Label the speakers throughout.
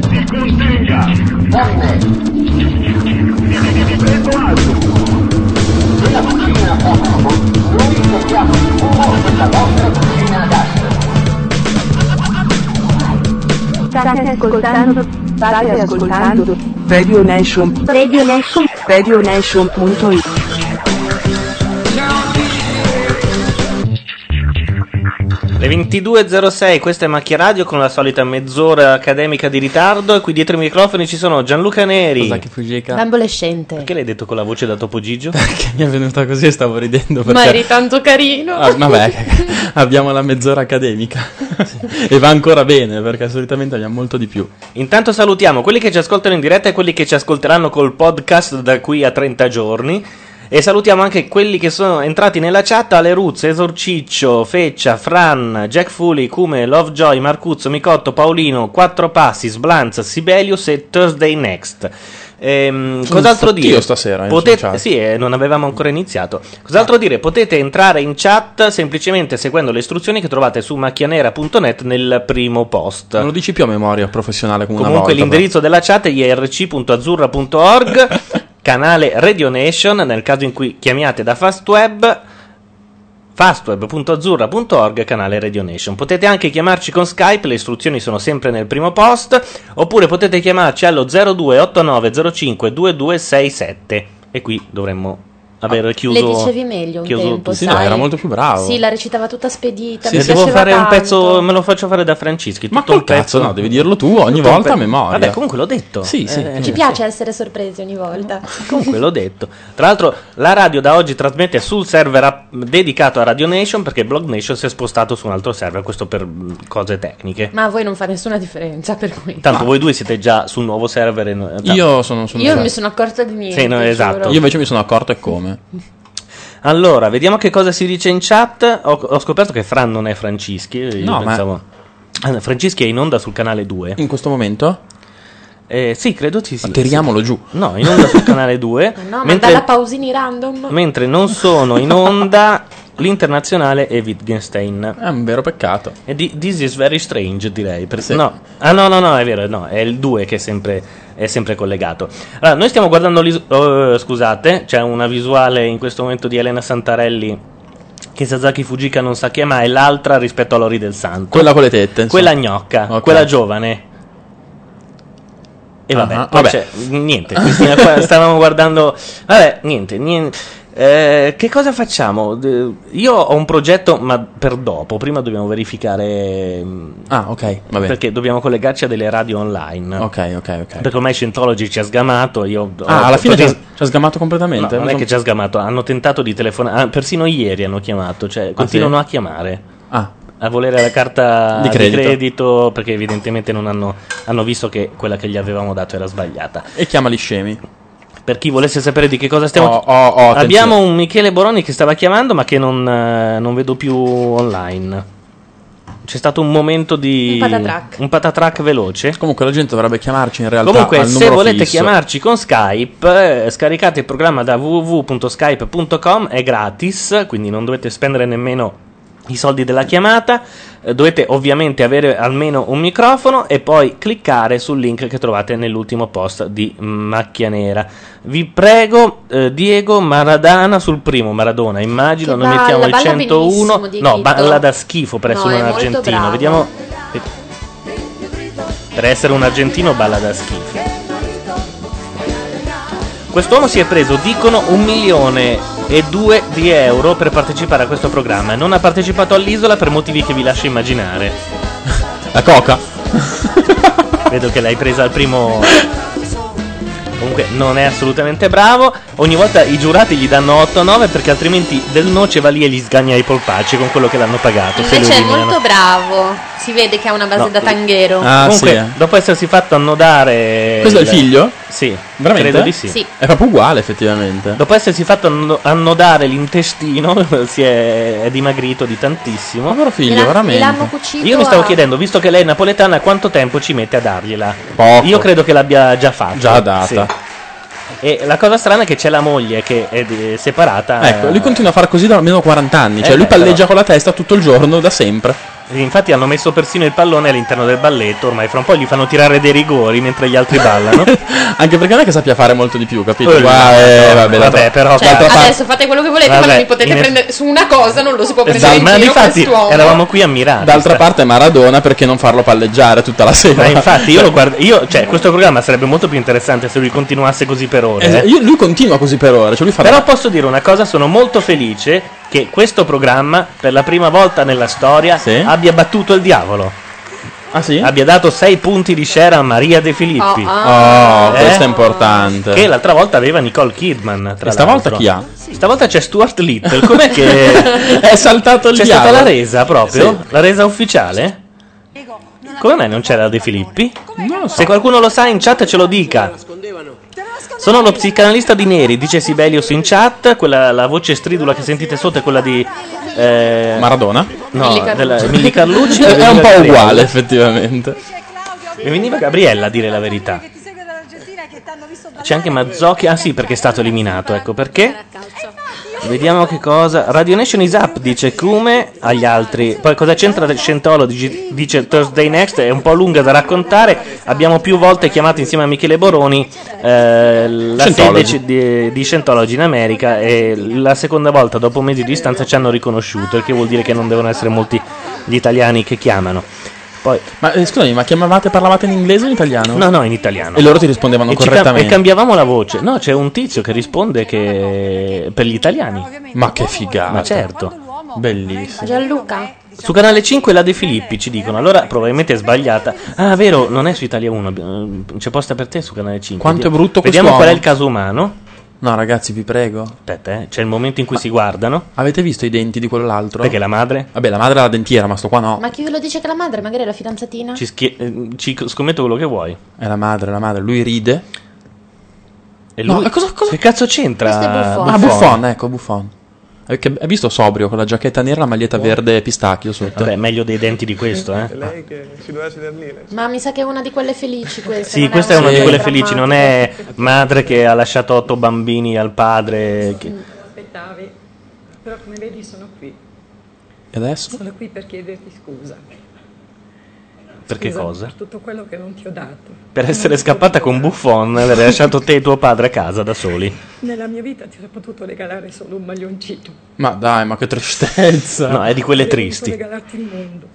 Speaker 1: consegna. Donne. Preparato. Nella cucina a fuoco, noi cerchiamo il fumo della vostra cucina a gas.
Speaker 2: State ascoltando, state ascoltando Radio Nation,
Speaker 3: Radio Nation,
Speaker 2: Radio Nation.it.
Speaker 4: Le 22.06, questa è Macchia Radio con la solita mezz'ora accademica di ritardo e qui dietro i microfoni ci sono Gianluca Neri.
Speaker 5: Sasaki Fujika.
Speaker 6: L'ambolescente.
Speaker 4: Perché l'hai detto con la voce da Topo Gigio?
Speaker 5: Che mi è venuta così e stavo ridendo perché...
Speaker 6: Ma eri tanto carino.
Speaker 5: Ah, vabbè, abbiamo la mezz'ora accademica e va ancora bene perché solitamente abbiamo molto di più.
Speaker 4: Intanto salutiamo quelli che ci ascoltano in diretta e quelli che ci ascolteranno col podcast da qui a 30 giorni. E salutiamo anche quelli che sono entrati nella chat: Aleruz, Esorciccio, Feccia, Fran, Jack Fuli, Cume, Lovejoy, Marcuzzo, Micotto, Paolino, Quattro Passi, Sblanz, Sibelius e Thursday Next. Ehm,
Speaker 5: Sono
Speaker 4: cos'altro
Speaker 5: fattio
Speaker 4: dire?
Speaker 5: stasera, eh,
Speaker 4: Potete-
Speaker 5: sulla chat. Ah.
Speaker 4: sì, eh, non avevamo ancora iniziato. Cos'altro dire? Potete entrare in chat semplicemente seguendo le istruzioni che trovate su macchianera.net nel primo post.
Speaker 5: Non lo dici più a memoria professionale come una
Speaker 4: Comunque
Speaker 5: volta.
Speaker 4: l'indirizzo della chat è irc.azzurra.org, canale Radio Nation, nel caso in cui chiamiate da Fastweb, fastweb.azzurra.org, canale Radio Nation. Potete anche chiamarci con Skype, le istruzioni sono sempre nel primo post, oppure potete chiamarci allo 0289052267 e qui dovremmo aver
Speaker 6: Ah, Le
Speaker 4: chiuso...
Speaker 6: dicevi meglio un
Speaker 4: chiuso
Speaker 6: tempo,
Speaker 4: tutto.
Speaker 5: Sì,
Speaker 6: sai?
Speaker 5: no, era molto più bravo.
Speaker 6: Sì, la recitava tutta spedita.
Speaker 4: Sì,
Speaker 6: mi
Speaker 4: se devo
Speaker 6: piaceva
Speaker 4: fare un
Speaker 6: tanto.
Speaker 4: pezzo, me lo faccio fare da Franceschi.
Speaker 5: Ma
Speaker 4: tutto un
Speaker 5: col cazzo,
Speaker 4: pezzo.
Speaker 5: no, devi dirlo tu ogni
Speaker 4: Tutto un
Speaker 5: volta a
Speaker 4: pe-
Speaker 5: memoria.
Speaker 4: Vabbè, comunque l'ho detto.
Speaker 5: Sì, sì. certo.
Speaker 4: Eh,
Speaker 6: Ci piace essere sorpresi ogni volta.
Speaker 4: Comunque l'ho detto. Tra l'altro, la radio da oggi trasmette sul server app- dedicato a Radio Nation perché Blog Nation si è spostato su un altro server. Questo per mh, cose tecniche.
Speaker 6: Ma a voi non fa nessuna differenza, per cui.
Speaker 4: Tanto voi due siete già sul nuovo server. e no- da-
Speaker 5: Io sono, sono
Speaker 6: Io non
Speaker 5: esatto.
Speaker 6: mi sono accorta di niente.
Speaker 4: Sì, no,
Speaker 6: giuro.
Speaker 4: esatto.
Speaker 5: Io invece mi sono accorto e come.
Speaker 4: Allora, vediamo che cosa si dice in chat. Ho, ho scoperto che Fran non è Francischi. Io
Speaker 5: No, ma-
Speaker 4: pensavo- Ah, Francischi è in onda sul canale 2.
Speaker 5: In questo momento
Speaker 4: Eh, sì, credo ci sia.
Speaker 5: tiriamolo giù.
Speaker 4: No, in onda sul canale 2.
Speaker 6: Ma No, ma
Speaker 4: mentre,
Speaker 6: dalla Pausini
Speaker 7: Ecco.
Speaker 6: random.
Speaker 4: mentre non sono in onda l'internazionale e Wittgenstein.
Speaker 5: È Ah, un vero peccato.
Speaker 4: E di- This is very strange, direi. per-
Speaker 5: Sì.
Speaker 4: no. Ah, no, no, no, è vero, no, è il 2 che è sempre, è sempre collegato. Allora, noi stiamo guardando. l'is- oh, scusate, c'è una visuale in questo momento di Elena Santarelli che Sasaki Fujika non sa chi è, ma è l'altra rispetto a Lori del Santo.
Speaker 5: Quella con le tette. insomma.
Speaker 4: Quella gnocca,
Speaker 5: Ok.
Speaker 4: quella giovane. E vabbè,
Speaker 5: Ah,
Speaker 4: poi
Speaker 5: vabbè.
Speaker 4: c'è- niente, Cristina, qua stavamo guardando... Vabbè, niente, niente. Eh, che cosa facciamo? De- Io ho un progetto, ma per dopo, prima dobbiamo verificare... mm,
Speaker 5: Ah, ok, va bene.
Speaker 4: Perché dobbiamo collegarci a delle radio online.
Speaker 5: Ok, ok, ok.
Speaker 4: Perché ormai Scientology ci ha sgamato, io...
Speaker 5: Ah, alla fine ci
Speaker 4: perché-
Speaker 5: ha, ci ha sgamato completamente.
Speaker 4: No, non è che ci ha sgamato, hanno tentato di telefonare, ah, persino ieri hanno chiamato, cioè continuano a chiamare
Speaker 5: Ah,
Speaker 4: a volere la carta
Speaker 5: Di
Speaker 4: di
Speaker 5: credito.
Speaker 4: credito, perché evidentemente non hanno, hanno visto che quella che gli avevamo dato era sbagliata.
Speaker 5: e chiama gli scemi.
Speaker 4: Per chi volesse sapere di che cosa stiamo...
Speaker 5: Oh, oh, oh, attenzione.
Speaker 4: Abbiamo un Michele Boroni che stava chiamando ma che non, eh, non vedo più online. C'è stato un momento di...
Speaker 6: Un patatrack.
Speaker 4: un patatrack veloce.
Speaker 5: Comunque la gente dovrebbe chiamarci in realtà
Speaker 4: Comunque,
Speaker 5: al
Speaker 4: se
Speaker 5: numero
Speaker 4: volete
Speaker 5: fisso.
Speaker 4: chiamarci con Skype, eh, scaricate il programma da www.skype.com, è gratis, quindi non dovete spendere nemmeno i soldi della chiamata. Eh, Dovete ovviamente avere almeno un microfono e poi cliccare sul link che trovate nell'ultimo post di Macchia Nera. Vi prego, eh, Diego Maradona sul primo Maradona, immagino,
Speaker 6: Che
Speaker 4: noi mettiamo
Speaker 6: balla,
Speaker 4: il
Speaker 6: balla
Speaker 4: 101.
Speaker 6: benissimo,
Speaker 4: No,
Speaker 6: Dieguito.
Speaker 4: balla da schifo per
Speaker 6: No,
Speaker 4: essere
Speaker 6: è
Speaker 4: un
Speaker 6: molto
Speaker 4: argentino.
Speaker 6: bravo.
Speaker 4: Vediamo per essere un argentino balla da schifo. Quest'uomo si è preso, dicono, un milione e due di euro per partecipare a questo programma e non ha partecipato all'isola per motivi che vi lascio immaginare.
Speaker 5: La coca.
Speaker 4: Vedo che l'hai presa al primo... Comunque non è assolutamente bravo. Ogni volta i giurati gli danno 8-9 perché altrimenti Del Noce va lì e gli sgagna i polpacci con quello che l'hanno pagato. se lo
Speaker 6: Invece è
Speaker 4: eliminano.
Speaker 6: molto bravo. Si vede che ha una base
Speaker 4: No.
Speaker 6: da tanghero.
Speaker 5: Ah,
Speaker 4: Comunque,
Speaker 5: sì. eh.
Speaker 4: dopo essersi fatto annodare.
Speaker 5: Questo è il figlio?
Speaker 4: Sì,
Speaker 5: Veramente?
Speaker 4: credo di sì.
Speaker 6: Sì.
Speaker 5: È proprio uguale, effettivamente.
Speaker 4: Dopo essersi fatto anno- annodare l'intestino, si è, è dimagrito di tantissimo.
Speaker 5: Povero figlio,
Speaker 6: Gliel'ha-
Speaker 5: veramente.
Speaker 6: gliel'hanno cucito
Speaker 4: Io mi stavo
Speaker 6: a-
Speaker 4: chiedendo, visto che lei è napoletana, quanto tempo ci mette a dargliela?
Speaker 5: Poco.
Speaker 4: Io credo che l'abbia già fatto.
Speaker 5: Già data.
Speaker 4: Sì. E la cosa strana è che c'è la moglie che è di- separata.
Speaker 5: Ecco, lui continua a fare così da almeno 40 anni. Cioè,
Speaker 4: Eh,
Speaker 5: lui
Speaker 4: beh,
Speaker 5: palleggia
Speaker 4: però-
Speaker 5: con la testa tutto il giorno, da sempre.
Speaker 4: Infatti hanno messo persino il pallone all'interno del balletto, ormai fra un po' gli fanno tirare dei rigori mentre gli altri ballano.
Speaker 5: Anche perché non è che sappia fare molto di più, capito?
Speaker 4: Eh,
Speaker 5: Qua,
Speaker 4: no,
Speaker 5: eh, vabbè,
Speaker 4: no,
Speaker 5: d'altro-
Speaker 4: vabbè, però-
Speaker 6: Cioè,
Speaker 5: d'altra parte-
Speaker 6: adesso fate quello che volete, ma
Speaker 4: Vabbè,
Speaker 6: non mi potete
Speaker 4: in-
Speaker 6: prendere su una cosa, non lo si può prendere
Speaker 4: Esatto,
Speaker 6: in
Speaker 4: ma
Speaker 6: giro
Speaker 4: infatti
Speaker 6: quest'uomo.
Speaker 4: eravamo qui a mirare.
Speaker 5: D'altra parte è Maradona, perché non farlo palleggiare tutta la sera?
Speaker 4: Ma infatti io lo guardo, io, cioè questo programma sarebbe molto più interessante se lui continuasse così per ore.
Speaker 5: Eh,
Speaker 4: eh.
Speaker 5: io- lui continua così per ore, cioè lui fa
Speaker 4: Però posso dire una cosa, sono molto felice che questo programma per la prima volta nella storia abbia battuto il diavolo.
Speaker 5: Ah sì?
Speaker 4: Abbia dato 6 punti di share a Maria De Filippi.
Speaker 6: Ah.
Speaker 5: Oh, questo è importante.
Speaker 4: Eh? Che l'altra volta aveva Nicole Kidman. Tra
Speaker 5: E stavolta
Speaker 4: l'altro.
Speaker 5: chi ha?
Speaker 4: Stavolta c'è Stuart Little. Com'è che
Speaker 5: è saltato il
Speaker 4: C'è
Speaker 5: diavolo.
Speaker 4: stata la resa proprio?
Speaker 5: Sì.
Speaker 4: La resa ufficiale? Come mai non c'era De Filippi? Se qualcuno lo sa in chat ce lo dica. Sono lo psicanalista di Neri, dice Sibelius in chat. Quella, la voce stridula che sentite sotto è quella di. eh,
Speaker 5: Maradona?
Speaker 4: No,
Speaker 5: Milli
Speaker 4: della
Speaker 5: Carlucci.
Speaker 4: Milli Carlucci.
Speaker 5: È un po' uguale,
Speaker 4: effettivamente. Mi veniva Gabriella a dire la verità. C'è anche Mazzocchi. Ah, sì, perché è stato eliminato. Ecco perché. Vediamo che cosa. Radio Nation is up, dice Kume agli altri. Poi cosa c'entra Scientology? Dice Thursday Next. È un po' lunga da raccontare. Abbiamo più volte chiamato insieme a Michele Boroni eh, la sede
Speaker 5: Scientology.
Speaker 4: ci- di, di Scientology in America. E la seconda volta, dopo mesi di distanza, ci hanno riconosciuto. Il che vuol dire che non devono essere molti gli italiani che chiamano. Poi,
Speaker 5: Ma eh, scusami, ma chiamavate, parlavate in inglese o in italiano?
Speaker 4: No, no, in italiano.
Speaker 5: E loro ti rispondevano
Speaker 4: e, ci cam- e
Speaker 5: correttamente.
Speaker 4: cambiavamo la voce. No, c'è un tizio che risponde che per gli italiani.
Speaker 5: Ma che figata.
Speaker 4: Ma certo.
Speaker 5: Bellissimo.
Speaker 6: Gianluca.
Speaker 4: Su canale 5 la De Filippi ci dicono. Allora probabilmente è sabbiata. Ah, vero, non è su Italia 1. ab- eh, C'è posta per te su canale 5.
Speaker 5: Quanto è
Speaker 4: Vedi-
Speaker 5: brutto
Speaker 4: Vediamo
Speaker 5: quest'uomo.
Speaker 4: qual è il caso umano.
Speaker 5: No, ragazzi, vi prego.
Speaker 4: Aspetta, eh, c'è il momento in cui si guardano.
Speaker 5: Avete visto i denti di quell'altro? Perché
Speaker 4: la madre?
Speaker 5: Vabbè, la madre era la dentiera, ma sto qua no.
Speaker 6: Ma chi ve lo dice che la madre? Magari è la fidanzatina?
Speaker 4: Ci, schie- eh, ci scommetto quello che vuoi.
Speaker 5: È la madre, la madre. Lui ride.
Speaker 4: E
Speaker 5: No,
Speaker 4: lui-
Speaker 5: ma cosa- cosa-
Speaker 4: Che cazzo c'entra?
Speaker 5: Questo è Buffon. Ah, Buffon, ecco, Buffon. Eh, che- Hai visto sobrio con la giacchetta nera e la maglietta verde pistacchio sotto?
Speaker 4: Vabbè, meglio dei denti di questo, eh.
Speaker 3: Lei che si doveva sedernire.
Speaker 6: Ma mi sa che è una di quelle felici questa.
Speaker 4: Sì,
Speaker 6: non
Speaker 4: questa è una di
Speaker 6: storia
Speaker 4: quelle felici, non
Speaker 6: drammatica.
Speaker 4: è madre che ha lasciato otto bambini al padre. che-
Speaker 8: aspettavi, però come vedi sono qui.
Speaker 5: E adesso?
Speaker 8: Sono qui per chiederti scusa.
Speaker 4: Perché
Speaker 8: Scusa
Speaker 4: cosa?
Speaker 8: Per tutto quello che non ti ho dato.
Speaker 4: Per essere scappata con Buffon, aver lasciato te e tuo padre a casa da soli.
Speaker 8: Nella mia vita ti avrei potuto regalare solo un maglioncino.
Speaker 5: Ma dai, ma che tristezza.
Speaker 4: No, è di quelle
Speaker 8: Avrei potuto
Speaker 4: tristi.
Speaker 8: regalarti il mondo.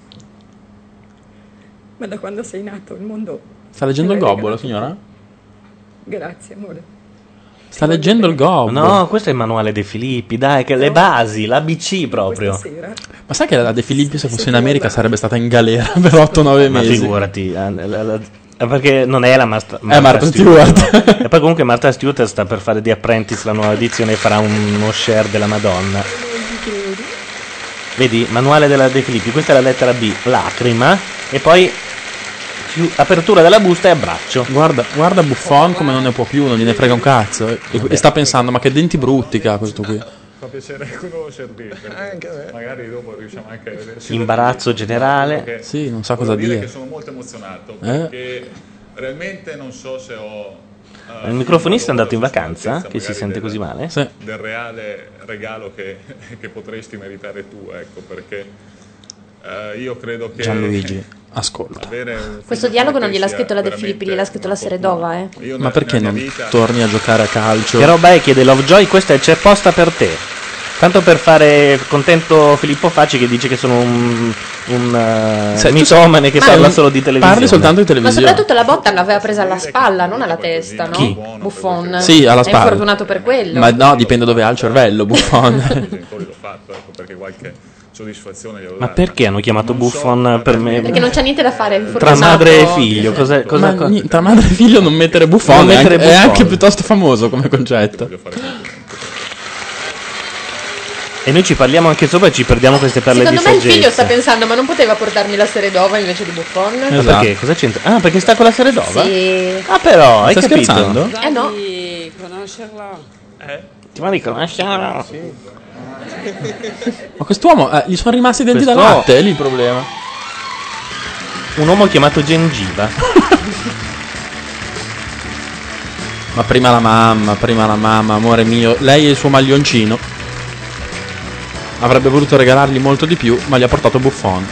Speaker 8: Ma da quando sei nato il mondo...
Speaker 5: Sta leggendo il gobbo la signora?
Speaker 8: Grazie, amore.
Speaker 5: Sta leggendo il gobbo.
Speaker 4: No, questo è il manuale dei Filippi, dai, che le basi, l'ABC proprio.
Speaker 8: Sera.
Speaker 5: Ma sai che la De Filippi se fosse in America sarebbe stata in galera per 8-9
Speaker 4: Ma
Speaker 5: mesi?
Speaker 4: figurati, eh, la- la- eh, perché non è la Martha,
Speaker 5: Martha
Speaker 4: no? E poi comunque Martha Stewart sta per fare di Apprentice la nuova edizione e farà uno share della Madonna. Vedi, manuale della De Filippi, questa è la lettera B, lacrima, e poi chiu- apertura della busta e abbraccio.
Speaker 5: Guarda, guarda Buffon come non ne può più, non gliene frega un cazzo. E, e sta pensando, ma che denti brutti che ha questo qui.
Speaker 3: Fa piacere conoscerti. Anche a me. Magari dopo riusciamo anche a vederci.
Speaker 4: Imbarazzo generale.
Speaker 3: Perché
Speaker 5: Sì, non sa
Speaker 3: volevo
Speaker 5: cosa
Speaker 3: dire.
Speaker 5: dire.
Speaker 3: che sono molto emozionato
Speaker 5: Eh?
Speaker 3: perché realmente non so se ho eh,
Speaker 4: Il microfonista è andato in vacanza, che si sente così male.
Speaker 3: del reale regalo che, che potresti meritare tu, ecco, perché eh, io credo che
Speaker 5: Gianluigi, ascolta.
Speaker 3: avere un
Speaker 6: Questo dialogo non gliel'ha scritto la De Filippi, gliel'ha scritto la Seredova, eh.
Speaker 5: Ma perché non torni a giocare a calcio?
Speaker 4: Che roba è? Chiede Lovejoy, questa è c'è posta per te. Tanto per fare contento Filippo Facci che dice che sono un, un eh,
Speaker 5: Sai, tu-
Speaker 4: mitomane che
Speaker 5: Ma
Speaker 4: parla
Speaker 5: non-
Speaker 4: solo di televisione.
Speaker 5: parli soltanto di
Speaker 6: Ma
Speaker 5: televisione.
Speaker 6: soprattutto la botta l'aveva presa alla spalla, non alla testa, no?
Speaker 5: Chi?
Speaker 6: Buffon.
Speaker 5: Sì, alla
Speaker 6: È
Speaker 5: spalla.
Speaker 6: infortunato per quello.
Speaker 5: Ma no, dipende dove ha il cervello,
Speaker 3: I
Speaker 5: Buffon.
Speaker 3: genitori l'ho fatto, ecco, perché qualche soddisfazione glielo
Speaker 4: Ma perché hanno chiamato Buffon per me?
Speaker 6: Perché non c'è niente da fare. è
Speaker 4: Tra
Speaker 6: infortunato.
Speaker 4: madre e figlio, cosa, cosa-
Speaker 5: esatto. Ma ni- tra madre e figlio non mettere Buffon,
Speaker 4: Non
Speaker 5: è,
Speaker 4: mettere
Speaker 5: anche, è
Speaker 4: Buffon.
Speaker 5: anche piuttosto famoso come concetto.
Speaker 4: E noi ci parliamo anche sopra e ci perdiamo queste perle
Speaker 6: Secondo
Speaker 4: di
Speaker 6: me il
Speaker 4: saggezza.
Speaker 6: figlio sta pensando, ma non poteva portarmi la Seredova invece di Buffon?
Speaker 4: Ma
Speaker 5: Esatto.
Speaker 4: Perché? Cosa c'entra? Ah, perché sta con la Seredova?
Speaker 6: Sì.
Speaker 4: Ah, però, hai
Speaker 5: Stai
Speaker 4: capito?
Speaker 5: scherzando?
Speaker 6: Eh no.
Speaker 9: conoscerla.
Speaker 4: Ti vuoi riconoscere?
Speaker 5: Ma quest'uomo, eh, gli sono rimasti i denti da
Speaker 4: Questo-
Speaker 5: latte, è lì il problema.
Speaker 4: Un uomo chiamato Gengiva.
Speaker 5: Ma prima la mamma, prima la mamma, amore mio. Lei e il suo maglioncino. Avrebbe voluto regalargli molto di più, ma gli ha portato Buffon.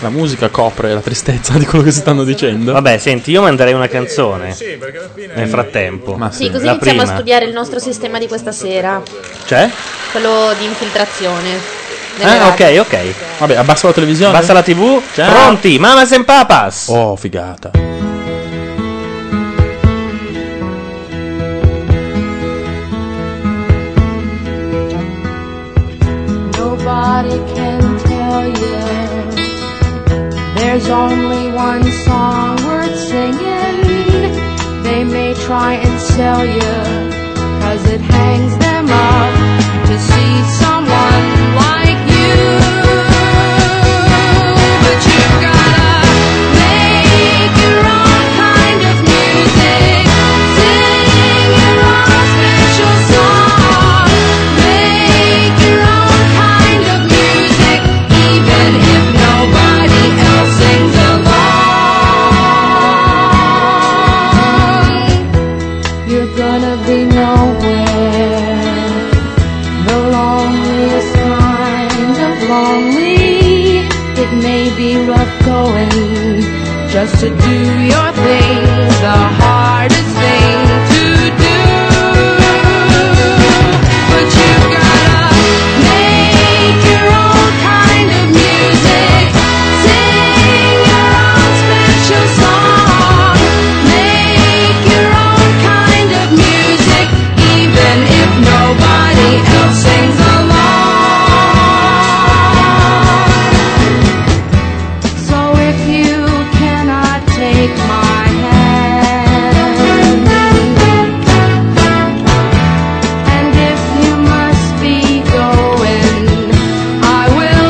Speaker 5: La musica copre la tristezza di quello che si stanno dicendo.
Speaker 4: Vabbè, senti, io manderei una canzone.
Speaker 3: sì, perché alla fine.
Speaker 4: Nel frattempo.
Speaker 5: Ma
Speaker 6: Sì, così
Speaker 4: Ah, La
Speaker 6: iniziamo
Speaker 4: prima.
Speaker 6: a studiare il nostro sistema di questa sera,
Speaker 4: Cioè?
Speaker 6: quello di infiltrazione.
Speaker 5: Eh,
Speaker 6: delle
Speaker 4: Ah,
Speaker 6: radio.
Speaker 4: ok, ok.
Speaker 5: Vabbè, abbassa la televisione.
Speaker 4: Basta la TV.
Speaker 5: Ciao.
Speaker 4: Pronti, mamma and papas.
Speaker 5: Oh, figata.
Speaker 10: Nobody can tell you. There's only one song worth singing. They may try and sell you, cause it hangs them up to see someone like you. But you've gotta make your own kind of music. Sing your own special song. Make your own kind of music, even if nobody else sings along. You're gonna be nowhere. The loneliest kind of lonely. It may be rough going just to do your thing. The hardest thing to do. But you gotta make your own kind of music. Sing your own special song. Make your own kind of music, even if nobody else sings along. So if you cannot take my hand, and if you must be going, I will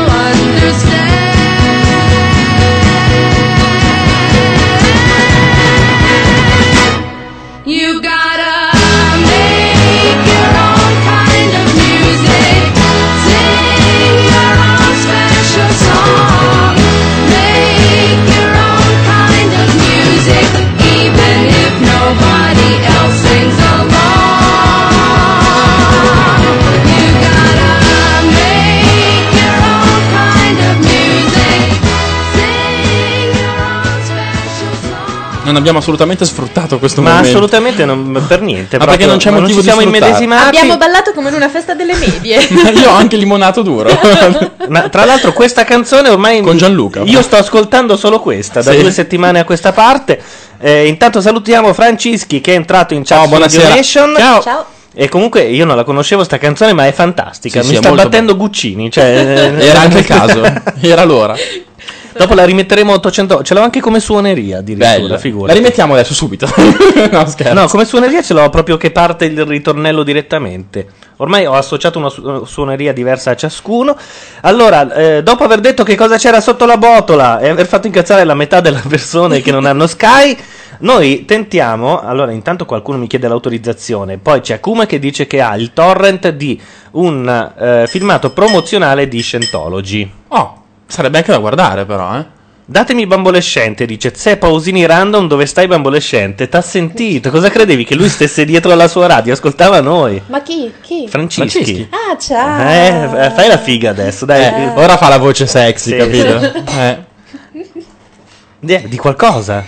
Speaker 10: understand. You gotta make your own kind of music, sing your own special song, make your own kind of music, even if nobody else sings along. You gotta make your own kind of music, sing your own special song.
Speaker 5: Non abbiamo assolutamente sfruttato questo
Speaker 4: Ma
Speaker 5: momento.
Speaker 4: assolutamente non, per niente.
Speaker 5: Ma perché
Speaker 4: proprio,
Speaker 5: non c'è
Speaker 4: ma
Speaker 5: motivo
Speaker 4: ci siamo
Speaker 5: di sfruttare.
Speaker 4: immedesimati.
Speaker 6: Abbiamo ballato come in una festa delle medie.
Speaker 5: Io ho anche il limonato duro.
Speaker 4: Cioè? Ma tra l'altro questa canzone ormai
Speaker 5: Con Gianluca.
Speaker 4: Io sto ascoltando solo questa da
Speaker 5: Sì.
Speaker 4: due settimane a questa parte. Eh, intanto salutiamo Francischi che è entrato in chat
Speaker 5: Ciao,
Speaker 4: su
Speaker 5: buonasera.
Speaker 4: Radio Nation.
Speaker 5: Ciao.
Speaker 6: Ciao.
Speaker 4: E comunque io non la conoscevo sta canzone, ma è fantastica.
Speaker 5: Sì,
Speaker 4: Mi
Speaker 5: sì, è
Speaker 4: sta
Speaker 5: molto
Speaker 4: battendo Guccini. Cioè,
Speaker 5: Era anche il caso. Era l'ora.
Speaker 4: Dopo la rimetteremo 800. Ce l'ho anche come suoneria addirittura.
Speaker 5: Bella.
Speaker 4: Figura.
Speaker 5: La rimettiamo adesso subito. no, scherzo.
Speaker 4: No, come suoneria ce l'ho proprio che parte il ritornello direttamente. Ormai ho associato una su- suoneria diversa a ciascuno. Allora, eh, dopo aver detto che cosa c'era sotto la botola e aver fatto incazzare la metà delle persone che non hanno Sky, noi tentiamo. Allora, intanto qualcuno mi chiede l'autorizzazione. Poi c'è Akuma che dice che ha il torrent di un eh, filmato promozionale di Scientology.
Speaker 5: Oh, sarebbe anche da guardare, però, eh.
Speaker 4: Datemi bambolescente, dice Ze Pausini Random, dove stai bambolescente? T'ha sentito? Cosa credevi che lui stesse dietro alla sua radio? Ascoltava noi.
Speaker 6: Ma chi? Chi?
Speaker 4: Francischi.
Speaker 5: Francischi.
Speaker 6: ah, ciao.
Speaker 4: Eh, eh, fai la figa adesso, dai.
Speaker 5: Eh, ora fa la voce sexy,
Speaker 4: Sì.
Speaker 5: capito? Eh.
Speaker 4: Di, di qualcosa.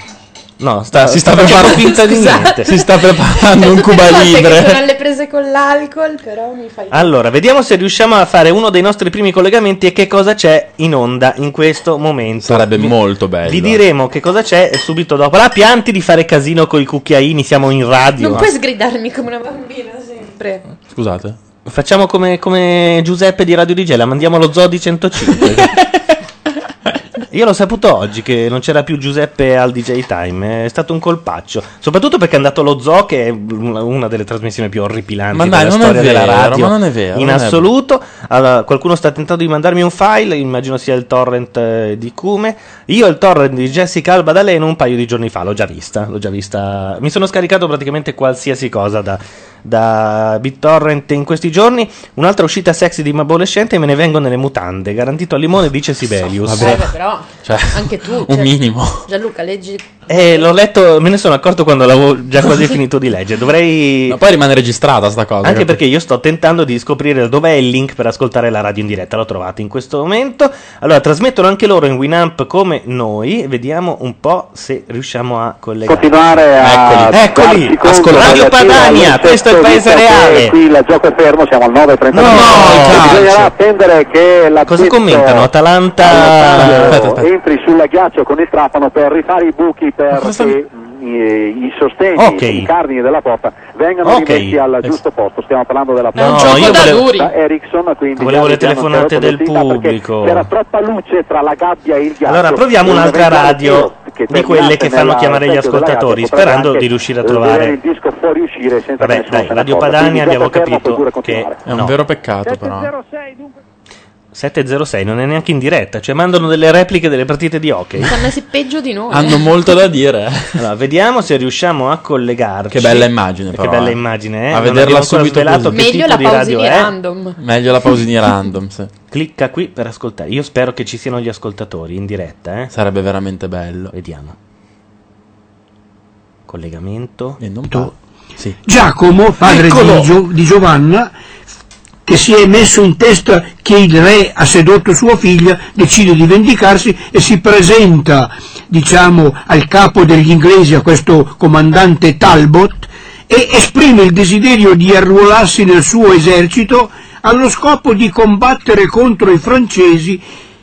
Speaker 4: No, sta,
Speaker 5: Si sta
Speaker 4: sta facendo
Speaker 5: preparando-
Speaker 4: finta di
Speaker 5: Scusate.
Speaker 4: niente.
Speaker 5: Si sta
Speaker 6: Cioè,
Speaker 5: preparando un Cuba
Speaker 6: Forse che sono
Speaker 5: Libre.
Speaker 6: alle prese con l'alcol, però mi fai...
Speaker 4: Allora, vediamo se riusciamo a fare uno dei nostri primi collegamenti e che cosa c'è in onda in questo momento.
Speaker 5: Sarebbe
Speaker 4: Vi-
Speaker 5: molto bello.
Speaker 4: Vi diremo che cosa c'è subito dopo. La pianti di fare casino coi cucchiaini, siamo in radio.
Speaker 6: non puoi sgridarmi come una bambina sempre.
Speaker 5: Scusate.
Speaker 4: Facciamo come, come Giuseppe di Radio Digella, mandiamo lo zoo di 105. Io l'ho saputo oggi che non c'era più Giuseppe al DJ Time, è stato un colpaccio, soprattutto perché è andato lo zoo che è una una delle trasmissioni più orripilanti
Speaker 5: Ma dai,
Speaker 4: della
Speaker 5: non è
Speaker 4: storia della
Speaker 5: vero,
Speaker 4: radio.
Speaker 5: ma non è vero,
Speaker 4: In
Speaker 5: non è
Speaker 4: assoluto, Allora, qualcuno sta tentando di mandarmi un file, immagino sia il torrent eh, di Cume. Io il torrent di Jessica Alba D'Aleno un paio di giorni fa, l'ho già vista, l'ho già vista. Mi sono scaricato praticamente qualsiasi cosa da da BitTorrent in questi giorni. Un'altra uscita sexy di Mabolescente e me ne vengo nelle mutande. Garantito al limone, dice Sibelius.
Speaker 6: Vabbè, Eh,
Speaker 10: Eh,
Speaker 6: però
Speaker 4: Cioè,
Speaker 6: anche tu.
Speaker 4: un
Speaker 6: cioè,
Speaker 4: minimo.
Speaker 6: Gianluca, leggi.
Speaker 4: Eh, l'ho letto, me ne sono accorto quando l'avevo già quasi finito di leggere. Dovrei. Ma
Speaker 5: poi rimane registrata sta cosa.
Speaker 4: Anche
Speaker 5: capito?
Speaker 4: perché io sto tentando di scoprire dov'è il link per ascoltare la radio in diretta. L'ho trovato in questo momento. Allora, trasmettono anche loro in Winamp come noi. Vediamo un po' se riusciamo a collegare.
Speaker 11: Continuare a
Speaker 4: Eccoli,
Speaker 11: darci
Speaker 4: eccoli.
Speaker 11: conto
Speaker 4: Radio
Speaker 11: relativa
Speaker 4: Padania,
Speaker 11: al
Speaker 4: questo è il
Speaker 11: testo,
Speaker 4: paese
Speaker 11: visto che
Speaker 4: reale.
Speaker 11: Qui il gioco è fermo, siamo al 9.30. bisognerà attendere che la
Speaker 4: Cosa commentano? Atalanta. Aspetta, aspetta.
Speaker 11: entri sulla ghiaccio con il trapano per rifare i buchi perché mh, eh, i sostegni,
Speaker 4: Ok.
Speaker 11: i cardini
Speaker 12: Oh.
Speaker 11: della porta vengano
Speaker 4: Ok.
Speaker 11: rimessi al giusto posto. Stiamo parlando della
Speaker 4: No,
Speaker 11: porta
Speaker 4: io
Speaker 11: da
Speaker 4: volevo-
Speaker 11: Ericsson, quindi
Speaker 4: Volevo le
Speaker 11: già abbiamo
Speaker 4: telefonate
Speaker 11: interrotto
Speaker 4: del
Speaker 11: l'attività perché
Speaker 4: pubblico.
Speaker 11: C'era troppa luce tra la gabbia e il ghiaccio.
Speaker 4: Allora, proviamo un'altra
Speaker 11: Eventualmente
Speaker 4: radio
Speaker 11: che
Speaker 4: di quelle che fanno
Speaker 11: nella-
Speaker 4: chiamare gli
Speaker 11: nel secchio della
Speaker 4: ascoltatori,
Speaker 11: gabbia potrebbe
Speaker 4: sperando
Speaker 11: anche,
Speaker 4: di riuscire a
Speaker 11: eh, vedere
Speaker 4: trovare.
Speaker 11: il disco fuori uscire senza
Speaker 4: Vabbè,
Speaker 11: che nessuno
Speaker 4: dai,
Speaker 11: se ne
Speaker 4: Radio
Speaker 11: accorga.
Speaker 4: Padania
Speaker 11: Quindi
Speaker 4: abbiamo
Speaker 11: gioco fermo oppure
Speaker 4: capito che
Speaker 5: È un vero peccato, però.
Speaker 4: 706 non è neanche in diretta, cioè mandano delle repliche delle partite di hockey.
Speaker 6: Stanno messi peggio di noi. eh.
Speaker 4: molto da dire. Allora, vediamo se riusciamo a collegarci.
Speaker 5: Che bella immagine,
Speaker 4: Che
Speaker 5: però,
Speaker 4: bella
Speaker 5: eh.
Speaker 4: immagine, eh.
Speaker 5: A
Speaker 4: Non
Speaker 5: vederla
Speaker 4: abbiamo ancora
Speaker 5: subito
Speaker 4: svelato
Speaker 5: così.
Speaker 4: che
Speaker 6: Meglio
Speaker 4: tipo
Speaker 6: la
Speaker 4: di
Speaker 6: pausini
Speaker 5: eh?
Speaker 4: radio è.
Speaker 6: random.
Speaker 5: Meglio la pausini random, sì.
Speaker 4: Clicca qui per ascoltare. Io spero che ci siano gli ascoltatori in diretta, eh.
Speaker 5: Sarebbe veramente bello.
Speaker 4: Vediamo. Collegamento.
Speaker 5: E non tu. Sì.
Speaker 13: Giacomo, padre
Speaker 4: Eccolo!
Speaker 13: di, Gio- di Giovanna, che si è messo in testa che il re ha sedotto sua figlia, decide di vendicarsi e si presenta, diciamo, al capo degli inglesi, a questo comandante Talbot, e esprime il desiderio di arruolarsi nel suo esercito allo scopo di combattere contro i francesi.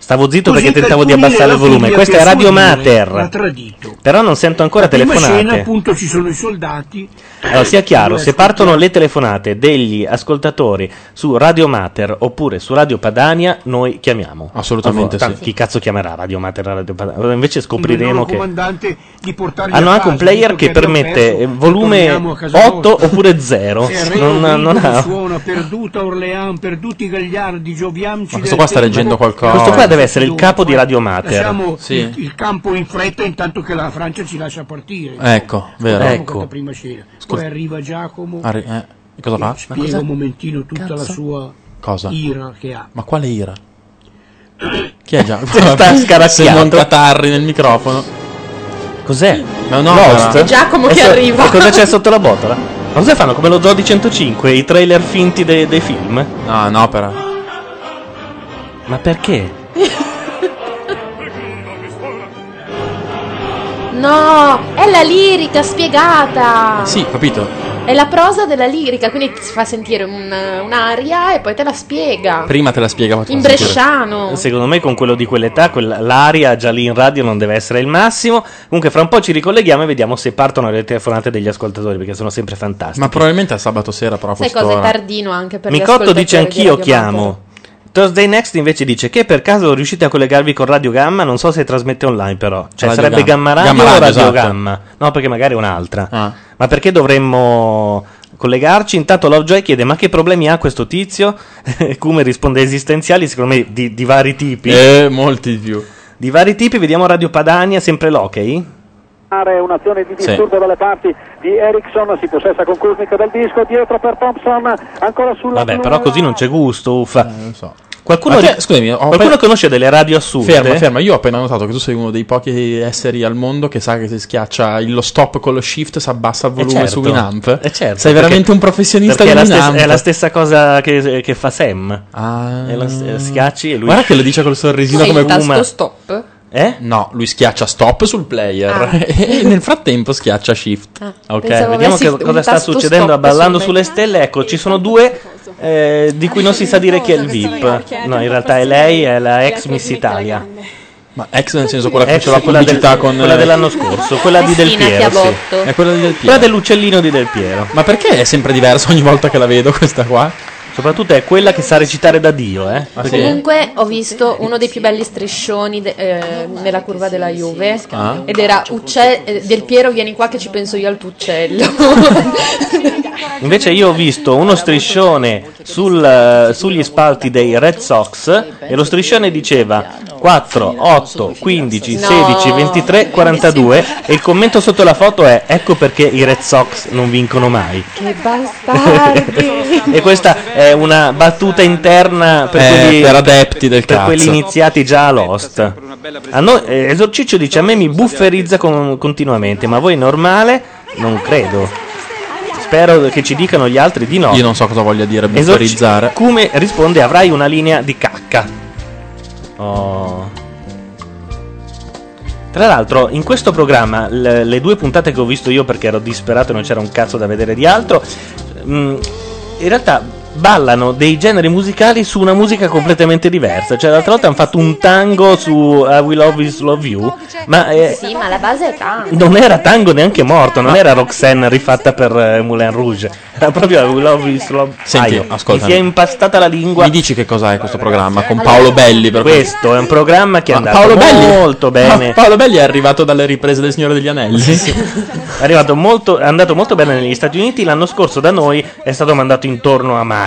Speaker 4: Stavo zitto
Speaker 13: Così
Speaker 4: perché
Speaker 13: per
Speaker 4: tentavo di
Speaker 13: punire
Speaker 4: abbassare
Speaker 13: la
Speaker 4: il volume.
Speaker 13: figlia
Speaker 4: Questa
Speaker 13: che
Speaker 4: è
Speaker 13: a suo
Speaker 4: Radio
Speaker 13: dire
Speaker 4: Mater.
Speaker 13: l'ha tradito.
Speaker 4: Però non sento ancora
Speaker 13: Prima scena
Speaker 4: telefonate.
Speaker 13: appunto ci sono i soldati
Speaker 4: Allora, sia chiaro,
Speaker 13: Due
Speaker 4: se partono le telefonate degli ascoltatori su Radio Mater oppure su Radio Padania, noi chiamiamo.
Speaker 5: Assolutamente
Speaker 4: Allora,
Speaker 5: sì.
Speaker 4: Chi cazzo chiamerà Radio Mater e Radio Padania? Allora, Invece
Speaker 13: Il
Speaker 4: scopriremo che
Speaker 13: comandante di portarli
Speaker 4: hanno
Speaker 13: a
Speaker 4: anche un
Speaker 13: casa,
Speaker 4: player
Speaker 13: detto
Speaker 4: che
Speaker 13: abbiamo
Speaker 4: permette
Speaker 13: perso,
Speaker 4: eh, volume
Speaker 13: torniamo a casa
Speaker 4: 8
Speaker 13: nostra.
Speaker 4: oppure 0.
Speaker 13: Se
Speaker 4: Non,
Speaker 13: Redo
Speaker 4: non
Speaker 13: Vigo
Speaker 4: ha...
Speaker 13: suona perduta Orlean, perduti Gagliardi, gioviamci.
Speaker 5: Ma questo qua sta leggendo qualcosa.
Speaker 4: Questo qua deve essere il capo di Radio Mater.
Speaker 13: Lasciamo il, il campo in fretta intanto che la Francia ci lascia partire.
Speaker 5: Ecco, vero.
Speaker 13: Guardiamo
Speaker 5: Ecco.
Speaker 13: questa prima scena. Poi
Speaker 5: Scusa.
Speaker 13: arriva Giacomo.
Speaker 5: Arri- eh, e cosa fa? Ma
Speaker 13: Spiega
Speaker 5: cosa-
Speaker 13: un momentino tutta la
Speaker 5: cazzo?
Speaker 13: sua
Speaker 5: Cosa?
Speaker 13: ira che ha.
Speaker 5: Ma quale ira? Chi è già?
Speaker 4: Si sta scaracchiando.
Speaker 5: Se monta tarri nel microfono.
Speaker 4: Cos'è?
Speaker 5: Ma no,
Speaker 4: Lost?
Speaker 5: ma-
Speaker 4: E so- e cosa c'è sotto la botola? Ma cosa fanno? Come lo zoo di 105, i trailer finti de- dei film?
Speaker 5: No, è un'opera.
Speaker 4: Ma perché?
Speaker 6: No, è la lirica
Speaker 4: Ah.
Speaker 6: spiegata.
Speaker 5: Sì, capito.
Speaker 6: È la prosa della lirica, quindi ti fa sentire un- un'aria e poi te la spiega.
Speaker 5: Prima te la spiega. poi te
Speaker 6: In
Speaker 5: la sentire.
Speaker 6: bresciano.
Speaker 4: Secondo me con quello di quell'età quella- l'aria già lì in radio non deve essere il massimo. Comunque fra un po' ci ricolleghiamo e vediamo se partono le telefonate degli ascoltatori perché sono sempre fantastiche.
Speaker 5: Ma probabilmente è sabato sera, però.
Speaker 6: Sai
Speaker 5: quest'ora.
Speaker 6: cosa è tardino anche per gli
Speaker 4: Micotto
Speaker 6: ascoltatori di
Speaker 4: dice anch'io
Speaker 6: Radio
Speaker 4: chiamo. Thursday Next invece dice che per caso riuscite a collegarvi con Radio Gamma, non so se trasmette online però. Cioè
Speaker 5: Radio
Speaker 4: sarebbe
Speaker 5: Gamma.
Speaker 4: Gamma Radio
Speaker 5: Gamma
Speaker 4: o
Speaker 5: Radio,
Speaker 4: Radio
Speaker 5: esatto. Ah.
Speaker 4: Gamma? No, perché magari è un'altra. Ma perché dovremmo collegarci? Intanto Lovejoy chiede ma che problemi ha questo tizio? Come risponde esistenziali, secondo me di, di vari tipi.
Speaker 5: Eh, molti di più.
Speaker 4: Di vari tipi, vediamo Radio Padania, sempre l'hockey.
Speaker 11: Fare un'azione di
Speaker 4: Sì.
Speaker 11: disturbo dalle parti di Ericsson, si possessa con Kuzmic del disco, dietro per Thompson, ancora sulla
Speaker 4: Vabbè,
Speaker 11: blu.
Speaker 4: però così non c'è gusto, uffa. Qualcuno,
Speaker 5: Eh, Ma te-
Speaker 4: ri-
Speaker 5: scusami, ho
Speaker 4: qualcuno
Speaker 5: appena-
Speaker 4: conosce delle radio assurde?
Speaker 5: Ferma, ferma, io ho appena notato che tu sei uno dei pochi esseri al mondo che sa che se schiaccia il- lo stop con lo shift si abbassa il
Speaker 4: Eh,
Speaker 5: volume
Speaker 4: certo.
Speaker 5: su Winamp.
Speaker 4: Eh, certo,
Speaker 5: sei
Speaker 4: perché-
Speaker 5: veramente un professionista di
Speaker 4: perché è la,
Speaker 5: Winamp. Ah.
Speaker 4: stessa, è la stessa cosa che, che fa Sam. È la st- schiacci e lui.
Speaker 5: Guarda che lo dice col sorrisino
Speaker 6: Gamma.
Speaker 5: come
Speaker 6: Sei il
Speaker 5: Kuma.
Speaker 6: tasto stop.
Speaker 4: Eh?
Speaker 5: No, lui schiaccia stop sul player
Speaker 6: Ah.
Speaker 5: e nel frattempo schiaccia shift.
Speaker 6: Ah,
Speaker 5: ok,
Speaker 6: pensavo
Speaker 4: Vediamo
Speaker 6: avessi
Speaker 4: che-
Speaker 6: un
Speaker 4: cosa sta
Speaker 6: tasto
Speaker 4: succedendo a
Speaker 6: stop
Speaker 4: Ballando
Speaker 6: sul
Speaker 4: sulle stelle. Ecco, ci sono due eh, di cui non si sa dire chi è il VIP. No, in realtà è lei, è la ex Miss Italia.
Speaker 5: Ma ex nel senso quella che
Speaker 4: Ex,
Speaker 5: faceva la
Speaker 4: quella del-
Speaker 5: pubblicità con
Speaker 4: quella dell'anno scorso, quella di Del Destinati Piero, a sì. botto.
Speaker 5: È quella di Del Piero.
Speaker 4: Quella dell'uccellino di Del Piero.
Speaker 5: Ma perché è sempre diversa ogni volta che la vedo questa qua? Ah,
Speaker 4: Soprattutto è quella che sa recitare da Dio, eh. Perché-
Speaker 6: Comunque ho visto uno dei più belli striscioni de- eh, nella curva della Juve
Speaker 4: Ah.
Speaker 6: ed era Ucce- eh, Del Piero vieni qua che ci penso io al tuo uccello.
Speaker 4: Invece io ho visto uno striscione sul, eh, sugli spalti dei Red Sox e lo striscione diceva 4, 8, 15, 16, 23, 42 e il commento sotto la foto è ecco perché i Red Sox non vincono mai.
Speaker 6: Che bastardi.
Speaker 4: e questa è una battuta interna per,
Speaker 5: Eh,
Speaker 4: quelli,
Speaker 5: per adepti del
Speaker 4: per
Speaker 5: cazzo.
Speaker 4: quelli iniziati già a Lost. A noi, eh, Esorciccio dice a me mi bufferizza con- continuamente, ma a voi è normale? Non credo. Spero che ci dicano gli altri di no.
Speaker 5: Io non so cosa voglia dire bufferizzare.
Speaker 4: Come risponde avrai una linea di cacca. Oh. Tra l'altro, in questo programma, l- le due puntate che ho visto io perché ero disperato e non c'era un cazzo da vedere di altro, mm, in realtà ballano dei generi musicali su una musica completamente diversa. Cioè, l'altra volta hanno fatto un tango su I Will Always Love You, ma eh,
Speaker 6: Sì, ma la base è tanto.
Speaker 4: non era tango neanche morto, non era Roxanne rifatta per eh, Moulin Rouge, era proprio I Will Always Love
Speaker 5: Senti,
Speaker 4: Aio,
Speaker 5: ascoltami.
Speaker 4: Mi si è impastata la lingua. Ah,
Speaker 5: Mi dici che cos'è questo programma con Paolo Belli? Per Ah,
Speaker 4: questo è un programma che è andato
Speaker 5: Paolo Belli,
Speaker 4: molto bene.
Speaker 5: Ma Paolo Belli è arrivato dalle riprese del Signore degli Anelli.
Speaker 4: È, arrivato molto, è andato molto bene negli Stati Uniti. L'anno scorso da noi è stato mandato intorno a maggio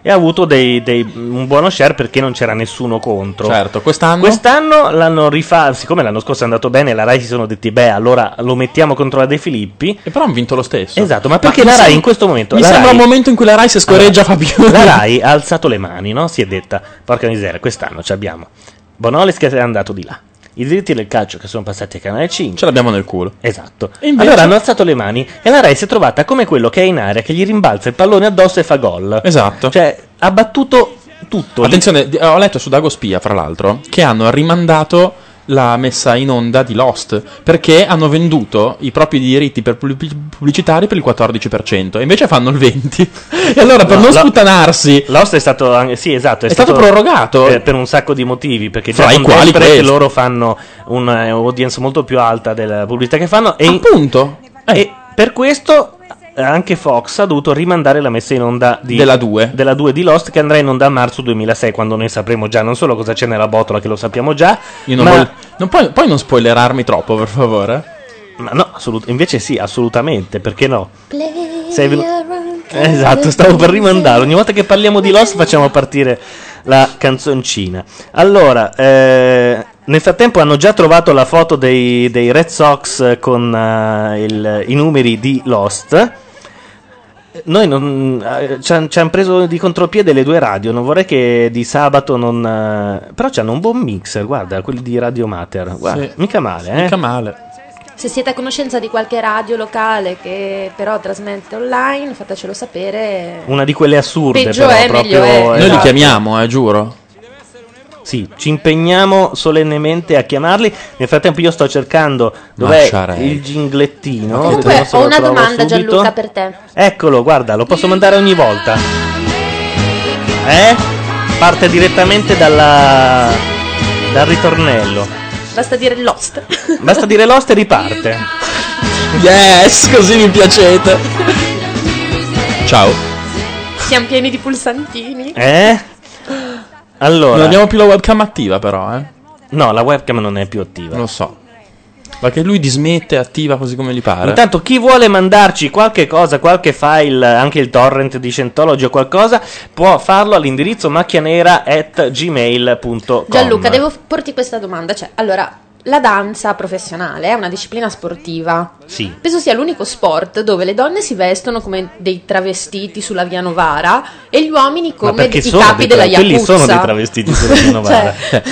Speaker 4: e ha avuto dei- dei- un buono share perché non c'era nessuno contro.
Speaker 5: Certo, quest'anno.
Speaker 4: Quest'anno l'hanno rifatto. Siccome l'anno scorso è andato bene, la Rai si sono detti: beh, allora lo mettiamo contro la De Filippi.
Speaker 5: E però hanno vinto lo stesso.
Speaker 4: Esatto, ma perché
Speaker 5: mi
Speaker 4: la Rai
Speaker 5: sem-
Speaker 4: in questo momento.
Speaker 5: Mi
Speaker 4: la
Speaker 5: sembra
Speaker 4: Rai-
Speaker 5: un momento in cui la Rai si scorreggia fa più.
Speaker 4: La Rai ha alzato le mani, no? Si è detta, porca miseria, quest'anno ci abbiamo Bonolis che è andato di là, i diritti del calcio che sono passati a Canale 5. Ce
Speaker 5: l'abbiamo nel culo.
Speaker 4: Esatto.
Speaker 5: E invece-
Speaker 4: Allora hanno alzato le mani e la Rai si è trovata come quello che è in aria, che gli rimbalza il pallone addosso e fa gol.
Speaker 5: Esatto.
Speaker 4: Cioè, ha battuto tutto.
Speaker 5: Attenzione, di- ho letto su Dago Spia, fra l'altro, che hanno rimandato la messa in onda di Lost perché hanno venduto i propri diritti per pubblic- pubblicitari per il 14% e invece fanno il 20%. E allora per
Speaker 4: No,
Speaker 5: non
Speaker 4: la-
Speaker 5: sputtanarsi
Speaker 4: L'host è stato anche- sì, esatto, è,
Speaker 5: È stato prorogato.
Speaker 4: per, per un sacco di motivi perché già
Speaker 5: Fra i
Speaker 4: con
Speaker 5: quali
Speaker 4: Desperate
Speaker 5: questo.
Speaker 4: loro fanno un'audience molto più alta della pubblicità che fanno e
Speaker 5: appunto Eh.
Speaker 4: e per questo eh, anche Fox ha dovuto rimandare la messa in onda di,
Speaker 5: Della 2.
Speaker 4: della 2 di Lost che andrà in onda a marzo 2006 quando noi sapremo già non solo cosa c'è nella botola che lo sappiamo già
Speaker 5: Io non
Speaker 4: ma
Speaker 5: voglio- non puoi, puoi non spoilerarmi troppo, per favore?
Speaker 4: Ma no, assolut- invece sì, assolutamente, perché no? Sei venu-
Speaker 10: Eh,
Speaker 4: Esatto, stavo per rimandare. Ogni volta che parliamo di Lost facciamo partire la canzoncina. Allora, eh, nel frattempo hanno già trovato la foto dei, dei Red Sox con eh, il- i numeri di Lost. Noi non, eh, ci hanno preso di contropiede le due radio. Non vorrei che di sabato non. eh, però c'hanno un buon mix, guarda, quelli di Radio Mater. Guarda,
Speaker 5: Sì.
Speaker 4: Mica male, eh?
Speaker 5: Mica male.
Speaker 6: Se siete a conoscenza di qualche radio locale che però trasmette online, fatecelo sapere.
Speaker 4: Una di quelle assurde,
Speaker 6: Peggio
Speaker 4: però
Speaker 6: è,
Speaker 4: proprio.
Speaker 6: meglio è. Noi li
Speaker 4: esatto.
Speaker 5: chiamiamo, eh, giuro.
Speaker 4: Sì, ci impegniamo solennemente a chiamarli. Nel frattempo, io sto cercando dov'è
Speaker 5: Masciarelli.
Speaker 4: il ginglettino.
Speaker 6: Comunque,
Speaker 4: Vediamo se
Speaker 6: ho
Speaker 4: lo
Speaker 6: una
Speaker 4: trovo
Speaker 6: domanda,
Speaker 4: subito.
Speaker 6: Gianluca, per te.
Speaker 4: Eccolo, guarda, lo posso mandare ogni volta. Eh? Parte direttamente dalla... dal ritornello.
Speaker 6: Basta dire Lost.
Speaker 4: Basta dire Lost e riparte.
Speaker 5: Yes, così mi piacete. Ciao.
Speaker 6: Siamo pieni di pulsantini.
Speaker 4: Eh? Allora.
Speaker 5: Non abbiamo più la webcam attiva, però, eh?
Speaker 4: No, la webcam non è più attiva.
Speaker 5: Lo so. Ma che lui dismette, attiva così come gli pare.
Speaker 4: Intanto chi vuole mandarci qualche cosa, qualche file, anche il torrent di Scientology o qualcosa, può farlo all'indirizzo macchianera at gmail.com.
Speaker 6: Gianluca, devo f- porti questa domanda. Cioè, allora, la danza professionale è una disciplina sportiva.
Speaker 4: Sì.
Speaker 6: Penso sia l'unico sport dove le donne si vestono come dei travestiti sulla via Novara e gli uomini
Speaker 4: Ma
Speaker 6: come
Speaker 4: perché
Speaker 6: i
Speaker 4: sono
Speaker 6: capi
Speaker 4: dei tra-
Speaker 6: della
Speaker 4: Quelli
Speaker 6: Yakuza.
Speaker 4: sono dei travestiti sulla via Novara.
Speaker 5: Cioè.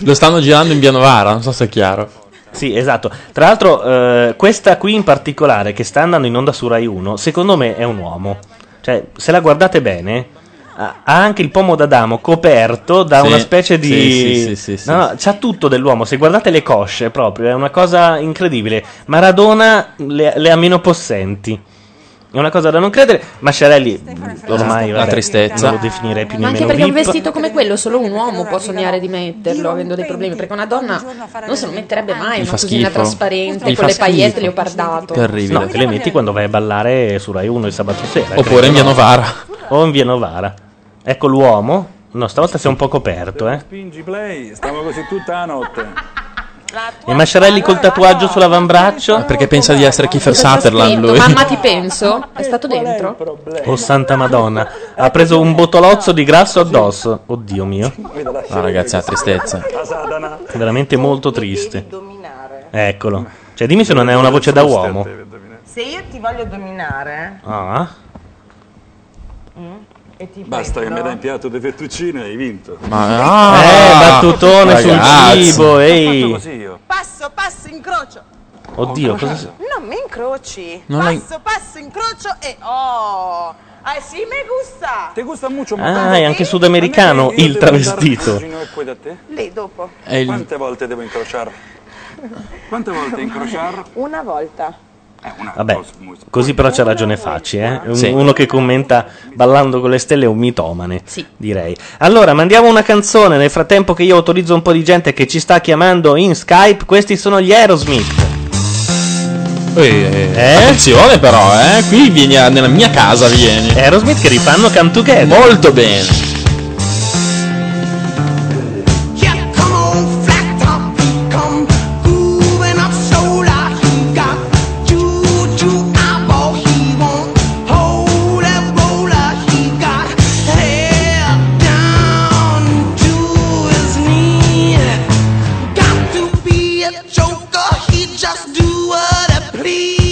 Speaker 5: Lo stanno girando in via Novara, non so se è chiaro.
Speaker 4: Sì, esatto. Tra l'altro, eh, questa qui in particolare, che sta andando in onda su Rai 1, secondo me è un uomo. Cioè, se la guardate bene, ha ha anche il pomo d'Adamo coperto da
Speaker 5: Sì,
Speaker 4: una specie di.
Speaker 5: sì, sì, sì, sì,
Speaker 4: no, no, c'ha tutto dell'uomo. Se guardate le cosce, proprio, è una cosa incredibile. Maradona le, le ha meno possenti. È una cosa da non credere. Masciarelli, ormai
Speaker 5: La
Speaker 4: vabbè,
Speaker 5: tristezza.
Speaker 4: Non lo definirei più
Speaker 6: Ma
Speaker 4: nemmeno
Speaker 6: anche perché un
Speaker 4: VIP.
Speaker 6: vestito come quello solo un uomo può sognare di metterlo avendo dei problemi, perché una donna non se lo metterebbe mai,
Speaker 4: Mi
Speaker 6: una
Speaker 4: fa
Speaker 6: cosina
Speaker 4: schifo. Mi
Speaker 6: trasparente
Speaker 4: fa
Speaker 6: con le
Speaker 4: schifo.
Speaker 6: pagliette leopardato.
Speaker 4: No, che le metti quando vai a ballare su Rai 1 il sabato sera.
Speaker 5: Oppure in via Novara.
Speaker 4: O in via Novara. Ecco l'uomo. No, stavolta sei un po' coperto, eh.
Speaker 14: Spingi play, stavo così tutta la notte.
Speaker 4: E Masciarelli col tatuaggio sull'avambraccio? Perché pensa di essere Kiefer Sutherland
Speaker 6: Scritto, Mamma ti penso, è stato dentro.
Speaker 4: Oh santa madonna, ha preso un botolozzo di grasso addosso. Oddio mio.
Speaker 5: No, ragazzi, è una tristezza.
Speaker 4: Veramente molto triste. Eccolo. Cioè dimmi se non è una voce da uomo.
Speaker 14: Se io ti voglio dominare
Speaker 4: Ah.
Speaker 14: mm, e ti
Speaker 15: Basta che
Speaker 14: prendo-
Speaker 15: mi dai un piatto di fettuccine e hai vinto.
Speaker 5: Ma-
Speaker 4: eh, battutone
Speaker 5: ragazzi.
Speaker 4: sul cibo, ehi.
Speaker 15: Ho fatto così io.
Speaker 14: Passo, passo, incrocio.
Speaker 4: Oddio, cosa
Speaker 14: Non mi incroci.
Speaker 4: Oh, Non la in-
Speaker 14: passo, passo, incrocio e oh. Ah, sì, mi gusta. Ti gusta molto,
Speaker 4: Ah, è anche sudamericano il travestito.
Speaker 15: Vicino e poi da te.
Speaker 14: Lì dopo.
Speaker 15: Quante volte devo incrociare? Quante volte incrociare?
Speaker 14: Una volta.
Speaker 4: Vabbè, così però c'ha ragione Facci, eh? Un-
Speaker 5: Sì.
Speaker 4: Uno che commenta ballando con le stelle è un mitomane, direi. Allora, mandiamo una canzone nel frattempo che io autorizzo un po' di gente che ci sta chiamando in Skype. Questi sono gli Aerosmith.
Speaker 5: eh, Attenzione però, eh. Qui vieni a- nella mia casa, vieni.
Speaker 4: Eh, Aerosmith che rifanno Come Together.
Speaker 5: Molto bene.
Speaker 10: Come on, flat top, come moving up so loud. He got juju eyeball, he won't hold a roller. He got head down to his knee. Got to be a joker, he just do what he please.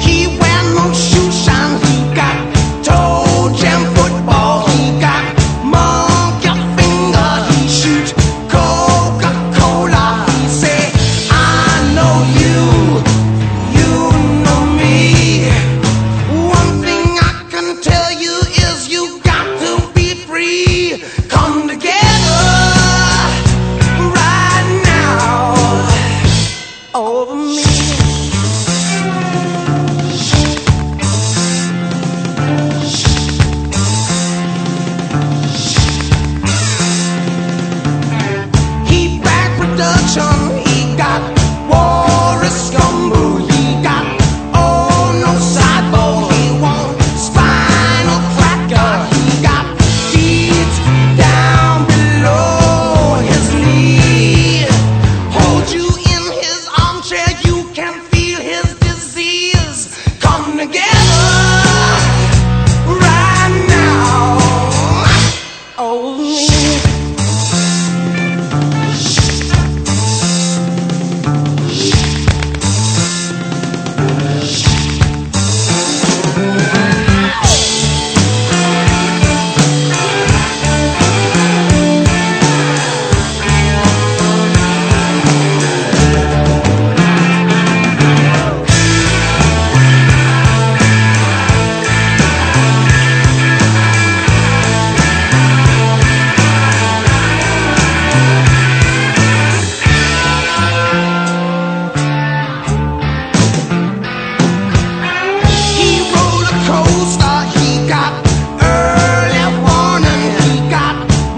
Speaker 10: He wear no shoe shine. He got toe jam football. He got monkey finger. He shoot Coca Cola. He say, I know you, you know me. One thing I can tell you is you got to be free. Come together right now over me. He back production. He got war is scumbo. He got oh no sideball. He won't spinal cracker. He got deeds down below his knee. Hold you in his armchair. You can feel his disease. Come together right now. Oh. me. He roller coaster. He got early warning. He got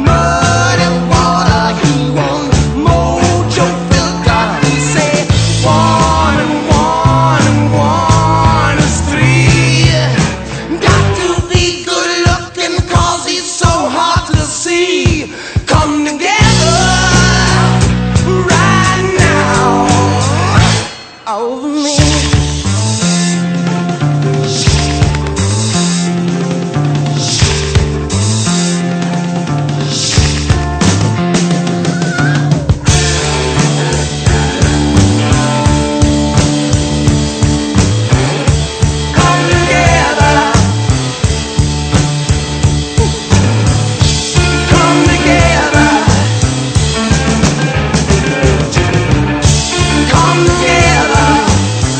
Speaker 10: muddy water. He won mojo filter. He said one and one and one is three. Got to be good looking 'cause he's so hard to see. Come together right Oh, now over me. Come together.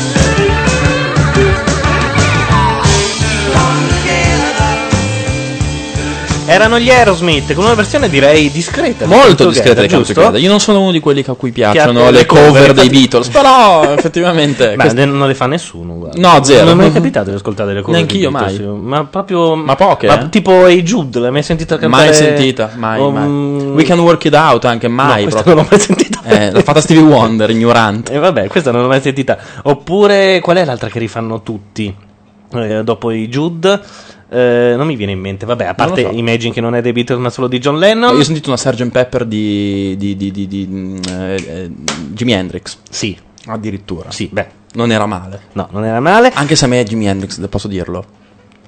Speaker 4: Erano gli Aerosmith con una versione direi discreta. di
Speaker 5: Molto
Speaker 4: Come
Speaker 5: discreta
Speaker 4: Together,
Speaker 5: di Come
Speaker 4: giusto?
Speaker 5: Together. Io non sono uno di quelli a cui piacciono
Speaker 4: Piacciono
Speaker 5: le
Speaker 4: le cover,
Speaker 5: cover dei
Speaker 4: infatti-
Speaker 5: Beatles, però effettivamente...
Speaker 4: Beh, non le fa nessuno, guarda.
Speaker 5: No, zero.
Speaker 4: Non mi è mai
Speaker 5: Mhm.
Speaker 4: capitato di ascoltare le cose.
Speaker 5: Neanch'io
Speaker 4: dei Beatles,
Speaker 5: mai.
Speaker 4: Ma proprio.
Speaker 5: Ma poche,
Speaker 4: ma
Speaker 5: eh.
Speaker 4: tipo Hey Jude, l'hai mai sentita cantare?
Speaker 5: Mai sentita, mai,
Speaker 4: Oh,
Speaker 5: mai.
Speaker 4: mm,
Speaker 5: We Can Work It Out anche mai.
Speaker 4: No, questa
Speaker 5: proprio.
Speaker 4: non l'ho mai sentita.
Speaker 5: Eh, l'ha fatta Stevie Wonder, ignorante.
Speaker 4: E vabbè, questa non l'ho mai sentita. Oppure, qual è l'altra che rifanno tutti? Eh, dopo i Jude. eh, non mi viene in mente, vabbè, a parte
Speaker 5: so.
Speaker 4: Imagine che non è dei Beatles ma solo di John Lennon.
Speaker 5: Io ho sentito una Sgt. Pepper di, di, di- di- di, mm, eh, eh, Jimi Hendrix.
Speaker 4: Sì.
Speaker 5: Addirittura.
Speaker 4: Sì, beh.
Speaker 5: Non era male.
Speaker 4: No, non era male.
Speaker 5: Anche se a me è Jimi Hendrix, posso dirlo.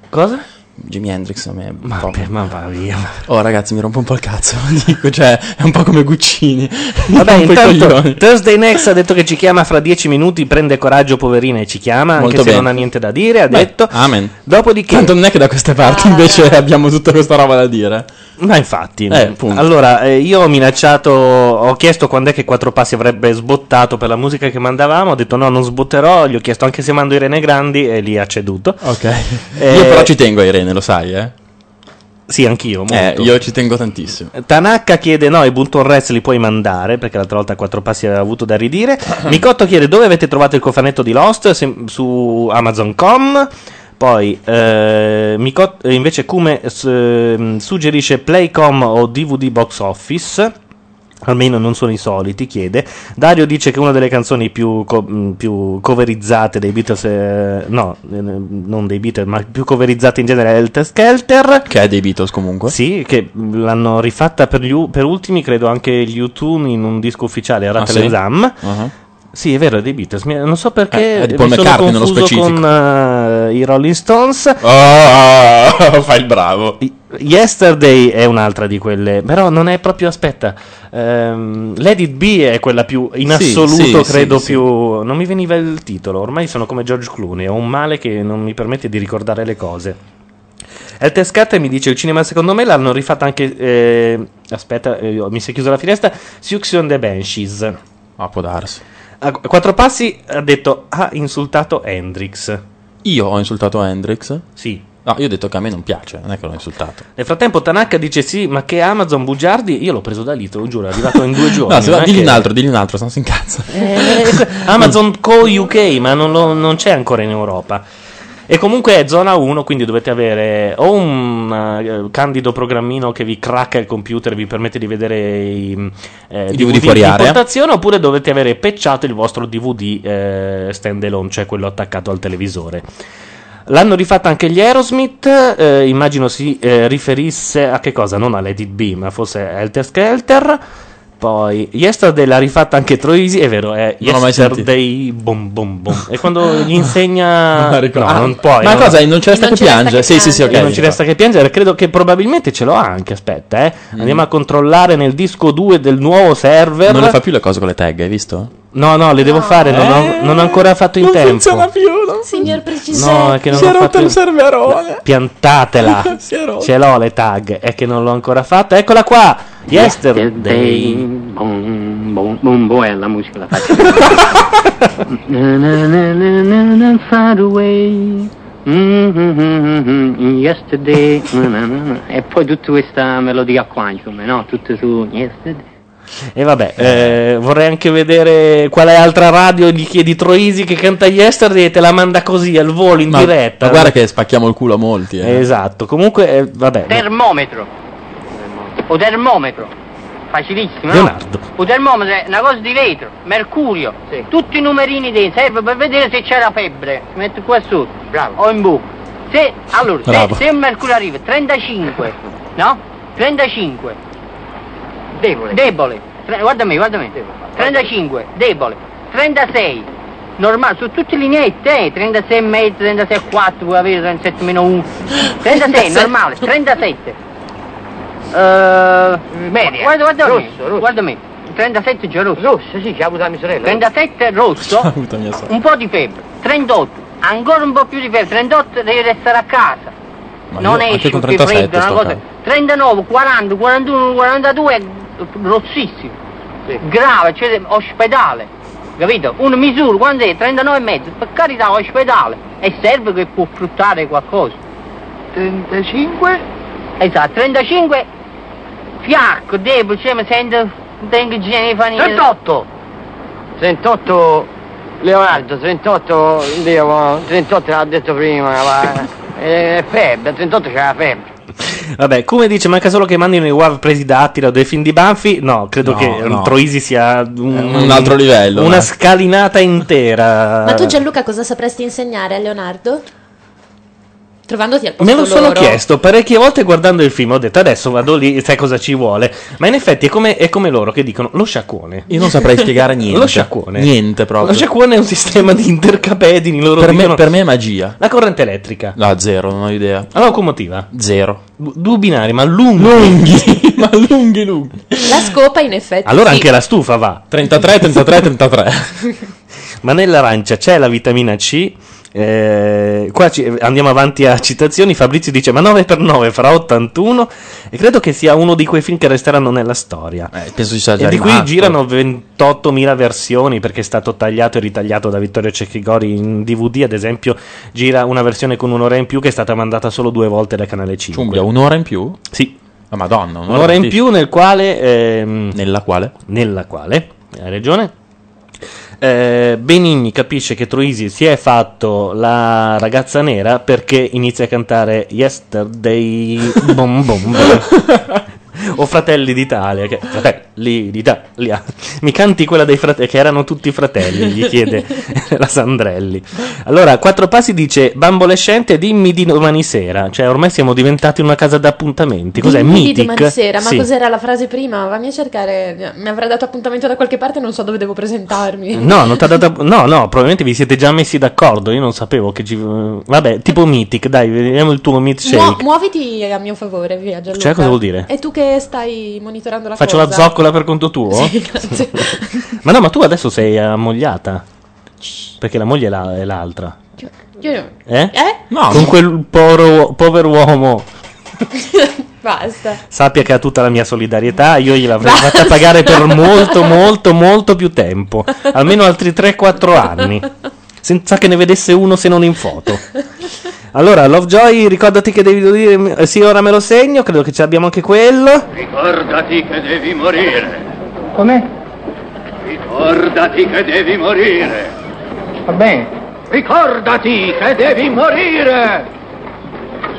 Speaker 4: Cosa?
Speaker 5: Jimi Hendrix a me. è un po'-
Speaker 4: ma va via.
Speaker 5: Oh ragazzi, mi rompo un po' il cazzo. Dico, cioè, è un po' come Guccini. Mi
Speaker 4: Vabbè,
Speaker 5: rompo i
Speaker 4: intanto
Speaker 5: coglioni.
Speaker 4: Thursday Next ha detto che ci chiama fra dieci minuti, prende coraggio poverina e ci chiama,
Speaker 5: Molto
Speaker 4: anche se
Speaker 5: bene.
Speaker 4: non ha niente da dire, ha
Speaker 5: Beh,
Speaker 4: detto.
Speaker 5: Amen.
Speaker 4: Dopodiché...
Speaker 5: Tanto non è che da queste parti invece abbiamo tutta questa roba da dire.
Speaker 4: Ma infatti,
Speaker 5: Eh, appunto.
Speaker 4: allora eh, io ho minacciato, ho chiesto quando è che Quattro Passi avrebbe sbottato per la musica che mandavamo, ho detto no, non sbotterò, gli ho chiesto anche se mando Irene Grandi e lì ha ceduto.
Speaker 5: Ok.
Speaker 4: Eh,
Speaker 5: Io però ci tengo a Irene, lo sai, eh.
Speaker 4: Sì, anch'io. Molto.
Speaker 5: Eh, io ci tengo tantissimo.
Speaker 4: Tanaka chiede no, i Bunton Reds li puoi mandare perché l'altra volta a quattro passi aveva avuto da ridire. Micotto chiede dove avete trovato il cofanetto di Lost Se- su Amazon.com. Poi eh, Micotto- eh, invece Kume s- ehm, suggerisce Playcom o DVD Box Office. Almeno non sono i soliti, chiede. Dario dice che una delle canzoni più, co- mh, più coverizzate dei Beatles, eh, no, eh, non dei Beatles, ma più coverizzate in genere è Helter Skelter.
Speaker 5: Che è dei Beatles comunque.
Speaker 4: Sì, che l'hanno rifatta per, gli u- per ultimi, credo anche gli U2 in un disco ufficiale, era
Speaker 5: Ah, sì?
Speaker 4: Telezam.
Speaker 5: Uh-huh.
Speaker 4: Sì, è vero, è dei Beatles. Mi- Non so perché
Speaker 5: Eh, è di
Speaker 4: mi
Speaker 5: Paul
Speaker 4: sono
Speaker 5: McCartney nello
Speaker 4: confuso
Speaker 5: specifico.
Speaker 4: con eh, i Rolling Stones.
Speaker 5: Oh, fai il bravo.
Speaker 4: Yesterday è un'altra di quelle, però non è proprio, aspetta, ehm, Let It Be è quella più, in
Speaker 5: Sì,
Speaker 4: assoluto
Speaker 5: sì,
Speaker 4: credo
Speaker 5: sì, sì.
Speaker 4: più, non mi veniva il titolo, ormai sono come George Clooney, ho un male che non mi permette di ricordare le cose. El Tescate mi dice il cinema secondo me l'hanno rifatta anche, eh, aspetta, eh, mi si è chiusa la finestra, Siouxsie and the Banshees.
Speaker 5: Ah, può darsi.
Speaker 4: A qu- quattro passi ha detto, "Ah, ha insultato Hendrix.
Speaker 5: Io ho insultato Hendrix?
Speaker 4: Sì.
Speaker 5: No, io ho detto che a me non piace, non è che l'ho insultato.
Speaker 4: Nel frattempo Tanaka dice sì, ma che Amazon bugiardi? Io l'ho preso da lì, te lo giuro, è arrivato in due giorni.
Speaker 5: no, se va-
Speaker 4: non è
Speaker 5: digli un
Speaker 4: che-
Speaker 5: altro, digli un altro, se no si incazza.
Speaker 4: Eh,
Speaker 5: Mm.
Speaker 4: Amazon Co UK, ma non, lo- non c'è ancora in Europa. E comunque è zona 1, quindi dovete avere o un eh, candido programmino che vi cracca il computer e vi permette di vedere i eh,
Speaker 5: I DVD
Speaker 4: DVD
Speaker 5: fuori
Speaker 4: in
Speaker 5: area.
Speaker 4: importazione, oppure dovete avere patchato il vostro DVD eh, stand alone, cioè quello attaccato al televisore. L'hanno rifatta anche gli Aerosmith, eh, immagino si eh, riferisse a che cosa? Non a Let It Be, ma forse a Helter Skelter. Poi Yesterday l'ha rifatta anche Troisi, è vero, è
Speaker 5: Non l'ho mai
Speaker 4: Yesterday bom bom bom. E quando gli insegna
Speaker 5: Ma ricordo-
Speaker 4: No, non puoi.
Speaker 5: Ma
Speaker 4: no.
Speaker 5: cosa, non ci resta Non che ci resta piangere? che Sì, sì, sì, piangere. ok,
Speaker 4: Non ci
Speaker 5: ricordo.
Speaker 4: resta che piangere, credo che probabilmente ce l'ho anche, aspetta, eh.
Speaker 5: Mm.
Speaker 4: Andiamo a controllare nel disco 2 del nuovo server.
Speaker 5: Non le fa più le cose con le tag, hai visto?
Speaker 4: No, no, le devo fare, non
Speaker 5: Eh,
Speaker 4: ho, non ho ancora fatto in tempo.
Speaker 5: più,
Speaker 7: Signor Preciso.
Speaker 4: No, è che non ho fatto in-
Speaker 5: serverone.
Speaker 4: Piantatela.
Speaker 5: Si è rotta.
Speaker 4: Ce l'ho le tag, è che non l'ho ancora fatta. Eccola qua. Yesterday.
Speaker 16: Bom, bom, bom, bom, è la musica la faccio. na, na, na, na, na, na, far away. Mm, mm, mm, mm, mm, Yesterday. Na, na, na, na. E poi tutta questa melodia qua, insomma, no? Tutto su yesterday.
Speaker 4: E vabbè, eh, vorrei anche vedere quale altra radio gli chiedi Troisi che canta Yesterday e te la manda così al volo in
Speaker 5: Ma,
Speaker 4: diretta.
Speaker 5: ma guarda che spacchiamo il culo a molti. eh.
Speaker 4: Esatto, comunque eh, vabbè.
Speaker 16: Termometro. O termometro. Facilissimo, no?
Speaker 4: Leonardo.
Speaker 16: Un termometro è una cosa di vetro, mercurio, tutti i numerini dentro, serve per vedere se c'è la febbre. Si mette qua su, bravo, o in bocca. Se, allora, se,
Speaker 5: Bravo.
Speaker 16: se il mercurio arriva, 35, no? 35. Debole. Debole. Tre- guarda me, guarda me. 35, debole. 36, normale, su tutte le lineette, eh, 36 e mezzo, 36 e 4, puoi avere 37 meno 1. 36, normale, 37. Eh, media. Guarda, guarda me, guarda me. 37 già rosso. Rosso, sì, già avuto la mia sorella. 37 rosso,
Speaker 5: Saluta mia sorella.
Speaker 16: un po' di febbre. 38, ancora un po' più di febbre. 38 devi restare a casa.
Speaker 5: Ma
Speaker 16: non
Speaker 5: io anche
Speaker 16: esci,
Speaker 5: con
Speaker 16: che
Speaker 5: 37
Speaker 16: freddo, una
Speaker 5: sto a
Speaker 16: cosa.
Speaker 5: casa.
Speaker 16: 39, 40, 41, 42 è rossissimo. Grave, cioè ospedale. Capito? Una misura, quando è? 39 e mezzo. Per carità, ospedale. E serve che può fruttare qualcosa. 35
Speaker 10: Esatto, 35, fiacco, debole, cioè mi sento, tengo i genifani.
Speaker 16: 38. 38 Leonardo, 38 devo, 38 l'ha detto prima, ma è febbre, 38 c'è la febbre.
Speaker 4: Vabbè, come dice, manca solo che mandino i WAV presi da Attila o dei film di Banfi. No, credo
Speaker 5: No,
Speaker 4: che
Speaker 5: no.
Speaker 4: Troisi sia un,
Speaker 5: un altro livello,
Speaker 4: Una
Speaker 5: eh.
Speaker 4: scalinata intera.
Speaker 7: Ma tu Gianluca cosa sapresti insegnare a Leonardo? Trovandoti al posto
Speaker 4: Me lo sono
Speaker 7: loro.
Speaker 4: chiesto parecchie volte guardando il film, ho detto adesso vado lì, sai cosa ci vuole. Ma in effetti è come, è come loro che dicono lo sciacquone.
Speaker 5: Io non saprei spiegare niente.
Speaker 4: Lo sciacquone.
Speaker 5: Niente proprio.
Speaker 4: Lo sciacquone è un sistema di intercapedini. Loro
Speaker 5: Per me,
Speaker 4: dicono-
Speaker 5: per me è magia.
Speaker 4: La corrente elettrica.
Speaker 5: No, zero, non ho idea.
Speaker 4: La locomotiva.
Speaker 5: Zero.
Speaker 4: Due binari, ma lunghi.
Speaker 5: ma lunghi, lunghi.
Speaker 7: La scopa in effetti.
Speaker 4: Allora
Speaker 7: sì.
Speaker 4: anche la stufa va.
Speaker 5: 33, 33, 33.
Speaker 4: Ma nell'arancia c'è la vitamina C. eh, qua ci- andiamo avanti a citazioni. Fabrizio dice: Ma 9x9 farà 81. E credo che sia uno di quei film che resteranno nella storia.
Speaker 5: Eh, Penso ci sia già
Speaker 4: E di cui
Speaker 5: rimasto.
Speaker 4: girano 28.000 versioni perché è stato tagliato e ritagliato da Vittorio Cecchigori in DVD. Ad esempio, gira una versione con un'ora in più che è stata mandata solo due volte da Canale 5.
Speaker 5: Cumbia, un'ora in più?
Speaker 4: Sì.
Speaker 5: La madonna, un'ora,
Speaker 4: Un'ora in
Speaker 5: tantissimo.
Speaker 4: più nel quale... ehm,
Speaker 5: nella quale?
Speaker 4: Nella quale, hai ragione. Eh, Benigni capisce che Troisi si è fatto la ragazza nera perché inizia a cantare Yesterday Bom Bom Bom. o Fratelli d'Italia, che, fratelli d'Italia, mi canti quella dei fratelli, che erano tutti fratelli, gli chiede la Sandrelli. Allora, Quattro Passi dice, bambolescente, dimmi di domani sera, cioè ormai siamo diventati una casa d'appuntamenti, cos'è?
Speaker 7: Dimmi di
Speaker 4: Mythic?
Speaker 7: domani sera, ma
Speaker 4: Sì.
Speaker 7: cos'era la frase prima? Vammi a cercare, mi avrà dato appuntamento da qualche parte, non so dove devo presentarmi.
Speaker 4: No, non t'ha dato- no, no, probabilmente vi siete già messi d'accordo. Io non sapevo che ci. Vabbè, tipo Mythic, dai, vediamo il tuo Mythshake.
Speaker 7: Muo- muoviti a mio favore, via Gianluca.
Speaker 4: Cioè, cosa vuol dire?
Speaker 7: E tu che stai monitorando la
Speaker 4: Faccio
Speaker 7: cosa?
Speaker 4: la zoccola per conto tuo?
Speaker 7: Sì, grazie.
Speaker 4: ma no, ma tu adesso sei ammogliata. Perché la moglie è, la- è l'altra.
Speaker 7: Io-
Speaker 4: Eh?
Speaker 7: Eh?
Speaker 4: No. Con quel poro- povero uomo.
Speaker 7: Basta.
Speaker 4: Sappia che ha tutta la mia solidarietà. Io gliel'avrei
Speaker 7: Basta.
Speaker 4: fatta pagare per molto, molto, molto più tempo. Almeno altri 3-4 anni. Senza che ne vedesse uno se non in foto. Allora, Lovejoy, ricordati che devi dire. eh, Sì, ora me lo segno. Credo che ce l'abbiamo anche quello.
Speaker 13: Ricordati che devi morire.
Speaker 4: Come?
Speaker 13: Ricordati che devi morire.
Speaker 16: Va bene.
Speaker 13: Ricordati che devi morire.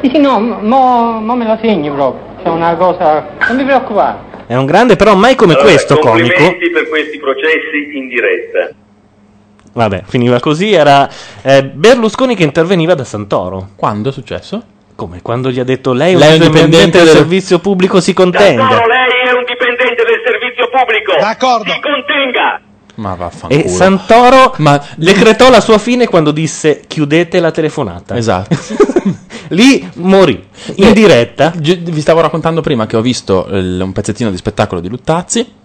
Speaker 16: Sì, sì, no, mo, mo me la segni proprio. C'è una cosa. Non vi preoccupate.
Speaker 4: È un grande, però mai come
Speaker 17: Allora,
Speaker 4: questo comico.
Speaker 17: Complimenti per questi processi in diretta.
Speaker 4: Vabbè, finiva così. Era eh, Berlusconi che interveniva da Santoro.
Speaker 5: Quando è successo?
Speaker 4: Come? Quando gli ha detto lei è un
Speaker 5: Lei è un
Speaker 4: dipendente
Speaker 5: dipendente
Speaker 4: del
Speaker 5: del-
Speaker 4: servizio pubblico, si contende.
Speaker 17: Santoro, lei è un dipendente del servizio pubblico. D'accordo. Si contenga.
Speaker 5: Ma Ah, vaffanculo.
Speaker 4: E Santoro decretò la sua fine quando disse chiudete la telefonata.
Speaker 5: Esatto.
Speaker 4: Lì morì, in diretta.
Speaker 5: Eh, Vi stavo raccontando prima che ho visto eh, un pezzettino di spettacolo di Luttazzi.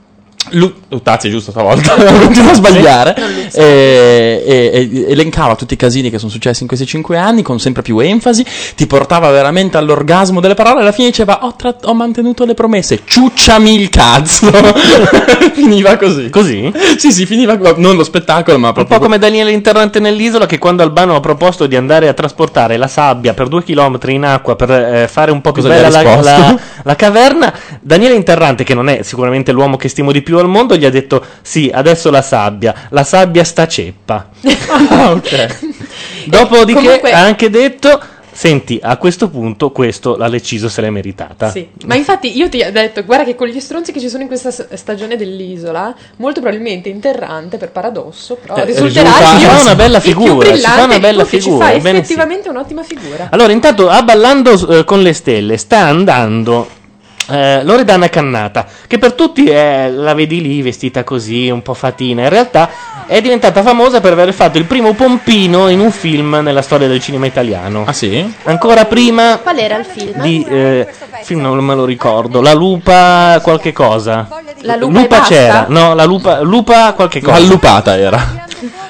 Speaker 5: Lu- Luttazzi, giusto stavolta, continuo a sbagliare. E, e- e- elencava tutti i casini che sono successi in questi cinque anni con sempre più enfasi. Ti portava veramente all'orgasmo delle parole. Alla fine diceva: Ho, trat- ho mantenuto le promesse, ciucciami il cazzo. finiva così.
Speaker 4: Così?
Speaker 5: Sì, sì, finiva non lo spettacolo, ma
Speaker 4: Un
Speaker 5: proprio.
Speaker 4: po' come Daniele Interrante nell'isola che quando Albano ha proposto di andare a trasportare la sabbia per due chilometri in acqua per eh, fare un po' più
Speaker 5: Cosa gli ha
Speaker 4: bella la,
Speaker 5: risposto?
Speaker 4: la- la caverna, Daniele Interrante, che non è sicuramente l'uomo che stimo di più al mondo, gli ha detto sì, adesso la sabbia, la sabbia sta ceppa.
Speaker 5: Ah,
Speaker 4: Dopodiché
Speaker 7: Comunque-
Speaker 4: ha anche detto... Senti, a questo punto questo la Leciso se l'è meritata.
Speaker 7: Sì. Ma infatti io ti ho detto, guarda che con gli stronzi che ci sono in questa s- stagione dell'isola, molto probabilmente interrante per paradosso, però
Speaker 4: Eh,
Speaker 7: risulterà
Speaker 4: risulta-
Speaker 7: il
Speaker 4: si
Speaker 7: più-
Speaker 4: fa una bella
Speaker 7: il più
Speaker 4: figura, si
Speaker 7: brillante
Speaker 4: fa una
Speaker 7: di
Speaker 4: bella
Speaker 7: tutti,
Speaker 4: figura,
Speaker 7: Ci fa
Speaker 4: ebbene sì.
Speaker 7: effettivamente un'ottima figura.
Speaker 4: Allora, intanto a Ballando eh, con le Stelle sta andando eh, Loredana Cannata, che per tutti è- la vedi lì vestita così, un po' fatina. In realtà è diventata famosa per aver fatto il primo pompino in un film nella storia del cinema italiano. Ah
Speaker 5: sì?
Speaker 4: Ancora prima
Speaker 7: Qual era il film?
Speaker 4: di... eh, film non me lo ricordo, La Lupa qualche cosa.
Speaker 7: La lupa, e
Speaker 4: Lupa
Speaker 7: basta?
Speaker 4: c'era, no, la lupa, lupa qualche cosa.
Speaker 5: Allupata era.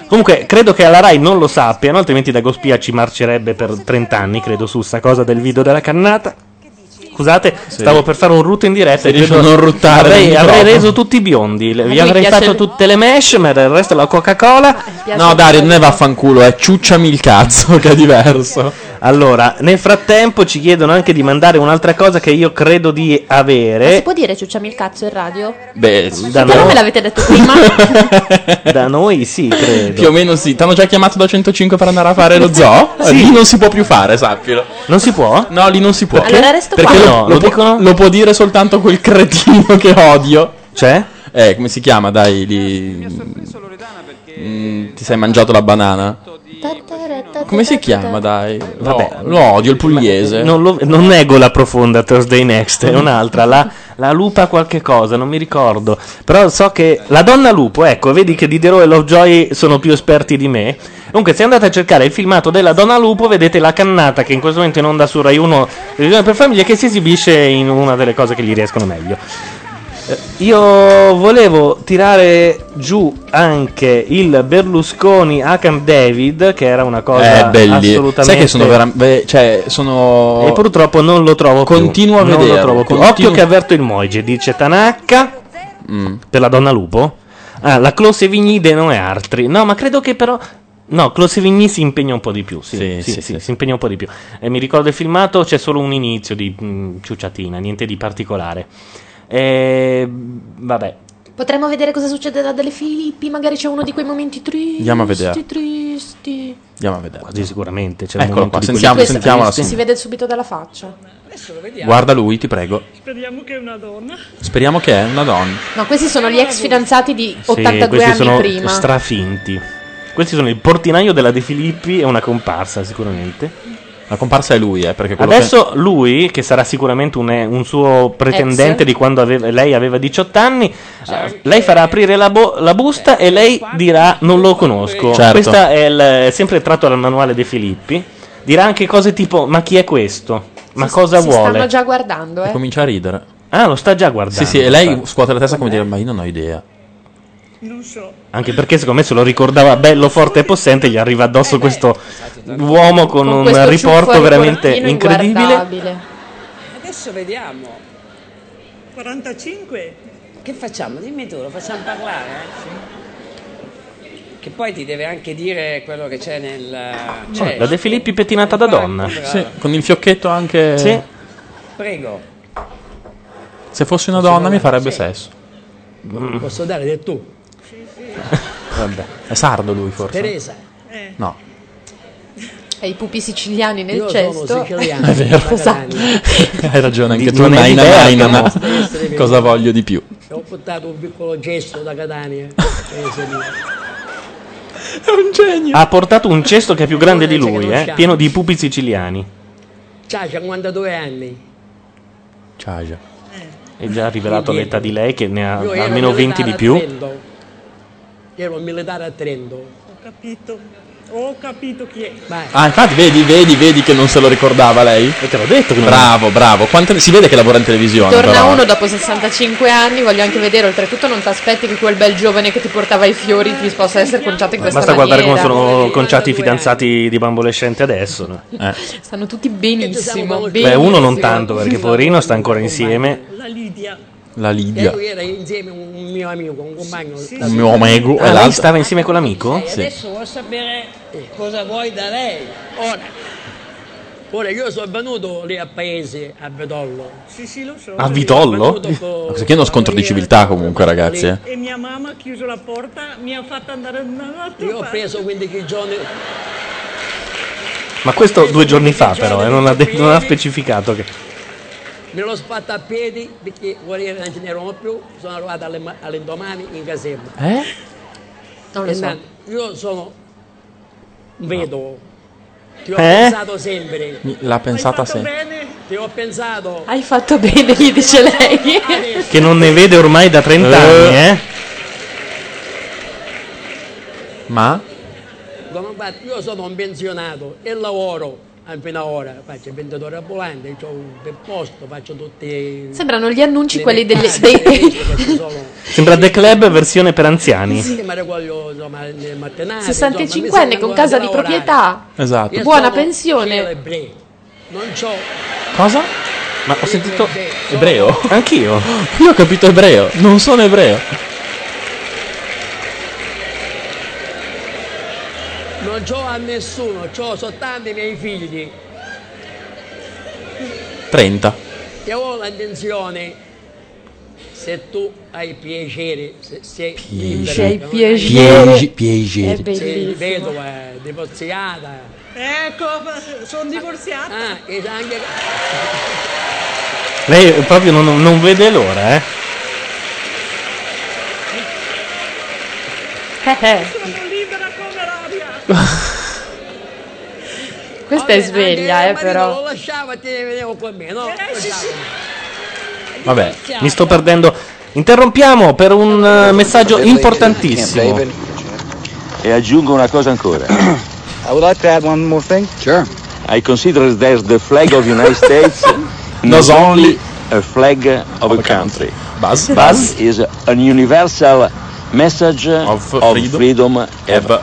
Speaker 4: Comunque, credo che alla Rai non lo sappiano, altrimenti Dagospia ci marcerebbe per 30 anni, credo, su sta cosa del video della cannata. Scusate, stavo per fare un rutto in diretta. e
Speaker 5: riesci
Speaker 4: credo-
Speaker 5: a non ruttare
Speaker 4: Avrei,
Speaker 5: nel
Speaker 4: avrei
Speaker 5: microfono.
Speaker 4: reso tutti biondi,
Speaker 5: Ma
Speaker 4: le- vi
Speaker 5: lui
Speaker 4: avrei
Speaker 5: piace
Speaker 4: fatto
Speaker 5: il-
Speaker 4: tutte le mesh, ma del resto la Coca-Cola.
Speaker 5: eh. No, Dario, non è vaffanculo, è ciucciami il cazzo, che è diverso.
Speaker 4: Allora, nel frattempo ci chiedono anche di mandare un'altra cosa che io credo di
Speaker 7: Ma si
Speaker 4: avere.
Speaker 7: può dire ciucciami il cazzo in radio?
Speaker 5: Beh,
Speaker 4: da
Speaker 7: Però me
Speaker 4: noi,
Speaker 7: l'avete detto prima.
Speaker 4: da noi sì, credo.
Speaker 5: Più o meno sì. T'hanno già chiamato da 105 per andare a fare lo zoo?
Speaker 4: Sì.
Speaker 5: Lì non si può più fare, sappilo.
Speaker 4: Non si può?
Speaker 5: No, lì non si può.
Speaker 4: Perché? Allora resto
Speaker 5: Perché
Speaker 4: qua.
Speaker 5: Lo,
Speaker 4: No,
Speaker 5: lo
Speaker 4: lo
Speaker 5: può- lo può dire soltanto quel cretino che odio.
Speaker 4: Cioè?
Speaker 5: Eh, come si chiama? Dai, lì. Mm, ti sei mangiato la banana. Come si chiama, dai?
Speaker 4: Vabbè.
Speaker 5: Lo, lo odio, il pugliese.
Speaker 4: Non, lo- non nego la profonda Thursday Next,
Speaker 5: Mm.
Speaker 4: è un'altra, la, la lupa qualche cosa, non mi ricordo. Però so che la donna lupo, ecco, vedi che Diderot e Lovejoy sono più esperti di me. Comunque, se andate a cercare il filmato della donna lupo, vedete la cannata che in questo momento è in onda su Rai 1 televisione per famiglie che si esibisce in una delle cose che gli riescono meglio. Eh, Io volevo tirare giù anche il Berlusconi Acam David, che era una cosa
Speaker 5: Eh, belli.
Speaker 4: assolutamente
Speaker 5: Sai che sono veramente. Cioè, sono.
Speaker 4: e purtroppo non lo trovo
Speaker 5: Continuo
Speaker 4: più.
Speaker 5: a
Speaker 4: Non
Speaker 5: vederlo,
Speaker 4: lo trovo più.
Speaker 5: continuo- Mm.
Speaker 4: Occhio che avverto il Moige, dice Tanaka per la donna lupo. Ah, la Close Vignide non è altri. No, ma credo che però. No, Close Vigny si impegna un po' di più. Sì, sì, sì, si impegna un po' di più. Eh, mi ricordo il filmato, c'è solo un inizio di mm, ciucciatina, niente di particolare. Eh, vabbè,
Speaker 7: Potremmo vedere cosa succederà dalle Filippi, magari c'è uno di quei momenti tristi.
Speaker 4: Andiamo a vedere.
Speaker 7: Tristi.
Speaker 5: andiamo a vedere.
Speaker 4: Quasi sicuramente. C'è
Speaker 5: Eccolo
Speaker 4: un momento
Speaker 5: qua,
Speaker 4: di
Speaker 5: sentiamo,
Speaker 4: quelli-
Speaker 7: Questo
Speaker 5: sentiamo la
Speaker 7: Si
Speaker 5: sigla.
Speaker 7: vede subito dalla faccia.
Speaker 8: Adesso lo vediamo.
Speaker 5: Guarda lui, ti prego.
Speaker 8: Speriamo che è una donna.
Speaker 5: Speriamo che è una donna.
Speaker 7: No, questi sono gli ex fidanzati di
Speaker 4: Sì,
Speaker 7: 82
Speaker 4: questi
Speaker 7: anni
Speaker 4: sono
Speaker 7: prima.
Speaker 4: strafinti. Questi sono il portinaio della De Filippi e una comparsa, sicuramente.
Speaker 5: La comparsa è lui, eh, perché quello
Speaker 4: Adesso lui, che sarà sicuramente un, un suo pretendente
Speaker 5: Ex.
Speaker 4: di quando aveva- lei aveva 18 anni, eh, lei farà aprire la, bo- la busta e lei dirà non lo conosco.
Speaker 5: Certo.
Speaker 4: Questo è il- sempre tratto dal manuale De Filippi. Dirà anche cose tipo ma chi è questo? Ma cosa
Speaker 7: si
Speaker 4: vuole?
Speaker 7: stanno già guardando, eh.
Speaker 5: comincia a ridere.
Speaker 4: Ah, lo sta già guardando.
Speaker 5: Sì, sì, e lei scuote la testa come dire, ma io non ho idea.
Speaker 8: Non so.
Speaker 4: Anche perché secondo me se lo ricordava bello, forte e possente, gli arriva addosso questo uomo con,
Speaker 8: Con
Speaker 4: un
Speaker 8: questo
Speaker 4: riporto
Speaker 8: ciuffo
Speaker 4: veramente
Speaker 8: riportino
Speaker 4: incredibile.
Speaker 9: Adesso vediamo. 45? Che facciamo? Dimmi tu, lo facciamo parlare? eh? Che poi ti deve anche dire quello che c'è nel... eh,
Speaker 4: Cioè,
Speaker 9: C'è.
Speaker 4: la De Filippi pettinata da donna.
Speaker 9: Sì,
Speaker 5: con il fiocchetto anche...
Speaker 4: Sì.
Speaker 9: Prego,
Speaker 5: Se fossi una donna mi farebbe sesso. Mm.
Speaker 9: posso dare del tu?
Speaker 5: Vabbè. È sardo lui forse. Eh.
Speaker 9: Teresa.
Speaker 5: No.
Speaker 7: E i pupi siciliani nel
Speaker 9: Io sono
Speaker 7: cesto.
Speaker 9: siciliano,
Speaker 5: È vero.
Speaker 7: Esatto.
Speaker 5: Hai ragione anche
Speaker 4: Di-
Speaker 5: tu.
Speaker 4: non è
Speaker 5: Naina,
Speaker 4: idea che
Speaker 5: naina,
Speaker 4: non-
Speaker 5: naina. Cosa voglio di più?
Speaker 9: Ho portato un piccolo gesto da Catania.
Speaker 5: È un genio.
Speaker 4: Ha portato un cesto che è più grande di lui, eh,
Speaker 9: conosciamo.
Speaker 4: pieno di pupi siciliani.
Speaker 9: Ciao, 52 anni.
Speaker 4: E già ha rivelato
Speaker 9: Quindi-
Speaker 4: l'età di lei che ne ha
Speaker 5: Ah,
Speaker 9: Io ero
Speaker 4: almeno 20 di
Speaker 9: militare a
Speaker 4: più.
Speaker 9: Trento. Io ero un militare a Trento.
Speaker 8: Ho capito. Ho capito chi è.
Speaker 5: Ah, infatti, vedi, vedi, vedi che non se lo ricordava lei.
Speaker 4: E te l'ho detto.
Speaker 5: Bravo, bravo, bravo. Quante- Si vede che lavora in televisione.
Speaker 7: Torna
Speaker 5: però. eh.
Speaker 7: uno dopo 65 anni, voglio anche vedere, oltretutto non ti aspetti che quel bel giovane che ti portava i fiori ti possa essere conciato in questa
Speaker 4: Basta guardare
Speaker 7: maniera.
Speaker 4: come sono conciati i fidanzati di bambolescente adesso. no?
Speaker 5: Eh.
Speaker 7: Stanno tutti benissimo.
Speaker 4: Beh,
Speaker 7: benissimo.
Speaker 4: uno non tanto eh. perché poverino sta ancora insieme.
Speaker 9: La Lidia.
Speaker 5: La
Speaker 9: E lui era insieme a un mio amico, un compagno.
Speaker 4: Un
Speaker 5: mio amico e
Speaker 4: Ah, lei
Speaker 5: l'altro.
Speaker 4: stava insieme con l'amico?
Speaker 9: Adesso vuoi sapere cosa vuoi da lei. Ora, ora io sono venuto lì a paese, a Betollo. Sì, sì, lo so.
Speaker 5: A Vitollo? Perché è uno scontro di civiltà comunque, ragazzi. eh.
Speaker 8: E mia mamma ha chiuso la porta, mi ha fatto andare da un'altra
Speaker 9: Io ho preso 15 giorni.
Speaker 4: Ma questo due giorni fa però, eh, non, ha de- non ha specificato che...
Speaker 9: Me l'ho sfatto a piedi perché voleva non ce n'erano più, sono arrivato alle- all'indomani in caserma.
Speaker 5: Eh?
Speaker 7: Non lo so.
Speaker 9: Esatto. Io sono un vedovo, ti
Speaker 5: Eh?
Speaker 9: ho pensato sempre.
Speaker 5: L'ha pensata sempre.
Speaker 9: Ti ho pensato.
Speaker 7: Hai fatto bene, gli dice lei.
Speaker 4: Che non ne vede ormai da 30 anni, eh?
Speaker 5: Ma?
Speaker 9: Come fatto? Io sono un pensionato e lavoro anche fino ad ora, faccio il venditore ambulante, ho un posto, faccio tutti...
Speaker 7: Sembrano gli annunci
Speaker 9: le
Speaker 7: quelli delle-
Speaker 9: mercate,
Speaker 7: dei-
Speaker 9: che ci sono.
Speaker 4: Sembra The Club versione per anziani.
Speaker 9: Sì, ma regoglio, Ah, insomma, le mattinate,
Speaker 7: 65 anni con casa di proprietà.
Speaker 4: Esatto.
Speaker 7: Buona pensione.
Speaker 9: proprietà. Non c'ho...
Speaker 5: Cosa?
Speaker 4: Ma ho sentito
Speaker 5: ebreo?
Speaker 4: Anch'io.
Speaker 5: Io ho capito ebreo, non sono ebreo.
Speaker 9: Non c'ho a nessuno, c'ho soltanto i miei figli.
Speaker 5: 30.
Speaker 9: Ti ho l'intenzione, se tu hai piacere, se sei libera,
Speaker 7: Se hai
Speaker 9: no?
Speaker 7: piacere. Piaci-
Speaker 5: piacere.
Speaker 7: È bellissimo.
Speaker 9: Sei vedova, eh, divorziata.
Speaker 14: Ecco, sono divorziata.
Speaker 9: Ah, e anche...
Speaker 4: Lei eh, proprio non, non vede l'ora, eh?
Speaker 7: Eh.
Speaker 14: Sono libera come l'aria.
Speaker 7: Questa è sveglia, eh,
Speaker 9: Lo
Speaker 7: però.
Speaker 9: lasciavo e ti vedevo con me, no?
Speaker 14: Eh,
Speaker 4: Vabbè, mi sto perdendo. Interrompiamo per un eh, messaggio importantissimo.
Speaker 18: E aggiungo una cosa ancora.
Speaker 16: I would like to add one more thing. Sure.
Speaker 18: I consider there's the flag of United States not only a flag of a country,
Speaker 5: Buzz.
Speaker 18: but is an universal message of, freedom, of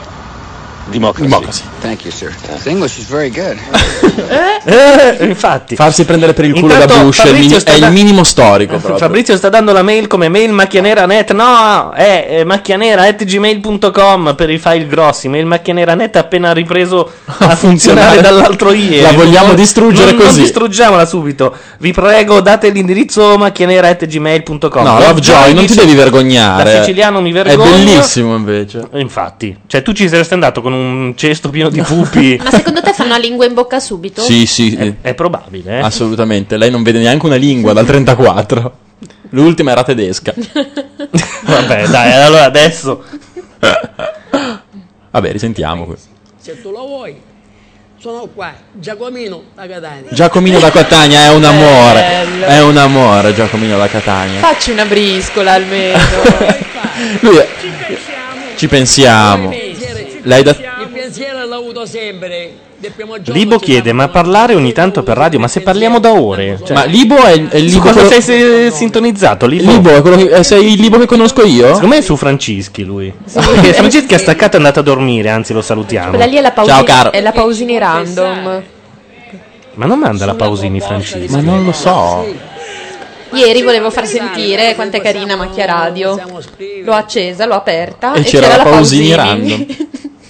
Speaker 18: democracy.
Speaker 16: Thank you, sir. This English is very good.
Speaker 4: Eh, infatti.
Speaker 5: Farsi prendere per il culo
Speaker 4: Intanto
Speaker 5: da Bush è il,
Speaker 4: Fabrizio
Speaker 5: mini-
Speaker 4: sta
Speaker 5: è il
Speaker 4: da- Eh,
Speaker 5: minimo storico. proprio.
Speaker 4: Fabrizio sta dando la mail come mail macchianera.net. No, è eh, macchianera.gmail.com per i file grossi. Mail macchianera.net è appena ripreso a funzionare
Speaker 5: funzionare.
Speaker 4: dall'altro ieri.
Speaker 5: La vogliamo distruggere
Speaker 4: non- non
Speaker 5: così.
Speaker 4: distruggiamola subito. Vi prego, date l'indirizzo macchianera.gmail.com.
Speaker 5: No, Lovejoy, non ti
Speaker 4: dice-
Speaker 5: devi vergognare.
Speaker 4: Da siciliano mi vergogno.
Speaker 5: È bellissimo invece.
Speaker 4: Infatti, cioè tu ci saresti andato con un cesto pieno di pupi.
Speaker 19: Ma secondo te fa una lingua in bocca subito?
Speaker 5: Sì, sì.
Speaker 4: È, è probabile. eh.
Speaker 5: Assolutamente. Lei non vede neanche una lingua dal 34. L'ultima era tedesca.
Speaker 4: Vabbè, dai, allora adesso.
Speaker 5: Vabbè, risentiamo. qui.
Speaker 9: Se tu lo vuoi, sono qua, Giacomino da Catania.
Speaker 5: Giacomino da Catania è un amore. È un amore, Giacomino da
Speaker 4: Ah.
Speaker 5: Catania.
Speaker 7: Facci una briscola almeno.
Speaker 5: Lui è- Ci pensiamo. Lei da-
Speaker 9: Il pensiero l'ho avuto sempre, del primo giorno.
Speaker 4: Libo chiede, ma parlare ogni tanto per radio? Ma se parliamo da ore? Cioè,
Speaker 5: Ma Libo è, è il
Speaker 4: Su
Speaker 5: Libo
Speaker 4: cosa
Speaker 5: quello-
Speaker 4: sei se- sintonizzato? Libo?
Speaker 5: Libo è quello che- eh, sei il Libo che conosco io?
Speaker 4: Secondo me è su Francischi lui. Perché Francischi ha staccato e è andato a dormire, anzi lo salutiamo.
Speaker 7: Quella lì è la, pausi-
Speaker 4: Ciao, caro.
Speaker 7: è la pausini random.
Speaker 4: Ma non manda la Pausini Francischi. Ma
Speaker 5: non lo so.
Speaker 7: Ieri volevo far sentire quanto è carina Macchia Radio. L'ho accesa, l'ho aperta
Speaker 4: Ah, E
Speaker 7: e,
Speaker 4: c'era la Pausini
Speaker 7: random.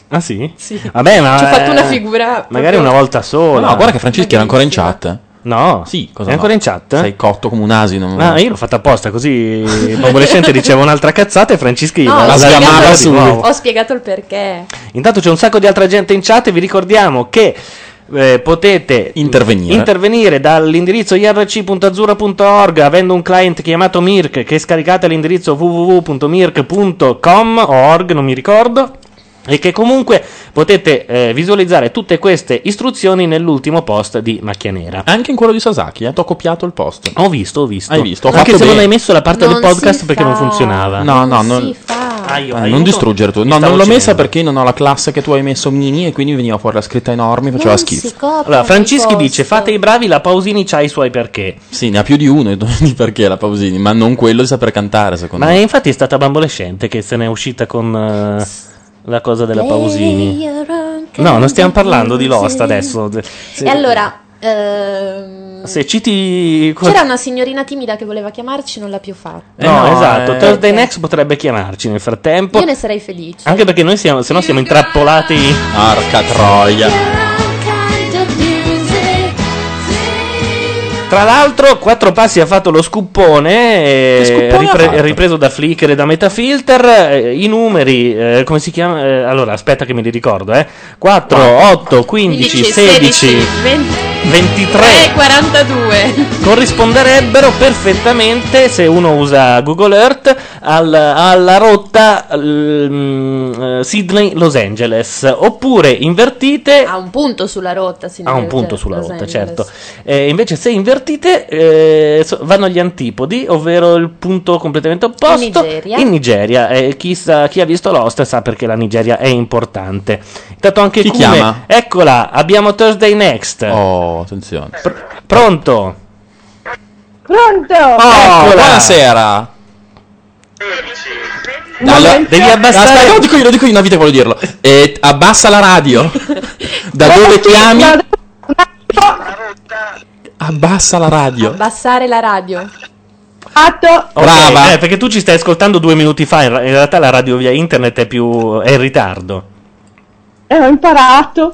Speaker 4: Ah sì? Vabbè, ma
Speaker 7: Ci ho fatto una
Speaker 4: eh,
Speaker 7: figura
Speaker 4: Magari
Speaker 7: proprio-
Speaker 4: una volta sola.
Speaker 5: No, guarda che Franceschi era ancora in chat.
Speaker 4: No.
Speaker 5: Sì, cosa
Speaker 4: È ancora
Speaker 5: no?
Speaker 4: in chat?
Speaker 5: Sei cotto come un asino.
Speaker 4: Ah, io l'ho fatta apposta così Bobolescente diceva un'altra cazzata e Francischi
Speaker 7: No,
Speaker 4: la-
Speaker 7: ho
Speaker 4: Ah, la
Speaker 7: spiegato-
Speaker 4: chiamava di nuovo.
Speaker 7: Ho spiegato il perché.
Speaker 4: Intanto c'è un sacco di altra gente in chat e vi ricordiamo che eh, potete
Speaker 5: intervenire.
Speaker 4: intervenire dall'indirizzo irc.azzurra.org avendo un client chiamato Mirk che scaricate all'indirizzo www.mirk.com o org, non mi ricordo. E che comunque potete eh, visualizzare tutte queste istruzioni nell'ultimo post di Macchia Nera.
Speaker 5: Anche in quello di Sasaki, eh, ti ho copiato il post.
Speaker 4: Ho visto, ho visto.
Speaker 5: Hai visto, ho
Speaker 4: Anche
Speaker 5: fatto
Speaker 4: se non
Speaker 5: bene.
Speaker 4: hai messo la parte del
Speaker 5: Non si
Speaker 4: podcast perché non funzionava.
Speaker 5: No, no, non,
Speaker 4: Ah, io-
Speaker 5: Ah,
Speaker 4: aiuto.
Speaker 5: non distruggere tu.
Speaker 4: Mi
Speaker 5: No,
Speaker 4: stavo
Speaker 5: non l'ho
Speaker 4: uccidendo.
Speaker 5: messa perché io non ho la classe che tu hai messo mini e quindi veniva fuori la scritta enorme, faceva schifo.
Speaker 4: Allora, Francischi dice: Fate i bravi, la Pausini c'ha i suoi perché.
Speaker 5: Sì, ne ha più di uno di perché la Pausini, ma non quello di saper cantare, secondo
Speaker 4: Ma
Speaker 5: me.
Speaker 4: infatti è stata bambolescente che se n'è uscita con eh, la cosa della Pausini. No, non stiamo parlando di Lost adesso. Se,
Speaker 19: E allora, ehm,
Speaker 4: se citi. qual-
Speaker 19: c'era una signorina timida che voleva chiamarci, non l'ha più fatta.
Speaker 4: No,
Speaker 5: Eh no,
Speaker 4: esatto.
Speaker 5: eh.
Speaker 4: Thursday Next potrebbe chiamarci nel frattempo.
Speaker 19: Io ne sarei felice.
Speaker 4: Anche perché noi siamo, se no siamo intrappolati.
Speaker 5: Arca troia.
Speaker 4: Tra l'altro, Quattro Passi ha fatto lo scuppone, eh,
Speaker 5: scuppone
Speaker 4: ripre-
Speaker 5: ha fatto?
Speaker 4: ripreso da Flickr e da Metafilter. eh, I numeri, eh, come si chiama? eh, allora, aspetta che me li ricordo, eh. 4, 8, 15, 16, 23
Speaker 5: Eh.
Speaker 7: 42.
Speaker 4: corrisponderebbero perfettamente, se uno usa Google Earth, al- alla rotta l- mm, eh, Sydney-Los Angeles. Oppure invertite
Speaker 19: Ha un punto sulla rotta,
Speaker 4: ha
Speaker 19: signora
Speaker 4: un punto
Speaker 19: eh, Los
Speaker 4: sulla rotta,
Speaker 19: Angeles.
Speaker 4: certo. Eh, invece, se invertite, eh, so- vanno agli antipodi, ovvero il punto completamente opposto.
Speaker 19: In Nigeria.
Speaker 4: In Nigeria. Eh, chi, sa- chi ha visto Lost sa perché la Nigeria è importante. Intanto anche
Speaker 5: Chi
Speaker 4: Cume.
Speaker 5: chiama?
Speaker 4: Eccola, abbiamo Thursday Next.
Speaker 5: Oh, attenzione.
Speaker 4: Pronto?
Speaker 20: Pronto?
Speaker 5: Oh, buonasera. Allora,
Speaker 4: devi abbassare-
Speaker 5: Aspetta, lo dico io, lo dico io, no, vita voglio dirlo. Eh, abbassa la radio. da dove chiami? Abbassa la radio.
Speaker 7: Abbassare la radio.
Speaker 20: Fatto.
Speaker 4: Ok, eh, perché tu ci stai ascoltando due minuti fa. In, ra- in realtà la radio via internet è più. è in ritardo.
Speaker 20: E ho Eh, imparato.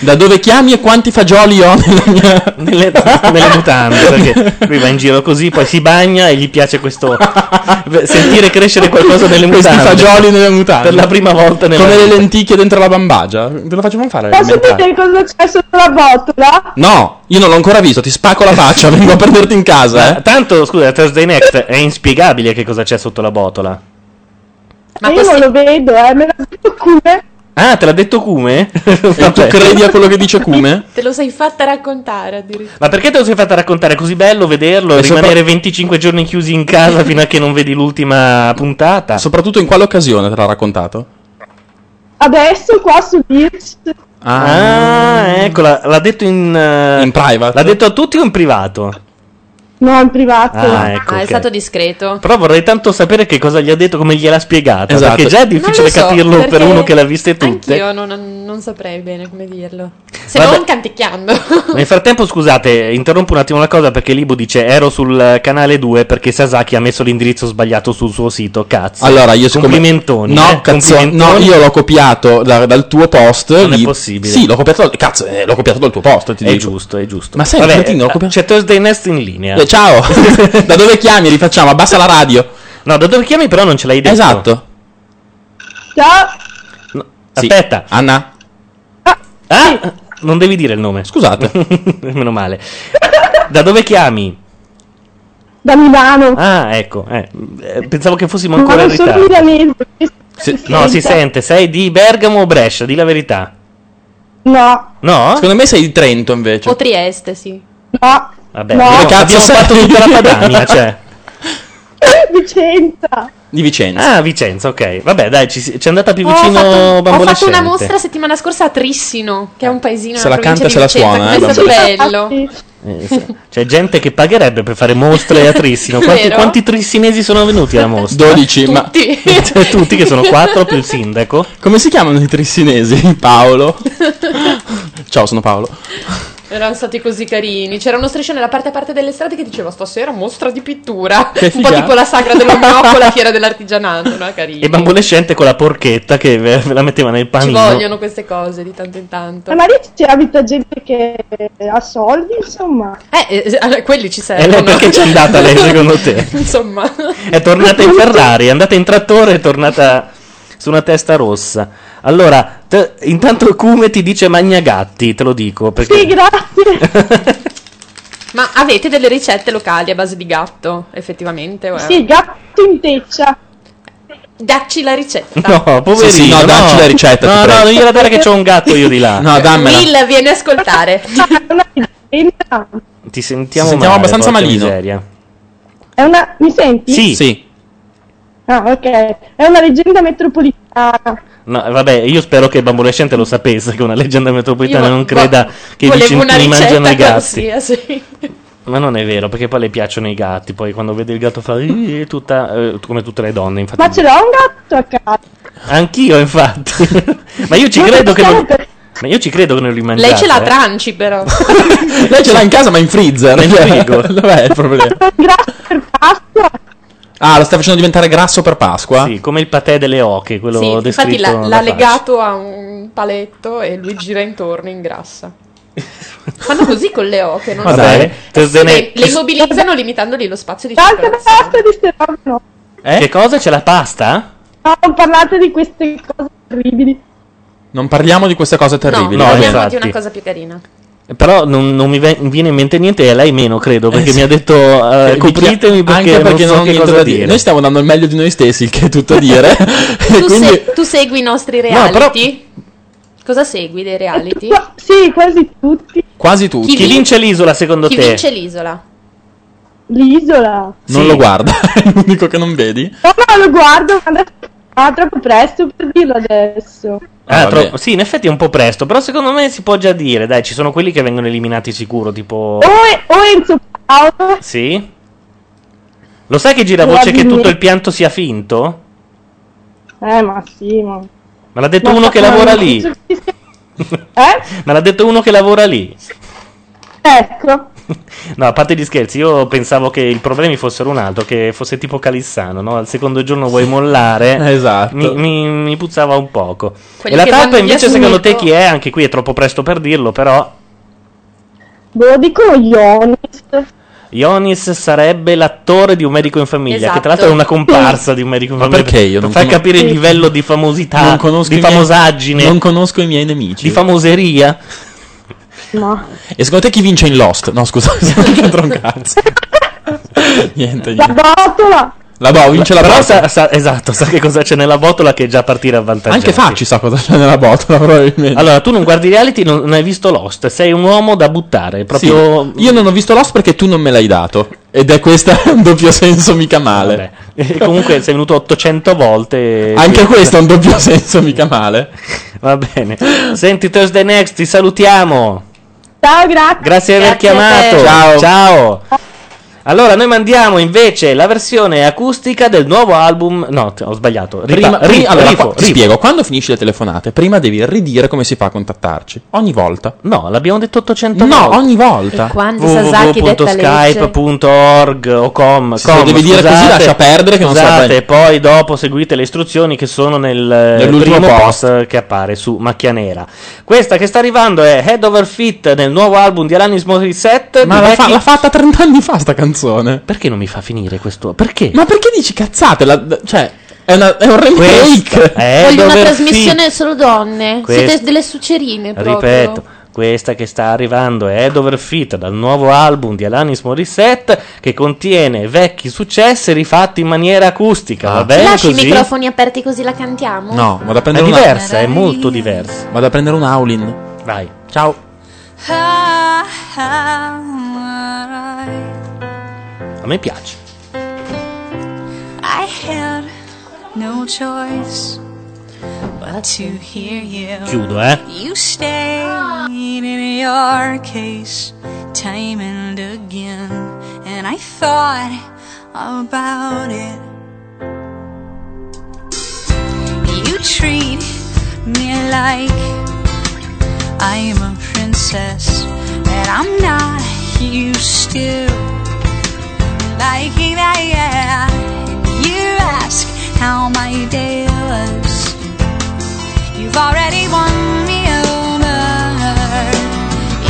Speaker 5: Da dove chiami e quanti fagioli ho nella mia...
Speaker 4: nelle, nelle mutande perché lui va in giro così poi si bagna e gli piace questo eh, sentire crescere qualcosa nelle
Speaker 5: Questi
Speaker 4: mutande
Speaker 5: fagioli nelle mutande.
Speaker 4: per la prima volta nella
Speaker 5: Come le
Speaker 4: vita.
Speaker 5: lenticchie dentro la bambagia. Ve lo facciamo fare?
Speaker 20: Posso
Speaker 5: l'elementare?
Speaker 20: vedere cosa c'è sotto la botola?
Speaker 5: No, io non l'ho ancora visto, ti spacco la faccia, vengo a prenderti in casa. eh.
Speaker 4: Ma tanto scusa Thursday Next è inspiegabile che cosa c'è sotto la botola
Speaker 20: Ma io non lo vedo, eh, me lo vedo come.
Speaker 4: ah te l'ha detto Cume?
Speaker 5: E tu credi a quello che dice Cume?
Speaker 7: Te lo sei fatta raccontare addirittura.
Speaker 4: ma perché te lo sei fatta raccontare È così bello vederlo
Speaker 5: E
Speaker 4: rimanere
Speaker 5: sopra-
Speaker 4: 25 giorni chiusi in casa fino a che non vedi l'ultima puntata
Speaker 5: soprattutto in quale occasione te l'ha raccontato?
Speaker 20: Adesso qua su Dirch.
Speaker 4: ah, eccola l'ha detto in in
Speaker 5: private
Speaker 4: l'ha detto a tutti o in privato?
Speaker 20: No, in privato.
Speaker 4: Ah, ecco, Mm,
Speaker 19: è
Speaker 4: ok.
Speaker 19: stato discreto.
Speaker 4: Però vorrei tanto sapere che cosa gli ha detto, come gliel'ha spiegata.
Speaker 5: Esatto.
Speaker 4: Perché già è
Speaker 5: Non lo
Speaker 4: difficile
Speaker 5: so,
Speaker 4: capirlo per
Speaker 5: perché
Speaker 4: uno che l'ha viste tutte.
Speaker 7: Anch'io non, non saprei bene come dirlo. Se
Speaker 4: Vabbè.
Speaker 7: non canticchiando.
Speaker 4: Nel frattempo, scusate, interrompo un attimo la cosa perché Libu dice: Ero sul eh, canale 2 perché Sasaki ha messo l'indirizzo sbagliato sul suo sito. Cazzo.
Speaker 5: Allora, io siccome-
Speaker 4: Complimentoni.
Speaker 5: No,
Speaker 4: eh,
Speaker 5: cazzo, no,
Speaker 4: complimentoni.
Speaker 5: io l'ho copiato da- dal tuo post.
Speaker 4: Non è
Speaker 5: di-
Speaker 4: possibile.
Speaker 5: Sì, l'ho copiato, cazzo, eh, l'ho copiato dal tuo post. Ti
Speaker 4: È
Speaker 5: dico.
Speaker 4: giusto, è giusto.
Speaker 5: Ma senti,
Speaker 4: Vabbè,
Speaker 5: Martino, l'ho
Speaker 4: eh,
Speaker 5: copiato.
Speaker 4: c'è Thursday Nest in linea.
Speaker 5: Eh, ciao, da dove chiami? Rifacciamo, abbassa la radio.
Speaker 4: No, da dove chiami, però non ce l'hai detto.
Speaker 5: Esatto.
Speaker 20: Ciao.
Speaker 4: Aspetta,
Speaker 5: Anna.
Speaker 4: Ah, non devi dire il nome.
Speaker 5: Scusate,
Speaker 4: meno male. Da dove chiami?
Speaker 20: Da Milano.
Speaker 4: Ah, ecco, eh, eh, pensavo che fossimo
Speaker 20: Ma
Speaker 4: ancora in
Speaker 20: non sono
Speaker 4: ritardo.
Speaker 20: milanese.
Speaker 4: Se- no, si sente, sei di Bergamo o Brescia, di la verità.
Speaker 20: No,
Speaker 4: No?
Speaker 5: Secondo me sei di Trento
Speaker 4: Cioè-
Speaker 5: invece.
Speaker 19: O Trieste, sì.
Speaker 20: no.
Speaker 4: Vabbè,
Speaker 20: No.
Speaker 4: abbiamo-
Speaker 5: Cazzo,
Speaker 4: abbiamo
Speaker 5: sei-
Speaker 4: fatto tutta la Padania, cioè.
Speaker 20: Vicenza.
Speaker 5: Di Vicenza.
Speaker 4: Ah, Vicenza, ok. Vabbè, dai, ci, si- ci è andata più
Speaker 7: Ho
Speaker 4: vicino
Speaker 7: fatto- ho fatto,
Speaker 4: bambolescente.
Speaker 7: una mostra settimana scorsa a Trissino, che è un paesino
Speaker 4: Se
Speaker 7: nella
Speaker 4: la
Speaker 7: provincia
Speaker 4: canta,
Speaker 7: di
Speaker 4: se la
Speaker 7: Vicenza,
Speaker 4: suona, eh,
Speaker 7: com'è stato
Speaker 4: vabbè.
Speaker 7: bello.
Speaker 4: Eh, sì. C'è gente che pagherebbe per fare mostre a Trissino. Quanti,
Speaker 7: Vero?
Speaker 4: quanti trissinesi sono venuti alla mostra?
Speaker 5: 12, ma-
Speaker 4: Cioè, tutti che sono 4 più il sindaco.
Speaker 5: Come si chiamano i trissinesi? Paolo. Ciao, sono Paolo.
Speaker 7: Erano stati così carini. C'era uno striscione alla parte a parte delle strade che diceva stasera mostra di pittura.
Speaker 4: Che
Speaker 7: un po'
Speaker 4: figa.
Speaker 7: tipo la sagra dell'Ognocco, la fiera dell'artigianato, no? Carino.
Speaker 4: E bambolescente con la porchetta che ve ve la metteva nel
Speaker 7: Ci
Speaker 4: panino.
Speaker 7: vogliono queste cose di tanto in tanto.
Speaker 20: Ma magari ci abita gente che ha soldi, insomma.
Speaker 7: Eh, eh, allora, quelli ci
Speaker 4: E lei
Speaker 7: servono.
Speaker 4: perché c'è andata lei, secondo te?
Speaker 7: Insomma,
Speaker 4: È tornata in Ferrari, è andata in trattore, è tornata su una testa rossa. Allora, te- intanto Cume ti dice Magnagatti, te lo dico, perché
Speaker 20: Sì, grazie.
Speaker 7: ma avete delle ricette locali a base di gatto, effettivamente? o è-
Speaker 20: Sì, gatto in teccia.
Speaker 7: Dacci la ricetta.
Speaker 4: No, poverino,
Speaker 5: Sì, sì, no, dacci la ricetta, ti
Speaker 4: No, no,
Speaker 5: prego.
Speaker 4: non gliela dare che c'ho un gatto io di là.
Speaker 5: No, dammela.
Speaker 7: Will, vieni a ascoltare.
Speaker 4: Ti sentiamo,
Speaker 5: Ci sentiamo
Speaker 4: male,
Speaker 5: abbastanza
Speaker 4: porca
Speaker 5: malino.
Speaker 4: miseria.
Speaker 20: È una... Mi senti? Ah, ok. È una leggenda metropolitana.
Speaker 4: No, vabbè, io spero che il bambolescente lo sapesse che una leggenda metropolitana
Speaker 20: Io
Speaker 4: non
Speaker 20: vo-
Speaker 4: creda che i
Speaker 7: Volevo una
Speaker 4: vicentini
Speaker 7: ricetta
Speaker 4: mangiano i gatti.
Speaker 10: eh.
Speaker 7: qualsiasi.
Speaker 4: Ma non è vero, perché poi le piacciono i gatti, poi quando vede il gatto fa "Ih", tutta, eh, come tutte le donne, infatti.
Speaker 20: Ma ce l'ho un gatto a casa.
Speaker 4: Anch'io, infatti. ma io ci
Speaker 20: Ma
Speaker 4: credo che non.
Speaker 20: perché?
Speaker 4: Ma io ci credo che non li mangiate.
Speaker 7: Lei ce l'ha a
Speaker 4: eh.
Speaker 7: tranci, però.
Speaker 5: Lei ce l'ha in casa, ma in freezer.
Speaker 4: Nel frigo.
Speaker 5: Dov'è il problema? Ah, lo stai facendo diventare grasso per Pasqua?
Speaker 4: Sì, come il patè delle oche, quello
Speaker 7: Sì, infatti
Speaker 4: descritto.
Speaker 7: l'ha,
Speaker 4: da
Speaker 7: l'ha
Speaker 4: Fazio.
Speaker 7: legato a un paletto e lui gira intorno e ingrassa. Fanno così con le oche, non
Speaker 4: Vabbè,
Speaker 7: so. Eh,
Speaker 4: te se ne-
Speaker 7: Le, le immobilizzano limitandogli lo spazio di
Speaker 20: Tante
Speaker 7: circolazione.
Speaker 20: basta di ste robe, no.
Speaker 4: Eh? Che cosa? C'è la pasta?
Speaker 20: No, non parlate di queste cose terribili.
Speaker 5: Non parliamo di queste cose terribili.
Speaker 4: No,
Speaker 5: va bene.
Speaker 4: infatti.
Speaker 7: Di una cosa più carina.
Speaker 4: Però non, non mi ve- viene in mente niente e a lei meno, credo, perché
Speaker 5: sì.
Speaker 4: mi ha detto eh,
Speaker 5: Eh, perché-
Speaker 4: copritemi perché,
Speaker 5: anche perché
Speaker 4: non so
Speaker 5: ho
Speaker 4: che
Speaker 5: niente
Speaker 4: cosa
Speaker 5: da
Speaker 4: dire.
Speaker 5: Noi stiamo dando il meglio di noi stessi, il che è tutto a dire.
Speaker 19: Tu,
Speaker 5: quindi-
Speaker 19: se- tu segui i nostri
Speaker 5: però-
Speaker 19: reality? Cosa segui dei reality?
Speaker 20: Sì, quasi tutti.
Speaker 5: Quasi tutti.
Speaker 4: Chi,
Speaker 19: Chi vin-
Speaker 4: vince l'isola secondo
Speaker 19: Chi
Speaker 4: te?
Speaker 19: vince l'isola?
Speaker 20: L'isola.
Speaker 5: Non lo guarda, è l'unico che non vedi.
Speaker 20: No, no, lo guardo, ma adesso... Ah, troppo presto per dirlo adesso.
Speaker 4: Ah,
Speaker 5: Ah, vabbè.
Speaker 4: tro- sì, in effetti è un po' presto, però secondo me si può già dire, dai, ci sono quelli che vengono eliminati sicuro,
Speaker 20: O,
Speaker 4: tipo...
Speaker 19: Oh!
Speaker 20: o Enzo Paolo.
Speaker 4: Sì? Lo sai che gira voce che
Speaker 20: Probabilmente.
Speaker 4: tutto il pianto sia finto?
Speaker 20: Eh, ma sì, ma...
Speaker 4: Me l'ha detto
Speaker 20: Ma-
Speaker 4: uno che
Speaker 20: ma-
Speaker 4: lavora
Speaker 20: ma-
Speaker 4: lì.
Speaker 20: Eh?
Speaker 19: Eh?
Speaker 4: Me l'ha detto uno che lavora lì.
Speaker 20: Ecco.
Speaker 4: No, a parte gli scherzi, io pensavo che i problemi fossero un altro, che fosse tipo Calissano, no? Al secondo giorno vuoi mollare.
Speaker 5: Esatto.
Speaker 4: Mi, mi- mi puzzava un poco.
Speaker 19: Quelli
Speaker 4: e la
Speaker 19: che vanno
Speaker 4: tappa
Speaker 19: via
Speaker 4: invece
Speaker 19: subito.
Speaker 4: secondo te chi è? Anche qui è troppo presto per dirlo, però
Speaker 20: Ve lo dicono Ionis.
Speaker 4: Ionis sarebbe l'attore di Un medico in famiglia, che
Speaker 20: Esatto.
Speaker 4: tra l'altro è una comparsa di Un medico in
Speaker 5: Ma
Speaker 4: famiglia.
Speaker 5: perché io non
Speaker 4: Per far
Speaker 5: conos-
Speaker 4: capire il livello di famosità,
Speaker 5: Non conosco
Speaker 4: di
Speaker 5: i miei-
Speaker 4: famosaggine,
Speaker 5: Non conosco i miei nemici.
Speaker 4: di famoseria.
Speaker 20: No.
Speaker 5: E secondo te chi vince in Lost? No, scusa, non c'entra un cazzo. niente,
Speaker 20: La
Speaker 5: niente.
Speaker 20: botola!
Speaker 5: La boh, vince la
Speaker 4: Però
Speaker 5: botola.
Speaker 4: sa- sa- esatto, sa che cosa c'è nella botola che è già a partire avvantaggiato.
Speaker 5: Anche Facci sa cosa c'è nella botola, probabilmente.
Speaker 4: Allora, tu non guardi reality, non, non hai visto Lost, sei un uomo da buttare, proprio...
Speaker 5: Sì, Io non ho visto Lost perché tu non me l'hai dato. Ed è questo un doppio senso mica male.
Speaker 4: E comunque sei venuto 800 volte.
Speaker 5: Anche
Speaker 4: Quindi-
Speaker 5: questo è un doppio senso mica male.
Speaker 4: Eh, Va bene. Senti Thursday Next, ti salutiamo.
Speaker 20: Ciao, grazie.
Speaker 4: Grazie di aver chiamato.
Speaker 5: Ciao.
Speaker 4: Ciao. Allora, noi mandiamo invece la versione acustica del nuovo album. No, t- ho sbagliato. Ripa-
Speaker 5: Prima,
Speaker 4: ri-
Speaker 5: pri- allora,
Speaker 4: rifo-
Speaker 5: qua- ti
Speaker 4: rifo.
Speaker 5: spiego, quando finisci le telefonate, prima devi ridire come si fa a contattarci. Ogni volta.
Speaker 4: No, l'abbiamo detto 800
Speaker 5: no,
Speaker 4: volte.
Speaker 5: ogni volta.
Speaker 4: E quando Sasaki detta www.skype.org o com,
Speaker 5: se lo
Speaker 4: com,
Speaker 5: devi dire
Speaker 4: scusate,
Speaker 5: così, lascia perdere che non so
Speaker 4: scusate,
Speaker 5: bene.
Speaker 4: poi dopo seguite le istruzioni che sono nel eh,
Speaker 5: Nell'ultimo
Speaker 4: primo
Speaker 5: post.
Speaker 4: post. che appare su Macchia Nera. Questa che sta arrivando è Head Over Fit nel nuovo album di Alanis Morissette.
Speaker 5: Ma
Speaker 4: di
Speaker 5: l'ha, fa-
Speaker 4: vecchi-
Speaker 5: l'ha fatta 30 anni fa sta canzone.
Speaker 4: Perché non mi fa finire questo? Perché?
Speaker 5: Ma perché dici cazzate? La- cioè, è, una- è un remake.
Speaker 4: Questa è
Speaker 19: Voglio una
Speaker 4: Head Over
Speaker 19: trasmissione solo donne.
Speaker 4: Questo-
Speaker 19: Siete delle sucerine proprio.
Speaker 4: Ripeto, questa che sta arrivando è Head Over Fit dal nuovo album di Alanis Morissette che contiene vecchi successi rifatti in maniera acustica.
Speaker 5: Ah.
Speaker 4: Va bene
Speaker 19: Lasci
Speaker 4: così?
Speaker 19: i microfoni aperti così la cantiamo?
Speaker 5: No, vado a
Speaker 4: È
Speaker 5: prendere una-
Speaker 4: diversa, è molto diversa.
Speaker 5: Vado a prendere un Aulin.
Speaker 4: Vai. Ciao. A me piace.
Speaker 1: I had no choice but to hear you.
Speaker 4: Chiudo, eh.
Speaker 1: You stayed in your case time and again, and I thought about it. You treat me like I am a princess, and I'm not used to liking that. Yeah, you ask how my day was. You've already won me over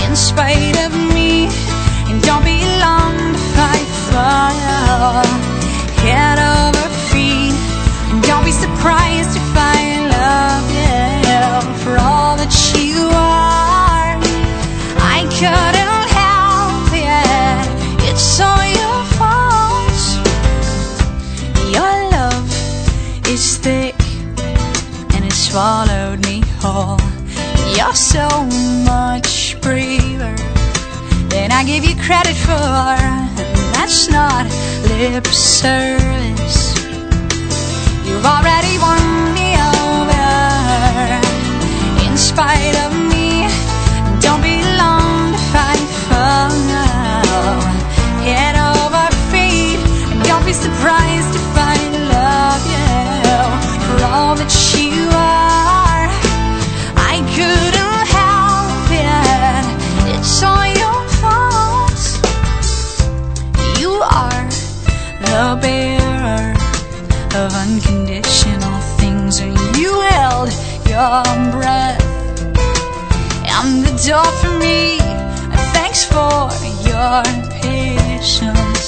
Speaker 1: in spite of me. And don't be long to fight for head over feet. And don't be surprised if I love you for all that you are. I couldn't help it. It's all your fault. Your love is thick and it swallowed me whole. You're so much braver than I give you credit for. and That's not lip service. You've already won me over in spite of me. Don't be long to fight for now. Head over feet. Don't be surprised if I love you for all that you are. I couldn't help it. It's all your fault. You are the bearer of unconditional things, and you held your breath. I'm the door for me. and Thanks for your patience.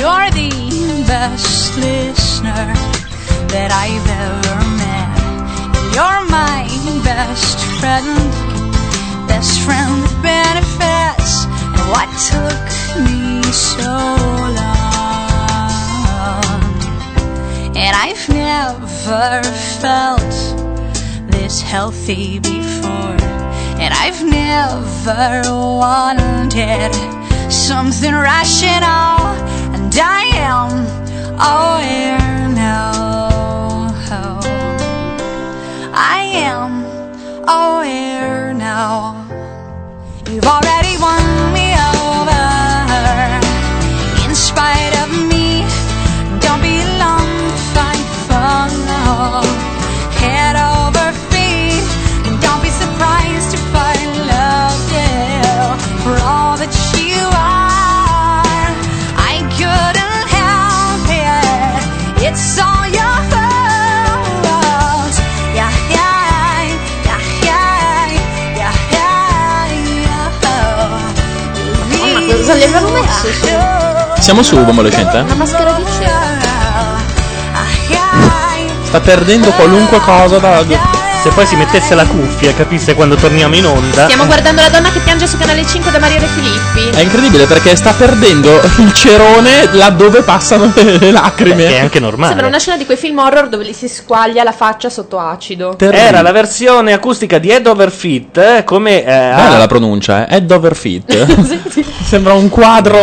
Speaker 1: You're the best listener that I've ever met. You're my best friend, best friend that benefits. And what took me so long? And I've never felt this healthy before. And I've never wanted something rational. And I am Oh, yeah, no. I am. Oh, here now. You've already won me over. In spite of me, don't be long, fight for love. Head over feet, don't be surprised if I love you. For all that you are, I couldn't help it. It's all your fault. Yeah, yeah, yeah, yeah, yeah, yeah, yeah.
Speaker 7: Cosa gli avevano messo su?
Speaker 5: Siamo su eh? Bombolescente?
Speaker 7: Una maschera di
Speaker 4: Eh.
Speaker 7: cera.
Speaker 5: Sta perdendo qualunque cosa da...
Speaker 4: Se poi si mettesse la cuffia, capisse quando torniamo in onda.
Speaker 7: Stiamo guardando la donna che piange su canale 5 da Maria De Filippi.
Speaker 5: È incredibile perché sta perdendo il cerone laddove passano le le lacrime.
Speaker 4: è anche
Speaker 7: Sembra una scena di quei film horror dove gli si squaglia la faccia sotto acido.
Speaker 4: Era la versione acustica di Ed Overfit, eh, come... eh,
Speaker 5: Bella
Speaker 4: ha-
Speaker 5: la pronuncia, eh. Ed overfit. Sembra un quadro.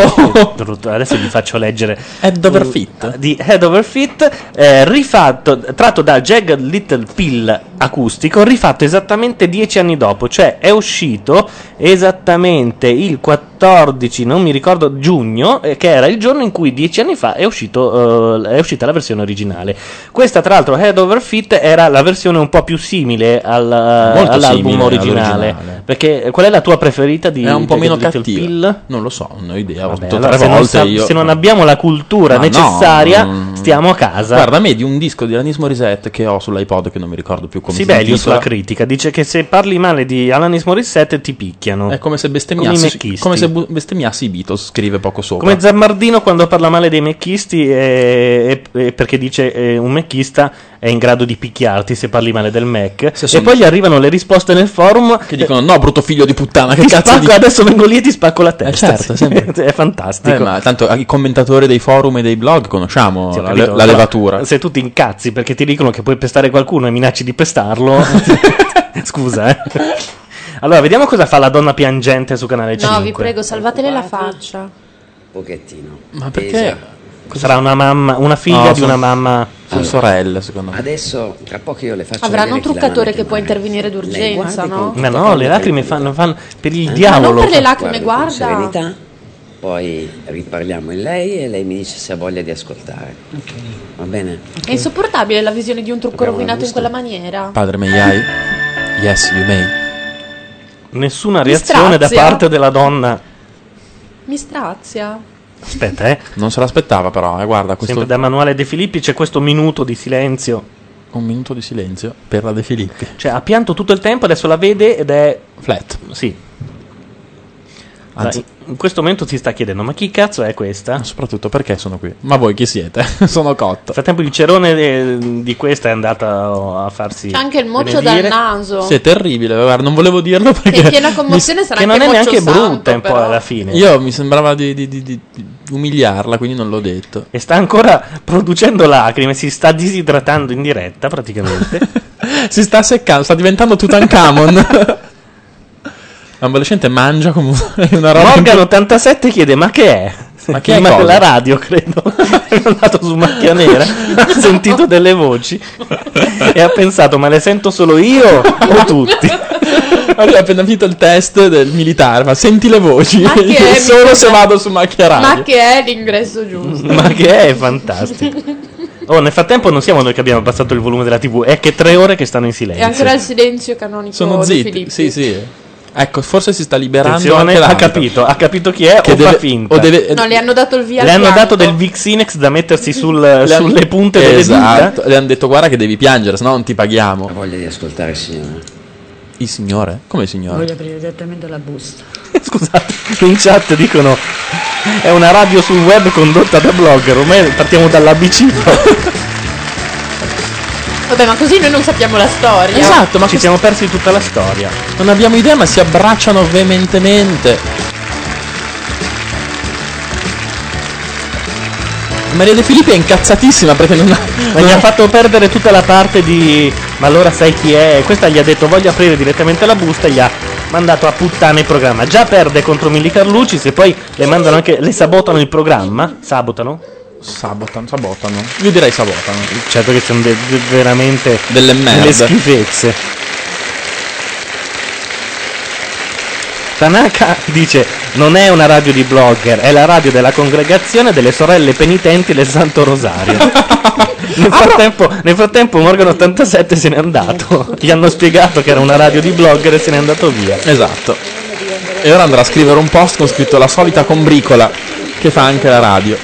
Speaker 4: Adesso vi faccio leggere.
Speaker 5: Head over Fit.
Speaker 4: Di Head over Fit, eh, rifatto, tratto da Jagged Little Pill acustico, rifatto esattamente dieci anni dopo, cioè è uscito esattamente il 14, non mi ricordo, giugno, eh, che era il giorno in cui dieci anni fa è, uscito, eh, è uscita la versione originale. Questa, tra l'altro, Head over Fit era la versione un po' più simile al-
Speaker 5: Molto
Speaker 4: all'album
Speaker 5: simile
Speaker 4: originale.
Speaker 5: all'originale.
Speaker 4: Perché eh, qual è la tua preferita di
Speaker 5: È un po'
Speaker 4: Jagged
Speaker 5: meno
Speaker 4: Little
Speaker 5: cattiva.
Speaker 4: Pill?
Speaker 5: Non lo so, non ho idea. Ho
Speaker 4: Beh,
Speaker 5: detto
Speaker 4: allora,
Speaker 5: tre
Speaker 4: se, non
Speaker 5: volte
Speaker 4: sa-
Speaker 5: io.
Speaker 4: se non abbiamo la cultura
Speaker 5: Ma no,
Speaker 4: necessaria,
Speaker 5: non-
Speaker 4: stiamo a casa.
Speaker 5: Guarda, a me di un disco di Alanis Morissette che ho sull'iPod che non mi ricordo più come si
Speaker 4: Sibelius
Speaker 5: intitola.
Speaker 4: la critica dice che se parli male di Alanis Morissette ti picchiano.
Speaker 5: È come se
Speaker 4: Come i
Speaker 5: bestemmiassi,
Speaker 4: mecchisti.
Speaker 5: come se bu- bestemmiassi i Beatles, scrive poco sopra.
Speaker 4: Come Zammardino quando parla male dei mecchisti eh, eh, eh, perché dice eh, un mecchista è in grado di picchiarti se parli male del Mac.
Speaker 5: sono-
Speaker 4: E poi gli arrivano le risposte nel forum
Speaker 5: che dicono no brutto figlio di puttana che
Speaker 4: Ti
Speaker 5: cazzo
Speaker 4: spacco,
Speaker 5: di-"
Speaker 4: adesso vengo lì e ti spacco la testa.
Speaker 5: certo,
Speaker 4: Sì,
Speaker 5: sempre.
Speaker 4: è fantastico.
Speaker 5: Eh, ma tanto i commentatori dei forum e dei blog conosciamo
Speaker 4: Sì, ho
Speaker 5: la,
Speaker 4: capito,
Speaker 5: la
Speaker 4: però
Speaker 5: levatura.
Speaker 4: Se tu ti incazzi perché ti dicono che puoi pestare qualcuno e minacci di pestarlo. Scusa, eh. Allora, vediamo cosa fa la donna piangente su canale 5.
Speaker 19: No, vi prego, salvatele la faccia.
Speaker 2: Pochettino.
Speaker 5: Ma
Speaker 4: Sarà una mamma, una figlia
Speaker 5: No,
Speaker 4: di
Speaker 5: sono-
Speaker 4: una mamma.
Speaker 5: sono sorelle, secondo me.
Speaker 2: Esatto. Adesso, tra poco io le faccio
Speaker 7: Avranno
Speaker 2: vedere
Speaker 7: un
Speaker 2: chi l'ha
Speaker 7: truccatore che
Speaker 2: mandato.
Speaker 7: può intervenire
Speaker 2: Lei
Speaker 7: d'urgenza,
Speaker 2: guardi
Speaker 7: no?
Speaker 2: con-
Speaker 4: Ma no, le lacrime fanno, fanno per
Speaker 5: Eh?
Speaker 4: il diavolo.
Speaker 7: Ma non per le lacrime,
Speaker 2: Guardi con
Speaker 7: guarda.
Speaker 2: serenità, poi riparliamo in lei e lei mi dice se ha voglia di ascoltare. Va bene?
Speaker 7: È insopportabile la visione di un trucco
Speaker 2: Abbiamo
Speaker 7: rovinato in
Speaker 2: visto.
Speaker 7: quella maniera.
Speaker 5: Padre Meiai. Yes, you may.
Speaker 4: Nessuna
Speaker 7: Mi
Speaker 4: reazione da
Speaker 7: strazia.
Speaker 4: parte della donna.
Speaker 7: Mi strazia.
Speaker 4: Aspetta, eh.
Speaker 5: Non se l'aspettava però, eh, guarda, questo
Speaker 4: Sempre da Manuele De Filippi c'è questo minuto di silenzio.
Speaker 5: un minuto di silenzio per la De Filippi.
Speaker 4: Cioè, ha pianto tutto il tempo, adesso la vede ed è.
Speaker 5: Flat.
Speaker 4: Sì.
Speaker 5: Anzi-
Speaker 4: Dai, in questo momento si sta chiedendo: ma chi cazzo è questa?
Speaker 5: Soprattutto perché sono qui. Ma voi chi siete? sono cotto.
Speaker 4: Nel frattempo il cerone eh, di questa è andata a farsi.
Speaker 7: C'è anche il moccio
Speaker 4: benedire.
Speaker 7: dal naso.
Speaker 5: Sì, è terribile, guarda, non volevo dirlo perché...
Speaker 7: Che in piena commozione sarà
Speaker 4: Che non
Speaker 7: anche
Speaker 4: è
Speaker 7: il moccio
Speaker 4: neanche
Speaker 7: santo,
Speaker 4: brutta, un po'
Speaker 7: però.
Speaker 4: alla fine.
Speaker 5: Io mi sembrava di, di- di- di- di umiliarla, quindi non l'ho detto.
Speaker 4: E sta ancora producendo lacrime, si sta disidratando in diretta praticamente.
Speaker 5: Si sta seccando, sta diventando Tutankhamon. L'ambolescente mangia come un- una roba...
Speaker 4: Morgan87 chiede: Ma che è?
Speaker 5: Ma chi è
Speaker 4: Ma
Speaker 5: cosa?
Speaker 4: la radio, credo. È andato su Macchia Nera, ha sentito delle voci e ha pensato: Ma le sento solo io o tutti?
Speaker 5: Allora, appena finito il test del militare, fa senti le voci.
Speaker 7: Ma che è, mi
Speaker 5: Solo se vado su macchia radio.
Speaker 7: Ma che è l'ingresso giusto.
Speaker 4: Ma che è fantastico. Oh, nel frattempo non siamo noi che abbiamo abbassato il volume della TV, è che tre ore che stanno in
Speaker 7: E
Speaker 4: silenzio.
Speaker 7: ancora il silenzio canonico
Speaker 5: Sono
Speaker 7: di
Speaker 5: zitti.
Speaker 7: Filippi.
Speaker 5: Sì, sì. Ecco, forse si sta liberando.
Speaker 4: Attenzione,
Speaker 5: anche
Speaker 4: ha
Speaker 5: l'arbitro.
Speaker 4: capito, ha capito chi è
Speaker 5: Che
Speaker 4: o
Speaker 5: deve-
Speaker 4: fa finta.
Speaker 5: o deve-
Speaker 7: No, le hanno dato il via.
Speaker 4: Le
Speaker 7: al
Speaker 4: hanno
Speaker 7: piano.
Speaker 4: dato del Vixinex da mettersi sul-
Speaker 5: Le han-
Speaker 4: sulle punte delle dita.
Speaker 5: Esatto. Le hanno detto, guarda che devi piangere, sennò non ti paghiamo. Ho voglia di ascoltare il signore. Il signore? Come il signore?
Speaker 8: Voglio aprire direttamente la busta.
Speaker 4: In chat dicono è una radio sul web condotta da blogger, ormai partiamo dall'ABC.
Speaker 7: Vabbè, ma così noi non sappiamo la storia.
Speaker 5: Esatto, ma
Speaker 4: ci siamo persi tutta la storia.
Speaker 5: Non abbiamo idea, ma si abbracciano veementemente. Maria De Filippi è incazzatissima perché non ha.
Speaker 4: Ma gli ha fatto perdere tutta la parte di ma allora sai chi è? Questa gli ha detto voglio aprire direttamente la busta e gli ha mandato a puttane il programma. Già perde contro Milli Carlucci, se poi le mandano anche le sabotano il programma, sabotano?
Speaker 5: Sabotano, sabotano. Io direi sabotano.
Speaker 4: Certo che sono de- de- veramente
Speaker 5: Delle merde.
Speaker 4: delle schifezze. Tanaka dice: Non è una radio di blogger, è la radio della congregazione delle sorelle penitenti del Santo Rosario. nel, frattempo, nel frattempo Morgan 87 se n'è andato. Gli hanno spiegato che era una radio di blogger e se n'è andato via.
Speaker 5: Esatto. E ora andrà a scrivere un post con scritto la solita combricola che fa anche la radio.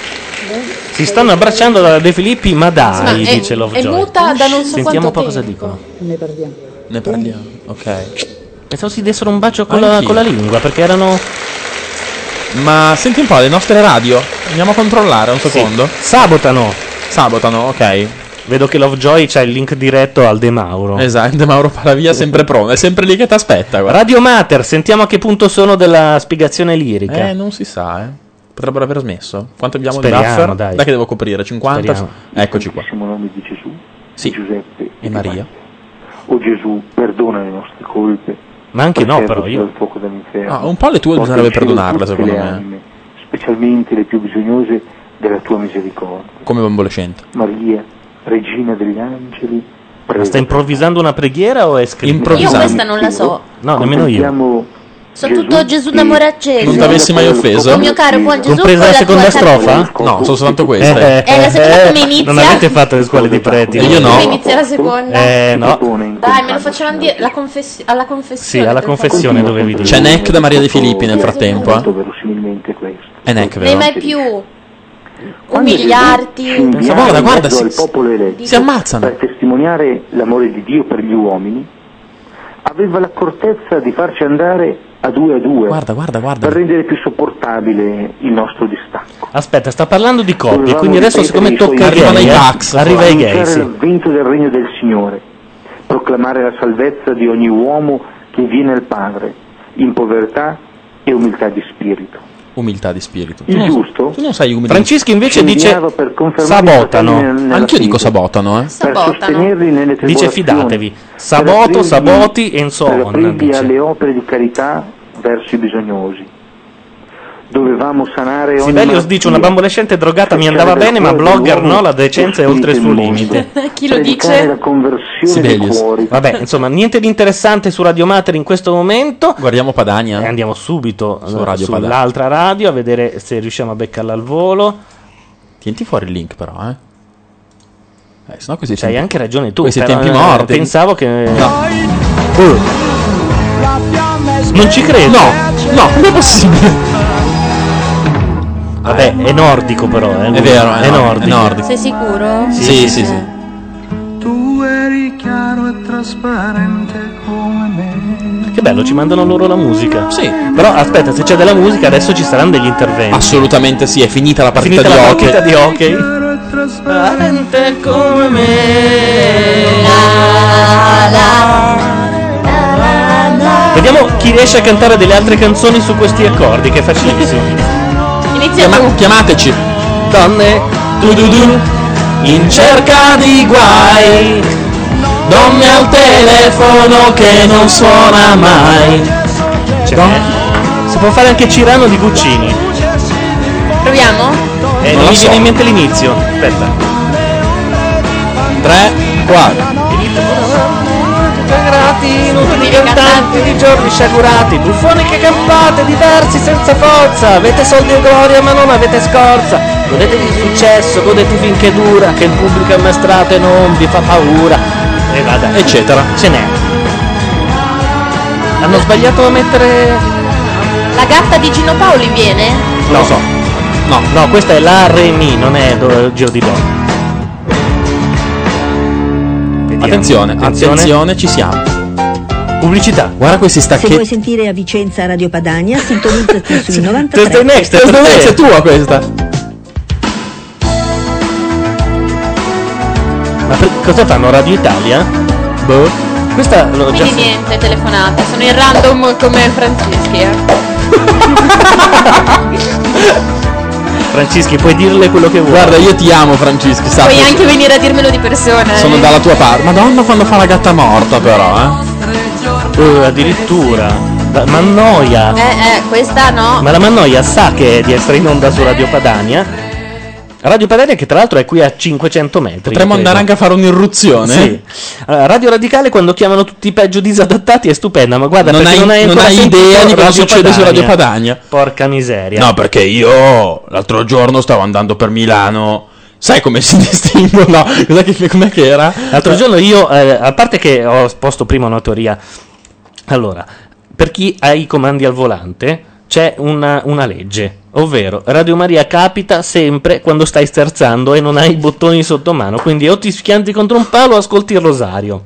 Speaker 4: Si stanno abbracciando da De Filippi, ma
Speaker 5: Ah,
Speaker 4: dai,
Speaker 7: Ma è-
Speaker 4: dice Love
Speaker 7: è muta da non so
Speaker 4: Sentiamo un po'
Speaker 7: quanto
Speaker 4: cosa
Speaker 7: tempo.
Speaker 4: dicono.
Speaker 7: Ne parliamo.
Speaker 5: Ne parliamo. Ok.
Speaker 4: Pensavo si dessero un bacio con la,
Speaker 5: Anch'io.
Speaker 4: con la lingua perché erano.
Speaker 5: Ma senti un po' le nostre radio. Andiamo a controllare un secondo.
Speaker 4: Sabotano.
Speaker 5: Sabotano, ok.
Speaker 4: Vedo che Lovejoy c'ha il link diretto al De Mauro.
Speaker 5: Esatto, De Mauro Palavia è sempre pronto, è sempre lì che ti aspetta. guarda.
Speaker 4: Radio Mater, sentiamo a che punto sono della spiegazione lirica.
Speaker 5: Eh, non si sa, eh. Potrebbero aver smesso. Quanto abbiamo di
Speaker 4: Speriamo,
Speaker 5: buffer?
Speaker 4: dai.
Speaker 5: che devo coprire? 50?
Speaker 4: Speriamo.
Speaker 5: Eccoci qua.
Speaker 3: nome di Gesù,
Speaker 5: Sì.
Speaker 3: Giuseppe
Speaker 5: E Maria.
Speaker 3: O Oh, Gesù, perdona le nostre colpe.
Speaker 4: Ma anche no, però,
Speaker 3: proteggendoci
Speaker 4: io-
Speaker 3: dal fuoco dell'inferno.
Speaker 5: Ah, un po' le tue
Speaker 3: Porta
Speaker 5: bisognerebbe
Speaker 3: in cielo
Speaker 5: perdonarle,
Speaker 3: tutte
Speaker 5: secondo
Speaker 3: le
Speaker 5: me.
Speaker 3: anime, specialmente le più bisognose della tua misericordia.
Speaker 5: Come bambolescente.
Speaker 3: Maria, regina degli angeli,
Speaker 4: Ma sta improvvisando una preghiera o è scritta?
Speaker 3: Improvvisando.
Speaker 13: Io questa non la so.
Speaker 4: No, nemmeno io.
Speaker 13: Soprattutto Gesù da Moraccese.
Speaker 5: Non t'avessi mai offeso?
Speaker 13: Oh mio caro buon Gesù,
Speaker 4: Compresa
Speaker 13: con
Speaker 4: la
Speaker 13: tua
Speaker 4: seconda
Speaker 13: car-
Speaker 4: strofa?
Speaker 5: No, sono soltanto
Speaker 13: Eh,
Speaker 5: queste.
Speaker 13: eh, la seconda come inizia?
Speaker 4: Non avete fatto le scuole di preti?
Speaker 5: Io no.
Speaker 13: Come inizia la seconda?
Speaker 4: Eh, no.
Speaker 13: Dai, me lo facevano dire la confess- alla
Speaker 4: Sì,
Speaker 13: confessione.
Speaker 4: alla
Speaker 13: per favore.
Speaker 4: confessione dovevi dire.
Speaker 5: C'è Neck da Maria De Filippi nel frattempo.
Speaker 3: Molto
Speaker 5: Eh.
Speaker 3: verosimilmente questo.
Speaker 5: È Neck,
Speaker 13: Non devi
Speaker 5: vero?
Speaker 13: mai più umiliarti.
Speaker 5: Pensavo- guarda, guarda, si-
Speaker 3: il popolo eletto
Speaker 5: si ammazzano.
Speaker 3: per testimoniare l'amore di Dio per gli uomini, aveva l'accortezza di farci andare a due a due per rendere più sopportabile il nostro distacco.
Speaker 4: Cioè, Aspetta, sta parlando di coppie,
Speaker 3: Dovevamo
Speaker 4: quindi adesso
Speaker 3: ripetere
Speaker 4: siccome
Speaker 3: i suoi
Speaker 4: tocca ai
Speaker 3: impegni,
Speaker 4: gay, eh,
Speaker 3: eh,
Speaker 4: arriva ai
Speaker 3: annunciare
Speaker 4: gay, sì.
Speaker 3: l'avvento del regno del Signore, proclamare la salvezza di ogni uomo che viene al Padre in povertà e umiltà di spirito.
Speaker 5: Umiltà di spirito.
Speaker 3: Il
Speaker 5: Tu non-
Speaker 3: giusto?
Speaker 5: Tu non sai umiltà.
Speaker 3: Francesco invece Segnava dice per confermare i fratelli nel-
Speaker 5: Sabotano.
Speaker 3: nella
Speaker 5: Anch'io dico
Speaker 3: fede.
Speaker 5: sabotano, eh.
Speaker 3: per sostenerli nelle tribolazioni.
Speaker 4: Dice fidatevi.
Speaker 3: per
Speaker 4: Saboto,
Speaker 3: aprirvi-
Speaker 4: saboti e
Speaker 3: per
Speaker 4: on.
Speaker 3: aprirvi
Speaker 4: dice.
Speaker 3: alle opere di carità verso i bisognosi. Dovevamo sanare ogni
Speaker 4: Sibelius dice una
Speaker 3: malattia,
Speaker 4: bambolescente drogata mi andava
Speaker 3: cercare
Speaker 4: bene, ma
Speaker 3: del
Speaker 4: blogger
Speaker 3: cuore
Speaker 4: no, la
Speaker 3: dell'uomo
Speaker 4: decenza è oltre il suo limite.
Speaker 13: Chi lo
Speaker 3: predicare
Speaker 13: dice?
Speaker 3: la conversione dei cuori.
Speaker 4: Vabbè, insomma, niente di interessante su Radio Mater in questo momento.
Speaker 5: Guardiamo Padania.
Speaker 4: E andiamo subito
Speaker 5: Su
Speaker 4: eh,
Speaker 5: Radio Padania.
Speaker 4: sull'altra radio a vedere se riusciamo a beccarla al volo.
Speaker 5: Tienti fuori il link, però, eh. Eh, sennò questi
Speaker 4: C'hai
Speaker 5: tempi-
Speaker 4: anche ragione tu.
Speaker 5: Questi
Speaker 4: però,
Speaker 5: tempi
Speaker 4: eh,
Speaker 5: morti.
Speaker 4: Pensavo che.
Speaker 5: Oh.
Speaker 4: Boh. Non ci credo.
Speaker 5: No, no, come è possibile?
Speaker 4: Vabbè, è nordico però, eh, lui.
Speaker 5: È vero, è
Speaker 4: è
Speaker 5: nord-
Speaker 4: nordico.
Speaker 5: è nordico.
Speaker 13: Sei sicuro?
Speaker 5: Sì, sì, sì.
Speaker 10: Tu eri chiaro e trasparente come me.
Speaker 4: Che bello, ci mandano loro la musica.
Speaker 5: Sì.
Speaker 4: Però aspetta, se c'è della musica, adesso ci saranno degli interventi.
Speaker 5: Assolutamente sì, è finita la partita
Speaker 4: Finita
Speaker 5: di
Speaker 4: la
Speaker 5: hockey.
Speaker 4: partita di hockey.
Speaker 10: Chiaro e
Speaker 4: trasparente come me. Vediamo chi riesce a cantare delle altre canzoni su questi accordi, che è facilissimo.
Speaker 13: Inizia
Speaker 5: tu. Chiamateci.
Speaker 4: Donne, tu du du, in cerca di guai.
Speaker 5: Donne al telefono che non suona mai.
Speaker 4: Cioè, eh, Si può fare anche Cirano di Guccini.
Speaker 13: Proviamo?
Speaker 4: Eh, non,
Speaker 5: Non la
Speaker 4: mi
Speaker 5: so.
Speaker 4: viene in mente l'inizio. Aspetta.
Speaker 5: 3, 4.
Speaker 4: Grati, inutili cantanti di giorni sciagurati, buffoni che campate, diversi senza forza, avete soldi e gloria ma non avete scorza, godetevi il successo, godete finché dura, che il pubblico ammaestrato e non vi fa paura, e vada,
Speaker 5: eccetera.
Speaker 4: Ce n'è. Hanno sbagliato a mettere...
Speaker 13: La gatta di Gino Paoli viene?
Speaker 4: Non lo so. No, no, questa è la Re Mi, non è do- il giro di Do. Vediamo.
Speaker 5: Attenzione, attenzione, ci siamo.
Speaker 4: Pubblicità.
Speaker 5: Guarda questi
Speaker 21: Se vuoi
Speaker 5: stacchetti.
Speaker 21: sentire a Vicenza Radio Padania, sintonizzati sui 93.
Speaker 5: Testa next, testa next è tua questa.
Speaker 4: Ma per- cosa fanno Radio Italia? Boh. Questa l'ho già
Speaker 13: Quindi niente, telefonata. Sono in random come Franceschi. eh.
Speaker 4: Francischi, puoi dirle quello che vuoi.
Speaker 5: Guarda, io ti amo, Franceschi. sappi.
Speaker 13: Puoi anche venire a dirmelo di persona.
Speaker 5: Sono
Speaker 13: eh.
Speaker 5: dalla tua parte. Madonna, quando fa la gatta morta, però, Uh.
Speaker 4: eh. addirittura. La Mannoia.
Speaker 13: Eh, eh, questa no.
Speaker 4: Ma la Mannoia sa che è di essere in onda su Radio Padania. Radio Padania, che tra l'altro è qui a 500 metri.
Speaker 5: Potremmo andare anche a fare un'irruzione.
Speaker 4: Sì. Allora, Radio Radicale quando chiamano tutti i peggio disadattati è stupenda, ma guarda,
Speaker 5: Non
Speaker 4: perché
Speaker 5: hai-
Speaker 4: non hai,
Speaker 5: non
Speaker 4: ancora
Speaker 5: hai
Speaker 4: sentito
Speaker 5: idea di cosa succede su Radio Padania.
Speaker 4: Porca miseria.
Speaker 5: No, perché io l'altro giorno stavo andando per Milano. Sai come si distinguono? No, cos'è che- com'è che era?
Speaker 4: L'altro giorno io, eh, a parte che ho esposto prima una teoria, allora, per chi ha i comandi al volante c'è una, una legge, ovvero Radio Maria capita sempre quando stai sterzando e non hai i bottoni sotto mano, quindi o ti schianti contro un palo o ascolti il rosario.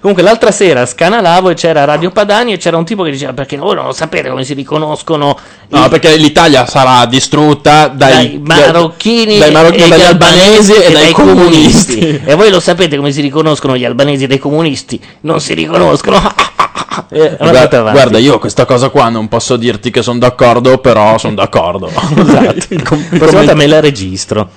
Speaker 4: Comunque l'altra sera scanalavo e c'era Radio Padani e c'era un tipo che diceva perché voi non sapete come si riconoscono
Speaker 5: No, perché l'Italia sarà distrutta dai,
Speaker 4: dai marocchini,
Speaker 5: dai marocchini,
Speaker 4: e
Speaker 5: dagli
Speaker 4: gli
Speaker 5: albanesi e, dai, comunisti.
Speaker 4: E voi lo sapete come si riconoscono gli albanesi dai comunisti? Non si riconoscono. Eh,
Speaker 5: Guarda-
Speaker 4: andate avanti.
Speaker 5: guarda, io questa cosa qua non posso dirti che sono d'accordo, però sono d'accordo. Esatto.
Speaker 4: Prossima volta me la registro.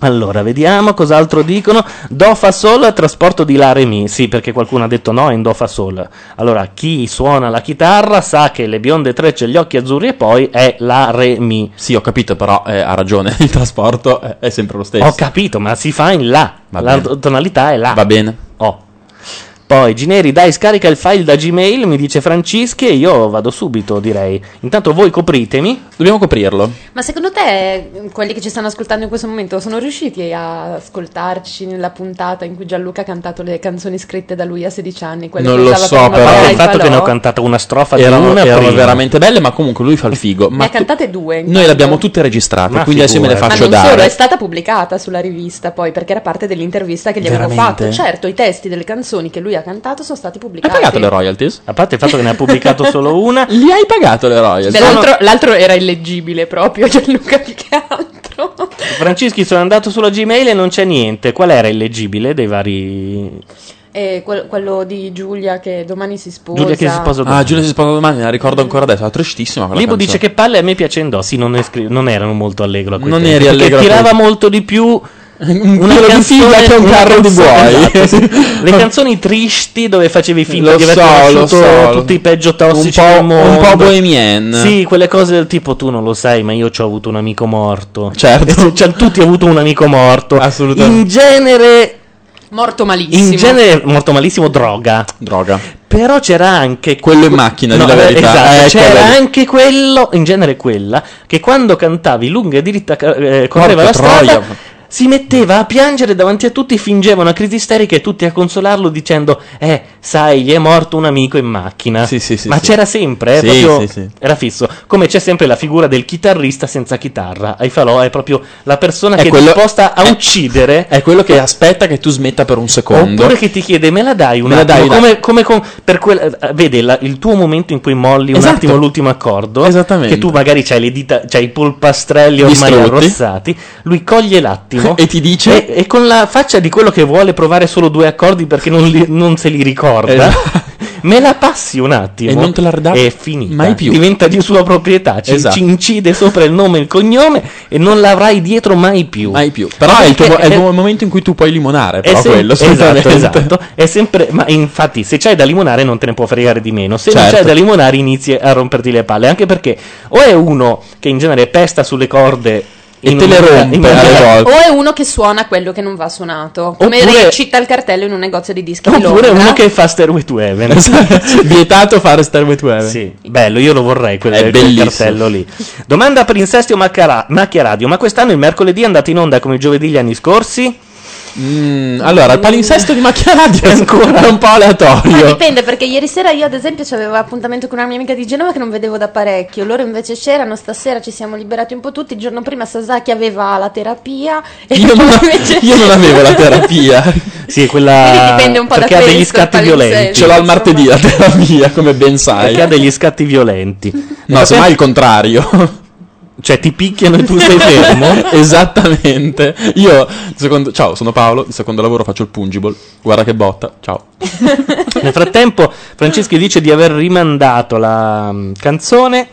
Speaker 4: Allora, vediamo cos'altro dicono. Do fa sol, trasporto di la re mi. Sì, perché qualcuno ha detto no in do fa sol. Allora, chi suona la chitarra sa che le bionde trecce, gli occhi azzurri e poi è la re mi.
Speaker 5: Sì, ho capito, però eh, ha ragione, il trasporto è, è sempre lo stesso.
Speaker 4: Ho capito, ma si fa in là.
Speaker 5: Va
Speaker 4: la
Speaker 5: bene.
Speaker 4: tonalità è là.
Speaker 5: Va bene.
Speaker 4: Oh. Poi Gineri, dai, scarica il file da Gmail, mi dice Francischi e io vado subito, direi. Intanto voi copritemi.
Speaker 5: Dobbiamo coprirlo.
Speaker 7: Ma secondo te eh, quelli che ci stanno ascoltando in questo momento sono riusciti a ascoltarci nella puntata in cui Gianluca ha cantato le canzoni scritte da lui a 16 anni? quelle che usava per innamorare
Speaker 4: Il
Speaker 7: i
Speaker 4: fatto che
Speaker 7: falò?
Speaker 4: ne ho cantata una strofa di
Speaker 5: Erano,
Speaker 4: una
Speaker 5: erano
Speaker 4: prima.
Speaker 5: veramente belle, ma comunque lui fa il figo.
Speaker 7: Ne
Speaker 5: Ma
Speaker 7: ha cantate due.
Speaker 5: noi le abbiamo tutte registrate,
Speaker 4: Ma
Speaker 5: quindi adesso me le
Speaker 4: figurati.
Speaker 5: faccio
Speaker 7: Ma non solo, è
Speaker 5: dare.
Speaker 7: stata pubblicata sulla rivista poi, perché era parte dell'intervista che gli avevano
Speaker 5: Veramente?
Speaker 7: fatto. Certo, i testi delle canzoni che lui ha cantato sono stati
Speaker 5: Hai
Speaker 7: pubblicati.
Speaker 5: pagato le royalties?
Speaker 4: A parte il fatto che ne ha pubblicato solo una.
Speaker 5: Gli hai pagato le royalties?
Speaker 7: Beh, l'altro, l'altro era illeggibile proprio, cioè Gianluca più che altro.
Speaker 4: Francischi, sono andato sulla Gmail e non c'è niente. Qual era il leggibile dei vari.
Speaker 7: E Eh, quel- quello di Giulia che domani si sposa.
Speaker 4: Giulia che si sposa
Speaker 5: Ah, Giulia si sposa domani, la ricordo ancora adesso, è tristissima quella
Speaker 4: Libo dice
Speaker 5: canzone.
Speaker 4: che palle a me piace Indossi. Non, ne scri- non erano molto allegro a quei
Speaker 5: Non
Speaker 4: tempi,
Speaker 5: eri allegro a
Speaker 4: Perché
Speaker 5: quei-
Speaker 4: tirava molto di più. Una
Speaker 5: chilo di figa che un
Speaker 4: una
Speaker 5: carro di
Speaker 4: canzone-
Speaker 5: buoi.
Speaker 4: esatto, sì. Le canzoni tristi dove facevi finta
Speaker 5: Lo
Speaker 4: di aver
Speaker 5: so, lo
Speaker 4: conosciuto
Speaker 5: so.
Speaker 4: tutti i peggio tossici
Speaker 5: Un po'-
Speaker 4: del mondo.
Speaker 5: un po' bohemian.
Speaker 4: Sì, quelle cose del tipo tu non lo sai, ma io ci ho avuto un amico morto.
Speaker 5: Certo.
Speaker 4: Cioè, tutti hanno avuto un amico morto. Assolutamente. In genere
Speaker 7: Morto malissimo.
Speaker 4: in genere molto malissimo droga.
Speaker 5: Droga.
Speaker 4: Però c'era anche
Speaker 5: Quello in macchina, di
Speaker 4: No,
Speaker 5: la
Speaker 4: eh,
Speaker 5: verità.
Speaker 4: esatto,
Speaker 5: Ecco,
Speaker 4: c'era
Speaker 5: vedi.
Speaker 4: anche quello, in genere quella, che quando cantavi lunga e diritta ca- eh,
Speaker 5: Porca
Speaker 4: correva la strada,
Speaker 5: troia.
Speaker 4: si metteva a piangere davanti a tutti, fingeva una crisi isterica e tutti a consolarlo dicendo "Eh, sai, gli è morto un amico in macchina". Ma
Speaker 5: sì.
Speaker 4: c'era sempre, eh,
Speaker 5: Sì,
Speaker 4: proprio
Speaker 5: sì, sì.
Speaker 4: era fisso. Come c'è sempre la figura del chitarrista senza chitarra. Ai falò è proprio la persona
Speaker 5: È
Speaker 4: che
Speaker 5: quello-
Speaker 4: è disposta a uccidere
Speaker 5: È quello che aspetta che tu smetta per un secondo.
Speaker 4: Oppure che ti chiede, me la dai un
Speaker 5: Me la
Speaker 4: attimo?
Speaker 5: dai un
Speaker 4: come, come con, per quel, eh, vede la- il tuo momento in cui molli un
Speaker 5: Esatto.
Speaker 4: attimo l'ultimo accordo,
Speaker 5: Esattamente.
Speaker 4: che tu magari c'hai le dita, c'hai i polpastrelli ormai
Speaker 5: Distrutti.
Speaker 4: arrossati, lui coglie l'attimo
Speaker 5: E ti dice-
Speaker 4: e, e con la faccia di quello che vuole provare solo due accordi perché non, li- non se li ricorda.
Speaker 5: Esatto.
Speaker 4: Me la passi un attimo
Speaker 5: E non te la ridà
Speaker 4: è finita.
Speaker 5: mai più.
Speaker 4: Diventa di sua proprietà. Ci,
Speaker 5: Esatto.
Speaker 4: ci incide sopra il nome e il cognome e non l'avrai dietro mai più.
Speaker 5: Mai più. Però è il, tuo, è il tuo momento in cui tu puoi limonare, però
Speaker 4: sem-
Speaker 5: quello,
Speaker 4: esatto,
Speaker 5: assolutamente.
Speaker 4: esatto. È sempre, ma infatti, se c'hai da limonare, non te ne può fregare di meno. Se non
Speaker 5: Certo.
Speaker 4: c'hai da limonare, inizi a romperti le palle. Anche perché o è uno che in genere pesta sulle corde
Speaker 5: E
Speaker 4: in
Speaker 5: te le
Speaker 4: maniera-
Speaker 5: rompe
Speaker 4: in maniera-
Speaker 5: alle
Speaker 7: O è uno che suona quello che non va suonato, come
Speaker 4: Oppure-
Speaker 7: recita il cartello in un negozio di dischi di
Speaker 4: Oppure
Speaker 7: Londra.
Speaker 4: uno che fa Stairway to Heaven.
Speaker 5: Vietato fare Stairway to Heaven.
Speaker 4: Sì, bello, io lo vorrei quel,
Speaker 5: È
Speaker 4: quel
Speaker 5: bellissimo.
Speaker 4: cartello lì. Domanda per Insestio Macchia, Macchia Radio. Ma quest'anno il mercoledì andate in onda come il giovedì gli anni scorsi?
Speaker 5: allora, il palinsesto di Macchia Radio è ancora un po'
Speaker 7: Ma
Speaker 5: aleatorio.
Speaker 7: dipende perché ieri sera io ad esempio avevo appuntamento con una mia amica di Genova che non vedevo da parecchio, loro invece c'erano, stasera ci siamo liberati un po' tutti, il giorno prima Sasaki aveva la terapia e
Speaker 5: Io non, io non avevo la terapia.
Speaker 4: Sì, quella.
Speaker 7: Quindi dipende un po' da
Speaker 4: perché ha
Speaker 7: quello
Speaker 4: degli
Speaker 7: esco il
Speaker 4: scatti
Speaker 7: palinsesto,
Speaker 4: violenti.
Speaker 5: Ce l'ho al martedì la terapia, come ben sai.
Speaker 4: Perché ha degli scatti violenti.
Speaker 5: No, semmai il contrario.
Speaker 4: Cioè, ti picchiano e tu sei fermo?
Speaker 5: Esattamente. Io, secondo- ciao, sono Paolo. Il secondo lavoro faccio il pungible. Guarda che botta. Ciao.
Speaker 4: Nel frattempo, Franceschi dice di aver rimandato la mm, canzone.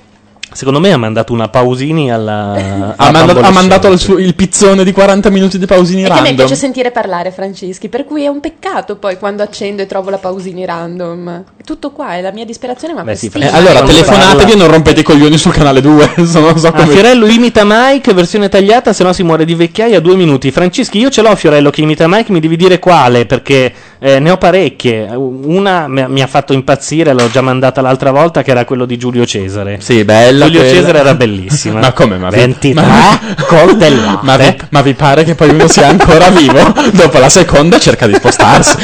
Speaker 4: Secondo me ha mandato una Pausini alla.
Speaker 5: Ha
Speaker 4: alla
Speaker 5: mandato, ha
Speaker 4: bambola
Speaker 5: mandato il, suo- il pizzone di 40 minuti di Pausini
Speaker 7: È che a me
Speaker 5: random.
Speaker 7: piace sentire parlare Franceschi, per cui è un peccato poi quando accendo e trovo la pausini random. È Tutto qua, è la mia disperazione, ma
Speaker 4: Beh, sì,
Speaker 5: Eh,
Speaker 7: fastidio.
Speaker 5: allora,
Speaker 4: Non
Speaker 5: telefonatevi
Speaker 4: parla.
Speaker 5: e non rompete i coglioni sul canale 2. non so
Speaker 4: Ah,
Speaker 5: come.
Speaker 4: Fiorello imita Mike, versione tagliata, se no si muore di vecchiaia. Due minuti. Francischi, io ce l'ho Fiorello che imita Mike, mi devi dire quale, perché eh, ne ho parecchie. Una mi mi ha fatto impazzire, l'ho già mandata l'altra volta, che era quello di Giulio Cesare.
Speaker 5: Sì, bella.
Speaker 4: Giulio
Speaker 5: quella.
Speaker 4: Cesare era bellissima.
Speaker 5: Ma come? Ma vi-
Speaker 4: 23
Speaker 5: ma-
Speaker 4: coltellate.
Speaker 5: Ma vi, ma vi pare che poi uno sia ancora vivo? Dopo la seconda cerca di spostarsi.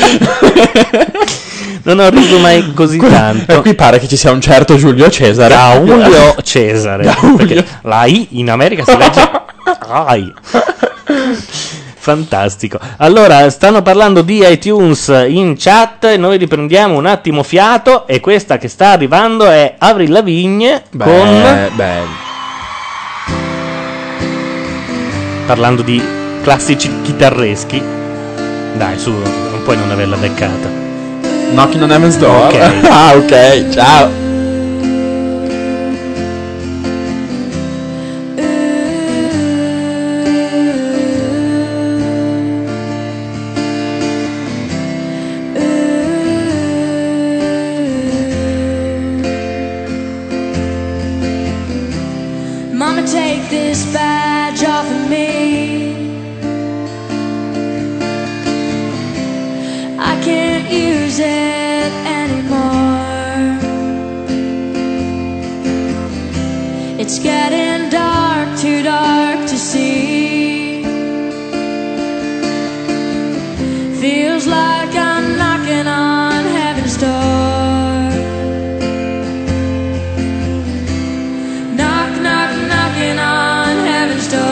Speaker 4: Non ho riso mai così tanto.
Speaker 5: E qui pare che ci sia un certo Giulio Cesare.
Speaker 4: Giulio Cesare. Perché la I in America si legge AI. Fantastico. Allora, stanno parlando di iTunes in chat. Noi riprendiamo un attimo fiato. E questa che sta arrivando è Avril Lavigne con. Parlando di classici chitarreschi. Dai, su, non puoi non averla beccata.
Speaker 5: Knocking on Heaven's Door.
Speaker 4: Ok.
Speaker 5: ah, ok, ciao.
Speaker 20: Mama, take this badge off of me. I can't use it anymore. It's getting dark, too dark to see. Feels like I'm knocking on heaven's door. Knock, knock, knocking on heaven's door.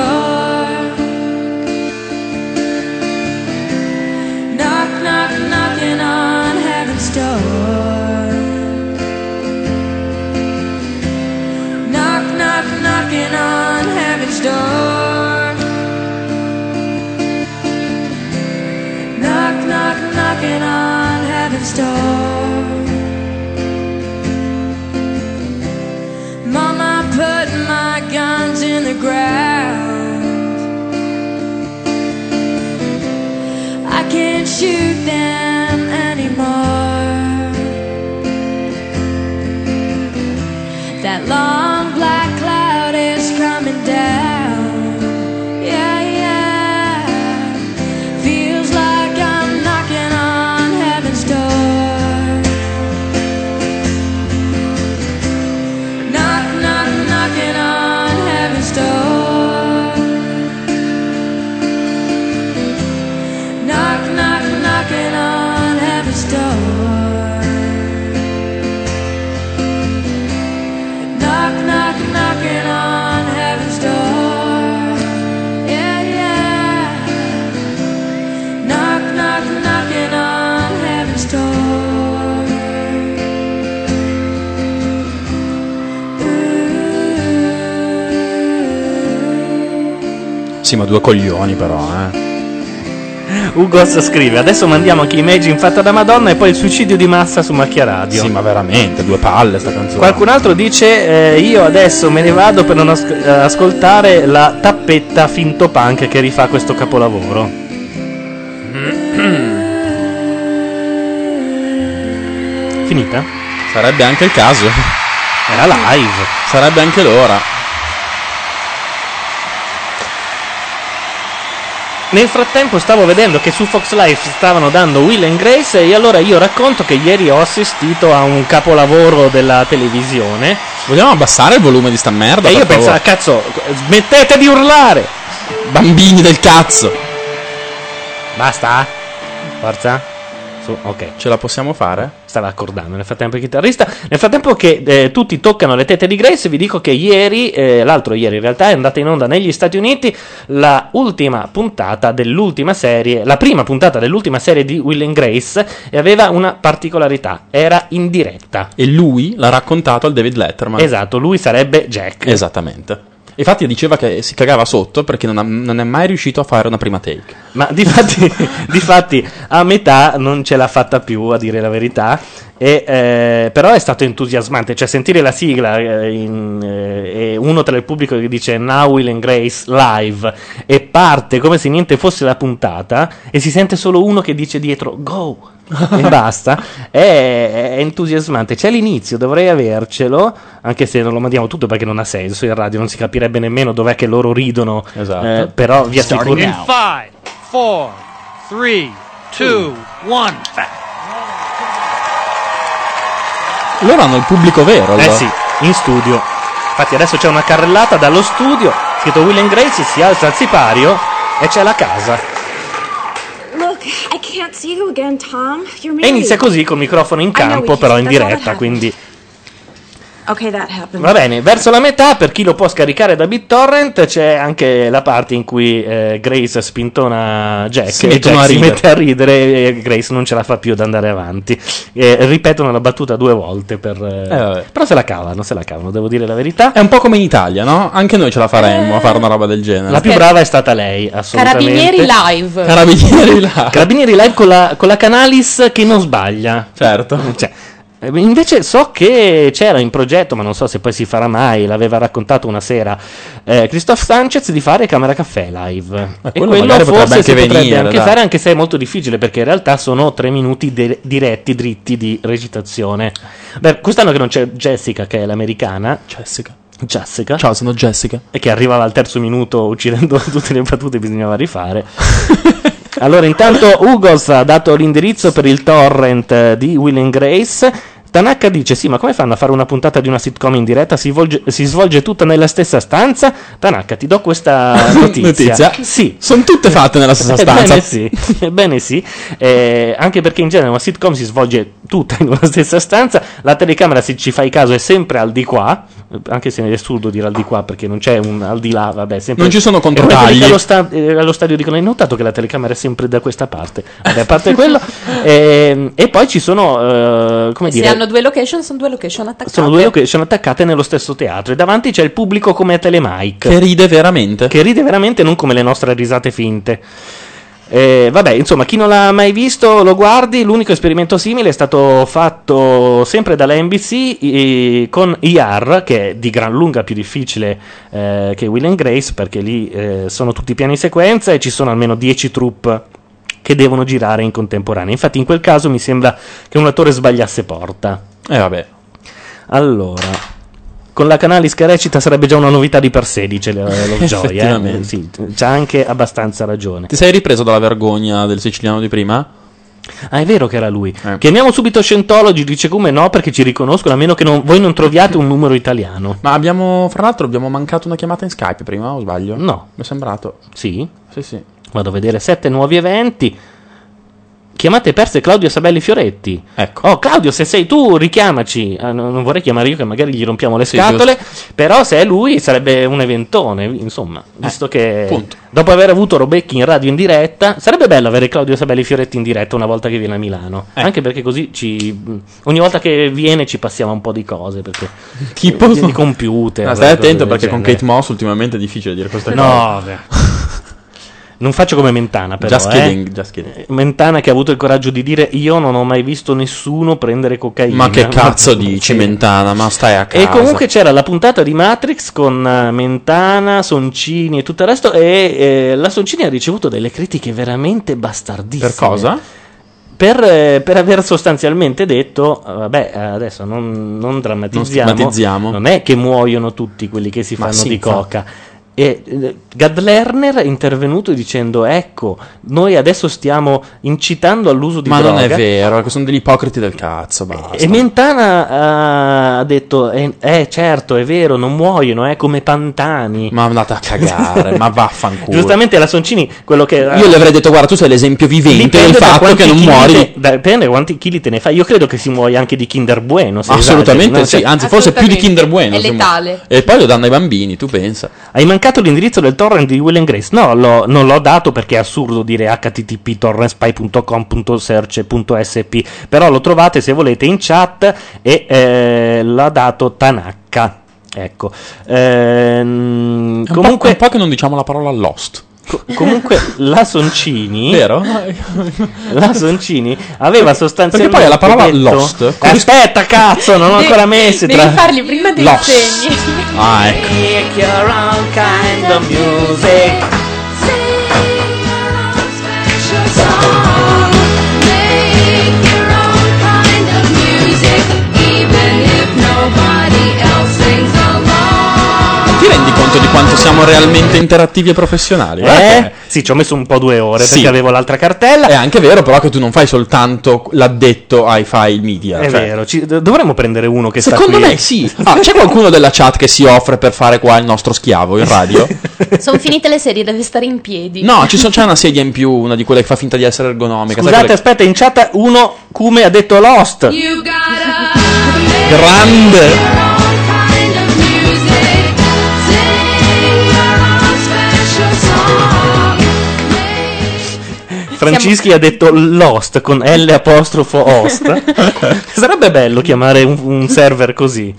Speaker 20: Knock, knock, knocking on heaven's door. Knock, knock, knocking on heaven's door. Knock, knock, knocking on heaven's door. Mama put my guns in the ground. I can't shoot them anymore. That long black cloud is coming down. Yeah, yeah. Feels like I'm knocking on heaven's door. Knock, knock, knocking on heaven's door. Knock, knock, knocking on heaven's door. Knock, knock, knocking on heaven's door. Yeah, yeah. Knock, knock, knocking on heaven's door.
Speaker 5: Sì, ma due coglioni però, eh.
Speaker 4: Ugos scrive: Adesso mandiamo anche Imagine fatta da Madonna e poi il suicidio di massa su Macchia Radio.
Speaker 5: Sì, ma veramente, due palle sta canzone.
Speaker 4: Qualcun altro dice: eh, Io adesso me ne vado per non asc- eh, ascoltare la tappetta finto punk che rifà questo capolavoro. Finita?
Speaker 5: Sarebbe anche il caso.
Speaker 4: Era live.
Speaker 5: Sarebbe anche l'ora.
Speaker 4: Nel frattempo stavo vedendo che su Fox Live stavano dando Will and Grace e allora io racconto che ieri ho assistito a un capolavoro della televisione.
Speaker 5: Vogliamo abbassare il volume di sta merda?
Speaker 4: E io
Speaker 5: per favore?
Speaker 4: pensavo, cazzo, smettete di urlare!
Speaker 5: Bambini del cazzo!
Speaker 4: Basta? Forza? Su, ok.
Speaker 5: Ce la possiamo fare?
Speaker 4: Stava accordando nel frattempo il chitarrista. Nel frattempo che eh, tutti toccano le tette di Grace, vi dico che ieri, eh, l'altro ieri in realtà, è andata in onda negli Stati Uniti la ultima puntata dell'ultima serie, la prima puntata dell'ultima serie di Will and Grace e aveva una particolarità, era in diretta.
Speaker 5: E lui l'ha raccontato al David Letterman.
Speaker 4: Esatto, lui sarebbe Jack.
Speaker 5: Esattamente. Infatti diceva che si cagava sotto perché non, ha- non è mai riuscito a fare una prima take.
Speaker 4: Ma difatti, difatti a metà non ce l'ha fatta più, a dire la verità. E, eh, però è stato entusiasmante, cioè sentire la sigla eh, in- eh, e uno tra il pubblico che dice Now Will and Grace live e parte come se niente fosse la puntata e si sente solo uno che dice dietro Go e basta. È, è entusiasmante. C'è l'inizio, dovrei avercelo, anche se non lo mandiamo tutto perché non ha senso in radio, non si capirebbe nemmeno dov'è che loro ridono. eh, però vi assicuro
Speaker 11: In five, four, three, two, one.
Speaker 5: Loro hanno il pubblico vero, allora.
Speaker 4: Eh sì, in studio. Infatti adesso c'è una carrellata dallo studio, scritto Will and Grace, si alza al sipario e c'è la casa.
Speaker 15: Look, I can't see you again, Tom. You're
Speaker 4: E inizia così col microfono in campo, però
Speaker 15: That's all
Speaker 4: in
Speaker 15: that
Speaker 4: diretta,
Speaker 15: happens.
Speaker 4: quindi
Speaker 15: Okay, that happened.
Speaker 4: va bene. Verso la metà, per chi lo può scaricare da BitTorrent, c'è anche la parte in cui eh, Grace spintona Jack
Speaker 5: Si
Speaker 4: e
Speaker 5: mettono
Speaker 4: Jack
Speaker 5: a
Speaker 4: si
Speaker 5: ridere.
Speaker 4: mette a ridere e Grace non ce la fa più ad andare avanti. Eh, ripetono la battuta due volte per... eh, però se la cavano, se la cavano, devo dire la verità.
Speaker 5: È un po' come in Italia, no? Anche noi ce la faremmo a fare una roba del genere.
Speaker 4: La più brava è stata lei, assolutamente.
Speaker 7: Carabinieri live.
Speaker 5: Carabinieri live.
Speaker 4: Carabinieri live con la, con la Canalis che non sbaglia. Cioè,
Speaker 5: Certo.
Speaker 4: invece so che c'era in progetto, ma non so se poi si farà mai, l'aveva raccontato una sera, eh, Christoph Sanchez di fare Camera Caffè live. e
Speaker 5: Eh, quello
Speaker 4: quello
Speaker 5: magari
Speaker 4: forse
Speaker 5: potrebbe anche
Speaker 4: si potrebbe
Speaker 5: venire,
Speaker 4: anche
Speaker 5: dai.
Speaker 4: fare, anche se è molto difficile, perché in realtà sono tre minuti de- diretti, dritti di recitazione. Beh, quest'anno che non c'è Jessica, che è l'americana.
Speaker 5: Jessica.
Speaker 4: Jessica.
Speaker 5: Ciao, sono Jessica.
Speaker 4: E che arrivava al terzo minuto uccidendo tutte le battute, bisognava rifare. allora, intanto Ugos ha dato l'indirizzo per il torrent eh, di Will and Grace. Tanaka dice: Sì, ma come fanno a fare una puntata di una sitcom in diretta? Si, volge- si svolge tutta nella stessa stanza. Tanaka, ti do questa notizia.
Speaker 5: Notizia.
Speaker 4: Sì.
Speaker 5: Sono tutte fatte nella stessa stanza.
Speaker 4: Ebbene sì, ebbene sì. Eh, anche perché in genere una sitcom si svolge tutta in una stessa stanza, la telecamera se ci fai caso è sempre al di qua, eh, anche se è assurdo dire al di qua perché non c'è un al di là, vabbè, sempre-
Speaker 5: Non ci sono
Speaker 4: E poi
Speaker 5: controtagli.
Speaker 4: quelli che Allo, sta- eh, allo stadio dicono, hai notato che la telecamera è sempre da questa parte, Vabbè, a parte quello, ehm, e poi ci sono, eh, come
Speaker 7: Se
Speaker 4: dire...
Speaker 7: hanno due location, sono due location attaccate.
Speaker 4: Sono due che sono attaccate nello stesso teatro e davanti c'è il pubblico come a Telemike.
Speaker 5: Che ride veramente.
Speaker 4: Che ride veramente, non come le nostre risate finte. Eh, vabbè, insomma, chi non l'ha mai visto lo guardi. L'unico esperimento simile è stato fatto sempre dalla NBC eh, con IR, che è di gran lunga più difficile eh, che Will and Grace, perché lì eh, sono tutti piani sequenza e ci sono almeno 10 troupe che devono girare in contemporanea. Infatti, in quel caso mi sembra che un attore sbagliasse porta.
Speaker 5: Eh, vabbè.
Speaker 4: Allora. Con la Canalis che recita sarebbe già una novità di per sé, dice la- la Lovejoy. eh.
Speaker 5: Effettivamente.
Speaker 4: Sì, c'ha anche abbastanza ragione.
Speaker 5: Ti sei ripreso dalla vergogna del siciliano di prima?
Speaker 4: Ah, è vero che era lui.
Speaker 5: Eh.
Speaker 4: Chiamiamo subito Scientology, dice come no, perché ci riconoscono, a meno che non- voi non troviate un numero italiano.
Speaker 5: Ma abbiamo, fra l'altro, abbiamo mancato una chiamata in Skype prima, o sbaglio?
Speaker 4: No.
Speaker 5: Mi è sembrato.
Speaker 4: Sì?
Speaker 5: Sì, sì.
Speaker 4: Vado a vedere sette nuovi eventi. Chiamate perse Claudio Sabelli Fioretti.
Speaker 5: Ecco.
Speaker 4: Oh, Claudio, se sei tu, richiamaci. Ah, no, non vorrei chiamare io, che magari gli rompiamo le
Speaker 5: Sì,
Speaker 4: scatole. Però se è lui, sarebbe un eventone. Insomma,
Speaker 5: Eh,
Speaker 4: visto che
Speaker 5: punto.
Speaker 4: dopo aver avuto Robecchi in radio in diretta, sarebbe bello avere Claudio Sabelli Fioretti in diretta una volta che viene a Milano.
Speaker 5: Eh.
Speaker 4: Anche perché così ci, ogni volta che viene ci passiamo un po' di cose. Perché,
Speaker 5: Tipo
Speaker 4: di computer.
Speaker 5: Ah, stai
Speaker 4: cose
Speaker 5: attento
Speaker 4: del
Speaker 5: perché con
Speaker 4: genere.
Speaker 5: Kate Moss ultimamente è difficile dire queste
Speaker 4: No,
Speaker 5: cose.
Speaker 4: vabbè. Non faccio come Mentana, però.
Speaker 5: Just
Speaker 4: eh.
Speaker 5: kidding, just kidding.
Speaker 4: Mentana che ha avuto il coraggio di dire: Io non ho mai visto nessuno prendere cocaina.
Speaker 5: Ma che cazzo dici, Mentana? Ma stai a casa.
Speaker 4: E comunque c'era la puntata di Matrix con eh, Mentana, Soncini e tutto il resto. E eh, la Soncini ha ricevuto delle critiche veramente bastardissime.
Speaker 5: Per cosa?
Speaker 4: Per, eh, per aver sostanzialmente detto, eh, vabbè, adesso non, non drammatizziamo,
Speaker 5: Non stigmatizziamo.
Speaker 4: non è che muoiono tutti quelli che si
Speaker 5: Ma
Speaker 4: fanno
Speaker 5: sì,
Speaker 4: di
Speaker 5: infatti.
Speaker 4: coca. E eh, Gad Lerner è intervenuto dicendo: Ecco, noi adesso stiamo incitando all'uso di
Speaker 5: Ma
Speaker 4: droga.
Speaker 5: non è vero, che sono degli ipocriti del cazzo. Basta.
Speaker 4: E Mentana eh, ha detto: eh, eh, certo, è vero, non muoiono, è come Pantani.
Speaker 5: Ma andate a cagare, ma vaffanculo.
Speaker 4: Giustamente la Soncini, quello che.
Speaker 5: Io le avrei detto, guarda, tu sei l'esempio vivente del
Speaker 4: Dipende da
Speaker 5: fatto
Speaker 4: quanti
Speaker 5: che non
Speaker 4: chili
Speaker 5: muori.
Speaker 4: te- da- dipende da quanti chili te ne fai. Io credo che si muoia anche di Kinder Bueno. se esatto,
Speaker 5: Assolutamente
Speaker 4: esageri,
Speaker 5: sì,
Speaker 4: no?
Speaker 5: anzi, forse più di Kinder Bueno.
Speaker 4: È
Speaker 5: se mu-
Speaker 4: letale.
Speaker 5: E poi lo danno ai bambini, tu pensa.
Speaker 4: Hai mancato l'indirizzo del torrent di Will and Grace? No, l'ho- non l'ho dato perché è assurdo dire http torrentspy.com.search.sp però lo trovate se volete in chat e eh, l'ha dato Tanaka. Ecco. Ehm, comunque, un po' che non diciamo la parola lost. comunque la Soncini.
Speaker 5: Vero?
Speaker 4: La Soncini aveva sostanzialmente.
Speaker 5: perché poi alla parola
Speaker 4: detto-
Speaker 5: lost-
Speaker 4: Aspetta, cazzo, non ho
Speaker 5: Devi-
Speaker 4: ancora messo.
Speaker 5: devi farli
Speaker 4: prima
Speaker 5: dei
Speaker 4: segni.
Speaker 5: Ah, ecco.
Speaker 4: Make your own kind of music.
Speaker 5: Ah, Ti rendi conto di quanto siamo realmente interattivi e professionali?
Speaker 4: Eh? Sì, ci ho messo un po' due ore perché avevo l'altra cartella.
Speaker 5: È anche vero, però, che tu non fai soltanto l'addetto ai file media.
Speaker 4: È
Speaker 5: cioè-
Speaker 4: vero, ci- do- dovremmo prendere uno che
Speaker 5: Secondo
Speaker 4: sta qui.
Speaker 5: me sì. Ah, c'è qualcuno della chat che si offre per fare qua il nostro schiavo in radio?
Speaker 7: Sono finite le serie, deve stare in piedi.
Speaker 5: No, ci so- c'è una sedia in più, una di quelle che fa finta di essere ergonomica. sai
Speaker 4: Scusate,
Speaker 5: quelle-
Speaker 4: aspetta, in chat uno come ha detto Lost.
Speaker 5: Grande.
Speaker 4: Francischi ha detto Lost con L apostrofo host. Sarebbe bello chiamare un, un server così.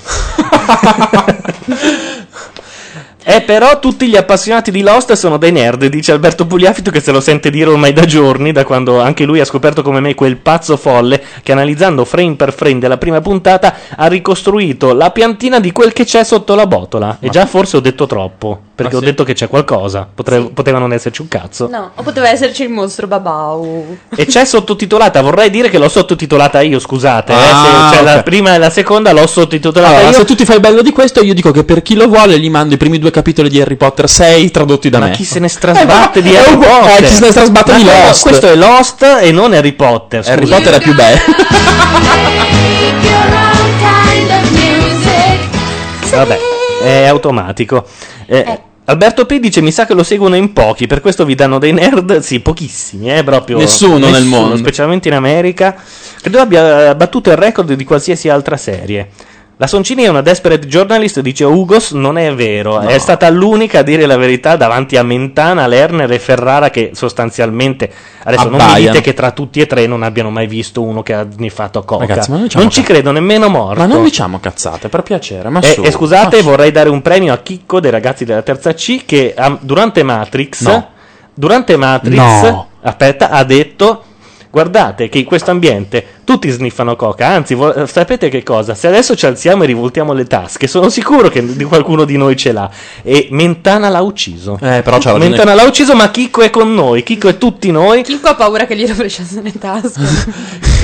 Speaker 4: Eh, però tutti gli appassionati di Lost sono dei nerd, dice Alberto Pugliafito che se lo sente dire ormai da giorni, da quando anche lui ha scoperto come me quel pazzo folle che analizzando frame per frame della prima puntata ha ricostruito la piantina di quel che c'è sotto la botola. E
Speaker 7: Ma-
Speaker 4: già forse ho detto troppo, perché
Speaker 7: Ah,
Speaker 4: ho
Speaker 7: sì?
Speaker 4: detto che c'è qualcosa, Potre- poteva non esserci un cazzo.
Speaker 7: No, o poteva esserci il mostro Babau.
Speaker 4: E c'è sottotitolata, vorrei dire che l'ho sottotitolata io, scusate. eh,
Speaker 5: Ah,
Speaker 4: se c'è la
Speaker 5: ok. Ah,
Speaker 4: prima e la seconda l'ho sottotitolata
Speaker 5: Allora,
Speaker 4: io.
Speaker 5: se tu ti fai bello di questo, io dico che per chi lo vuole gli mando i primi due capitoli di Harry Potter 6 tradotti da
Speaker 4: Ma
Speaker 5: me.
Speaker 4: chi se ne strasbatte
Speaker 5: Eh,
Speaker 4: di
Speaker 5: ma-
Speaker 4: Harry
Speaker 5: eh,
Speaker 4: Potter?
Speaker 5: chi se ne strasbatte
Speaker 4: Ma
Speaker 5: di
Speaker 4: no,
Speaker 5: Lost?
Speaker 4: Questo è Lost e non Harry Potter. scusa.
Speaker 5: Harry Potter è più bello.
Speaker 4: Vabbè, è automatico. Eh, Alberto P dice: Mi sa che lo seguono in pochi, per questo vi danno dei nerd. Sì, pochissimi, eh, proprio.
Speaker 5: Nessuno nel mondo.
Speaker 4: Specialmente in America. Credo abbia eh, battuto il record di qualsiasi altra serie. La Soncini è una desperate journalist, dice Ugos. Non è vero, è stata l'unica a dire la verità davanti a Mentana, Lerner e Ferrara. Che sostanzialmente adesso non mi
Speaker 5: Abbaiano.
Speaker 4: dite che tra tutti e tre non abbiano mai visto uno che ha fatto coca.
Speaker 5: Ragazzi, ma non
Speaker 4: non
Speaker 5: diciamo
Speaker 4: ci credo nemmeno morto.
Speaker 5: Ma non diciamo cazzate, per piacere. Ma
Speaker 4: Eh,
Speaker 5: su,
Speaker 4: e scusate,
Speaker 5: ma su.
Speaker 4: vorrei dare un premio a Chicco dei ragazzi della terza C che am- durante Matrix,
Speaker 5: No.
Speaker 4: durante Matrix,
Speaker 5: No.
Speaker 4: aspetta, ha detto. Guardate che in questo ambiente tutti sniffano coca, anzi vo- eh, sapete che cosa? Se adesso ci alziamo e rivoltiamo le tasche, sono sicuro che di- qualcuno di noi ce l'ha. E Mentana l'ha ucciso.
Speaker 5: Eh, però c'ha ragione.
Speaker 4: Mentana l'ha ucciso, ma Chicco è con noi, Chicco è tutti noi.
Speaker 7: Chico ha paura che gli rovesciassero le tasche.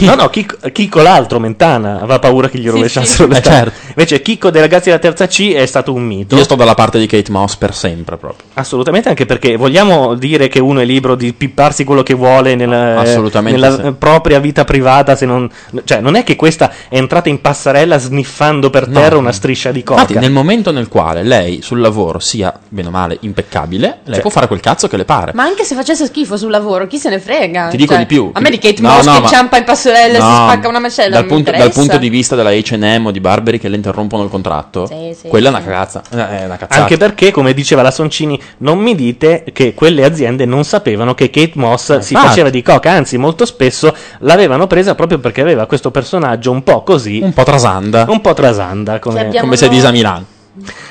Speaker 4: No, no, Chico, Chico l'altro, Mentana, aveva paura che gli rovesciassero le
Speaker 5: Eh,
Speaker 4: tasche.
Speaker 5: certo.
Speaker 4: Invece Chicco dei ragazzi della terza C è stato un mito.
Speaker 5: Io sto dalla parte di Kate Moss per sempre proprio.
Speaker 4: Assolutamente, anche perché vogliamo dire che uno è libero di pipparsi quello che vuole nella,
Speaker 5: Assolutamente
Speaker 4: nella,
Speaker 5: sì.
Speaker 4: eh, propria vita privata. Se non, cioè, non è che questa è entrata in passerella sniffando per terra una striscia di coca.
Speaker 5: Infatti, nel momento nel quale lei sul lavoro sia, bene o male, impeccabile, lei
Speaker 4: Sì.
Speaker 5: può fare quel cazzo che le pare.
Speaker 7: Ma anche se facesse schifo sul lavoro, chi se ne frega? Cioè,
Speaker 5: Ti dico di più.
Speaker 7: A me di Kate
Speaker 5: No,
Speaker 7: Moss
Speaker 5: no,
Speaker 7: che
Speaker 5: ma-
Speaker 7: ciampa in passerella e si
Speaker 5: No,
Speaker 7: spacca una macella.
Speaker 5: dal
Speaker 7: non
Speaker 5: punto,
Speaker 7: mi
Speaker 5: dal
Speaker 7: interessa.
Speaker 5: punto di vista della HM o di Barberi che le interrompono il contratto,
Speaker 7: Sì, sì,
Speaker 5: quella è
Speaker 7: sì.
Speaker 5: una cagazza. eh, È una cazzata.
Speaker 4: Anche perché, come diceva la Soncini, non mi dite che quelle aziende non sapevano che Kate Moss si
Speaker 5: Eh, infatti.
Speaker 4: faceva di coca, anzi molto spesso l'avevano presa proprio perché aveva questo personaggio un po' così.
Speaker 5: Un po' trasanda.
Speaker 4: Un po' trasanda, come,
Speaker 5: L'abbiamo Come si è noi. disa a Milano.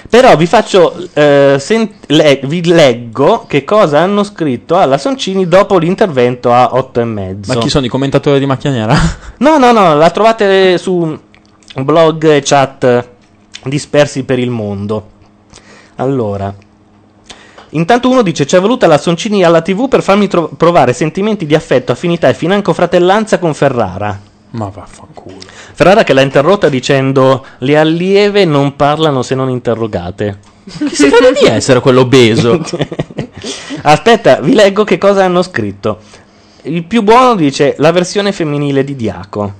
Speaker 4: Però vi faccio, eh, sent- le- vi leggo che cosa hanno scritto alla Soncini dopo l'intervento a 8 e mezzo.
Speaker 5: Ma chi sono i commentatori di macchia nera?
Speaker 4: No, no, no, la trovate su blog e chat dispersi per il mondo. Allora, intanto uno dice: C'è voluta la Soncini alla TV per farmi tro- provare sentimenti di affetto, affinità e financo fratellanza con Ferrara.
Speaker 5: Ma vaffanculo.
Speaker 4: Ferrara che l'ha interrotta dicendo: Le allieve non parlano se non interrogate.
Speaker 5: Chi si crede di essere quello obeso?
Speaker 4: Aspetta, vi leggo che cosa hanno scritto. Il più buono dice la versione femminile di Diaco.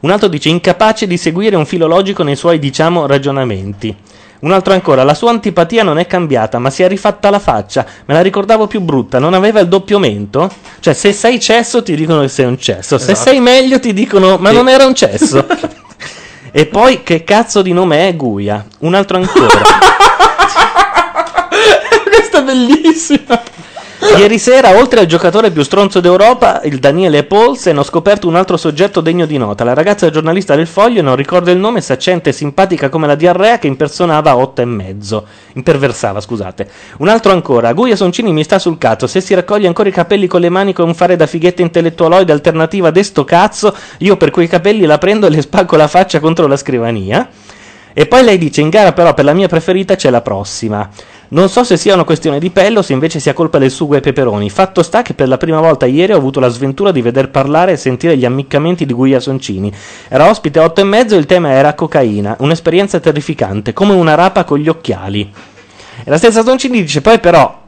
Speaker 4: Un altro dice incapace di seguire un filologico nei suoi, diciamo, ragionamenti. Un altro ancora, la sua antipatia non è cambiata, ma si è rifatta la faccia. Me la ricordavo più brutta, non aveva il doppio mento? Cioè, se sei cesso ti dicono che sei un cesso, se
Speaker 5: Esatto.
Speaker 4: sei meglio ti dicono ma
Speaker 5: Sì.
Speaker 4: non era un cesso. e poi che cazzo di nome è Guia? Un altro ancora.
Speaker 5: Questa è bellissima.
Speaker 4: Ieri Ieri sera, oltre al giocatore più stronzo d'Europa, il Daniele Polsen, ho scoperto un altro soggetto degno di nota. La ragazza giornalista del foglio, non ricordo il nome, saccente e simpatica come la diarrea, che impersonava otto e mezzo. Imperversava, scusate. Un altro ancora. Guia Soncini mi sta sul cazzo. Se si raccoglie ancora i capelli con le mani con un fare da fighetta intellettualoide alternativa de sto cazzo, io per quei capelli la prendo e le spacco la faccia contro la scrivania. E poi lei dice: In gara, però, per la mia preferita c'è la prossima. Non so se sia una questione di pelle o se invece sia colpa del sugo ai peperoni. Fatto sta che per la prima volta ieri ho avuto la sventura di veder parlare e sentire gli ammiccamenti di Guia Soncini. Era ospite a 8 e mezzo e il tema era cocaina. Un'esperienza terrificante, come una rapa con gli occhiali. E la stessa Soncini dice: Poi, però.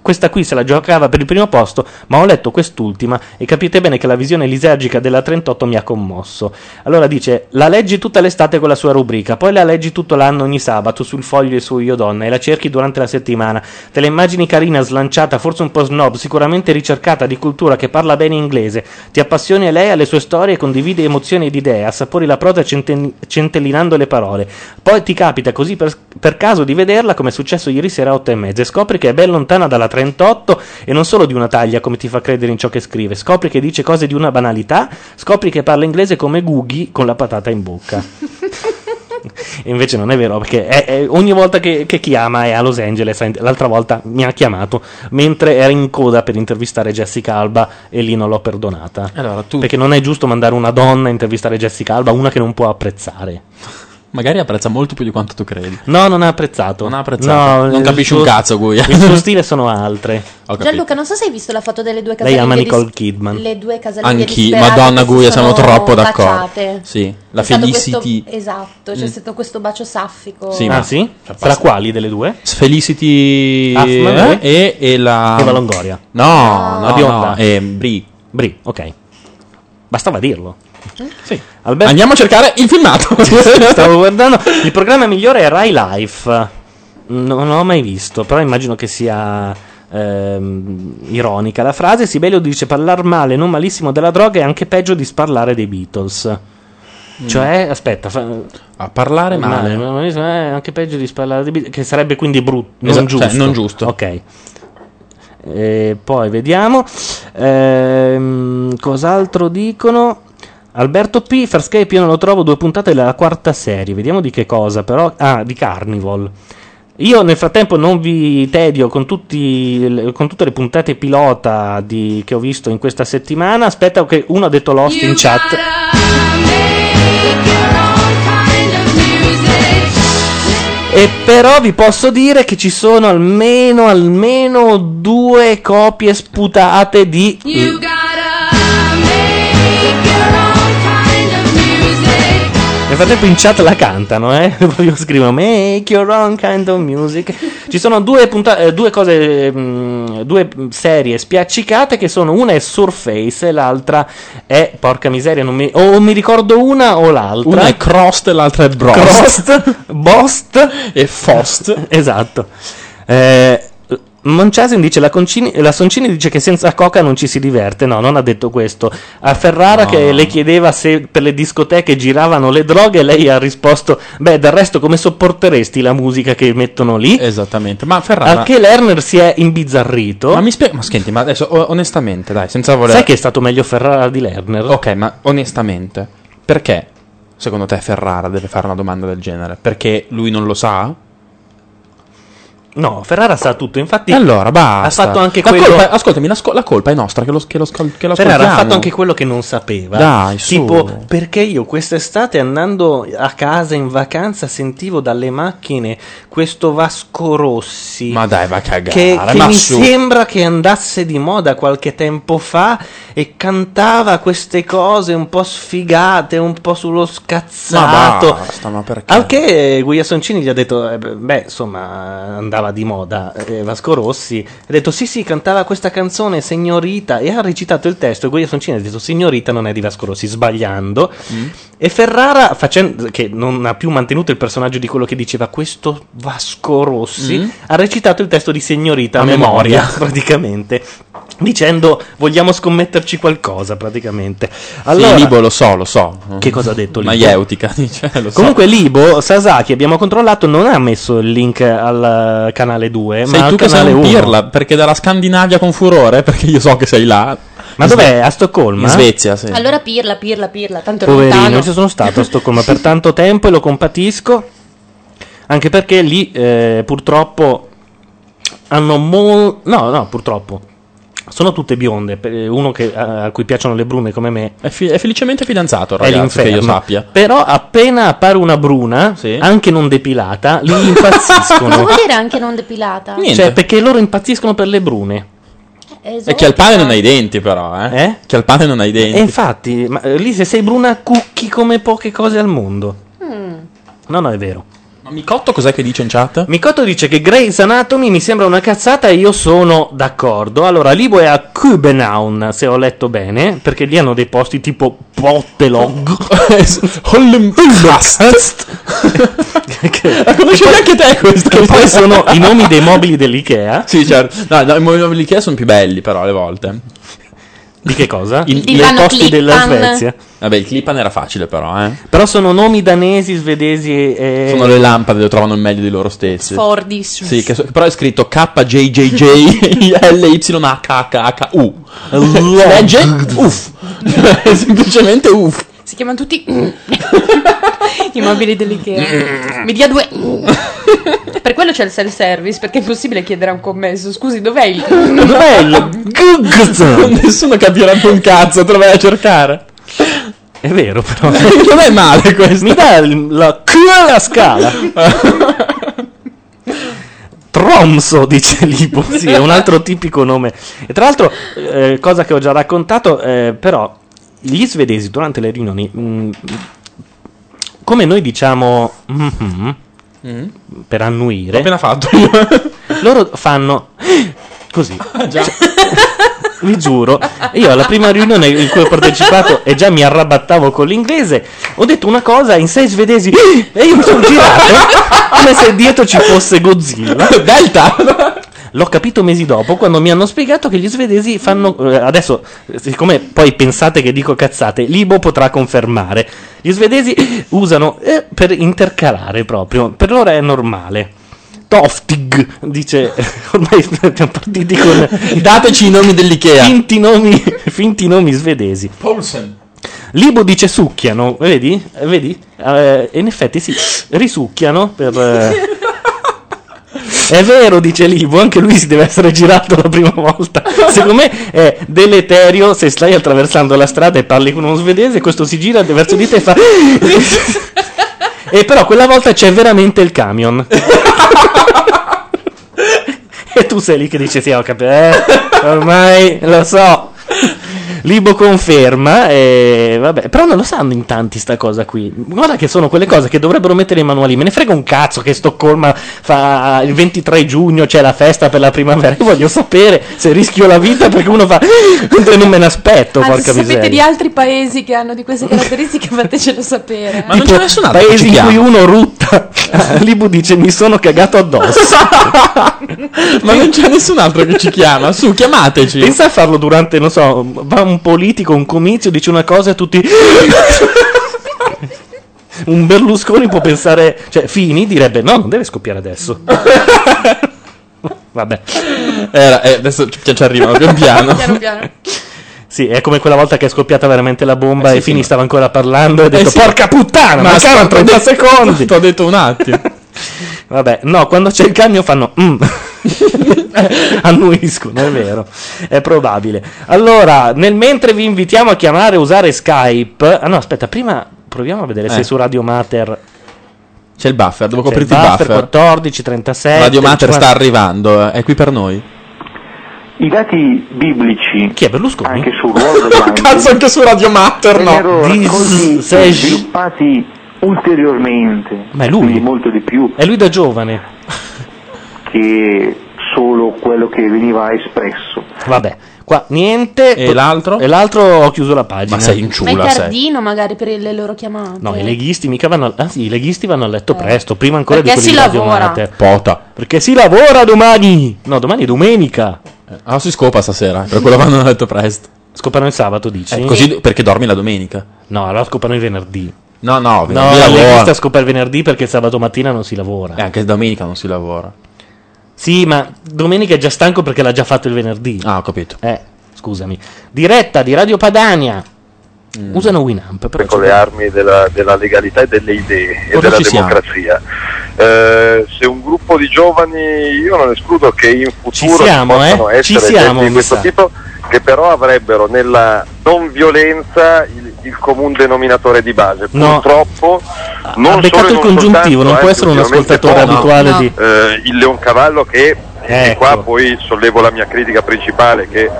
Speaker 4: Questa qui se la giocava per il primo posto, ma ho letto quest'ultima e capite bene che la visione lisergica della 38 mi ha commosso. Allora dice: La leggi tutta l'estate con la sua rubrica, poi la leggi tutto l'anno ogni sabato sul foglio e su Io Donna e la cerchi durante la settimana. Te la immagini carina, slanciata, forse un po' snob, sicuramente ricercata di cultura che parla bene inglese. Ti appassioni a lei, alle sue storie, condividi emozioni ed idee, assapori la prosa centen- centellinando le parole. Poi ti capita così per, per caso di vederla, come è successo ieri sera a 8 e mezza, e scopri che è ben lontana dalla 38 e non solo di una taglia come ti fa credere in ciò che scrive. Scopri che dice cose di una banalità, scopri che parla inglese come Googie con la patata in bocca. E Invece non è vero, perché è- è- ogni volta che, che chiama è a Los Angeles. a- L'altra volta mi ha chiamato mentre era in coda per intervistare Jessica Alba e lì non l'ho perdonata. Perché non è giusto mandare una donna a intervistare Jessica Alba, una che non può apprezzare.
Speaker 5: Magari apprezza molto più di quanto tu credi.
Speaker 4: No, non ha apprezzato. Non ha
Speaker 5: apprezzato. Non capisci un cazzo, Guia.
Speaker 4: Il suo stile sono altre.
Speaker 19: Gianluca, non so se hai visto la foto delle due
Speaker 4: Lei
Speaker 19: casalinghe.
Speaker 4: ama
Speaker 19: dis-
Speaker 4: Nicole Kidman.
Speaker 19: Le due casalinghe
Speaker 5: Anch'io,
Speaker 19: disperate
Speaker 5: Madonna
Speaker 19: che si
Speaker 5: Guia, siamo
Speaker 19: sono
Speaker 5: troppo d'accordo.
Speaker 19: baciate.
Speaker 5: Sì, la
Speaker 19: C'è stato
Speaker 5: Felicity.
Speaker 19: questo- esatto, c'è
Speaker 5: Mm.
Speaker 19: stato questo bacio saffico.
Speaker 5: Sì, ma-
Speaker 4: Ah, sì? Tra quali delle due?
Speaker 5: Felicity
Speaker 4: Huffman,
Speaker 5: eh, e, e la
Speaker 4: Ah, Eva Longoria.
Speaker 5: No, no,
Speaker 4: La bionda.
Speaker 5: no, eh, Bri.
Speaker 4: Bri, ok. Bastava dirlo.
Speaker 5: Sì.
Speaker 4: Andiamo a cercare il filmato. Stavo guardando. Il programma migliore è Rai Life. Non l'ho mai visto, però immagino che sia ehm, ironica la frase. Sibelio dice: Parlar male, non malissimo della droga è anche peggio di sparlare dei Beatles. Cioè, aspetta,
Speaker 5: a parlare male.
Speaker 4: è eh, anche peggio di sparlare dei Beatles, eh, che sarebbe quindi brutto, non
Speaker 5: Esatto,
Speaker 4: giusto.
Speaker 5: cioè, non giusto.
Speaker 4: Ok. E poi vediamo Ehm, cos'altro dicono. Alberto P, Farscape io non lo trovo, due puntate della quarta serie, vediamo di che cosa però, ah, di Carnival. Io nel frattempo non vi tedio con, tutti le- con tutte le puntate pilota di- che ho visto in questa settimana, aspetta che uno ha detto Lost in chat. E però vi posso dire che ci sono almeno, almeno due copie sputate di Nel frattempo in chat la cantano, eh? Proprio scrivono Make your own kind of music. Ci sono due, punta- eh, due cose, mm, due mm, serie spiaccicate che sono una è Surface e l'altra è, porca miseria, non mi- o mi ricordo una o l'altra.
Speaker 5: Una è Crost e l'altra è Brost.
Speaker 4: Crost, Bost e Fost. Esatto. Eh, Moncesin dice la, Concini- la Soncini dice che senza coca non ci si diverte. No, non ha detto questo. A Ferrara
Speaker 5: No.
Speaker 4: che le chiedeva se per le discoteche giravano le droghe, lei ha risposto: Beh, del resto, come sopporteresti la musica che mettono lì?
Speaker 5: Esattamente. Ma Ferrara
Speaker 4: Anche Lerner si è imbizzarrito.
Speaker 5: Ma mi spiego, ma senti, ma adesso o- onestamente, dai, senza voler
Speaker 4: Sai che è stato meglio Ferrara di Lerner?
Speaker 5: Ok, ma onestamente, perché secondo te Ferrara deve fare una domanda del genere? Perché lui non lo sa?
Speaker 4: No, Ferrara sa tutto, infatti.
Speaker 5: E allora, basta.
Speaker 4: Ha fatto anche
Speaker 5: la
Speaker 4: quello.
Speaker 5: colpa- ascoltami, la, sco- la colpa è nostra che lo, che lo, scal- che lo
Speaker 4: Ferrara ha
Speaker 5: ascoltiamo.
Speaker 4: fatto anche quello che non sapeva.
Speaker 5: Dai, su.
Speaker 4: Tipo, perché io quest'estate andando a casa in vacanza sentivo dalle macchine questo Vasco Rossi.
Speaker 5: Ma dai, va a cagare,
Speaker 4: Che, che
Speaker 5: ma
Speaker 4: mi
Speaker 5: su.
Speaker 4: sembra che andasse di moda qualche tempo fa e cantava queste cose un po' sfigate, un po' sullo
Speaker 5: Ma
Speaker 4: scazzato.
Speaker 5: basta, ma perché?
Speaker 4: Al che eh, Guia Soncini gli ha detto: eh, beh, Beh, insomma, andava di moda eh, Vasco Rossi. Ha detto: Sì, sì, cantava questa canzone, Signorita. E ha recitato il testo. E Guia Soncini ha detto: Signorita non è di Vasco Rossi, sbagliando. E Ferrara, facendo- che non ha più mantenuto il personaggio di quello che diceva questo Vasco Rossi,
Speaker 5: Mm.
Speaker 4: ha recitato il testo di Signorita a,
Speaker 5: A
Speaker 4: memoria,
Speaker 5: memoria.
Speaker 4: praticamente. Dicendo vogliamo scommetterci qualcosa, praticamente.
Speaker 5: Sì,
Speaker 4: Allora,
Speaker 5: Libo lo so, lo so.
Speaker 4: Che cosa ha detto Libo?
Speaker 5: Maieutica, dice, lo so.
Speaker 4: Comunque Libo, Sasaki, abbiamo controllato, non ha messo il link al eh, canale 2,
Speaker 5: sei
Speaker 4: ma
Speaker 5: tu
Speaker 4: al
Speaker 5: che
Speaker 4: canale
Speaker 5: sei un
Speaker 4: 1.
Speaker 5: pirla, perché dalla Scandinavia con furore, perché io so che sei là.
Speaker 4: Ma dov'è? A Stoccolma?
Speaker 5: In Svezia, sì.
Speaker 19: Allora pirla, pirla, pirla, tanto è
Speaker 4: Poverino,
Speaker 19: lontano.
Speaker 4: io ci sono stato a Stoccolma per tanto tempo e lo compatisco. Anche perché lì eh, purtroppo hanno mol- No, no, purtroppo. Sono tutte bionde. per- Uno che- a, a cui piacciono le brune come me.
Speaker 5: È, felicemente fidanzato,
Speaker 4: È
Speaker 5: ragazzi, che
Speaker 4: l'inferno.
Speaker 5: io sappia.
Speaker 4: Però appena appare una bruna, anche non depilata, li
Speaker 19: Cosa
Speaker 4: impazziscono.
Speaker 19: vuol dire anche non depilata?
Speaker 4: Cioè, perché loro impazziscono per le brune.
Speaker 19: esatto.
Speaker 5: E che al pane non hai i denti, però, eh? Che al pane non hai i denti.
Speaker 4: E infatti, ma, eh, lì se sei bruna cucchi come poche cose al mondo. No, no, è vero.
Speaker 5: Ma Micotto cos'è che dice in chat?
Speaker 4: Micotto dice che Grey's Anatomy mi sembra una cazzata e io sono d'accordo. Allora, Libo è a Kubenaun, se ho letto bene, perché lì hanno dei posti tipo Pottelog. La
Speaker 5: conoscevi anche te questa?
Speaker 4: Che poi sono i nomi dei mobili dell'Ikea.
Speaker 5: Sì, certo. No, no, i mobili dell'Ikea sono più belli, però, alle volte.
Speaker 4: Di che cosa?
Speaker 5: I
Speaker 4: Divano le posti della Clippan. Svezia.
Speaker 5: Vabbè, il clipan era facile, però, eh.
Speaker 4: Però sono nomi danesi, svedesi e...
Speaker 5: Sono le lampade che trovano il meglio di loro stessi.
Speaker 19: Fordis.
Speaker 5: Sì, che so- però è scritto KJJJLYHKHU. Si Legge uff. Semplicemente uff.
Speaker 19: Si chiamano tutti i mobili dell'Ikea. Mi dia due.
Speaker 6: Per quello c'è il self-service, perché è impossibile chiedere a un commesso. Scusi, dov'è il...
Speaker 4: Dov'è
Speaker 5: Nessuno capirà più un cazzo, te lo vai a cercare.
Speaker 4: È vero, però.
Speaker 5: non è male questo.
Speaker 4: Mi dà il- la Q alla scala. Tromso, dice Libo. Sì, è un altro tipico nome. E tra l'altro, eh, cosa che ho già raccontato, eh, però, gli svedesi durante le riunioni, mm, come noi diciamo, mhm,
Speaker 5: Mm?
Speaker 4: per annuire, appena
Speaker 5: fatto.
Speaker 4: loro fanno così.
Speaker 5: Ah,
Speaker 4: Cioè, Vi giuro, io alla prima riunione in cui ho partecipato e già mi arrabattavo con l'inglese, ho detto una cosa in sei svedesi e io mi sono girato come se dietro ci fosse Godzilla.
Speaker 5: Delta!
Speaker 4: L'ho capito mesi dopo quando mi hanno spiegato che gli svedesi fanno. eh, adesso, siccome poi pensate che dico cazzate, Libo potrà confermare. Gli svedesi usano eh, per intercalare proprio, per loro è normale. Toftig dice ormai siamo partiti con
Speaker 5: dateci i nomi dell'Ikea
Speaker 4: finti nomi, finti nomi svedesi
Speaker 5: Paulsen.
Speaker 4: Libo dice succhiano vedi? Eh, vedi? Eh, in effetti sì risucchiano per eh. È vero, dice Libo, anche lui si deve essere girato la prima volta. Secondo me è deleterio se stai attraversando la strada e parli con uno svedese, questo si gira verso di te e fa... e però quella volta c'è veramente il camion. e tu sei lì che dici, sì, ho capito, eh, ormai lo so. Libo conferma, e vabbè, però non lo sanno in tanti sta cosa qui. Guarda che sono quelle cose che dovrebbero mettere nei manuali. Me ne frega un cazzo che Stoccolma fa il 23 giugno c'è la festa per la primavera. Io voglio sapere se rischio la vita perché uno fa "Eh, non me ne aspetto,
Speaker 7: Anzi,
Speaker 4: porca
Speaker 7: se Ah, sapete
Speaker 4: miseria.
Speaker 7: di altri paesi che hanno di queste caratteristiche, fatecelo sapere.
Speaker 4: Tipo, paesi in cui uno rutta. Libo dice mi sono cagato addosso.
Speaker 5: Ma non c'è nessun altro che ci chiama. Su, chiamateci.
Speaker 4: Pensa a farlo durante, non so, va un politico, un comizio, dice una cosa e tutti. un Berlusconi può pensare. Cioè, Fini direbbe: no, non deve scoppiare adesso. Vabbè.
Speaker 5: Era- eh, adesso ci, ci arriviamo pian piano.
Speaker 4: Piano Sì, è come quella volta che è scoppiata veramente la bomba
Speaker 5: Eh sì,
Speaker 4: e Fini
Speaker 5: sì, ma-
Speaker 4: stava ancora parlando e ha
Speaker 5: Eh
Speaker 4: detto:
Speaker 5: sì.
Speaker 4: Porca puttana,
Speaker 5: Ma
Speaker 4: mancavano
Speaker 5: sto- t'ho
Speaker 4: 30
Speaker 5: detto-
Speaker 4: secondi.
Speaker 5: T'ho detto un attimo.
Speaker 4: Vabbè, no, quando c'è il camion fanno. "Mm". Annuiscono, è vero, è probabile. Allora, nel mentre vi invitiamo a chiamare e usare Skype. Ah, no, aspetta, prima proviamo a vedere se
Speaker 5: Eh.
Speaker 4: su Radio Mater.
Speaker 5: C'è il buffer, devo
Speaker 4: C'è il
Speaker 5: coprirti il
Speaker 4: buffer, Eh,
Speaker 5: buffer.
Speaker 4: 14, 36.
Speaker 5: Radio Mater
Speaker 4: 50.
Speaker 5: sta arrivando, eh. è qui per noi.
Speaker 3: I dati biblici.
Speaker 4: Chi è Berlusconi?
Speaker 3: Anche sul ruolo dell'angelo.
Speaker 5: Cazzo, anche su Radio Matter, no.
Speaker 3: Vennero
Speaker 5: Dis-
Speaker 3: raccolti e
Speaker 5: Sej-
Speaker 3: sviluppati ulteriormente.
Speaker 4: Ma è lui?
Speaker 3: Quindi molto di più
Speaker 4: È lui da giovane.
Speaker 3: che solo quello quello che veniva espresso.
Speaker 4: Vabbè, qua niente. E l'altro? E l'altro ho chiuso la pagina. Ma sei in
Speaker 7: Ma il giardino magari per le loro chiamate.
Speaker 4: No,
Speaker 19: Eh,
Speaker 4: i leghisti mica vanno. Anzi, i leghisti vanno a letto presto, prima ancora
Speaker 7: Eh. Perché
Speaker 4: di quelli
Speaker 7: si
Speaker 4: di Radio
Speaker 7: lavora.
Speaker 4: Mater. Perché si lavora domani. No, domani è domenica.
Speaker 5: Ah, si scopa stasera, per quello vanno a letto presto.
Speaker 4: Scopano il sabato, dici?
Speaker 5: Eh, così perché dormi la domenica.
Speaker 4: No, allora scopano il venerdì.
Speaker 5: No, no,
Speaker 4: No,
Speaker 5: venerdì
Speaker 4: la
Speaker 5: lavora.
Speaker 4: leghista scopa il venerdì perché il sabato mattina non si lavora.
Speaker 5: E anche domenica non si lavora.
Speaker 4: Sì, ma domenica è già stanco perché l'ha già fatto il venerdì.
Speaker 5: Ah, ho capito.
Speaker 4: Eh, scusami. Diretta di Radio Padania.
Speaker 5: Mm.
Speaker 4: Usano Winamp. Però
Speaker 22: con Ecco le armi della, della legalità e delle idee e
Speaker 4: Ora
Speaker 22: della
Speaker 4: ci siamo.
Speaker 22: democrazia. Eh, se un gruppo di giovani, io non escludo che in futuro
Speaker 4: siamo,
Speaker 22: ci possano
Speaker 4: eh? Ci
Speaker 22: essere
Speaker 4: siamo,
Speaker 22: gente di
Speaker 4: mi
Speaker 22: questo
Speaker 4: sa.
Speaker 22: tipo, che però avrebbero nella non violenza il, il comune denominatore di base.
Speaker 4: No.
Speaker 22: Purtroppo non
Speaker 4: ha beccato
Speaker 22: solo e
Speaker 4: il congiuntivo,
Speaker 22: soltanto,
Speaker 4: non può
Speaker 22: anzi,
Speaker 4: essere un
Speaker 22: ultimamente
Speaker 4: ascoltatore
Speaker 22: poco,
Speaker 4: abituale No. di- Ecco.
Speaker 22: eh, il Leoncavallo che e qua poi sollevo la mia critica principale che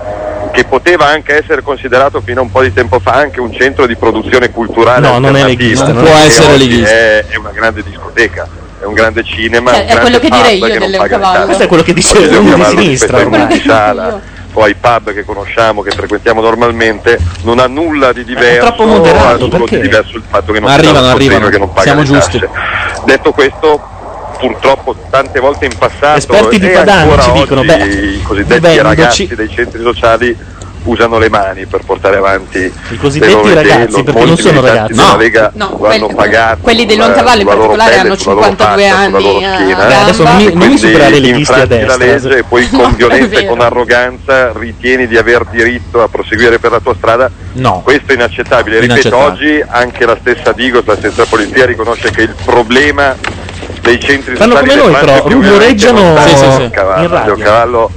Speaker 22: che poteva anche essere considerato fino a un po' di tempo fa anche un centro di produzione culturale
Speaker 4: No, non è
Speaker 22: alternativa,
Speaker 4: leghista,
Speaker 22: no?
Speaker 4: non può
Speaker 22: Che
Speaker 4: essere
Speaker 22: oggi
Speaker 4: leghista.
Speaker 22: È, è una grande discoteca, è un grande cinema,
Speaker 7: Cioè,
Speaker 22: un
Speaker 7: è
Speaker 22: grande
Speaker 7: quello che
Speaker 22: pub
Speaker 7: direi io
Speaker 22: non
Speaker 7: del
Speaker 22: paga
Speaker 7: Leoncavallo.
Speaker 22: le tasse.
Speaker 4: Questo è quello che dice
Speaker 22: Oggi
Speaker 4: uno di
Speaker 22: Leoncavallo, rispetto
Speaker 4: sinistra,
Speaker 22: ai
Speaker 4: ormai.
Speaker 22: bar di sala o ai pub che conosciamo, che frequentiamo normalmente, non ha nulla di diverso,
Speaker 4: troppo moderato,
Speaker 22: ha solo
Speaker 4: perché?
Speaker 22: di diverso il fatto che non
Speaker 5: Ma
Speaker 22: si dà
Speaker 5: arrivano,
Speaker 22: lo scontrino
Speaker 5: arrivano.
Speaker 22: e che non paga
Speaker 5: Siamo
Speaker 22: le
Speaker 5: giusti.
Speaker 22: tasse. Detto questo purtroppo tante volte in passato
Speaker 4: Esperti di
Speaker 22: e
Speaker 4: Padano
Speaker 22: ancora
Speaker 4: ci dicono,
Speaker 22: oggi
Speaker 4: beh,
Speaker 22: i cosiddetti
Speaker 4: vendoci-
Speaker 22: ragazzi dei centri sociali usano le mani per portare avanti i
Speaker 4: cosiddetti ragazzi, perché non sono ragazzi.
Speaker 22: della
Speaker 4: No.
Speaker 22: Lega
Speaker 7: No,
Speaker 22: lo
Speaker 7: quelli-
Speaker 22: hanno pagato
Speaker 7: quelli del
Speaker 22: sulla-
Speaker 7: Loncavallo in
Speaker 22: sulla loro
Speaker 7: particolare
Speaker 22: pelle,
Speaker 7: hanno
Speaker 22: sulla loro
Speaker 7: 52
Speaker 22: faccia, sulla
Speaker 7: anni eh,
Speaker 22: loro
Speaker 7: a
Speaker 22: schiena,
Speaker 7: gamba. Adesso non mi- non mi
Speaker 22: quindi
Speaker 7: superare le
Speaker 4: liste
Speaker 22: infrangi
Speaker 4: a destra,
Speaker 22: la legge
Speaker 4: eh.
Speaker 22: e poi
Speaker 7: è
Speaker 22: con e
Speaker 7: vero.
Speaker 22: con arroganza ritieni di aver diritto a proseguire per la tua strada
Speaker 5: No.
Speaker 22: questo è inaccettabile ripeto
Speaker 5: Inaccettabile.
Speaker 22: oggi anche la stessa Digos la stessa polizia riconosce che il problema dei centri
Speaker 4: Fanno
Speaker 22: sociali
Speaker 4: come
Speaker 22: del
Speaker 4: noi,
Speaker 22: Francia
Speaker 4: però,
Speaker 22: è più violento
Speaker 4: rumoreggiano
Speaker 22: che non
Speaker 4: Sì, sì,
Speaker 22: sta
Speaker 4: sì.
Speaker 22: a cavallo.
Speaker 4: in radio.
Speaker 22: A cavallo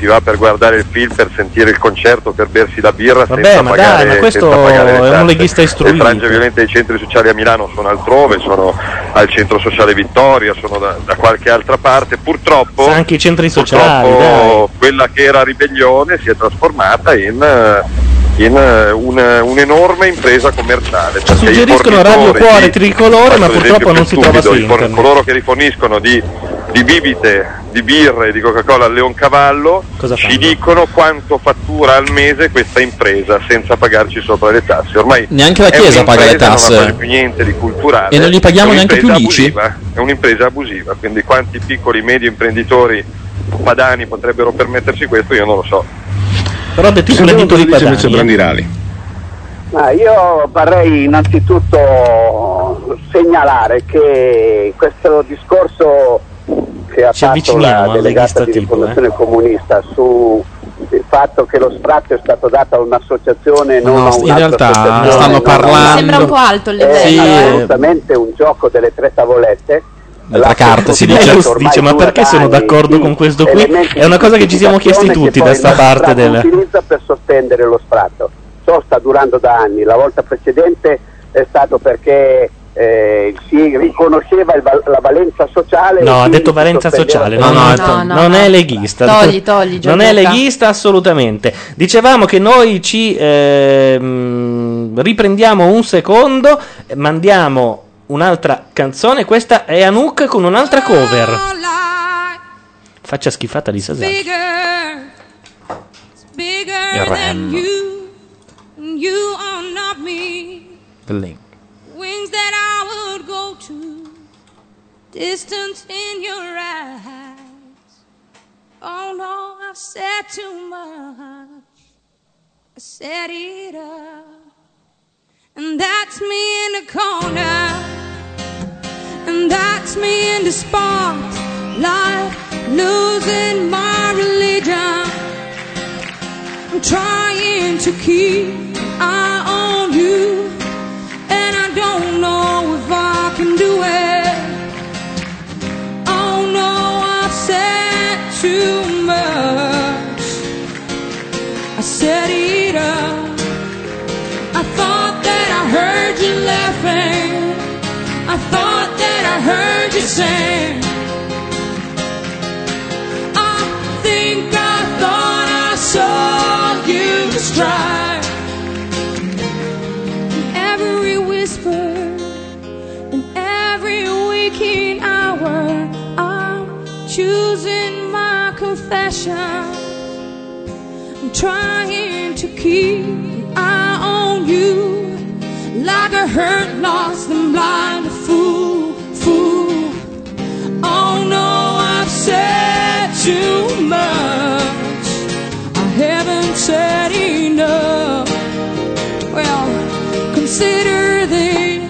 Speaker 22: si va per guardare il film, per sentire il concerto, per bersi la birra
Speaker 4: Vabbè,
Speaker 22: senza
Speaker 4: ma
Speaker 22: pagare,
Speaker 4: dai, ma questo
Speaker 22: senza pagare le
Speaker 4: è un
Speaker 22: tasse.
Speaker 4: leghista istruito.
Speaker 22: Le frange violente dei centri sociali a Milano sono altrove, sono al centro sociale Vittoria, sono da, da qualche altra parte. Purtroppo,
Speaker 4: Sa anche i centri sociali. dai.
Speaker 22: purtroppo quella che era ribellione si è trasformata in... eh, in, eh, un- un'enorme impresa commerciale perché i
Speaker 4: Suggeriscono
Speaker 22: fornitori
Speaker 4: Radio Cuore
Speaker 22: di-
Speaker 4: Tricolore, ma
Speaker 22: Faccio
Speaker 4: purtroppo
Speaker 22: l'esempio
Speaker 4: non si
Speaker 22: più
Speaker 4: trova su
Speaker 22: stupido, i for-
Speaker 4: internet.
Speaker 22: coloro che riforniscono di, di bibite, di birre, di Coca-Cola al Leoncavallo ci dicono quanto fattura al mese questa impresa senza pagarci sopra le tasse. Ormai
Speaker 5: Neanche la
Speaker 22: è
Speaker 5: Chiesa paga le
Speaker 22: un'impresa,
Speaker 5: tasse.
Speaker 22: Non ha quasi più niente di culturale.
Speaker 5: E non gli paghiamo
Speaker 22: è
Speaker 5: neanche più
Speaker 22: un'impresa
Speaker 5: l'ICI?
Speaker 22: abusiva, È un'impresa abusiva, quindi quanti piccoli medio imprenditori padani potrebbero permettersi questo io non lo so.
Speaker 4: Però ha detto imprenditori padani.
Speaker 17: Ma io vorrei innanzitutto segnalare che questo discorso che ha
Speaker 4: Ci
Speaker 17: fatto
Speaker 4: avviciniamo
Speaker 17: la
Speaker 4: alla
Speaker 17: delegata
Speaker 4: leghista
Speaker 17: di
Speaker 4: tipo,
Speaker 17: rifondazione
Speaker 5: eh.
Speaker 17: comunista sul fatto che lo sfratto è stato dato a un'associazione e non
Speaker 5: No,
Speaker 17: a
Speaker 5: in
Speaker 17: un'altra
Speaker 5: realtà
Speaker 17: associazione,
Speaker 5: stanno
Speaker 17: non a-
Speaker 5: parlando-
Speaker 7: Sembra un po' alto il
Speaker 17: eh. è
Speaker 7: livello.
Speaker 17: assolutamente un gioco delle tre tavolette
Speaker 4: La carta si dice, dice ma perché sono d'accordo con questo qui? È una cosa che ci siamo chiesti tutti da sta parte del...
Speaker 17: Si utilizza per sostenere lo sfratto. So sta durando da anni, la volta precedente è stato perché eh, si riconosceva il val- la valenza sociale.
Speaker 4: No,
Speaker 17: e
Speaker 4: ha
Speaker 17: quindi
Speaker 4: detto
Speaker 17: si
Speaker 4: valenza
Speaker 17: sospendeva
Speaker 4: sociale.
Speaker 17: la-
Speaker 4: No, no,
Speaker 17: No,
Speaker 4: to-
Speaker 17: no,
Speaker 4: non
Speaker 17: no.
Speaker 4: è leghista.
Speaker 17: Togli, togli,
Speaker 4: Non è
Speaker 17: Gianluca.
Speaker 4: leghista assolutamente. Dicevamo che noi ci ehm, riprendiamo un secondo, eh, mandiamo un'altra canzone. Questa è Anouk con un'altra cover. Faccia schifata di Sasaki.
Speaker 23: bigger, it's bigger
Speaker 4: Il
Speaker 23: than
Speaker 4: rem.
Speaker 23: you. And you are not me.
Speaker 5: Eh,
Speaker 23: Wings that I would go to, distance in your eyes. Oh no, I've said too much. I said it up, and that's me in the corner. And that's me in the spot, like losing my religion. I'm trying to keep eye on you, and I don't know if I can do it. Oh no, I've said too much. I said it up. I thought that I heard you laughing. I thought that I heard you sing. I think I thought I saw you strike. In every whisper, in every waking hour, I'm choosing my confession. possessions. I'm trying to keep an eye on you, like a hurt, lost, and blind fool, fool. Oh no, I've said too much. I haven't said enough. Well, consider this,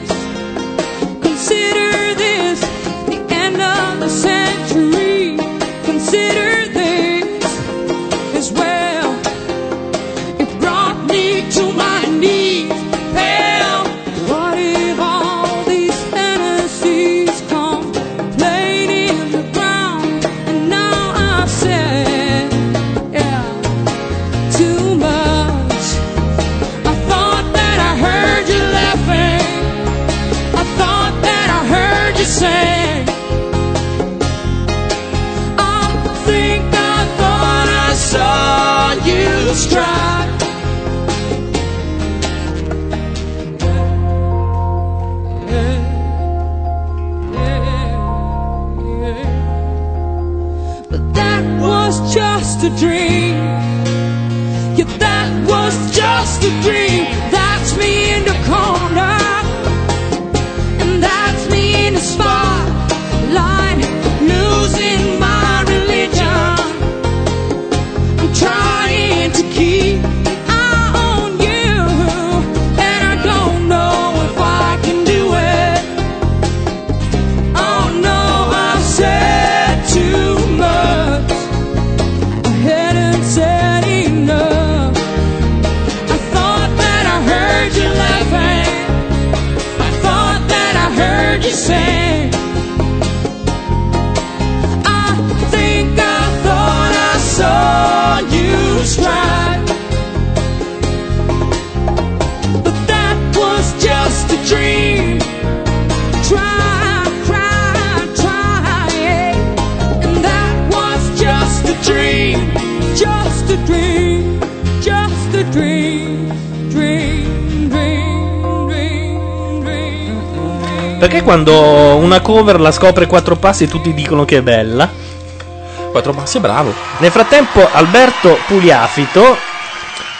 Speaker 23: consider this, the end of the century. Consider this as well. It brought me to my knees. Hell, what if all these fantasies come laid in the ground? And now I've said, yeah, too much. I thought that I heard you laughing. I thought that I heard you sing. I think I thought I saw you strike. But that was just a dream. Yeah, that was just a dream. That's me in the corner. And that's me in the spotlight. Losing my religion. I'm trying to keep an eye on you. And I don't know if I can do it. Oh no, I've said too much. I hadn't said enough. I thought that I heard you laughing. I thought that I heard you sing. I think I thought I saw you strike. But that was just a dream. Try, cry, try, yeah. And that was just a dream. Just a dream. Just a dream. Dream, dream, dream, dream.
Speaker 4: Perché quando una cover la scopre quattro passi tutti dicono che è bella? Quattro passi, bravo. Nel frattempo Alberto Pugliafito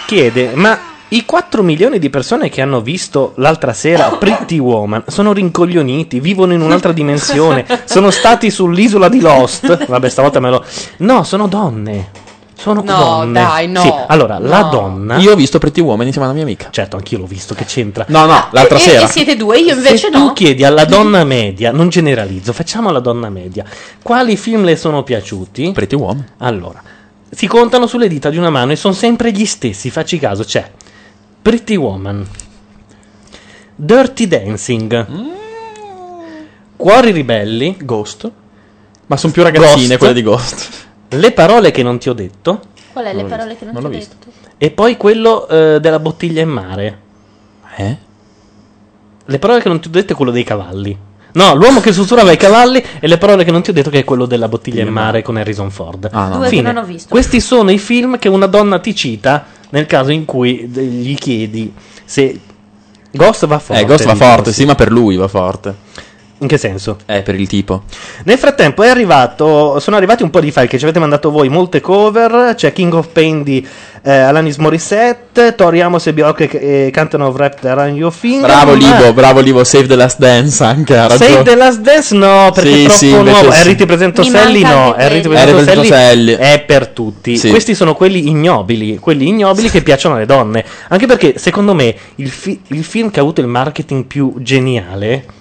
Speaker 4: chiede, ma i 4 milioni di persone che hanno visto l'altra sera Pretty Woman sono rincoglioniti, vivono in un'altra dimensione, sono stati sull'isola di Lost. Vabbè, stavolta me lo... No, sono donne. Sono
Speaker 7: No,
Speaker 4: donne.
Speaker 7: dai, no.
Speaker 4: Sì, allora, la
Speaker 7: No.
Speaker 4: donna...
Speaker 5: Io ho visto Pretty Woman insieme alla mia amica.
Speaker 4: Certo, anch'io l'ho visto, che c'entra?
Speaker 5: No, no, l'altra
Speaker 19: eh,
Speaker 7: e,
Speaker 5: sera.
Speaker 7: e siete due, io invece
Speaker 4: Se
Speaker 7: no.
Speaker 4: tu chiedi alla donna media, non generalizzo, facciamo alla donna media, quali film le sono piaciuti?
Speaker 5: Pretty Woman.
Speaker 4: Allora, si contano sulle dita di una mano e sono sempre gli stessi, facci caso, c'è Pretty Woman, Dirty Dancing, Cuori Ribelli, Ghost, ma sono più
Speaker 5: ragazzine quelle di Ghost.
Speaker 4: Le parole che non ti ho detto
Speaker 19: Qual è
Speaker 4: Non
Speaker 19: le
Speaker 4: l'ho
Speaker 19: parole
Speaker 4: visto.
Speaker 19: che non,
Speaker 4: Non
Speaker 19: ti ho
Speaker 4: l'ho
Speaker 19: detto?
Speaker 4: e poi quello eh, della bottiglia in mare. Eh? Le parole che non ti ho detto è quello dei cavalli. No, l'uomo che sussurrava ai cavalli e le parole che non ti ho detto che è quello della bottiglia in mare con Harrison Ford. Ah,
Speaker 19: Due che non ho visto.
Speaker 4: Questi sono i film che una donna ti cita nel caso in cui eh, gli chiedi se Ghost va forte.
Speaker 5: eh, Ghost va
Speaker 4: dico,
Speaker 5: forte, sì, ma per lui va forte.
Speaker 4: In che senso?
Speaker 5: Eh, per il tipo.
Speaker 4: Nel frattempo è arrivato, sono arrivati un po' di file che ci avete mandato voi, molte cover, c'è King of Pain di eh, Alanis Morissette, Tori Amos e Bjork che eh, cantano Wrapped Around Your Finger.
Speaker 5: Bravo
Speaker 4: Ma-
Speaker 5: Livo, bravo Livo, Save the Last Dance anche a ragione.
Speaker 4: Save the Last Dance no,
Speaker 5: Sì,
Speaker 4: perché è troppo
Speaker 5: sì, invece
Speaker 4: nuovo.
Speaker 5: sì.
Speaker 4: Harry ti presento
Speaker 5: Mi
Speaker 4: Sally
Speaker 5: manca
Speaker 4: no,
Speaker 5: anche
Speaker 4: Harry ti
Speaker 5: quello.
Speaker 4: presento
Speaker 5: Harry presento
Speaker 4: Sally
Speaker 5: Sally.
Speaker 4: è per tutti.
Speaker 5: Sì.
Speaker 4: Questi sono quelli ignobili, quelli ignobili che piacciono alle donne. Anche perché secondo me il, fi- il film che ha avuto il marketing più geniale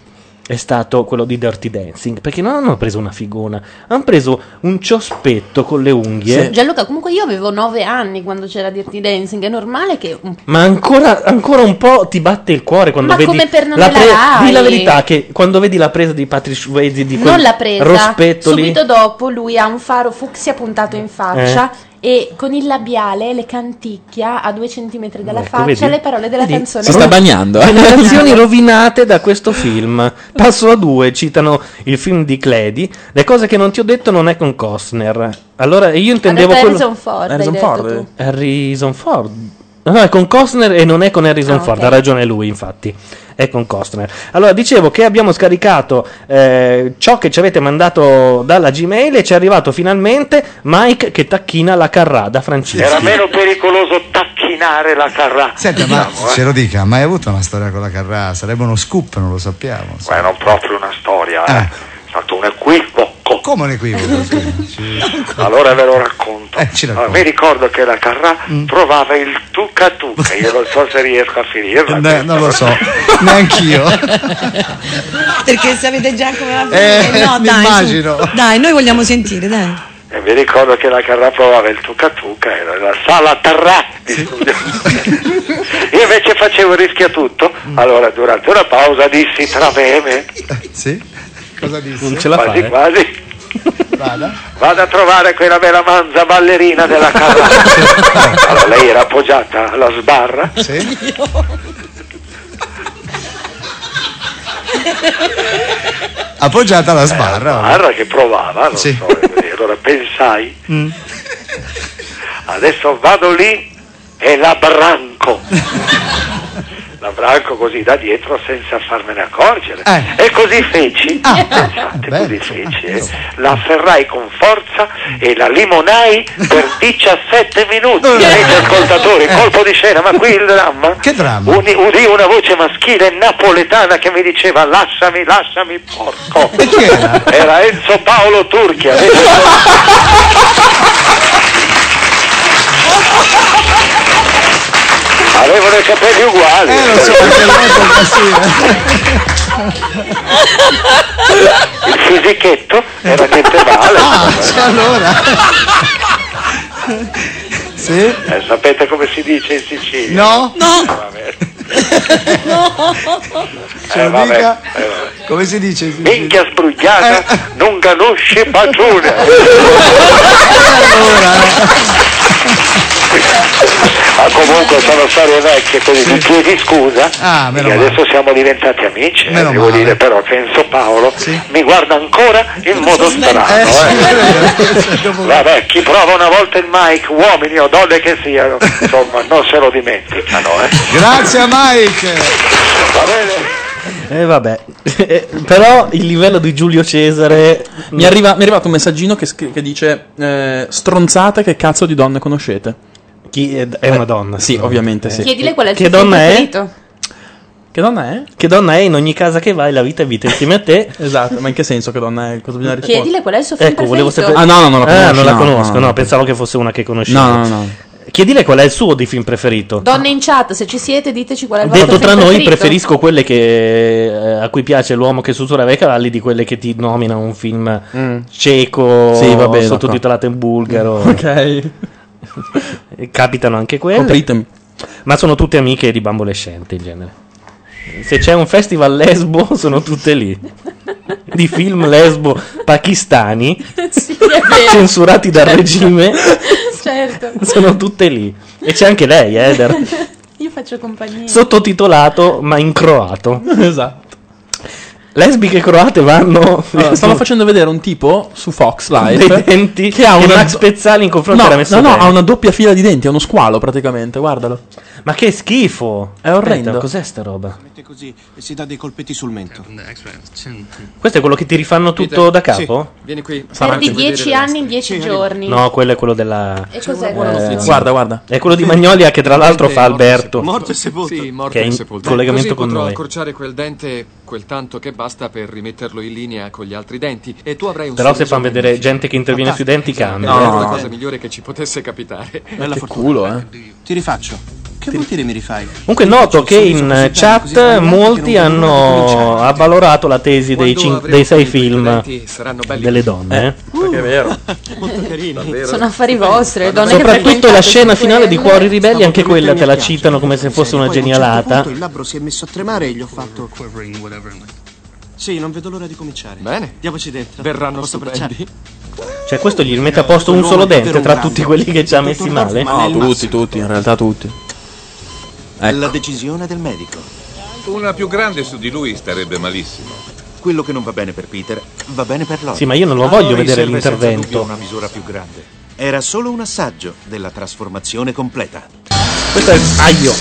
Speaker 4: è stato quello di Dirty Dancing, perché non hanno preso una figona, hanno preso un ciospetto con le unghie.
Speaker 19: Gianluca, comunque io avevo 9 anni quando c'era Dirty Dancing, è normale che un
Speaker 4: Ma ancora, ancora un po' ti batte il cuore quando
Speaker 19: Ma
Speaker 4: vedi
Speaker 19: come per non la
Speaker 4: la
Speaker 19: Rai?
Speaker 4: Di la verità che quando vedi la presa di Patrick Swayze di quel
Speaker 19: non l'ha presa.
Speaker 4: rospetto lì.
Speaker 19: Subito dopo lui ha un faro fucsia puntato in faccia
Speaker 4: Eh.
Speaker 19: e con il labiale le canticchia a due centimetri dalla
Speaker 4: Ecco,
Speaker 19: faccia
Speaker 4: vedi?
Speaker 19: le parole della
Speaker 4: Vedi?
Speaker 19: canzone.
Speaker 5: Si sta bagnando.
Speaker 4: eh. Generazioni rovinate da questo film. Passo a due, citano il film di Cledi. Le cose che non ti ho detto non è con Costner. Allora io intendevo
Speaker 19: detto
Speaker 4: quello
Speaker 19: Harrison Ford, Harrison hai detto Ford?
Speaker 4: Harrison Ford. No, no, è con Costner e non è con Harrison
Speaker 19: Ah,
Speaker 4: Ford,
Speaker 19: ok.
Speaker 4: ha ragione lui, infatti. e con Costner. Allora, dicevo che abbiamo scaricato eh, ciò che ci avete mandato dalla Gmail e ci è arrivato finalmente Mike che tacchina la carrà da
Speaker 14: Era
Speaker 4: Francesco.
Speaker 14: meno pericoloso tacchinare la diciamo, eh. carrà.
Speaker 12: Senta, ma
Speaker 24: Diciamo, eh.
Speaker 12: ce lo dica, mai avuto una storia con la Carrà? Sarebbe uno scoop, non lo sappiamo.
Speaker 14: Beh, non proprio una storia, eh. È stato un equivoco.
Speaker 12: Come un equivoco?
Speaker 14: Allora ve lo racconto. Allora, mi ricordo che la Carrà provava il tuca tuca. Io non so se riesco a finirla.
Speaker 12: Eh, non lo so, neanch'io.
Speaker 18: Perché sapete già come la
Speaker 14: Eh,
Speaker 18: fine. no,
Speaker 14: mi
Speaker 18: dai, su.
Speaker 14: immagino.
Speaker 18: Dai, noi vogliamo sentire, dai.
Speaker 14: E mi ricordo che la Carrà provava il tuca tuca, era la sala Tarrà di studio. Io invece facevo rischia tutto. Allora durante una pausa dissi tra me e me,
Speaker 12: Sì? Cosa dici?
Speaker 14: Non ce la eh. quasi quasi. Vado a trovare quella bella manza ballerina della carrà. Allora, lei era appoggiata alla sbarra.
Speaker 12: Appoggiata alla
Speaker 24: Eh,
Speaker 12: sbarra.
Speaker 14: Sbarra che provava, non so. e Allora pensai,
Speaker 12: Mm.
Speaker 14: adesso vado lì e la branco. La branco così da dietro senza farmene accorgere. E così feci. Pensate, così feci. eh. La afferrai con forza e la limonai per 17 minuti. Amici ascoltatori, colpo di scena, ma qui il dramma. Che dramma? udì una voce maschile napoletana che mi diceva lasciami, lasciami, porco. era? Enzo Paolo Turchia. Avevano i capelli uguali. Il fisichetto era niente male. Eh, sapete come si dice in Sicilia?
Speaker 12: No. No.
Speaker 14: Vabbè.
Speaker 12: Ce
Speaker 14: Eh,
Speaker 12: lo
Speaker 14: vabbè,
Speaker 12: dica?
Speaker 14: eh, vabbè.
Speaker 12: Come si dice? Eh.
Speaker 14: Minchia sbrugliata, non conosce pagione.
Speaker 12: eh.
Speaker 14: Ma comunque sono storie vecchie, quindi ti chiedi scusa.
Speaker 12: Ah, meno
Speaker 14: e
Speaker 12: male.
Speaker 14: adesso siamo diventati amici. eh,
Speaker 12: Meno
Speaker 14: devo
Speaker 12: male.
Speaker 14: dire però che Enzo Paolo mi guarda ancora in modo
Speaker 12: Eh,
Speaker 14: strano. eh. Vabbè, chi prova una volta il mic, uomini o donne che siano, insomma, non se lo dimenticano. eh.
Speaker 12: Grazie a Mike.
Speaker 14: Va bene?
Speaker 4: E vabbè, Eh, però il livello di Giulio Cesare
Speaker 5: Mi, arriva- mi è arrivato un messaggino che, scri- che dice: eh, Stronzate, che cazzo di donne conoscete?
Speaker 4: Chi è, una donna?
Speaker 5: Sì,
Speaker 19: Eh,
Speaker 5: ovviamente sì.
Speaker 7: Chiedile qual è il
Speaker 4: Che
Speaker 7: suo film
Speaker 4: donna è?
Speaker 7: preferito.
Speaker 5: Che donna è?
Speaker 4: Che donna è in ogni casa che vai, la vita è vita insieme a te.
Speaker 5: esatto, ma in che senso che donna è? Cosa bisogna rispondere?
Speaker 7: Chiedile qual è il suo film
Speaker 4: Ecco,
Speaker 7: preferito.
Speaker 4: volevo sapere.
Speaker 5: Ah, no, no, non la
Speaker 4: Ah,
Speaker 5: conosci,
Speaker 4: non la
Speaker 5: no,
Speaker 4: conosco,
Speaker 5: no,
Speaker 4: no,
Speaker 5: no.
Speaker 4: pensavo che fosse una che conoscevo.
Speaker 5: No, no, no.
Speaker 4: Chiedile qual è il suo di film preferito.
Speaker 7: Donne in chat, se ci siete, diteci qual è il vostro
Speaker 4: Detto tra
Speaker 7: film
Speaker 4: noi,
Speaker 7: preferito.
Speaker 4: preferisco quelle che, eh, a cui piace l'uomo che sussurrava ai cavalli di quelle che ti nomina un film cieco,
Speaker 5: Sì, va bene,
Speaker 4: Oh, sottotitolato in bulgaro.
Speaker 5: Ok.
Speaker 4: Capitano anche quelle.
Speaker 5: Copritemi.
Speaker 4: Ma sono tutte amiche di bambolescenti in genere. Se c'è un festival lesbo, sono tutte lì. Di film lesbo pakistani,
Speaker 7: sì, è vero.
Speaker 4: censurati dal regime,
Speaker 7: certo.
Speaker 4: sono tutte lì. E c'è anche lei, eh, Eder.
Speaker 7: Io faccio compagnia.
Speaker 4: sottotitolato ma in croato.
Speaker 5: Esatto.
Speaker 4: Lesbiche croate vanno. eh,
Speaker 5: Allora, stanno facendo vedere un tipo su Fox Live
Speaker 4: Dei denti
Speaker 5: che ha
Speaker 4: che
Speaker 5: una
Speaker 4: Max Pezzali in confronto
Speaker 5: no,
Speaker 4: era messo
Speaker 5: no, no,
Speaker 4: bene.
Speaker 5: ha una doppia fila di denti, è uno squalo praticamente, guardalo.
Speaker 4: Ma che schifo!
Speaker 5: È orrendo.
Speaker 4: Aspetta, cos'è sta roba?
Speaker 24: così e si dà dei colpetti sul mento.
Speaker 4: Questo è quello che ti rifanno tutto da capo?
Speaker 24: vieni qui.
Speaker 7: Perdi 10 anni in 10 giorni.
Speaker 4: No, quello è quello della.
Speaker 7: E cos'è
Speaker 4: Eh,
Speaker 7: quello?
Speaker 4: guarda, guarda. È quello di Magnolia che tra l'altro fa Alberto.
Speaker 24: Morto e sepolto. Sì, morto
Speaker 4: Che è
Speaker 24: e
Speaker 4: in
Speaker 24: sepolto.
Speaker 4: collegamento
Speaker 24: Così
Speaker 4: con
Speaker 24: potrò
Speaker 4: noi.
Speaker 24: accorciare quel dente quel tanto che basta per rimetterlo in linea con gli altri denti e tu avrai un
Speaker 4: Però se
Speaker 24: sorriso
Speaker 4: fanno vedere
Speaker 24: magnifico.
Speaker 4: gente che interviene sui denti, cambia.
Speaker 24: È la cosa migliore che ci potesse capitare.
Speaker 4: Bella
Speaker 24: Che
Speaker 4: fortuna.
Speaker 24: culo,
Speaker 5: eh.
Speaker 24: Ti rifaccio. Che vuol dire mi rifai?
Speaker 4: Comunque è noto che in chat molti hanno avvalorato la tesi dei, cin- dei sei film delle donne. eh.
Speaker 24: Perché è vero. Uh. Molto carino.
Speaker 7: Sono affari vostri, le donne che
Speaker 4: Soprattutto la
Speaker 7: frequentate
Speaker 4: scena
Speaker 7: su
Speaker 4: finale di
Speaker 7: quelle.
Speaker 4: Cuori Ribelli, anche quella te la citano come se fosse una genialata.
Speaker 24: certo il labbro si è messo a tremare e gli ho fatto. Sì, non vedo l'ora di cominciare. Bene. Diamoci dentro. Verranno stupendi.
Speaker 4: Cioè, questo gli
Speaker 24: Eh,
Speaker 4: rimette a posto un solo dente tra tutti quelli che ci ha messi male.
Speaker 5: No, tutti, tutti, in realtà tutti. Ecco.
Speaker 24: La decisione del medico.
Speaker 18: Una più grande su di lui starebbe malissimo.
Speaker 24: Quello che non va bene per Peter va bene per loro.
Speaker 4: Sì, ma io non lo
Speaker 24: A
Speaker 4: voglio
Speaker 24: Lori
Speaker 4: vedere
Speaker 24: serve senza
Speaker 4: l'intervento.
Speaker 24: dubbio Una misura più grande. Era solo un assaggio della trasformazione completa. Eh,
Speaker 4: Questo è aglio.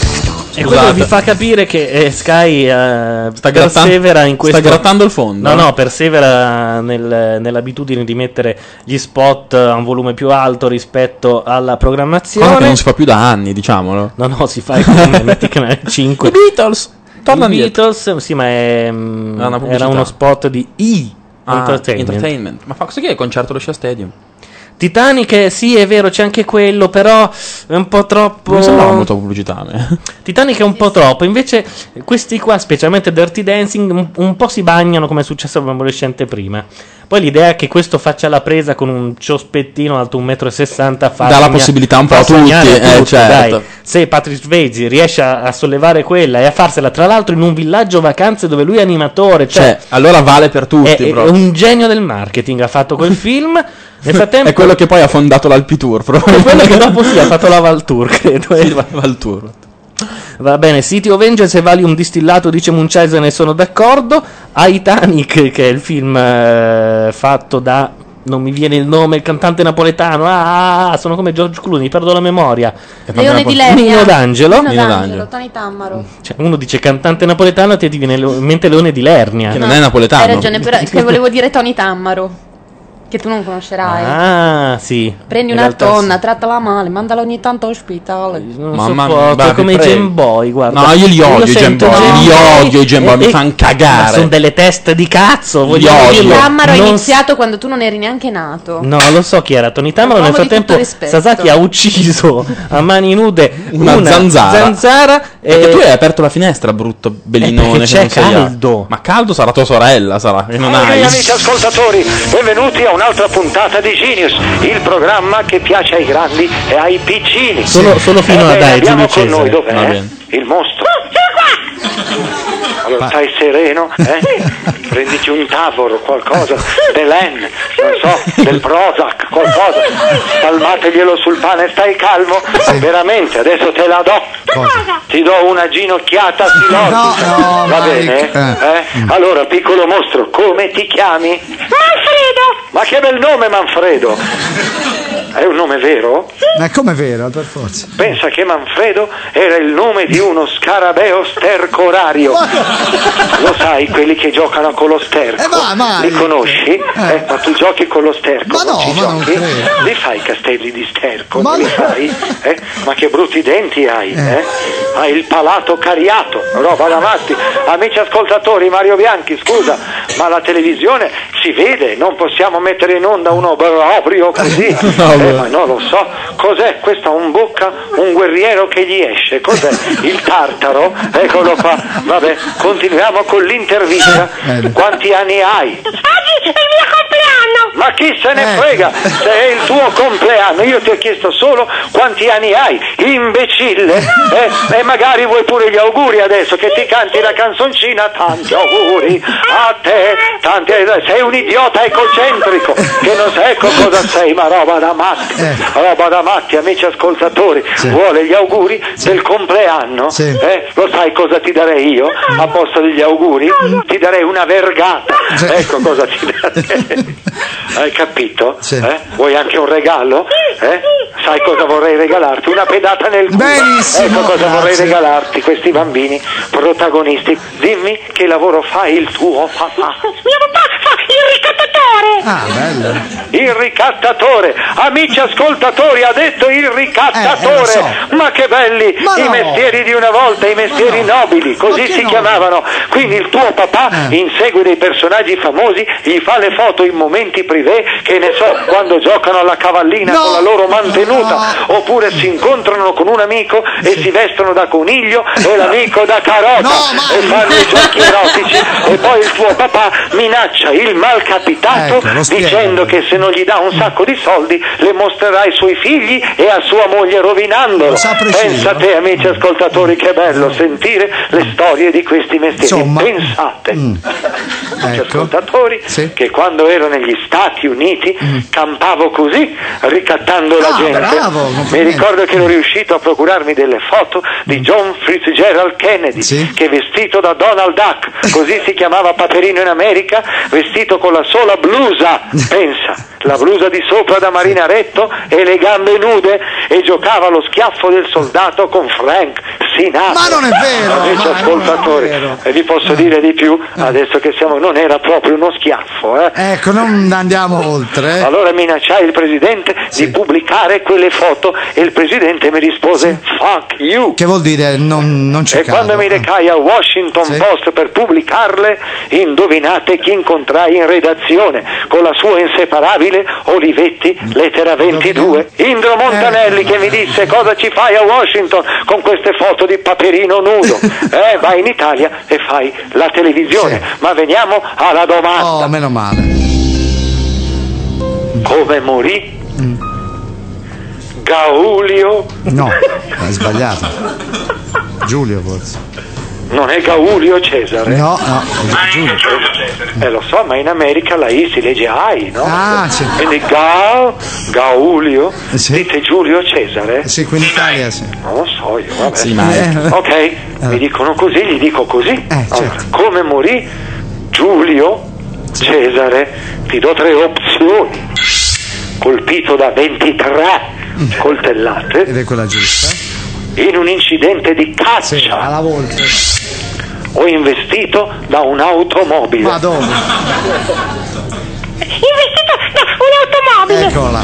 Speaker 4: E quello vi
Speaker 5: scusate.
Speaker 4: fa capire che eh, Sky eh,
Speaker 5: grattan-
Speaker 4: persevera in
Speaker 5: sta
Speaker 4: questo.
Speaker 5: grattando il fondo. eh?
Speaker 4: No, no, persevera nel- nell'abitudine di mettere gli spot a un volume più alto rispetto alla programmazione.
Speaker 5: Cosa che non si fa più da anni, diciamolo.
Speaker 4: No, no, si fa come metti canale 5. I
Speaker 5: Beatles! Torna
Speaker 4: I
Speaker 5: indietro.
Speaker 4: Beatles, sì, ma è,
Speaker 5: Era
Speaker 4: mm,
Speaker 5: una
Speaker 4: era
Speaker 5: pubblicità.
Speaker 4: uno spot di E!
Speaker 5: Ah,
Speaker 4: Entertainment.
Speaker 5: Entertainment. Ma fa così che è il concerto allo Shea Stadium?
Speaker 4: Titanic, eh, sì, è vero, c'è anche quello, però è un po' troppo.
Speaker 5: Non mi sembrava molto pubblicità eh. a me.
Speaker 4: Titanic è un po' troppo, invece questi qua, specialmente Dirty Dancing, un, un po' si bagnano come è successo a Bambolescente prima. Poi l'idea è che questo faccia la presa con un ciospettino alto 1,60 m
Speaker 5: Dà
Speaker 4: fa
Speaker 5: la
Speaker 4: sogna-
Speaker 5: possibilità un po'
Speaker 4: fa
Speaker 5: a tutti,
Speaker 4: sognare
Speaker 5: eh, certo.
Speaker 4: dai. Se Patrick Swayze riesce a, a sollevare quella e a farsela, tra l'altro, in un villaggio vacanze dove lui è animatore, cioè,
Speaker 5: Cioè, allora vale per tutti.
Speaker 4: è, è- è
Speaker 5: proprio.
Speaker 4: un genio del marketing, ha fatto quel film. Nel frattempo,
Speaker 5: È quello che poi ha fondato l'Alpitour. Proprio.
Speaker 4: è quello che dopo sì ha fatto la Valtour, credo. eh.
Speaker 5: Valtour.
Speaker 4: Va bene, City of Angels e Valium distillato, dice Munchausen e sono d'accordo. A Titanic, che è il film eh, fatto da... non mi viene il nome, il cantante napoletano. Ah, sono come George Clooney, perdo la memoria.
Speaker 19: Leone di Lernia.
Speaker 4: Nino D'Angelo.
Speaker 19: Nino D'Angelo, Tony Tammaro.
Speaker 4: Cioè, uno dice cantante napoletano e ti viene le- in mente Leone di Lernia.
Speaker 19: No, Hai ragione, però che volevo dire Tony Tammaro. Che tu non conoscerai.
Speaker 4: Ah, sì.
Speaker 19: Prendi
Speaker 4: In
Speaker 19: una
Speaker 4: realtà Eh,
Speaker 19: tonna, trattala male, mandala ogni tanto all'ospedale.
Speaker 4: Non sopporto,
Speaker 5: guarda,
Speaker 4: come
Speaker 5: vi
Speaker 4: i
Speaker 5: prego.
Speaker 4: Gem Boy, guarda.
Speaker 5: No, io li odio i Gem Boy, li odio i Gem Boy, mi
Speaker 10: Eh,
Speaker 5: fan cagare.
Speaker 4: Sono delle teste di cazzo, voglio
Speaker 5: odio.
Speaker 4: dirlo.
Speaker 19: Tammaro è
Speaker 4: Non
Speaker 19: iniziato quando tu non eri neanche nato.
Speaker 4: No, lo so chi era Tony Tamaro.
Speaker 19: Un
Speaker 4: Nel
Speaker 19: uomo di
Speaker 4: frattempo,
Speaker 19: tutto rispetto.
Speaker 4: Sasaki ha ucciso a mani nude una,
Speaker 5: Una, zanzara. Perché
Speaker 4: e-
Speaker 5: tu hai aperto la finestra, brutto bellinone.
Speaker 4: perché
Speaker 5: che non
Speaker 4: c'è
Speaker 5: sei-
Speaker 4: caldo. Eh,
Speaker 5: Ma caldo sarà tua sorella, sarà. Che non
Speaker 14: Cari
Speaker 5: hai.
Speaker 14: amici ascoltatori, benvenuti a un'altra puntata di Genius, il programma che piace ai grandi e ai piccini.
Speaker 4: Solo- solo fino
Speaker 14: Eh
Speaker 4: ad
Speaker 14: bene,
Speaker 4: Ai,
Speaker 14: Abbiamo
Speaker 4: Giulio
Speaker 14: con noi
Speaker 4: Cesare.
Speaker 24: Eh?
Speaker 4: Va
Speaker 14: dov'è?
Speaker 4: bene.
Speaker 14: Il mostro. Allora stai sereno, eh? prenditi un tavolo, qualcosa, Belen, non so, del Prozac, qualcosa, spalmateglielo sul pane, stai calmo, veramente, adesso te la do,
Speaker 12: Ah,
Speaker 14: ti do una ginocchiata stilotica,
Speaker 10: No, no,
Speaker 14: va
Speaker 10: Mike.
Speaker 14: bene? Eh? Allora, piccolo mostro, come ti chiami? Manfredo! Ma che bel nome Manfredo! È un nome vero?
Speaker 12: Ma com'è vero, per forza.
Speaker 14: Pensa che Manfredo era il nome di uno scarabeo stercorario. Lo sai, quelli che giocano con lo sterco.
Speaker 12: Eh, va, Mike.
Speaker 14: Li conosci? Eh, ma tu giochi con lo sterco.
Speaker 12: Ma
Speaker 14: non
Speaker 12: no,
Speaker 14: ci
Speaker 12: ma non
Speaker 14: giochi?
Speaker 12: credo.
Speaker 14: Li Eh, fai i castelli di sterco,
Speaker 12: Ma
Speaker 14: non li
Speaker 12: no.
Speaker 14: fai? Eh? Ma che brutti denti hai, eh? Hai il palato cariato, roba da matti. Amici ascoltatori, Mario Bianchi, scusa, ma la televisione si vede, non possiamo mettere in onda uno proprio così. Eh, ma non lo so, cos'è questo? Un bocca, un guerriero che gli esce, cos'è? Il tartaro? Eccolo qua. Vabbè, continuiamo con l'intervista. Quanti anni hai?
Speaker 10: Oggi è il mio compleanno!
Speaker 14: Ma chi se ne frega? Se è il tuo compleanno, io ti ho chiesto solo quanti anni hai, imbecille! Eh, e magari vuoi pure gli auguri adesso che ti canti la canzoncina, tanti auguri a te, tanti eh, sei un idiota ecocentrico che non sai ecco cosa sei, ma roba da matti, roba da matti, amici ascoltatori, vuole gli auguri del compleanno, eh? Lo sai cosa ti darei io? A posto degli auguri? Ti darei una vergata. Ecco cosa ti darei. Hai capito? Eh? Vuoi anche un regalo? Eh? Sai cosa vorrei regalarti? Una pedata nel culo.
Speaker 10: Benissimo,
Speaker 14: ecco cosa
Speaker 10: grazie.
Speaker 14: vorrei regalarti, questi bambini protagonisti. Dimmi che lavoro fa il tuo papà.
Speaker 10: Mio papà fa il ricattatore!
Speaker 14: Il ricattatore, amici ascoltatori, ha detto il
Speaker 10: Eh,
Speaker 14: ricattatore. Ma che belli
Speaker 10: Ma
Speaker 14: i
Speaker 10: no.
Speaker 14: mestieri di una volta, i mestieri nobili, così si chiamavano. Quindi il tuo
Speaker 10: Eh.
Speaker 14: papà insegue dei personaggi famosi, gli fa le foto in momenti privé, che ne so, quando giocano alla cavallina con la loro mantenuta, oppure si incontrano con un amico e si vestono da coniglio e l'amico da carota e fanno i giochi erotici e poi il tuo papà minaccia il malcapitato dicendo che se non gli dà un sacco di soldi le mostrerà ai suoi figli e a sua moglie rovinandolo. Pensa te amici ascoltatori che bello sentire le storie di questi mestieri.
Speaker 5: Eh.
Speaker 14: Pensate
Speaker 5: Mm.
Speaker 14: amici ascoltatori che quando ero negli Stati Uniti campavo così ricattando la
Speaker 12: Ah,
Speaker 14: gente.
Speaker 12: bravo,
Speaker 14: Mi
Speaker 12: complimenti. Mm.
Speaker 14: ricordo che ero riuscito a procurarmi delle foto di John Fitzgerald Kennedy che vestito da Donald Duck, così si chiamava Paperino in America, vestito con la sola blusa, pensa. La blusa di sopra da marinaretto e le gambe nude e giocava allo schiaffo del soldato con Frank assassinato.
Speaker 12: Ma non è Eh. vero,
Speaker 14: Adesso, ascoltatori, e vi posso dire di più, adesso che siamo, non era proprio uno schiaffo, eh.
Speaker 12: Ecco, non andiamo oltre. eh.
Speaker 14: Allora minacciai il presidente di pubblicare quelle foto e il presidente mi rispose fuck you.
Speaker 12: Che vuol dire non, non c'è Ah.
Speaker 14: E
Speaker 12: caso.
Speaker 14: quando mi recai a Washington Post per pubblicarle, indovinate chi incontrai in redazione con la sua inseparabile Olivetti,
Speaker 12: Mm.
Speaker 14: lettera 22. Indro
Speaker 12: Eh.
Speaker 14: Montanelli che mi disse cosa ci fai a Washington con queste foto di Paperino nudo. Eh, vai in Italia e fai la televisione. Ma veniamo alla domanda.
Speaker 12: Oh, meno male.
Speaker 14: Come morì?
Speaker 12: Mm.
Speaker 14: Gaulio
Speaker 12: No, hai sbagliato. Giulio forse.
Speaker 14: non è Gaulio Cesare.
Speaker 12: No, no, è Giulio.
Speaker 14: Eh lo so, ma in America la I si legge AI, no?
Speaker 12: Ah, sì. Eh,
Speaker 14: Quindi Ga- Gaulio, dite Giulio Cesare?
Speaker 12: Sì, qui in Italia sì.
Speaker 14: Non lo so io, vabbè.
Speaker 12: Sì, ma- Eh.
Speaker 14: Ok, mi dicono così, gli dico così.
Speaker 10: Eh,
Speaker 14: Allora,
Speaker 10: certo.
Speaker 14: come morì Giulio Cesare? Ti do tre opzioni. Colpito da 23
Speaker 12: Mm.
Speaker 14: coltellate.
Speaker 12: Ed è quella giusta.
Speaker 14: In un incidente di caccia. alla volta. O investito da un'automobile.
Speaker 12: Ma dove? Eh,
Speaker 10: Investito da un'automobile.
Speaker 12: Eccola.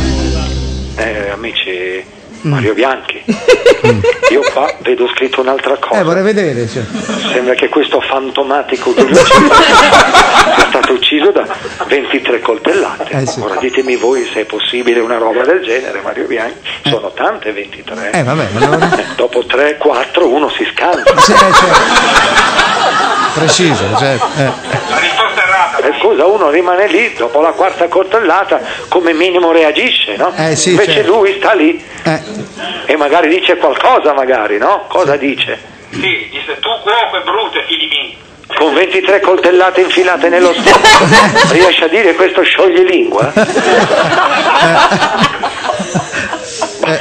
Speaker 14: Eh, amici
Speaker 12: Mm.
Speaker 14: Mario Bianchi, io qua vedo scritto un'altra cosa.
Speaker 12: Eh, vorrei vedere. Cioè.
Speaker 14: Sembra che questo fantomatico Giulio Cesare sia stato ucciso da 23 coltellate.
Speaker 12: Eh, sì.
Speaker 14: Ora ditemi voi se è possibile una roba del genere, Mario Bianchi. Sono tante 23.
Speaker 12: Eh, vabbè, allora.
Speaker 14: Dopo 3, 4, uno si scalda.
Speaker 12: eh, certo. Preciso, cioè. eh.
Speaker 14: Eh, scusa, uno rimane lì, dopo la quarta coltellata come minimo reagisce, no?
Speaker 12: Eh, sì,
Speaker 14: Invece
Speaker 12: certo.
Speaker 14: lui sta lì e magari dice qualcosa, magari, no? Cosa dice?
Speaker 1: Sì, disse tu cuoco e bruto e figli miei.
Speaker 14: Con 23 coltellate infilate nello stomaco, riesce a dire questo scioglie lingua?
Speaker 12: Eh.
Speaker 14: Eh.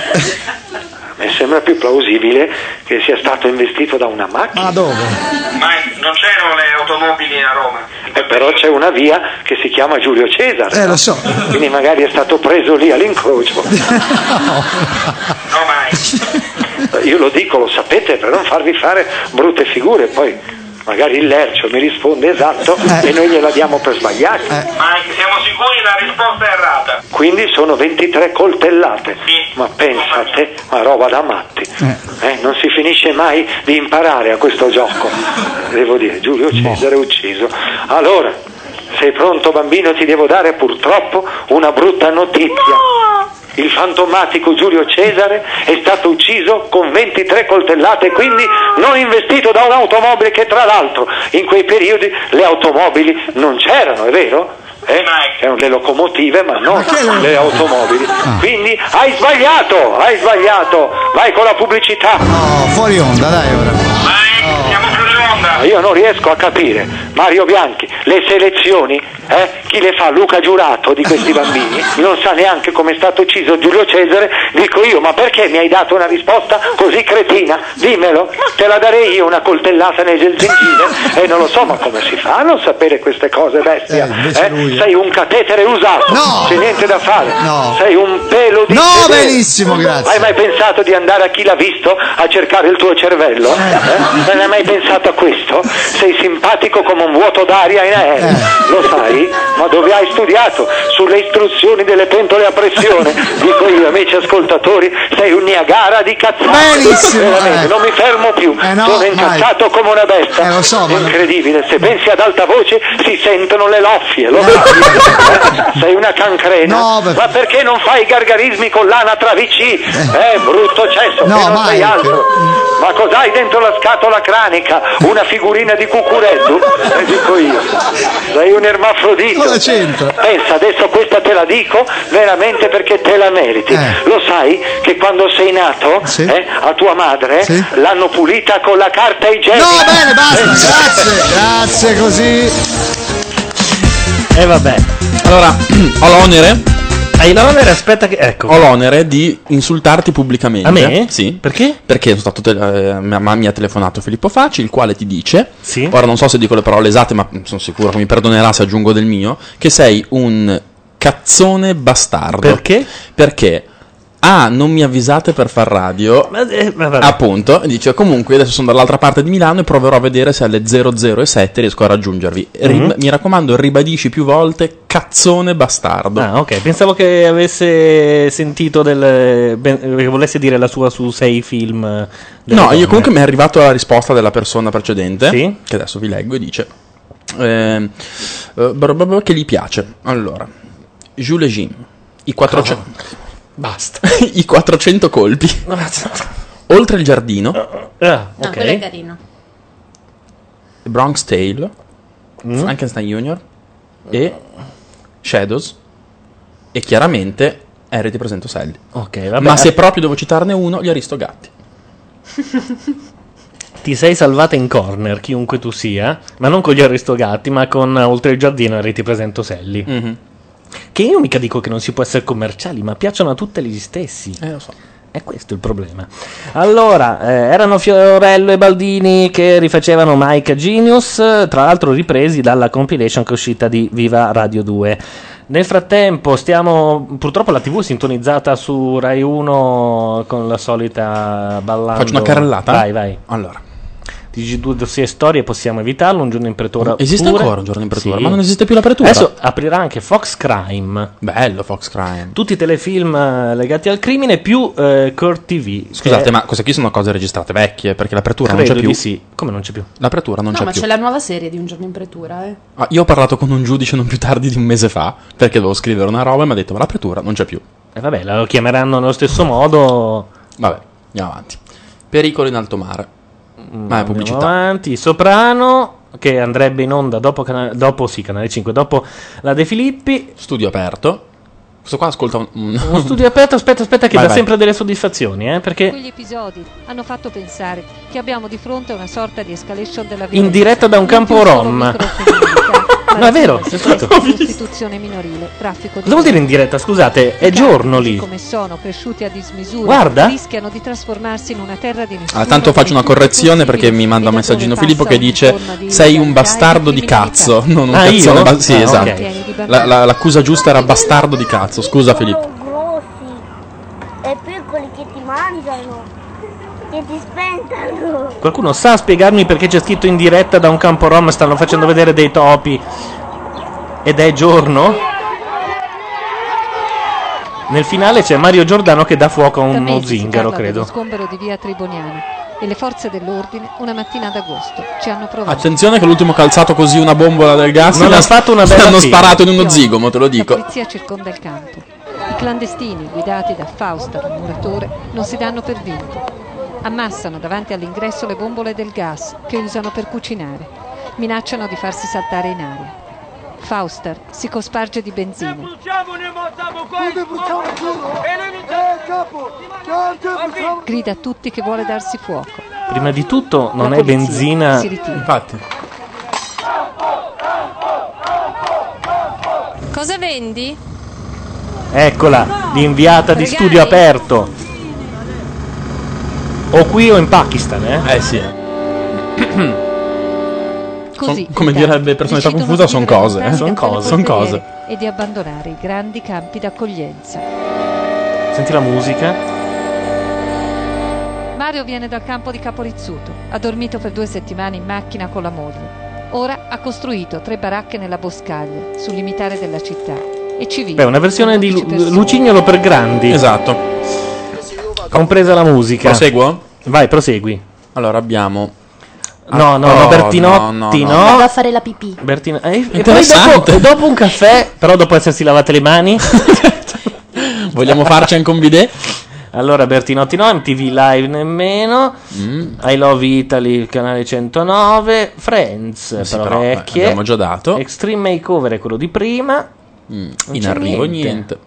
Speaker 14: Mi sembra più plausibile che sia stato investito da una macchina.
Speaker 12: Ma dove?
Speaker 1: Ma non c'erano le automobili a Roma.
Speaker 14: Eh, però c'è una via che si chiama Giulio Cesare.
Speaker 12: Eh, lo so.
Speaker 14: Quindi magari è stato preso lì all'incrocio.
Speaker 1: No mai.
Speaker 14: Io lo dico, lo sapete, per non farvi fare brutte figure. Poi magari il Lercio mi risponde esatto e noi gliela diamo per
Speaker 4: Eh.
Speaker 14: sbagliata.
Speaker 1: Mike, siamo sicuri la risposta è errata.
Speaker 14: Quindi sono 23 coltellate. Ma pensate, ma roba da matti. Eh, non si finisce mai di imparare a questo gioco. Devo dire, Giulio Cesare ucciso. Allora, sei pronto bambino, ti devo dare purtroppo una brutta notizia. Il fantomatico Giulio Cesare è stato ucciso con 23 coltellate, quindi non investito da un'automobile che tra l'altro in quei periodi le automobili non c'erano, è vero? Eh? C'erano le locomotive ma non le automobili.
Speaker 12: Ah.
Speaker 14: Quindi hai sbagliato, hai sbagliato. Vai con la pubblicità.
Speaker 12: Oh, fuori onda, dai ora.
Speaker 14: Ma Io non riesco a capire, Mario Bianchi, le selezioni, eh? chi le fa? Luca Giurato di questi bambini? Non sa neanche come è stato ucciso Giulio Cesare, dico io, ma perché mi hai dato una risposta così cretina? Dimmelo, te la darei io una coltellata nel gengile e non lo so, ma come si fa a non sapere queste cose, bestia? eh? Sei un catetere usato, c'è niente da fare, sei un pelo di...
Speaker 12: No,
Speaker 14: sedere.
Speaker 12: benissimo, grazie.
Speaker 14: Hai mai pensato di andare a chi l'ha visto a cercare il tuo cervello? Eh? Non hai mai pensato a questo? Sei simpatico come un vuoto d'aria in aereo,
Speaker 12: Eh.
Speaker 14: lo sai? Ma dove hai studiato? Sulle istruzioni delle pentole a pressione? Dico io, amici ascoltatori, sei un Niagara di cazzate.
Speaker 12: Benissimo,
Speaker 14: Veramente,
Speaker 12: eh.
Speaker 14: non mi fermo più,
Speaker 12: no, Eh,
Speaker 14: sono
Speaker 12: mai.
Speaker 14: incazzato come una bestia. Incredibile, se pensi ad alta voce si sentono le loffie, lo sai? Sei una cancrena. Ma perché non fai i gargarismi con l'anatra VC? Eh, brutto cesso,
Speaker 12: No,
Speaker 14: che non
Speaker 12: mai.
Speaker 14: sei altro. Ma cos'hai dentro la scatola cranica? Una figurina di cucurello? Eh, dico io. Sei un ermafrodito.
Speaker 12: Cosa c'entra?
Speaker 14: Pensa, adesso questa te la dico veramente perché te la meriti.
Speaker 12: Eh.
Speaker 14: Lo sai che quando sei nato eh, a tua madre l'hanno pulita con la carta
Speaker 10: eh.
Speaker 14: igienica?
Speaker 12: No, bene, basta, grazie, grazie così.
Speaker 4: E vabbè.
Speaker 5: Allora, ho l'onere.
Speaker 4: Hai l'onere, aspetta che. Ecco.
Speaker 5: Ho l'onere di insultarti pubblicamente.
Speaker 4: A me?
Speaker 5: Sì.
Speaker 4: Perché?
Speaker 5: Perché sono stato te- eh, mia mamma mi ha telefonato Filippo Facci, il quale ti dice. Ora non so se dico le parole esatte, ma sono sicuro che mi perdonerà se aggiungo del mio. Che sei un cazzone bastardo.
Speaker 4: Perché?
Speaker 5: Perché Ah, non mi avvisate per far radio.
Speaker 4: eh,
Speaker 5: Appunto, e dice comunque adesso sono dall'altra parte di Milano e proverò a vedere se alle 007 riesco a raggiungervi. Rim-
Speaker 4: Mhm.
Speaker 5: Mi raccomando, ribadisci più volte cazzone bastardo.
Speaker 4: Ah, ok. Pensavo che avesse sentito del. ben- che volesse dire la sua su sei film. eh, delle
Speaker 5: No,
Speaker 4: donne.
Speaker 5: io comunque mi è arrivata la risposta della persona precedente,
Speaker 4: Sì?
Speaker 5: che adesso vi leggo, e dice ehm, eh, bro- bro- bro- che gli piace. Allora, Jules Jim, i
Speaker 4: Ah,
Speaker 5: 400... Basta. I 400 colpi. Oltre il giardino,
Speaker 4: Ah,
Speaker 13: No, quello è carino.
Speaker 5: Bronx Tale,
Speaker 4: Mm.
Speaker 5: Frankenstein Junior e Shadows e chiaramente Harry ti presento Sally.
Speaker 4: Ok, vabbè.
Speaker 5: Ma se proprio devo citarne uno, gli Aristogatti.
Speaker 4: Ti sei salvata in corner, chiunque tu sia, ma non con gli arrestogatti, ma con eh, Oltre il giardino e Reti Presento Selli. Che io mica dico che non si può essere commerciali, ma piacciono a tutti gli stessi.
Speaker 5: Eh, lo so.
Speaker 4: È questo il problema. Allora, eh, erano Fiorello e Baldini che rifacevano Mike Genius, eh, tra l'altro ripresi dalla compilation che è uscita di Viva Radio 2. Nel frattempo stiamo, purtroppo la TV è sintonizzata su Rai 1 con la solita ballata.
Speaker 5: Faccio una carrellata?
Speaker 4: Vai, vai.
Speaker 5: Allora.
Speaker 4: TG2 dossier storie possiamo evitarlo, un giorno in pretura.
Speaker 5: Esiste
Speaker 4: pure.
Speaker 5: ancora un giorno in pretura,
Speaker 4: Sì.
Speaker 5: ma non esiste più la pretura.
Speaker 4: Adesso aprirà anche Fox Crime.
Speaker 5: Bello Fox Crime.
Speaker 4: Tutti i telefilm eh, legati al crimine più eh, Core TV.
Speaker 5: Scusate,
Speaker 4: Eh,
Speaker 5: ma queste qui sono cose registrate vecchie, perché l'apertura non
Speaker 4: Credo
Speaker 5: c'è
Speaker 4: di
Speaker 5: più.
Speaker 4: sì. Come non c'è più?
Speaker 5: L'apertura non
Speaker 19: no,
Speaker 5: c'è
Speaker 19: ma
Speaker 5: più.
Speaker 19: c'è la nuova serie di Un giorno in pretura, eh.
Speaker 5: Ah, io ho parlato con un giudice non più tardi di un mese fa, perché dovevo scrivere una roba e mi ha detto, ma l'apertura non c'è più.
Speaker 4: E eh, vabbè, la chiameranno nello stesso modo.
Speaker 5: Vabbè, andiamo avanti. Pericolo in alto mare. Ma è
Speaker 4: Mm, Andiamo
Speaker 5: pubblicità.
Speaker 4: avanti, Soprano che andrebbe in onda dopo, cana- dopo sì, Canale 5, dopo la De Filippi.
Speaker 5: Studio aperto. Questo qua ascolta un...
Speaker 4: Uno studio aperto, aspetta, aspetta che
Speaker 5: Vai,
Speaker 4: dà
Speaker 5: vai.
Speaker 4: sempre delle soddisfazioni, eh, perché
Speaker 2: Quegli episodi hanno fatto pensare che abbiamo di fronte a una sorta di escalation della violenza.
Speaker 4: in diretta da un campo rom. Ma Ah, è vero, è stato.
Speaker 2: Prostituzione minorile, traffico di
Speaker 4: Cosa vuol dire in diretta? Scusate, è giorno lì.
Speaker 2: come sono cresciuti a dismisura
Speaker 5: Guarda.
Speaker 2: rischiano di trasformarsi in una terra di nessuno.
Speaker 5: Ah, tanto faccio una correzione perché mi manda un messaggino Filippo che dice sei un bastardo di cazzo, non un
Speaker 4: Ah, io?
Speaker 5: cazzone ba- Sì,
Speaker 4: Ah,
Speaker 5: esatto.
Speaker 4: ok.
Speaker 5: La- la- l'accusa giusta era bastardo di cazzo, scusa Filippo.
Speaker 9: grossi e piccoli che ti mangiano, che ti spentano.
Speaker 4: Qualcuno sa spiegarmi perché c'è scritto in diretta da un campo rom stanno facendo vedere dei topi ed è giorno? Nel finale c'è Mario Giordano che dà fuoco a uno
Speaker 2: Esattamente, si
Speaker 4: zingaro,
Speaker 2: parla dello
Speaker 4: credo.
Speaker 2: sgombero di via Triboniana e le forze dell'ordine una mattina d'agosto ci hanno
Speaker 4: Ah,
Speaker 2: provato.
Speaker 5: Attenzione che l'ultimo calzato così una bombola del gas
Speaker 4: Non
Speaker 5: ne
Speaker 4: ha
Speaker 5: ha-
Speaker 4: fatto una
Speaker 5: ne
Speaker 4: bella
Speaker 5: hanno
Speaker 4: fine.
Speaker 5: sparato in uno zigomo, te lo dico.
Speaker 2: La polizia circonda il campo. I clandestini, guidati da Fausta, il muratore, non si danno per vinto. Ammassano davanti all'ingresso le bombole del gas che usano per cucinare. Minacciano di farsi saltare in aria. Fauster si cosparge di benzina. Grida a tutti che vuole darsi fuoco.
Speaker 4: Prima di tutto non
Speaker 2: La
Speaker 4: è
Speaker 2: polizia
Speaker 4: benzina.
Speaker 2: si ritira.
Speaker 5: Infatti.
Speaker 16: Cosa vendi?
Speaker 4: Eccola, l'inviata di studio aperto. O qui o in Pakistan, eh?
Speaker 5: Eh sì.
Speaker 2: Così,
Speaker 5: Son- come
Speaker 2: intanto,
Speaker 5: direbbe personalità
Speaker 2: decidono
Speaker 5: confusa,
Speaker 2: di
Speaker 5: son
Speaker 2: vivere
Speaker 5: cose, eh.
Speaker 2: lontani
Speaker 5: Son
Speaker 2: da quelle
Speaker 5: cose. Son cose.
Speaker 2: polveriere E di abbandonare i grandi campi d'accoglienza.
Speaker 4: Senti la musica.
Speaker 2: Mario viene dal campo di Caporizzuto, ha dormito per due settimane in macchina con la moglie. Ora ha costruito tre baracche nella boscaglia, sul limitare della città, e ci vive.
Speaker 4: Beh, una versione di Lu- Lucignolo per grandi.
Speaker 5: Esatto.
Speaker 4: Compresa la musica.
Speaker 5: Proseguo?
Speaker 4: Vai, prosegui.
Speaker 5: Allora abbiamo
Speaker 4: No, no, no,
Speaker 5: Oh,
Speaker 4: Bertinotti, no.
Speaker 19: Vado a fare la pipì.
Speaker 4: Bertina- eh, e poi dopo,
Speaker 5: Interessante.
Speaker 4: e dopo un caffè, però dopo essersi lavate le mani.
Speaker 5: Vogliamo farci anche un bidet?
Speaker 4: Allora, Bertinotti no, MTV Live nemmeno.
Speaker 5: Mm,
Speaker 4: I Love Italy, canale 109. Friends,
Speaker 5: Sì,
Speaker 4: però,
Speaker 5: però, eh,
Speaker 4: vecchie.
Speaker 5: abbiamo già dato.
Speaker 4: Extreme Makeover è quello di prima. Non
Speaker 5: in
Speaker 4: c'è
Speaker 5: arrivo niente.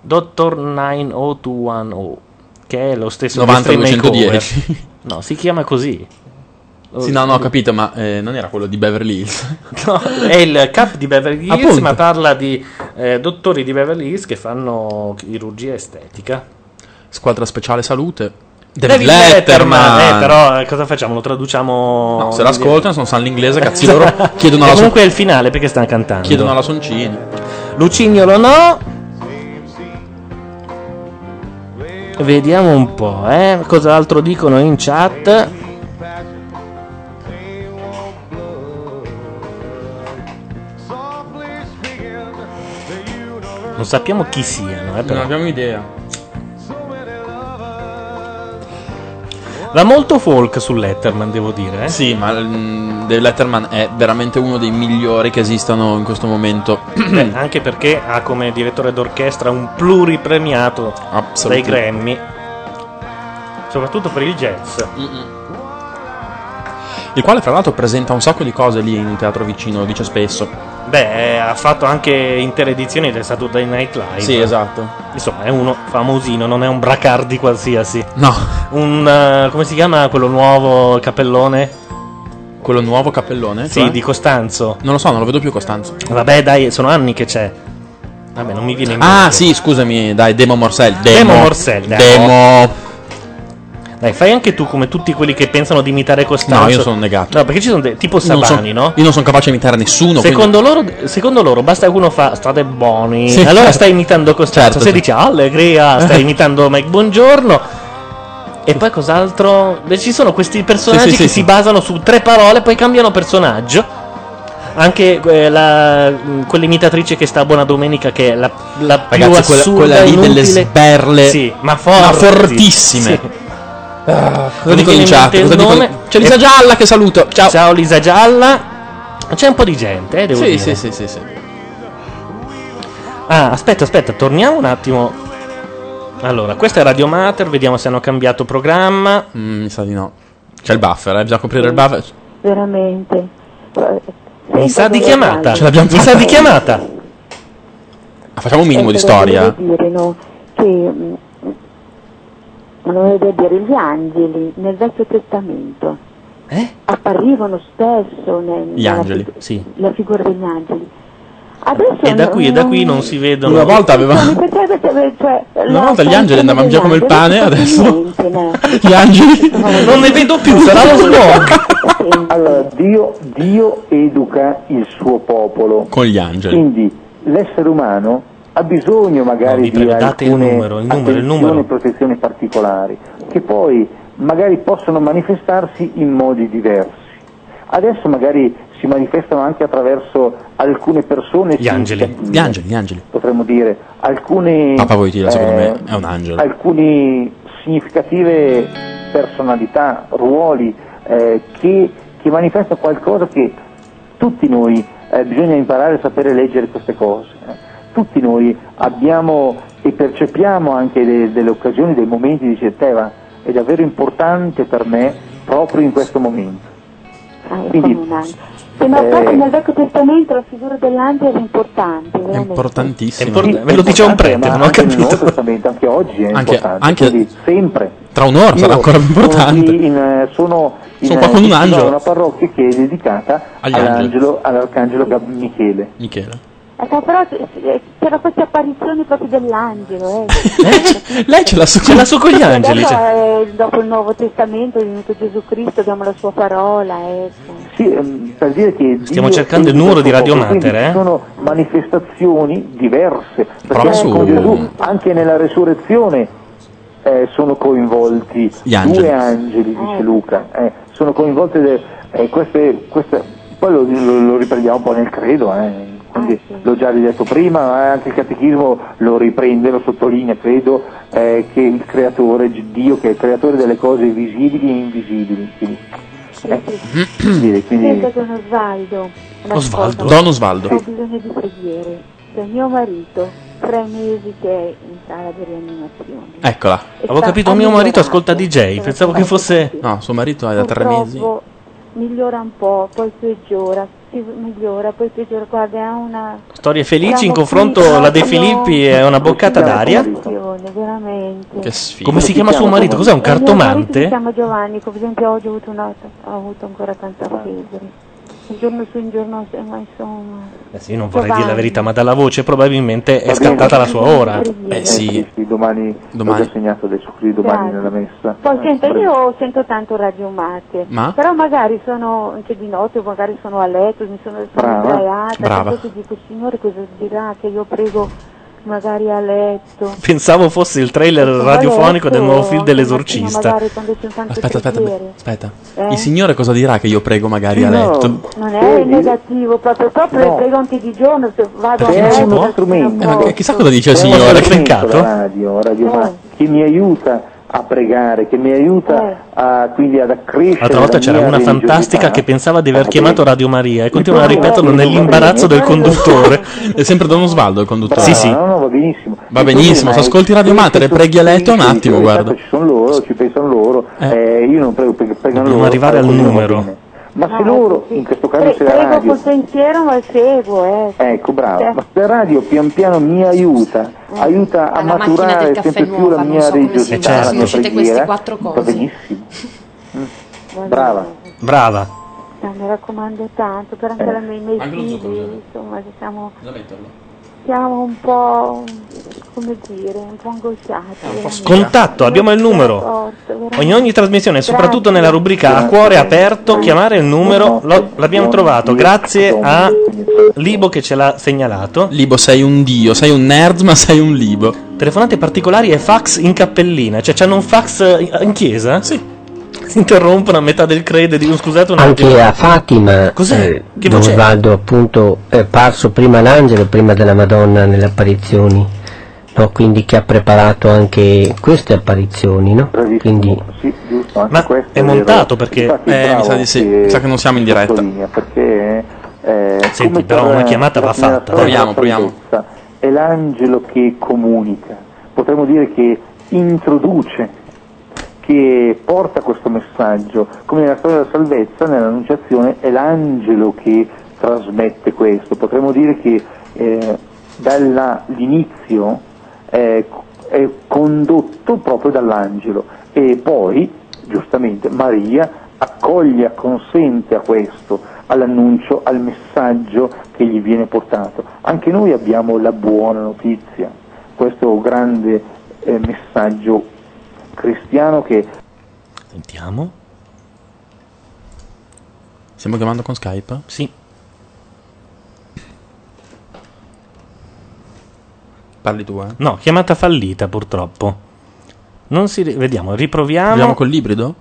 Speaker 4: Dottor 90210, che è lo stesso di
Speaker 5: 90
Speaker 4: Extreme Makeover.
Speaker 5: 210.
Speaker 4: No, si chiama così.
Speaker 5: Sì, no, no, ho capito, ma eh, non era quello di Beverly Hills.
Speaker 4: No, è il cap di Beverly Hills,
Speaker 5: Appunto.
Speaker 4: ma parla di eh, dottori di Beverly Hills che fanno chirurgia estetica.
Speaker 5: Squadra speciale salute.
Speaker 4: David Letterman. Eh, però eh, cosa facciamo? Lo traduciamo.
Speaker 5: No, se l'ascoltano, sono sanno l'inglese, cazzi loro chiedono alla,
Speaker 4: E
Speaker 5: son-
Speaker 4: Comunque è il finale perché stanno cantando.
Speaker 5: chiedono alla Soncini.
Speaker 4: Lucignolo no. Vediamo un po', eh, cos'altro dicono in chat. Non sappiamo chi siano, eh, però.
Speaker 5: Non abbiamo idea.
Speaker 4: Va molto folk su Letterman, devo dire. eh.
Speaker 5: Sì, ma mm, Dave Letterman è veramente uno dei migliori che esistono in questo momento.
Speaker 4: Beh, anche perché ha come direttore d'orchestra un pluripremiato dai
Speaker 5: Assolutamente.
Speaker 4: Grammy, soprattutto per il jazz.
Speaker 5: Il quale, fra l'altro, presenta un sacco di cose lì in teatro vicino, lo dice spesso.
Speaker 4: Beh, eh, ha fatto anche intere edizioni del Saturday Night Live.
Speaker 5: Sì, esatto.
Speaker 4: Insomma, è uno famosino, non è un bracardi qualsiasi.
Speaker 5: No.
Speaker 4: Un eh, come si chiama quello nuovo cappellone?
Speaker 5: Quello nuovo cappellone?
Speaker 4: Sì,
Speaker 5: Cioè?
Speaker 4: di Costanzo.
Speaker 5: Non lo so, non lo vedo più Costanzo.
Speaker 4: Vabbè, dai, sono anni che c'è. Vabbè, non mi viene in mente.
Speaker 5: Ah, sì, scusami, dai, Demo Morsel. Demo,
Speaker 4: Demo Morsel, dai.
Speaker 5: Demo.
Speaker 4: Dai, fai anche tu come tutti quelli che pensano di imitare Costanzo.
Speaker 5: No, io sono negato.
Speaker 4: No, perché ci sono dei tipo
Speaker 5: Non so-
Speaker 4: Sabani, no?
Speaker 5: Io non sono capace di imitare nessuno.
Speaker 4: Secondo loro, secondo loro basta che uno fa state buoni,
Speaker 5: Sì,
Speaker 4: allora
Speaker 5: certo.
Speaker 4: stai imitando
Speaker 5: Certo,
Speaker 4: Costanzo. Se
Speaker 5: sì.
Speaker 4: dice allegria, stai imitando Mike Buongiorno. E poi cos'altro? Beh, ci sono questi personaggi
Speaker 5: Sì, sì,
Speaker 4: che
Speaker 5: sì,
Speaker 4: si
Speaker 5: sì.
Speaker 4: basano su tre parole, poi cambiano personaggio. Anche eh, la- mh, quell'imitatrice che sta a Buona Domenica, che è la, la
Speaker 5: Ragazzi,
Speaker 4: più
Speaker 5: quella-
Speaker 4: assurda
Speaker 5: quella lì delle
Speaker 4: inutile.
Speaker 5: sberle.
Speaker 4: Sì, ma Ah,
Speaker 5: Ma
Speaker 4: forti.
Speaker 5: fortissime.
Speaker 4: Sì.
Speaker 5: cosa
Speaker 4: Non mi
Speaker 5: dicono
Speaker 4: viene
Speaker 5: in chat? Eh,
Speaker 4: mente il
Speaker 5: Cosa dicono-
Speaker 4: nome.
Speaker 5: C'è Lisa
Speaker 4: E-
Speaker 5: Gialla che saluto. Ciao.
Speaker 4: Eh. Ciao Lisa Gialla. C'è un po' di gente, eh, devo
Speaker 5: Sì,
Speaker 4: dire.
Speaker 5: sì, sì, sì, sì.
Speaker 4: Ah, aspetta, aspetta, torniamo un attimo. Allora, questa è Radio Mater, vediamo se hanno cambiato programma.
Speaker 5: Mm, mi sa di no. C'è il buffer, eh, bisogna coprire il buffer.
Speaker 10: Veramente.
Speaker 4: Mi sa di chiamata.
Speaker 5: Ce l'abbiamo
Speaker 4: Mi sa
Speaker 5: fatta.
Speaker 4: di chiamata.
Speaker 5: Ah, facciamo un minimo di
Speaker 10: Ecco, volevo
Speaker 5: storia.
Speaker 10: dire, no, che mm, mh, volevo dire, gli angeli nel Vecchio Testamento
Speaker 5: Eh?
Speaker 10: apparivano spesso nel-
Speaker 4: Gli angeli, sì.
Speaker 10: nella figura degli angeli. Adesso
Speaker 4: E da
Speaker 10: no-
Speaker 4: qui e da qui non si vedono.
Speaker 5: Una volta
Speaker 10: Mi
Speaker 5: avevamo.
Speaker 10: piacerebbe sapere, cioè,
Speaker 5: Una
Speaker 10: la-
Speaker 5: volta gli angeli andavano via come il pane, adesso. Gli angeli.
Speaker 4: Non ne vedo più, sarà lo smog.
Speaker 3: Allora, Dio, Dio educa il suo popolo.
Speaker 5: Con gli angeli.
Speaker 3: Quindi l'essere umano ha bisogno magari di
Speaker 4: date il
Speaker 3: alcune
Speaker 4: numero, il numero, il numero.
Speaker 3: attenzioni e protezioni particolari, che poi magari possono manifestarsi in modi diversi. Adesso magari si manifestano anche attraverso alcune persone. Gli angeli.
Speaker 5: Gli angeli, gli angeli.
Speaker 3: Potremmo dire, alcune...
Speaker 5: Papa Voitila, secondo
Speaker 3: eh,
Speaker 5: me, è un angelo.
Speaker 3: alcune significative personalità, ruoli eh, che, che manifestano qualcosa che tutti noi eh, bisogna imparare a sapere leggere queste cose. eh. Tutti noi abbiamo e percepiamo anche de- delle occasioni, dei momenti di certezza, è davvero importante per me proprio in questo momento.
Speaker 10: Ah,
Speaker 3: Quindi,
Speaker 10: ecco, Sì, ma
Speaker 3: eh,
Speaker 10: proprio nel Vecchio Testamento la figura dell'angelo era importante, veramente.
Speaker 5: Importantissimo.
Speaker 3: Ve lo dice un prete, non ho capito. Anche, nel Nuovo Testamento, anche oggi è
Speaker 5: Anche-
Speaker 3: importante,
Speaker 5: anche-
Speaker 3: quindi sempre.
Speaker 5: Tra un'ora sarà
Speaker 3: Io
Speaker 5: ancora più
Speaker 3: sono
Speaker 5: importante.
Speaker 3: qui in, eh, sono in,
Speaker 5: Sono qua
Speaker 3: eh,
Speaker 5: con un
Speaker 3: vicino a
Speaker 5: angelo.
Speaker 3: una parrocchia che è dedicata
Speaker 5: Agli
Speaker 3: all'angelo, all'arcangelo Gab- Michele.
Speaker 5: Michele.
Speaker 10: Ecco, però c- c- c'era queste apparizioni proprio dell'angelo, eh.
Speaker 5: Lei ce l'ha su, ce l'ha
Speaker 4: su con gli angeli.
Speaker 10: Adesso,
Speaker 4: cioè.
Speaker 10: eh, dopo il Nuovo Testamento è venuto Gesù Cristo, abbiamo la sua parola, ecco.
Speaker 3: Sì, ehm, per dire che
Speaker 4: Stiamo
Speaker 3: Dio
Speaker 4: cercando
Speaker 3: è
Speaker 4: il numero di
Speaker 3: tutto,
Speaker 4: Radio
Speaker 3: quindi
Speaker 4: Mater, eh?
Speaker 3: ci sono manifestazioni diverse.
Speaker 4: Prova
Speaker 3: Perché
Speaker 4: su.
Speaker 3: con Gesù, anche nella resurrezione eh, sono coinvolti
Speaker 5: Gli angeli.
Speaker 3: due angeli, dice Luca. eh, sono coinvolte de- eh, queste, queste- Poi lo, lo- lo riprendiamo un po' nel credo, eh, quindi l'ho già detto prima, ma anche il catechismo lo riprende, lo sottolinea, credo, eh, che il creatore, Dio che è il creatore delle cose visibili e invisibili. Quindi, eh, quindi- quindi-
Speaker 10: Senta Don Osvaldo. una
Speaker 5: Osvaldo.
Speaker 10: cosa.
Speaker 5: Don Osvaldo.
Speaker 10: Ho bisogno di preghiere. Cioè, mio marito, tre mesi che è in sala di rianimazione.
Speaker 5: Eccola.
Speaker 4: Avevo capito, mio marito ascolta DJ, pensavo
Speaker 10: Ecco,
Speaker 4: che fosse...
Speaker 5: No, suo marito è da tre mesi.
Speaker 10: Purtroppo Migliora un po', poi peggiora, si migliora, poi peggiora. Guarda, ha una
Speaker 4: Storie felici
Speaker 10: Siamo
Speaker 4: in
Speaker 10: qui
Speaker 4: confronto la De
Speaker 10: proprio-
Speaker 4: Filippi è una boccata d'aria.
Speaker 10: situazione, veramente.
Speaker 4: Che sfiga. Come si chiama suo marito? Cos'è, un
Speaker 10: Eh, mio marito
Speaker 4: cartomante?
Speaker 10: Si chiama Giovanni, per esempio oggi ho avuto, una, ho avuto ancora tanta febbre. Un giorno su, un giorno su, ma insomma...
Speaker 4: Adesso Eh io non vorrei dire la verità, ma dalla voce probabilmente
Speaker 3: Va
Speaker 4: è
Speaker 3: bene.
Speaker 4: scattata la sua ora.
Speaker 10: Eh
Speaker 3: sì. domani, ho già segnato adesso qui domani
Speaker 10: Grazie.
Speaker 3: nella messa.
Speaker 10: Poi senta,
Speaker 3: Prego.
Speaker 10: io sento tanto Radio Mate,
Speaker 3: Ma?
Speaker 10: però magari sono anche di notte, magari sono a letto, mi sono sono
Speaker 3: Brava.
Speaker 8: cioè
Speaker 10: sdraiata,
Speaker 3: Brava.
Speaker 10: e poi dico, signore cosa dirà che io prego
Speaker 8: magari a letto.
Speaker 4: Pensavo fosse il trailer radiofonico del nuovo film dell'esorcista.
Speaker 8: Magari quando c'è tanto
Speaker 5: Aspetta, aspetta,
Speaker 8: preghiere.
Speaker 5: aspetta.
Speaker 8: Eh?
Speaker 5: Il signore cosa dirà che io prego magari a
Speaker 8: No.
Speaker 5: letto?
Speaker 8: Non è negativo, proprio, proprio
Speaker 3: No.
Speaker 8: le pregonti di giorno, se vado
Speaker 3: Perché
Speaker 8: a
Speaker 3: non si
Speaker 8: letto,
Speaker 3: può?
Speaker 8: perché
Speaker 3: eh, strumento.
Speaker 8: non
Speaker 5: Eh, ma
Speaker 8: posso.
Speaker 5: chissà cosa dice il
Speaker 3: È uno
Speaker 5: signore.
Speaker 3: strumento,
Speaker 5: Cliccato?
Speaker 3: la radio, radio ma- che mi aiuta a pregare, che mi aiuta a, quindi ad accrescere.
Speaker 4: L'altra volta
Speaker 3: la
Speaker 4: c'era
Speaker 3: mia Ah,
Speaker 4: una fantastica
Speaker 3: religiosità.
Speaker 4: che pensava di aver chiamato Radio Maria e continuava a
Speaker 3: Il
Speaker 4: ripeterlo
Speaker 3: problema è che
Speaker 4: nell'imbarazzo del
Speaker 3: non riesco a
Speaker 4: conduttore.
Speaker 5: È sempre Don Osvaldo il conduttore.
Speaker 4: Sì, sì.
Speaker 3: No, no, va benissimo.
Speaker 5: Va benissimo, se ascolti Radio Mater e preghi a letto un attimo, guarda.
Speaker 3: certo, Ci sono loro, ci pensano loro, eh, io non prego perché pregano loro.
Speaker 4: Dobbiamo arrivare al
Speaker 3: allora,
Speaker 4: numero.
Speaker 3: Ma se loro, in questo caso se la
Speaker 8: Prego
Speaker 3: radio,
Speaker 8: col pensiero, ma seguo, eh.
Speaker 3: ecco bravo,
Speaker 8: Eh.
Speaker 3: ma se la radio pian piano mi aiuta, aiuta a
Speaker 8: Alla macchina del
Speaker 3: maturare
Speaker 8: caffè
Speaker 3: sempre più
Speaker 8: nuova,
Speaker 3: la
Speaker 8: non
Speaker 3: mia
Speaker 8: so come si
Speaker 3: religiosità,
Speaker 8: chiama,
Speaker 3: la
Speaker 8: sono
Speaker 3: mia
Speaker 8: uscite certo, queste
Speaker 3: preghiera,
Speaker 8: quattro
Speaker 3: va
Speaker 8: cose.
Speaker 3: benissimo. Mm. Brava.
Speaker 4: Brava.
Speaker 8: No, mi raccomando tanto, per anche
Speaker 3: Eh.
Speaker 8: la mia, i miei
Speaker 3: Anche lo
Speaker 8: figli,
Speaker 3: zucchero,
Speaker 8: insomma, che siamo, siamo un po', come dire, un po'
Speaker 3: Ah,
Speaker 8: angosciati. veramente.
Speaker 4: Contatto, abbiamo il numero.
Speaker 8: Torto, veramente.
Speaker 4: In ogni trasmissione, soprattutto nella rubrica A cuore aperto, chiamare il numero, lo- l'abbiamo trovato grazie a Libo che ce l'ha segnalato.
Speaker 5: Libo, sei un dio, sei un nerd, ma sei un libo.
Speaker 4: Telefonate particolari e fax in cappellina, cioè c'hanno un fax in- in chiesa? Sì. Si interrompono a metà del credo e dicono scusate un attimo.
Speaker 11: Anche a Fatima,
Speaker 4: Cos'è?
Speaker 11: eh,
Speaker 4: Che
Speaker 11: Don
Speaker 4: voce è?
Speaker 11: Osvaldo appunto è apparso prima l'angelo, prima della Madonna nelle apparizioni, no? quindi che ha preparato anche queste apparizioni, no? quindi
Speaker 4: Ma è montato perché
Speaker 5: Eh, mi sa di sì. Mi sa che non siamo in diretta.
Speaker 3: Perché, eh,
Speaker 5: Senti,
Speaker 3: come
Speaker 5: però
Speaker 3: per
Speaker 5: una
Speaker 3: la-
Speaker 5: chiamata
Speaker 3: la
Speaker 5: va
Speaker 3: signora
Speaker 5: fatta.
Speaker 3: Sara
Speaker 5: Proviamo,
Speaker 3: della
Speaker 5: proviamo.
Speaker 3: salvezza, È l'angelo che comunica, potremmo dire che introduce, che porta questo messaggio, come nella storia della salvezza, nell'annunciazione è l'angelo che trasmette questo, potremmo dire che eh, dall'inizio è, è condotto proprio dall'angelo e poi, giustamente, Maria accoglie, acconsente a questo, all'annuncio, al messaggio che gli viene portato. Anche noi abbiamo la buona notizia, questo grande eh, messaggio cristiano che
Speaker 4: Sentiamo.
Speaker 5: Stiamo chiamando con Skype?
Speaker 4: Sì.
Speaker 5: Parli tu, eh?
Speaker 4: No, chiamata fallita purtroppo. Non si ri- vediamo, riproviamo.
Speaker 5: Proviamo col l'ibrido?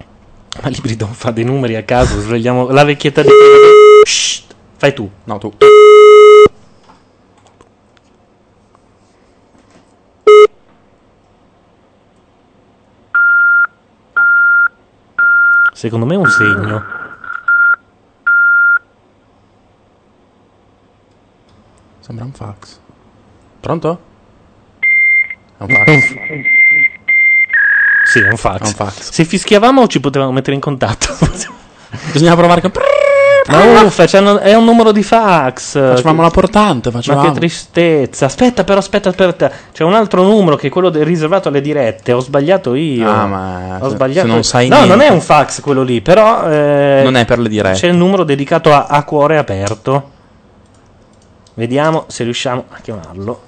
Speaker 4: Ma l'ibrido fa dei numeri a caso, svegliamo la vecchietta di Shh, fai tu.
Speaker 5: No, tu.
Speaker 4: Secondo me è un segno.
Speaker 5: Sembra un fax. Pronto? È un
Speaker 4: È un
Speaker 5: fax.
Speaker 4: Sì, è un fax. Se fischiavamo ci potevamo mettere in contatto.
Speaker 5: Bisognava provare con...
Speaker 4: Ma uffa, c'hanno- è un numero di fax.
Speaker 5: Facevamo la portante,
Speaker 4: Ma
Speaker 5: facevamo.
Speaker 4: che tristezza. Aspetta, però, aspetta, aspetta. C'è un altro numero che è quello del- riservato alle dirette. Ho sbagliato io.
Speaker 5: Ah, ma
Speaker 4: Ho
Speaker 5: se-
Speaker 4: sbagliato.
Speaker 5: se non sai
Speaker 4: no,
Speaker 5: niente.
Speaker 4: non è un fax quello lì, però. eh,
Speaker 5: Non è per le dirette.
Speaker 4: C'è il numero dedicato a, a cuore aperto. Vediamo se riusciamo a chiamarlo.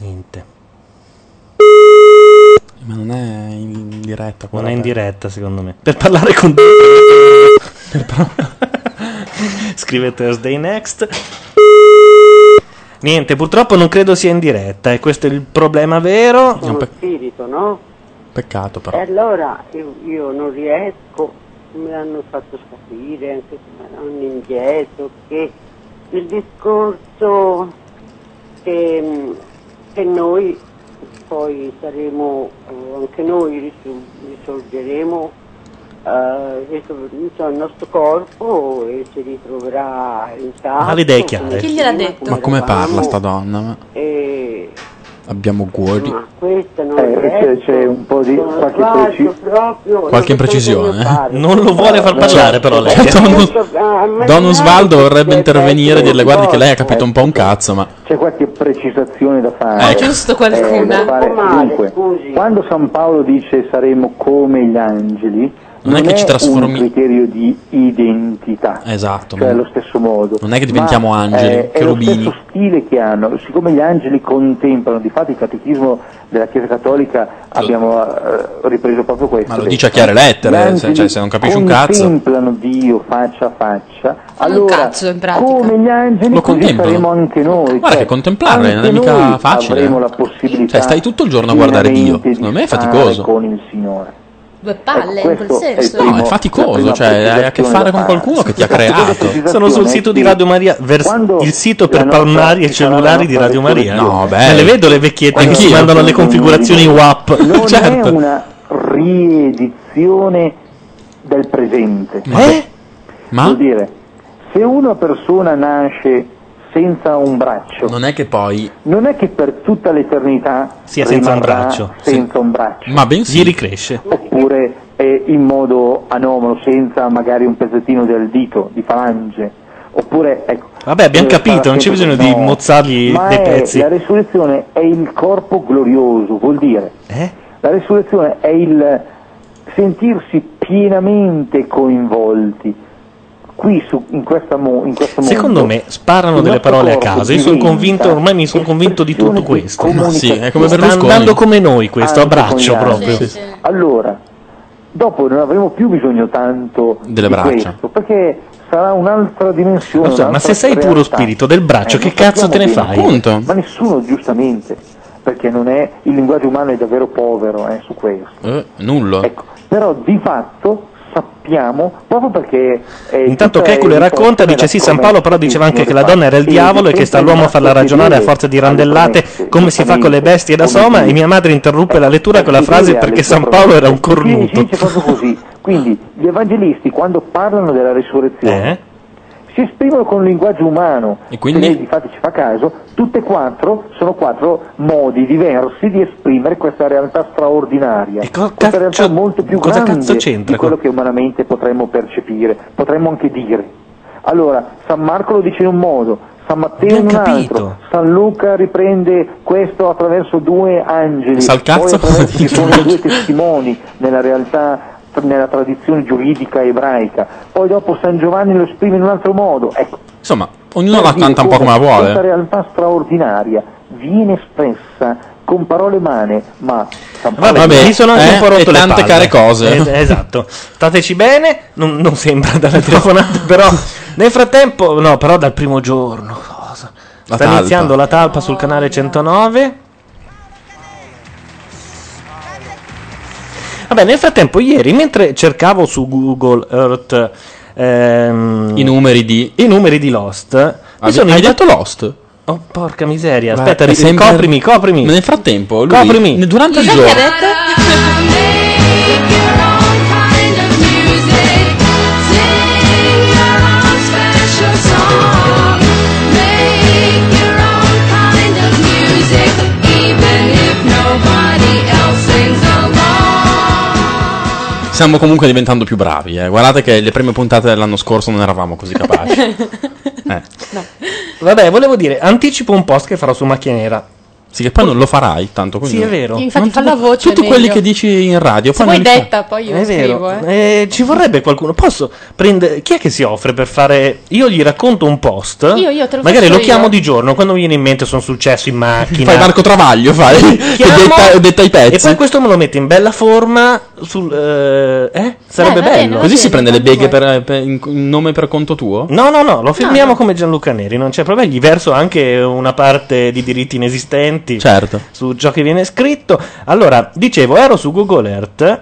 Speaker 4: Niente.
Speaker 5: Ma non è in diretta.
Speaker 4: Non
Speaker 5: quella
Speaker 4: è in
Speaker 5: per-
Speaker 4: diretta, secondo me. Per parlare con. Scrive Thursday Next. Niente, purtroppo non credo sia in diretta, e questo è il problema vero.
Speaker 16: sono spirito, no?
Speaker 5: Peccato,
Speaker 16: E allora io, io non riesco, me l'hanno fatto capire anche anni indietro, che il discorso che, mh, che noi poi saremo, eh, anche noi risu- risorgeremo, eh, risor- insomma, il nostro corpo e si ritroverà intatto.
Speaker 5: Ma l'idea è chiara. Chi
Speaker 16: gliel'ha
Speaker 5: Ma come parla sta donna? Ma
Speaker 16: E
Speaker 5: Abbiamo cuori.
Speaker 16: ma questa non
Speaker 3: Eh, c'è,
Speaker 16: è
Speaker 3: c'è un po' di qualche, preci-
Speaker 16: proprio
Speaker 5: Qualche imprecisione. eh?
Speaker 4: Non lo vuole far parlare, però lei.
Speaker 16: ah,
Speaker 5: Don, Don Osvaldo vorrebbe intervenire e dirle: Guardi, che lei ha capito un po' un cazzo, ma.
Speaker 3: c'è qualche precisazione da fare. Eh,
Speaker 5: Ecco. Giusto
Speaker 16: qualcuna.
Speaker 3: da fare.
Speaker 16: Mi raccomando,
Speaker 3: Dunque, quando San Paolo dice saremo come gli angeli,
Speaker 5: non è che ci trasformi-
Speaker 3: un criterio di identità
Speaker 5: Esatto.
Speaker 3: cioè allo stesso modo
Speaker 5: Non è che diventiamo
Speaker 3: Ma,
Speaker 5: angeli,
Speaker 3: eh, è
Speaker 5: cherubini.
Speaker 3: lo stesso stile che hanno siccome gli angeli contemplano di fatto il catechismo della chiesa cattolica abbiamo eh, ripreso proprio questo
Speaker 5: Ma lo
Speaker 3: detto.
Speaker 5: dice a chiare lettere,
Speaker 3: Gli angeli
Speaker 5: se- cioè, se non capisci un cazzo.
Speaker 3: contemplano Dio faccia a faccia
Speaker 7: Come un
Speaker 3: allora
Speaker 7: cazzo in pratica.
Speaker 3: come gli angeli
Speaker 5: Lo
Speaker 3: così
Speaker 5: contemplano.
Speaker 3: saremo anche noi
Speaker 5: Guarda
Speaker 3: cioè,
Speaker 5: che contemplarlo non è
Speaker 3: anche
Speaker 5: mica
Speaker 3: noi
Speaker 5: facile.
Speaker 3: avremo la possibilità
Speaker 5: Cioè, stai tutto il giorno a guardare Dio.
Speaker 3: pienamente di
Speaker 5: Secondo me è
Speaker 3: stare
Speaker 5: faticoso.
Speaker 3: con il Signore
Speaker 19: Due palle
Speaker 3: Ecco,
Speaker 19: in quel
Speaker 3: questo è il
Speaker 19: senso.
Speaker 3: primo-
Speaker 5: No, è faticoso,
Speaker 4: Eh,
Speaker 5: cioè hai a
Speaker 3: Ecco,
Speaker 5: che fare con qualcuno
Speaker 3: eh,
Speaker 5: che ti ha creato.
Speaker 4: Sono sul sito di Radio Maria, vers- il sito per palmari e cellulari di Radio Maria.
Speaker 5: No, beh.
Speaker 4: Me le vedo le vecchiette che
Speaker 5: Anch'io.
Speaker 4: si mandano le configurazioni WAP.
Speaker 3: non
Speaker 4: Certo.
Speaker 3: è una riedizione del presente eh? vuol dire se una persona nasce senza un braccio
Speaker 5: Non è che poi.
Speaker 3: non è che per tutta l'eternità
Speaker 4: Sia senza un
Speaker 3: rimarrà
Speaker 4: braccio.
Speaker 3: senza un braccio
Speaker 5: Ma bensì.
Speaker 4: Gli ricresce.
Speaker 3: oppure eh, in modo anomalo, senza magari un pezzettino del dito, di falange, oppure ecco.
Speaker 4: Vabbè, abbiamo
Speaker 3: eh,
Speaker 4: capito, non c'è
Speaker 3: sarà
Speaker 4: bisogno
Speaker 3: sempre-
Speaker 4: di
Speaker 3: no.
Speaker 4: mozzargli
Speaker 3: Ma
Speaker 4: dei
Speaker 3: è-
Speaker 4: pezzi.
Speaker 3: La resurrezione è il corpo glorioso, vuol dire.
Speaker 4: Eh?
Speaker 3: La resurrezione è il sentirsi pienamente coinvolti. Qui su, in, questa mo- in questo mondo.
Speaker 4: Secondo me sparano
Speaker 3: il
Speaker 4: delle
Speaker 3: nostro
Speaker 4: parole a
Speaker 3: corpo
Speaker 4: caso. Io sono
Speaker 3: diventa-
Speaker 4: convinto, ormai mi sono convinto di tutto questo.
Speaker 3: comunica- Sì, è come
Speaker 4: Sta
Speaker 3: Berlusconi.
Speaker 4: andando come noi questo, a
Speaker 3: Anche con gli
Speaker 4: braccio
Speaker 3: altri.
Speaker 4: proprio.
Speaker 3: Allora, dopo non avremo più bisogno tanto
Speaker 4: Delle
Speaker 3: di
Speaker 4: braccia.
Speaker 3: questo, perché sarà un'altra dimensione.
Speaker 4: Non so, ma
Speaker 3: un'altra
Speaker 4: se sei
Speaker 3: realtà.
Speaker 4: puro spirito del braccio,
Speaker 3: Eh,
Speaker 4: che
Speaker 3: non
Speaker 4: cazzo te ne
Speaker 3: sappiamo
Speaker 4: fai?
Speaker 3: bene. Ma nessuno giustamente, perché non è, il linguaggio umano è davvero povero eh, su questo.
Speaker 5: Eh, nullo.
Speaker 4: Ecco.
Speaker 3: Però di fatto sappiamo, proprio perché... eh,
Speaker 4: Intanto
Speaker 3: tutta
Speaker 4: Keku
Speaker 3: è
Speaker 4: le racconta,
Speaker 3: riportata
Speaker 4: dice cioè sì
Speaker 3: da
Speaker 4: San
Speaker 3: come
Speaker 4: Paolo, però diceva
Speaker 3: il
Speaker 4: anche che la
Speaker 3: Signore
Speaker 4: donna era il
Speaker 3: fa.
Speaker 4: diavolo e che sta l'uomo a farla
Speaker 3: rimasto
Speaker 4: ragionare a
Speaker 3: fedele
Speaker 4: forza di
Speaker 3: alle
Speaker 4: randellate
Speaker 3: promesse,
Speaker 4: come si fa con le bestie da soma e mia madre interruppe la lettura con la frase perché San Paolo era un
Speaker 3: Si
Speaker 4: cornuto.
Speaker 3: dice proprio così. Quindi gli evangelisti quando parlano della risurrezione
Speaker 4: Eh?
Speaker 3: si esprimono con un linguaggio umano. E
Speaker 5: quindi?
Speaker 3: lei infatti ci fa caso, tutte e quattro sono quattro modi diversi di esprimere questa realtà straordinaria. questa realtà molto più
Speaker 4: cosa
Speaker 3: grande
Speaker 4: cazzo c'entra
Speaker 3: di quello che umanamente potremmo percepire, potremmo anche dire. Allora, San Marco lo dice in un modo, San Matteo in un
Speaker 4: Abbiamo
Speaker 3: altro, San Luca riprende questo attraverso due angeli,
Speaker 5: Sa il
Speaker 3: poi
Speaker 5: cazzo?
Speaker 3: attraverso ci sono due testimoni nella realtà nella tradizione giuridica ebraica, poi dopo San Giovanni lo esprime in un altro modo. Ecco,
Speaker 5: Insomma, ognuno la
Speaker 3: per dire
Speaker 5: canta un po' come
Speaker 3: Questa
Speaker 5: vuole.
Speaker 3: realtà straordinaria viene espressa con parole umane, ma San Paolo-
Speaker 4: Ah, mi sono anche
Speaker 5: eh,
Speaker 4: un po' rotto
Speaker 5: e
Speaker 4: le
Speaker 5: tante
Speaker 4: palle.
Speaker 5: care cose.
Speaker 4: Eh, esatto. Stateci bene, non, non sembra dalla telefonata, però nel frattempo, no, però dal primo giorno. cosa?
Speaker 5: La
Speaker 4: Sta
Speaker 5: talpa.
Speaker 4: iniziando la talpa sul canale 109. Vabbè, nel frattempo, ieri, mentre cercavo su Google Earth ehm,
Speaker 5: I numeri di.
Speaker 4: i numeri di Lost, mi sono
Speaker 5: Ah, hai
Speaker 4: imba-
Speaker 5: detto Lost?
Speaker 4: Oh, porca miseria,
Speaker 5: Guarda,
Speaker 4: aspetta,
Speaker 5: mi
Speaker 4: ri-
Speaker 5: sembra-
Speaker 4: coprimi, coprimi.
Speaker 5: Ma nel frattempo, lui,
Speaker 4: Coprimi.
Speaker 5: ne- durante il
Speaker 4: Cos'è che
Speaker 5: giorno.
Speaker 4: ha detto?
Speaker 5: Stiamo comunque diventando più bravi. eh. Guardate che le prime puntate dell'anno scorso non eravamo così capaci. Eh.
Speaker 4: Vabbè, volevo dire, anticipo un post che farò su Macchia Nera.
Speaker 5: Sì, che poi non lo farai tanto. quindi-
Speaker 4: Sì, è vero.
Speaker 5: Non
Speaker 7: Infatti,
Speaker 5: ti
Speaker 7: fa la
Speaker 5: preoccupare.
Speaker 7: voce.
Speaker 5: Tutti
Speaker 7: è
Speaker 5: quelli
Speaker 7: meglio.
Speaker 5: che dici in radio.
Speaker 7: Se
Speaker 5: poi non
Speaker 7: vuoi
Speaker 5: li fai.
Speaker 7: detta, poi io
Speaker 4: È
Speaker 7: scrivo.
Speaker 4: vero.
Speaker 7: eh.
Speaker 4: Eh, ci vorrebbe qualcuno. Posso prendere. Chi è che si offre per fare. Io gli racconto un post.
Speaker 7: Io- io te lo
Speaker 4: Magari
Speaker 7: faccio
Speaker 4: lo
Speaker 7: io.
Speaker 4: chiamo di giorno quando mi viene in mente sono successo in macchina.
Speaker 5: Fai Marco Travaglio, fai. Che
Speaker 4: Chiamo-
Speaker 5: detta, detta i pezzi.
Speaker 4: E poi questo me lo mette in bella forma. Sul. eh, eh? Sarebbe bello.
Speaker 5: Così si prende le beghe per, per- eh, in, in nome per conto tuo?
Speaker 4: No, no, no, lo firmiamo come Gianluca Neri, non c'è problema. Gli verso anche una parte di diritti inesistenti
Speaker 5: Certo.
Speaker 4: su ciò che viene scritto. Allora, dicevo, ero su Google Earth.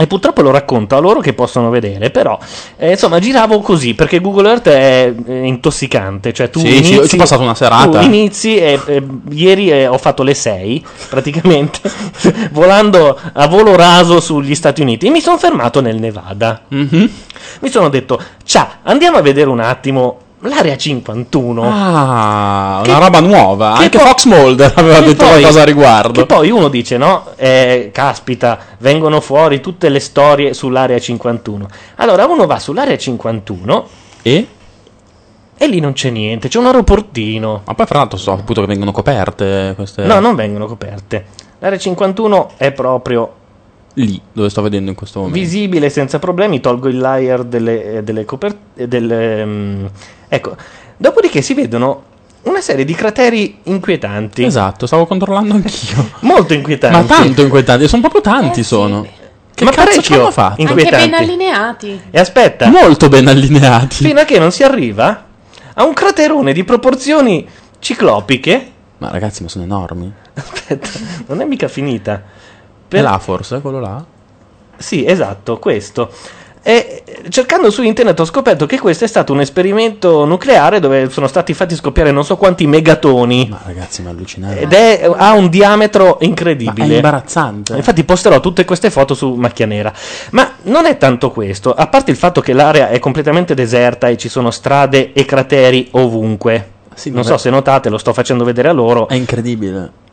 Speaker 4: E purtroppo lo racconto a loro che possono vedere, però eh, insomma giravo così perché Google Earth è eh, intossicante, cioè tu
Speaker 5: Sì, sì,
Speaker 4: inizi,
Speaker 5: io ci ho passato una serata.
Speaker 4: tu inizi e, e ieri eh, ho fatto le 6 praticamente volando a volo raso sugli Stati Uniti e mi sono fermato nel Nevada.
Speaker 5: Mhm.
Speaker 4: Mi sono detto, ciao, andiamo a vedere un attimo l'area 51.
Speaker 5: Ah,
Speaker 4: Che-
Speaker 5: una roba nuova.
Speaker 4: che
Speaker 5: Anche
Speaker 4: po-
Speaker 5: Fox Mulder aveva
Speaker 4: che
Speaker 5: detto
Speaker 4: poi-
Speaker 5: qualcosa a riguardo.
Speaker 4: Che poi uno dice, no? eh, caspita, vengono fuori tutte le storie sull'area 51. Allora uno va sull'area 51
Speaker 5: e...
Speaker 4: lì non c'è niente, c'è un aeroportino.
Speaker 5: Ma poi, fra l'altro, so appunto che vengono coperte queste.
Speaker 4: No, non vengono coperte. L'area 51 è proprio
Speaker 5: lì dove sto vedendo in questo momento.
Speaker 4: Visibile senza problemi, tolgo il layer delle, eh, delle coperte. Delle, mm, ecco, dopodiché si vedono una serie di crateri inquietanti.
Speaker 5: Esatto, stavo controllando anch'io.
Speaker 4: Molto inquietanti.
Speaker 5: Ma tanto inquietanti, sono proprio tanti sono. Che
Speaker 4: Ma
Speaker 5: cazzo ci
Speaker 4: parecchio
Speaker 5: hanno fatto?
Speaker 4: inquietanti.
Speaker 13: Anche ben allineati.
Speaker 4: E aspetta.
Speaker 5: Molto ben allineati.
Speaker 4: Fino a che non si arriva a un craterone di proporzioni ciclopiche.
Speaker 5: Ma ragazzi, ma sono enormi.
Speaker 4: Aspetta, non è mica finita.
Speaker 5: È là forse, quello là?
Speaker 4: Sì, esatto, questo. E eh, cercando su internet ho scoperto che questo è stato un esperimento nucleare dove sono stati fatti scoppiare non so quanti megatoni.
Speaker 5: Ma ragazzi, ma allucinante.
Speaker 4: Ed è, ha un diametro incredibile.
Speaker 5: Eh.
Speaker 4: Eh,
Speaker 5: Ma è imbarazzante.
Speaker 4: Infatti posterò tutte queste foto su Macchia Nera. Ma non è tanto questo, a parte il fatto che l'area è completamente deserta e ci sono strade e crateri ovunque. non
Speaker 5: vabbè.
Speaker 4: so se notate, lo sto facendo vedere a loro.
Speaker 5: È incredibile.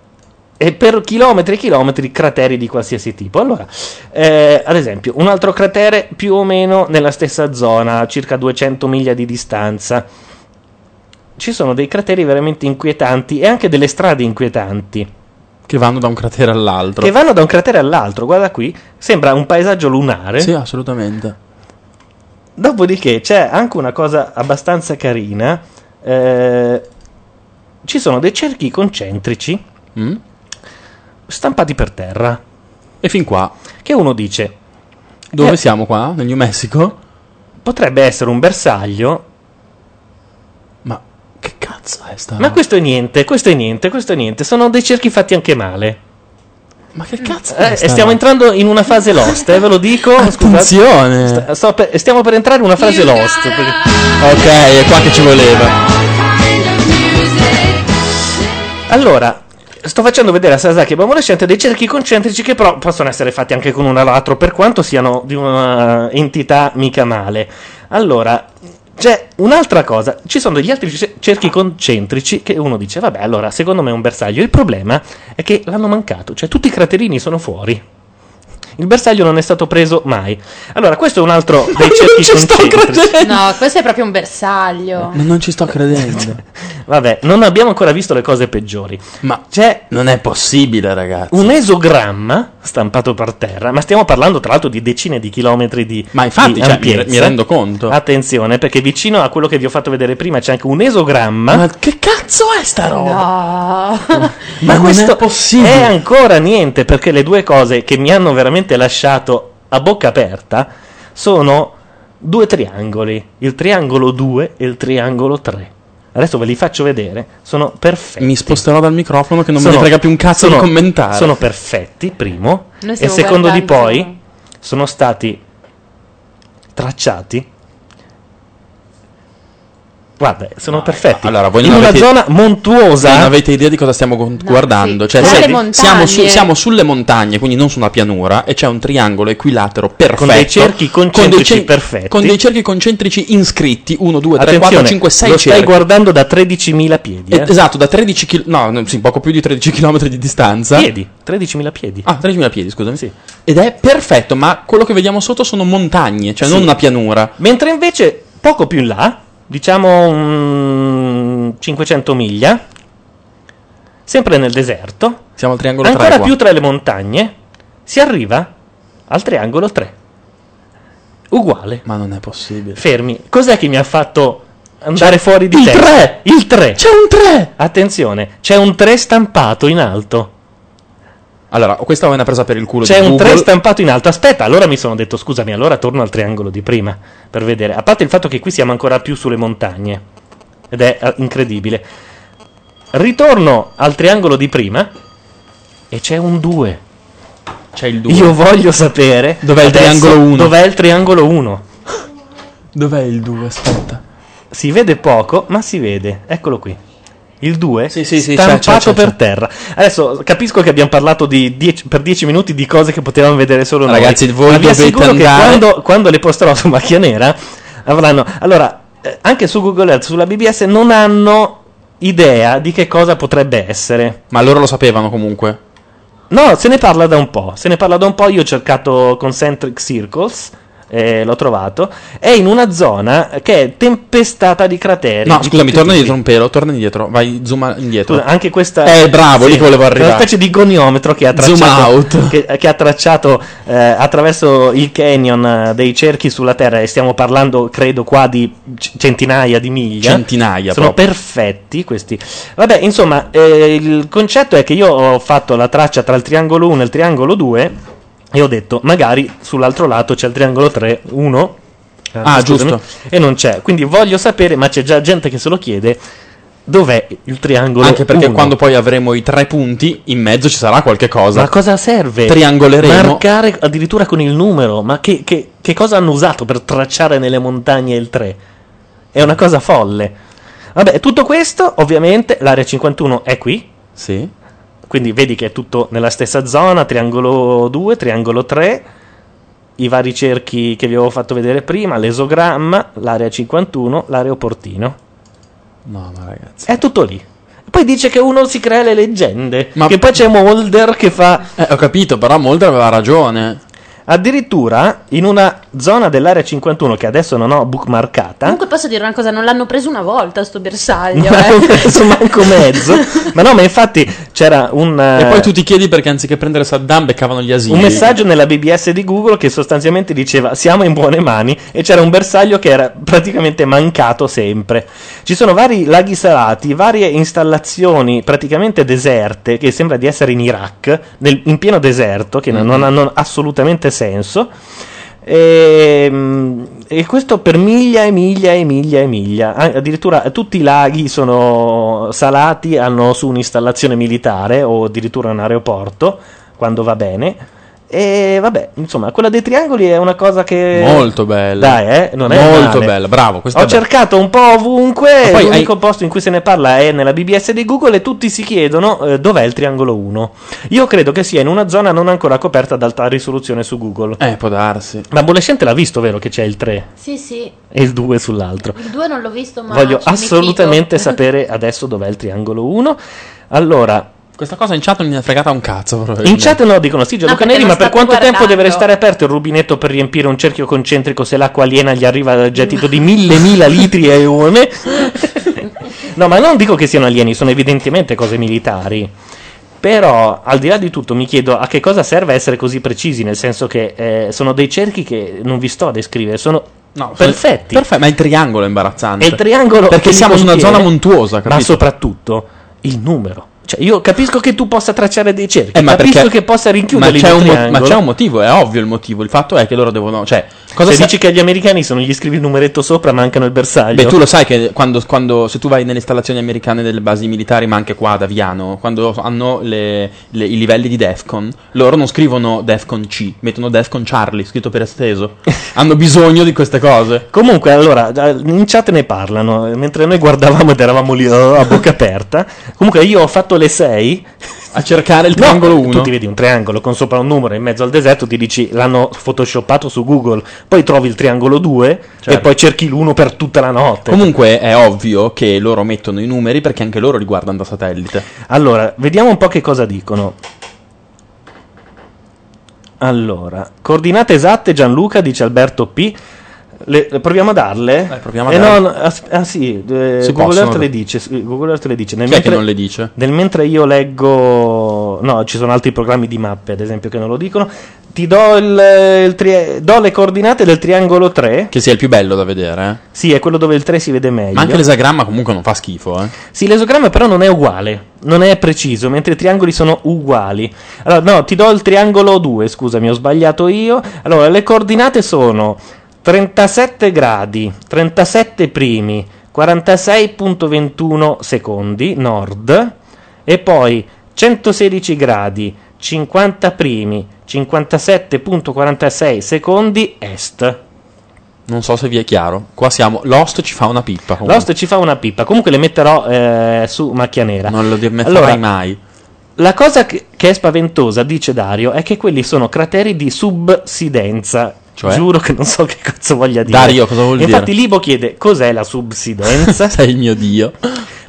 Speaker 4: E per chilometri e chilometri crateri di qualsiasi tipo. Allora, eh, ad esempio, un altro cratere più o meno nella stessa zona, a circa 200 miglia di distanza. Ci sono dei crateri veramente inquietanti e anche delle strade inquietanti.
Speaker 5: Che vanno da un cratere all'altro.
Speaker 4: Che vanno da un cratere all'altro, guarda qui, sembra un paesaggio lunare.
Speaker 5: Sì, assolutamente.
Speaker 4: Dopodiché c'è anche una cosa abbastanza carina. eh, ci sono dei cerchi concentrici stampati per terra.
Speaker 5: Mm? E fin qua.
Speaker 4: Che uno dice:
Speaker 5: Dove
Speaker 4: eh,
Speaker 5: siamo qua? Nel New Mexico?
Speaker 4: Potrebbe essere un bersaglio.
Speaker 5: Ma che cazzo è sta?
Speaker 4: Ma questo è niente, questo è niente, questo è niente. Sono dei cerchi fatti anche male.
Speaker 5: Ma che cazzo
Speaker 4: Eh,
Speaker 5: è sta?
Speaker 4: stiamo entrando in una fase lost, eh, ve lo dico.
Speaker 5: Attenzione.
Speaker 4: Scusate. Sta- sto per- stiamo per entrare in una fase lost.
Speaker 5: Ok, è qua che ci voleva.
Speaker 4: Allora, sto facendo vedere a Sasaki e Bambolescente dei cerchi concentrici che però possono essere fatti anche con un alatro, per quanto siano di una entità mica male. Allora, c'è un'altra cosa, ci sono degli altri ce- cerchi concentrici che uno dice, vabbè, allora, secondo me è un bersaglio. Il problema è che l'hanno mancato, cioè tutti i craterini sono fuori. Il bersaglio non è stato preso mai. Allora, questo è un altro dei cerchi concentrici.
Speaker 13: No, questo è proprio un bersaglio.
Speaker 4: Eh,
Speaker 5: Ma non ci sto credendo.
Speaker 4: Vabbè, non abbiamo ancora visto le cose peggiori.
Speaker 5: Ma cioè,
Speaker 4: c'è
Speaker 5: non è possibile, ragazzi.
Speaker 4: un esogramma stampato per terra, ma stiamo parlando tra l'altro di decine di chilometri di Ma
Speaker 5: infatti,
Speaker 4: di
Speaker 5: cioè, mi-
Speaker 4: ampiezza.
Speaker 5: mi rendo conto.
Speaker 4: Attenzione, perché vicino a quello che vi ho fatto vedere prima c'è anche un esogramma.
Speaker 5: Ma che cazzo è sta roba?
Speaker 4: Ma, questo è, ancora niente, perché le due cose che mi hanno veramente lasciato a bocca aperta sono due triangoli, il triangolo 2 e il triangolo 3. Adesso ve li faccio vedere, sono perfetti.
Speaker 5: Mi sposterò dal microfono che non me ne frega più un cazzo
Speaker 4: sono-
Speaker 5: di commentare.
Speaker 4: Sono perfetti, primo.
Speaker 13: Noi
Speaker 4: E
Speaker 13: stiamo
Speaker 4: secondo di
Speaker 13: guardando- diciamo.
Speaker 4: poi sono stati tracciati. Guarda, sono perfetti.
Speaker 5: eh, Allora, voi non
Speaker 4: In una
Speaker 5: avete-
Speaker 4: zona montuosa.
Speaker 5: Non avete idea di cosa stiamo con- guardando. Cioè,
Speaker 4: Tra
Speaker 5: se-
Speaker 4: le montagne.
Speaker 5: siamo, su- siamo sulle montagne, quindi non su una pianura, e c'è un triangolo equilatero perfetto.
Speaker 4: Con dei cerchi
Speaker 5: con dei
Speaker 4: concentrici
Speaker 5: cer-
Speaker 4: perfetti.
Speaker 5: Con dei cerchi concentrici inscritti: 1, 2, 3, 4,
Speaker 4: Attenzione,
Speaker 5: 5, 6
Speaker 4: lo
Speaker 5: cerchi.
Speaker 4: stai guardando da 13.000 piedi. eh.
Speaker 5: Eh, Esatto, da 13 km, no, no, sì, poco più di 13 km di distanza.
Speaker 4: Piedi, 13.000 piedi.
Speaker 5: Ah, 13.000 piedi, scusami. Ed è perfetto, ma quello che vediamo sotto sono montagne, cioè
Speaker 4: Sì.
Speaker 5: non una pianura.
Speaker 4: Mentre invece, poco più in là, diciamo mm, 500 miglia, sempre nel deserto,
Speaker 5: Siamo al triangolo
Speaker 4: ancora
Speaker 5: 3
Speaker 4: più tra le montagne, si arriva al triangolo 3. Uguale.
Speaker 5: Ma non è possibile.
Speaker 4: Fermi. Cos'è che mi ha fatto andare fuori di
Speaker 5: il
Speaker 4: testa?
Speaker 5: tre!
Speaker 4: Il 3. C'è
Speaker 5: un 3.
Speaker 4: Attenzione, c'è un 3 stampato in alto.
Speaker 5: Allora, questa me l'ha presa per il culo
Speaker 4: C'è
Speaker 5: di
Speaker 4: un
Speaker 5: Google.
Speaker 4: 3 stampato in alto. Aspetta, allora mi sono detto, scusami, allora torno al triangolo di prima per vedere. A parte il fatto che qui siamo ancora più sulle montagne. Ed è eh, incredibile. Ritorno al triangolo di prima e c'è un 2.
Speaker 5: C'è il 2.
Speaker 4: Io voglio sapere
Speaker 5: Dov'è il
Speaker 4: adesso
Speaker 5: triangolo uno?
Speaker 4: Dov'è il triangolo 1?
Speaker 5: Dov'è il 2? Aspetta.
Speaker 4: Si vede poco, ma si vede. Eccolo qui. Il 2
Speaker 5: sì, sì, c'è,
Speaker 4: stampato
Speaker 5: c'è, c'è,
Speaker 4: per
Speaker 5: c'è.
Speaker 4: terra. Adesso capisco che abbiamo parlato di dieci- per 10 minuti di cose che potevamo vedere solo noi.
Speaker 5: Ragazzi, voi
Speaker 4: ma vi
Speaker 5: dovete
Speaker 4: assicuro
Speaker 5: andare-
Speaker 4: che quando, quando le posterò su macchia nera avranno Allora, eh, anche su Google Earth, sulla BBS non hanno idea di che cosa potrebbe essere.
Speaker 5: Ma loro lo sapevano comunque.
Speaker 4: No, se ne parla da un po'. Se ne parla da un po'. Io ho cercato concentric circles. eh, l'ho trovato, è in una zona che è tempestata di crateri.
Speaker 5: No, scusami,
Speaker 4: di Eh, tutti i
Speaker 5: torna
Speaker 4: tipi.
Speaker 5: indietro un pelo, torna indietro, vai, zoom indietro.
Speaker 4: Scusa, anche questa
Speaker 5: Eh, bravo,
Speaker 4: sì,
Speaker 5: lì che volevo arrivare.
Speaker 4: Una specie di goniometro che ha
Speaker 5: Zoom
Speaker 4: tracciato, che, che ha tracciato eh, attraverso il canyon eh, dei cerchi sulla Terra. E stiamo parlando, credo, qua di c- centinaia di miglia.
Speaker 5: Centinaia,
Speaker 4: Sono
Speaker 5: proprio.
Speaker 4: perfetti questi. Vabbè, insomma, eh, il concetto è che io ho fatto la traccia tra il triangolo 1 e il triangolo 2. E ho detto, magari sull'altro lato c'è il triangolo 3, 1.
Speaker 5: Ah, giusto.
Speaker 4: E non c'è. Quindi voglio sapere, ma c'è già gente che se lo chiede, dov'è il triangolo
Speaker 5: Anche perché
Speaker 4: uno?
Speaker 5: quando poi avremo i tre punti, in mezzo ci sarà qualche cosa.
Speaker 4: Ma cosa serve?
Speaker 5: Triangoleremo.
Speaker 4: Marcare addirittura con il numero. Ma che, che- che cosa hanno usato per tracciare nelle montagne il 3? È una cosa folle. Vabbè, tutto questo, ovviamente, l'area 51 è qui.
Speaker 5: Sì.
Speaker 4: Quindi vedi che è tutto nella stessa zona, triangolo 2, triangolo 3, i vari cerchi che vi avevo fatto vedere prima, l'esogramma, l'area 51, l'aeroportino.
Speaker 5: No, ma ragazzi.
Speaker 4: È tutto lì. Poi dice che uno si crea le leggende.
Speaker 5: Ma-
Speaker 4: Che poi c'è Mulder che fa.
Speaker 5: Eh, ho capito, però Mulder aveva ragione.
Speaker 4: Addirittura in una zona dell'area 51 che adesso non ho bookmarcata.
Speaker 13: Comunque posso dire una cosa, non l'hanno preso una volta sto bersaglio,
Speaker 4: Ma
Speaker 13: eh.
Speaker 4: non penso manco mezzo. ma no, ma infatti c'era un.
Speaker 5: E
Speaker 4: eh,
Speaker 5: poi tu ti chiedi perché anziché prendere Saddam beccavano gli asili.
Speaker 4: Un messaggio nella BBS di Google che sostanzialmente diceva siamo in buone mani e c'era un bersaglio che era praticamente mancato sempre. Ci sono vari laghi salati, varie installazioni praticamente deserte che sembra di essere in Iraq, nel- in pieno deserto, che non- non hanno assolutamente senso. E, mm, e questo per miglia e miglia e miglia e miglia. Ah, Addirittura eh, tutti i laghi sono salati, hanno su un'installazione militare o addirittura un aeroporto, quando va bene. E vabbè, insomma, quella dei triangoli è una cosa che...
Speaker 5: Molto bella.
Speaker 4: Dai, eh, non è
Speaker 5: Molto
Speaker 4: male.
Speaker 5: bella, bravo. Questa
Speaker 4: Ho
Speaker 5: è bella.
Speaker 4: cercato un po' ovunque,
Speaker 5: Ma poi
Speaker 4: l'unico posto in cui se ne parla è nella BBS di Google e tutti si chiedono eh, dov'è il triangolo 1. Io credo che sia in una zona non ancora coperta ad alta risoluzione su Google.
Speaker 5: Eh, può darsi.
Speaker 4: Ma Bolescente l'ha visto, vero, che c'è il 3
Speaker 13: Sì, sì.
Speaker 4: e il 2 sull'altro.
Speaker 13: Il 2 non l'ho visto, ma
Speaker 4: Voglio
Speaker 13: ci mi
Speaker 4: assolutamente
Speaker 13: fido.
Speaker 4: sapere adesso dov'è il triangolo 1. Allora,
Speaker 5: Questa cosa in chat non gli è fregata un cazzo.
Speaker 4: in
Speaker 5: probabilmente.
Speaker 4: chat no, dicono sì, Gianluca
Speaker 5: perché
Speaker 4: Neri,
Speaker 5: non
Speaker 4: ma per
Speaker 5: state
Speaker 4: quanto tempo
Speaker 5: guardando?"
Speaker 4: deve restare aperto il rubinetto per riempire un cerchio concentrico se l'acqua aliena gli arriva dal gettito di mille mila litri a eone? no, ma non dico che siano alieni, sono evidentemente cose militari. Però, al di là di tutto, mi chiedo a che cosa serve essere così precisi, nel senso che eh, sono dei cerchi che non vi sto a descrivere, sono
Speaker 5: No, sono-
Speaker 4: perfetti.
Speaker 5: Perfetto, ma il triangolo è imbarazzante.
Speaker 4: E il triangolo
Speaker 5: Perché
Speaker 4: che
Speaker 5: siamo
Speaker 4: li
Speaker 5: su una
Speaker 4: contiene,
Speaker 5: zona montuosa, capito?
Speaker 4: Ma soprattutto il numero. Cioè, io capisco che tu possa tracciare dei cerchi,
Speaker 5: Eh, ma
Speaker 4: capisco
Speaker 5: perché-
Speaker 4: che possa rinchiuderli
Speaker 5: ma c'è,
Speaker 4: in un
Speaker 5: un, mo-
Speaker 4: triangolo.
Speaker 5: ma c'è un motivo, è ovvio il motivo. Il fatto è che loro devono. Cioè, cosa
Speaker 4: Se
Speaker 5: sa-
Speaker 4: dici che agli americani sono gli scrivi il numeretto sopra, mancano il bersaglio.
Speaker 5: Beh, tu lo sai che quando, quando- se tu vai nelle installazioni americane delle basi militari, ma anche qua ad Aviano, quando hanno le- le- i livelli di DEFCON, loro non scrivono DEFCON C, mettono DEFCON Charlie, scritto per esteso. hanno bisogno di queste cose.
Speaker 4: Comunque, allora, da- in chat ne parlano, eh, mentre noi guardavamo ed eravamo lì oh, a bocca aperta. Comunque, io ho fatto le 6
Speaker 5: a cercare il triangolo 1.
Speaker 4: Tu ti vedi un triangolo con sopra un numero in mezzo al deserto, ti dici l'hanno photoshoppato su Google, poi trovi il triangolo 2 e
Speaker 5: Certo.
Speaker 4: poi cerchi l'1 per tutta la notte.
Speaker 5: Comunque è ovvio che loro mettono i numeri perché anche loro li guardano da satellite.
Speaker 4: Allora, vediamo un po' che cosa dicono. Allora, coordinate esatte Gianluca, dice Alberto P. Le- le proviamo a darle?
Speaker 5: proviamo a
Speaker 4: Eh,
Speaker 5: darle.
Speaker 4: no, no, as- ah sì, eh,
Speaker 5: Si
Speaker 4: Google, Earth
Speaker 5: possono.
Speaker 4: le dice, s- Google Earth le dice. Nel
Speaker 5: Chi è che non le dice?
Speaker 4: Nel mentre io leggo... No, ci sono altri programmi di mappe, ad esempio, che non lo dicono. Ti do, il- il tri- do le coordinate del triangolo 3.
Speaker 5: Che sia il più bello da vedere, eh.
Speaker 4: Sì, è quello dove il 3 si vede meglio.
Speaker 5: Ma anche l'esagramma comunque non fa schifo, eh.
Speaker 4: Sì, l'esogramma però non è uguale, non è preciso, mentre i triangoli sono uguali. Allora, no, ti do il triangolo 2, scusami, ho sbagliato io. Allora, le coordinate sono 37 gradi, 37 primi, 46.21 secondi, nord, e poi 116 gradi, 50 primi, 57.46 secondi, est.
Speaker 5: Non so se vi è chiaro. Qua siamo. Lost ci fa una pippa. Comunque.
Speaker 4: Lost ci fa una pippa, comunque le metterò eh, su macchia nera.
Speaker 5: Non lo dimetterai
Speaker 4: Allora,
Speaker 5: mai.
Speaker 4: La cosa che, che è spaventosa, dice Dario, è che quelli sono crateri di subsidenza.
Speaker 5: Cioè?
Speaker 4: Giuro che non so che cazzo voglia dire.
Speaker 5: Dario, cosa vuol
Speaker 4: Infatti,
Speaker 5: dire?
Speaker 4: Libo chiede cos'è la subsidenza.
Speaker 5: Sei il mio dio.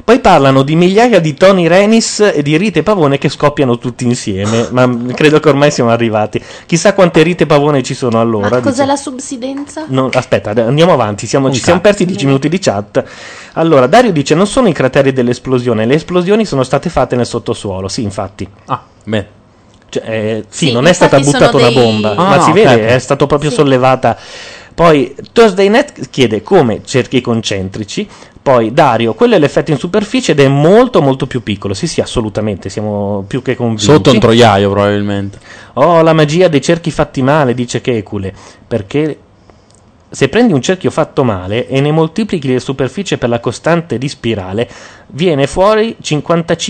Speaker 4: Poi parlano di migliaia di Tony Renis e di Rite Pavone che scoppiano tutti insieme. ma credo che ormai siamo arrivati. Chissà quante Rite Pavone ci sono allora.
Speaker 13: Ma
Speaker 4: dice.
Speaker 13: cos'è la subsidenza?
Speaker 4: No, aspetta, ad- andiamo avanti. Siamo, ci
Speaker 13: cazzo.
Speaker 4: siamo persi 10 minuti di chat. Allora, Dario dice: Non sono i crateri dell'esplosione. Le esplosioni sono state fatte nel sottosuolo. Sì, infatti.
Speaker 5: Ah, beh.
Speaker 4: Cioè, eh, sì,
Speaker 5: Sì,
Speaker 4: non è stata
Speaker 5: infatti sono
Speaker 4: buttata una
Speaker 5: dei-
Speaker 4: bomba,
Speaker 5: Ah,
Speaker 4: ma si
Speaker 5: ok.
Speaker 4: vede, è stata proprio
Speaker 5: Sì.
Speaker 4: sollevata. Poi Thursday Net chiede come cerchi concentrici. Poi Dario, quello è l'effetto in superficie ed è molto molto più piccolo. Sì, sì, assolutamente, siamo più che convinti.
Speaker 5: Sotto un troiaio, probabilmente.
Speaker 4: Oh, la magia dei cerchi fatti male, dice Checule. Perché se prendi un cerchio fatto male e ne moltiplichi le superfici per la costante di spirale, viene fuori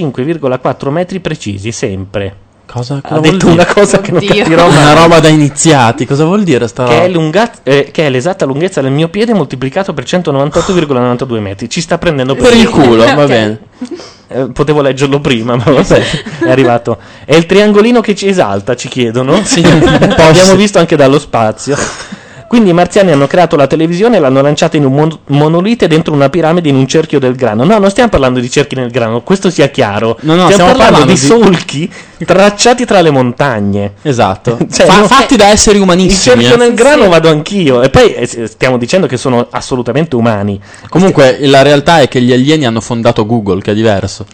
Speaker 4: 55,4 metri precisi, sempre.
Speaker 5: Cosa?
Speaker 4: Ha detto una cosa che non capirò mai.
Speaker 5: Una roba da iniziati. Cosa vuol dire sta
Speaker 4: Che è,
Speaker 5: roba?
Speaker 4: lunga- eh, che è l'esatta lunghezza del mio piede moltiplicato per 198,92 metri. Ci sta prendendo
Speaker 5: Per il culo, va
Speaker 4: Ok.
Speaker 5: bene.
Speaker 4: Eh, potevo leggerlo prima, ma vabbè, è arrivato. È il triangolino che ci esalta, ci chiedono. Abbiamo visto anche dallo spazio. Quindi i marziani hanno creato la televisione e l'hanno lanciata in un mon- monolite dentro una piramide in un cerchio del grano. No, non stiamo parlando di cerchi nel grano, questo sia chiaro.
Speaker 5: No, no,
Speaker 4: stiamo,
Speaker 5: stiamo
Speaker 4: parlando,
Speaker 5: parlando
Speaker 4: di,
Speaker 5: di-
Speaker 4: solchi tracciati tra le montagne.
Speaker 5: Esatto.
Speaker 4: Cioè,
Speaker 5: Fa-
Speaker 4: non-
Speaker 5: fatti da esseri
Speaker 4: il
Speaker 5: umanissimi.
Speaker 4: cerchio
Speaker 5: eh.
Speaker 4: nel grano vado anch'io. E poi eh, stiamo dicendo che sono assolutamente umani.
Speaker 5: Comunque, la realtà è che gli alieni hanno fondato Google, che è diverso.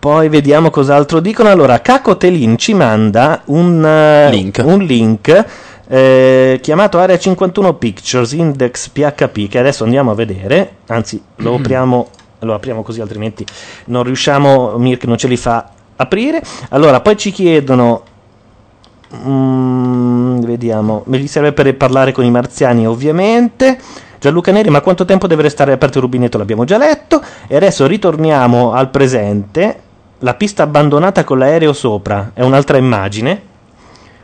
Speaker 4: Poi vediamo cos'altro dicono. Allora, Caco Telin ci manda un eh, un link, eh, chiamato Area 51 Pictures Index PHP, che adesso andiamo a vedere. Anzi, lo apriamo, lo apriamo così, altrimenti non riusciamo, Mirk non ce li fa aprire. Allora, poi ci chiedono... mm, vediamo, me li serve per parlare con i marziani ovviamente. Gianluca Neri, ma quanto tempo deve restare aperto il rubinetto? L'abbiamo già letto. E adesso ritorniamo al presente. La pista abbandonata con l'aereo sopra è un'altra immagine.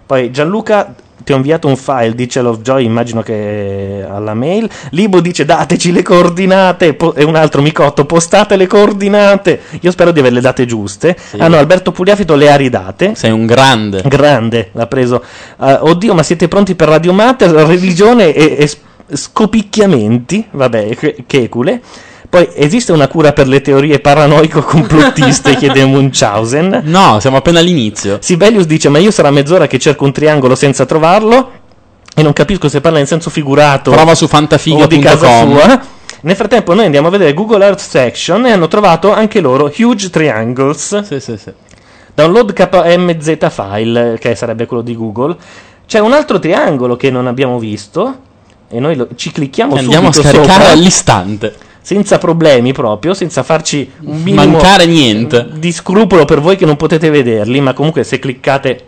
Speaker 4: Poi Gianluca ti ho inviato un file di Cell of Joy, immagino che alla mail. Libo dice dateci le coordinate po- e un altro micotto postate le coordinate. Io spero di averle date giuste. Ah no, Alberto Pugliafito le ha ridate.
Speaker 5: Sei un grande.
Speaker 4: Grande, l'ha preso. Eh, oddio, ma siete pronti per Radio Matter, religione e, e s- scopicchiamenti? Vabbè, che- checule. Poi esiste una cura per le teorie paranoico-complottiste? chiede Munchausen.
Speaker 5: No, siamo appena all'inizio.
Speaker 4: Sibelius dice: Ma io sarà mezz'ora che cerco un triangolo senza trovarlo. E non capisco se parla in senso figurato.
Speaker 5: Prova su
Speaker 4: o di casa
Speaker 5: fantafiga.com.
Speaker 4: sua. eh. Nel frattempo, noi andiamo a vedere Google Earth Section e hanno trovato anche loro Huge Triangles.
Speaker 5: Sì, sì, sì.
Speaker 4: Download KMZ file, che sarebbe quello di Google. C'è un altro triangolo che non abbiamo visto. E noi lo- ci clicchiamo
Speaker 5: Andiamo a
Speaker 4: subito
Speaker 5: scaricare
Speaker 4: sopra,
Speaker 5: all'istante.
Speaker 4: Senza problemi proprio, senza farci un minimo
Speaker 5: Mancare niente.
Speaker 4: di scrupolo per voi che non potete vederli, ma comunque se cliccate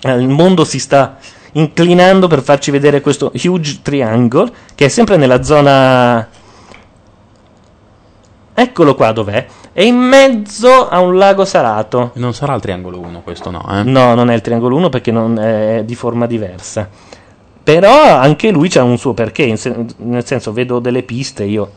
Speaker 4: eh, il mondo si sta inclinando per farci vedere questo huge triangle che è sempre nella zona Eccolo qua dov'è? È in mezzo a un lago salato.
Speaker 5: Non sarà il triangolo 1 questo, no, eh?
Speaker 4: No, non è il triangolo 1 perché non è di forma diversa. Però anche lui c'ha un suo perché, in sen- nel senso vedo delle piste io.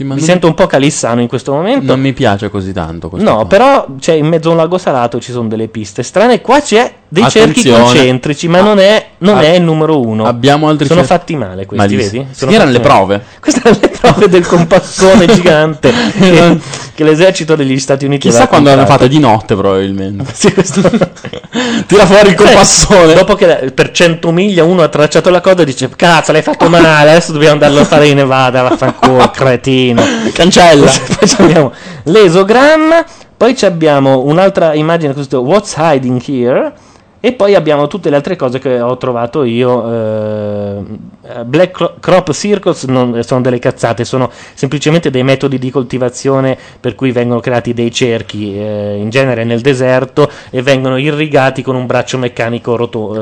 Speaker 5: ma
Speaker 4: mi
Speaker 5: non-
Speaker 4: sento un po' calissano in questo momento.
Speaker 5: Non mi piace così tanto questo.
Speaker 4: No, però c'è in mezzo a un lago salato ci sono delle piste strane. Qua c'è dei cerchi
Speaker 5: Attenzione.
Speaker 4: concentrici, ma
Speaker 5: Ah,
Speaker 4: non, è, non
Speaker 5: ah,
Speaker 4: è il numero uno.
Speaker 5: abbiamo altri
Speaker 4: Sono
Speaker 5: cer-
Speaker 4: fatti male questi,
Speaker 5: Malissimo.
Speaker 4: vedi?
Speaker 5: Sì,
Speaker 4: Sono
Speaker 5: erano
Speaker 4: fatti
Speaker 5: le
Speaker 4: male.
Speaker 5: prove.
Speaker 4: Queste erano le prove del compassone gigante che, che l'esercito degli Stati Uniti
Speaker 5: Chissà
Speaker 4: aveva
Speaker 5: quando l'hanno fatta
Speaker 4: comprato.
Speaker 5: di notte, probabilmente.
Speaker 4: Sì, questo-
Speaker 5: Tira fuori il compassone.
Speaker 4: Eh, Dopo che la- per 100 miglia uno ha tracciato la coda, dice: Cazzo, l'hai fatto male. Adesso dobbiamo andarlo a fare in Nevada. Vaffanculo, cretino.
Speaker 5: Cancella.
Speaker 4: Poi ci abbiamo l'esogramma. Poi ci abbiamo un'altra immagine, questo What's Hiding Here. E poi abbiamo tutte le altre cose che ho trovato io. eh, Black Cro- Crop Circles non- sono delle cazzate, sono semplicemente dei metodi di coltivazione per cui vengono creati dei cerchi, eh, in genere nel deserto, e vengono irrigati con un braccio meccanico roto-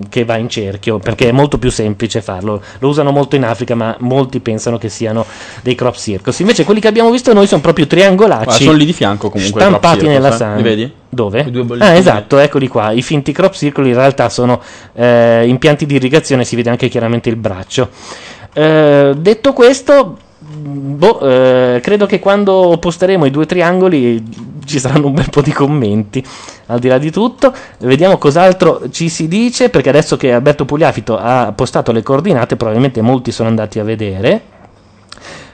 Speaker 4: eh, che va in cerchio, perché è molto più semplice farlo. Lo usano molto in Africa, ma molti pensano che siano dei crop circles. Invece quelli che abbiamo visto noi sono proprio triangolacci.
Speaker 5: Guarda, sono lì di fianco comunque. i
Speaker 4: Stampati
Speaker 5: crop circles,
Speaker 4: nella
Speaker 5: eh.
Speaker 4: sand.
Speaker 5: Li vedi?
Speaker 4: Dove?
Speaker 5: I due bollettini.
Speaker 4: Ah, esatto, eccoli qua. I finti crop circle in realtà sono eh, impianti di irrigazione, si vede anche chiaramente il braccio. Eh, detto questo, boh, eh, credo che quando posteremo i due triangoli ci saranno un bel po' di commenti. Al di là di tutto, vediamo cos'altro ci si dice, perché adesso che Alberto Pugliafito ha postato le coordinate, probabilmente molti sono andati a vedere.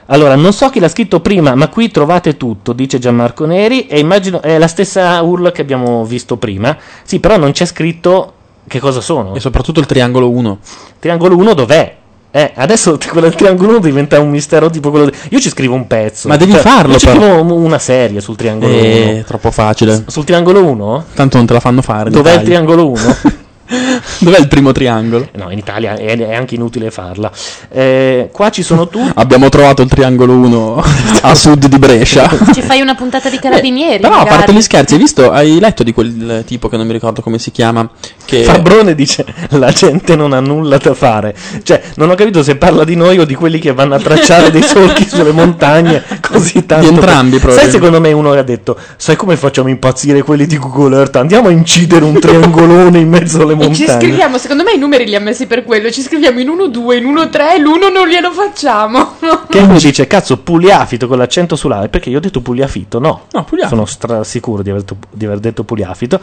Speaker 4: Allora, non so chi l'ha scritto prima, ma qui trovate tutto, dice Gianmarco Neri, e immagino è la stessa URL che abbiamo visto prima. Sì, però non c'è scritto che cosa sono. E
Speaker 5: soprattutto il triangolo 1.
Speaker 4: Triangolo 1 dov'è? Eh, adesso t- quello del triangolo 1 diventa un mistero tipo quello di- Io ci scrivo un pezzo.
Speaker 5: Ma devi farlo,
Speaker 4: Io ci
Speaker 5: però.
Speaker 4: scrivo un- una serie sul triangolo 1.
Speaker 5: Eh, troppo facile.
Speaker 4: sul triangolo 1?
Speaker 5: Tanto non te la fanno fare. in
Speaker 4: Dov'è il
Speaker 5: Italia.
Speaker 4: triangolo 1?
Speaker 5: Dov'è il primo triangolo?
Speaker 4: No, in Italia è, è anche inutile farla. Eh, qua ci sono tutti.
Speaker 5: Abbiamo trovato il triangolo 1 a sud di Brescia.
Speaker 19: Ci fai una puntata
Speaker 4: Eh,
Speaker 19: di carabinieri.
Speaker 5: Però a
Speaker 19: magari.
Speaker 5: parte gli scherzi, hai visto? Hai letto di quel tipo che non mi ricordo come si chiama? Che
Speaker 4: Fabrone dice la gente non ha nulla da fare. Cioè, non ho capito se parla di noi o di quelli che vanno a tracciare dei solchi sulle montagne così tanto.
Speaker 5: Di entrambi,
Speaker 4: Sai,
Speaker 5: probabilmente.
Speaker 4: secondo me uno ha detto, sai come facciamo impazzire quelli di Google Earth? Andiamo a incidere un triangolone in mezzo alle
Speaker 7: E ci
Speaker 4: montagne.
Speaker 7: scriviamo, secondo me i numeri li ha messi per quello, ci scriviamo in 1-2, in 1-3, l'1 non glielo facciamo.
Speaker 4: Che mi dice, cazzo, Pugliafito con l'accento sulla A, perché io ho detto Pugliafito, no.
Speaker 5: No, Pugliafito.
Speaker 4: Sono stra- sicuro di aver, tu- di aver detto Pugliafito.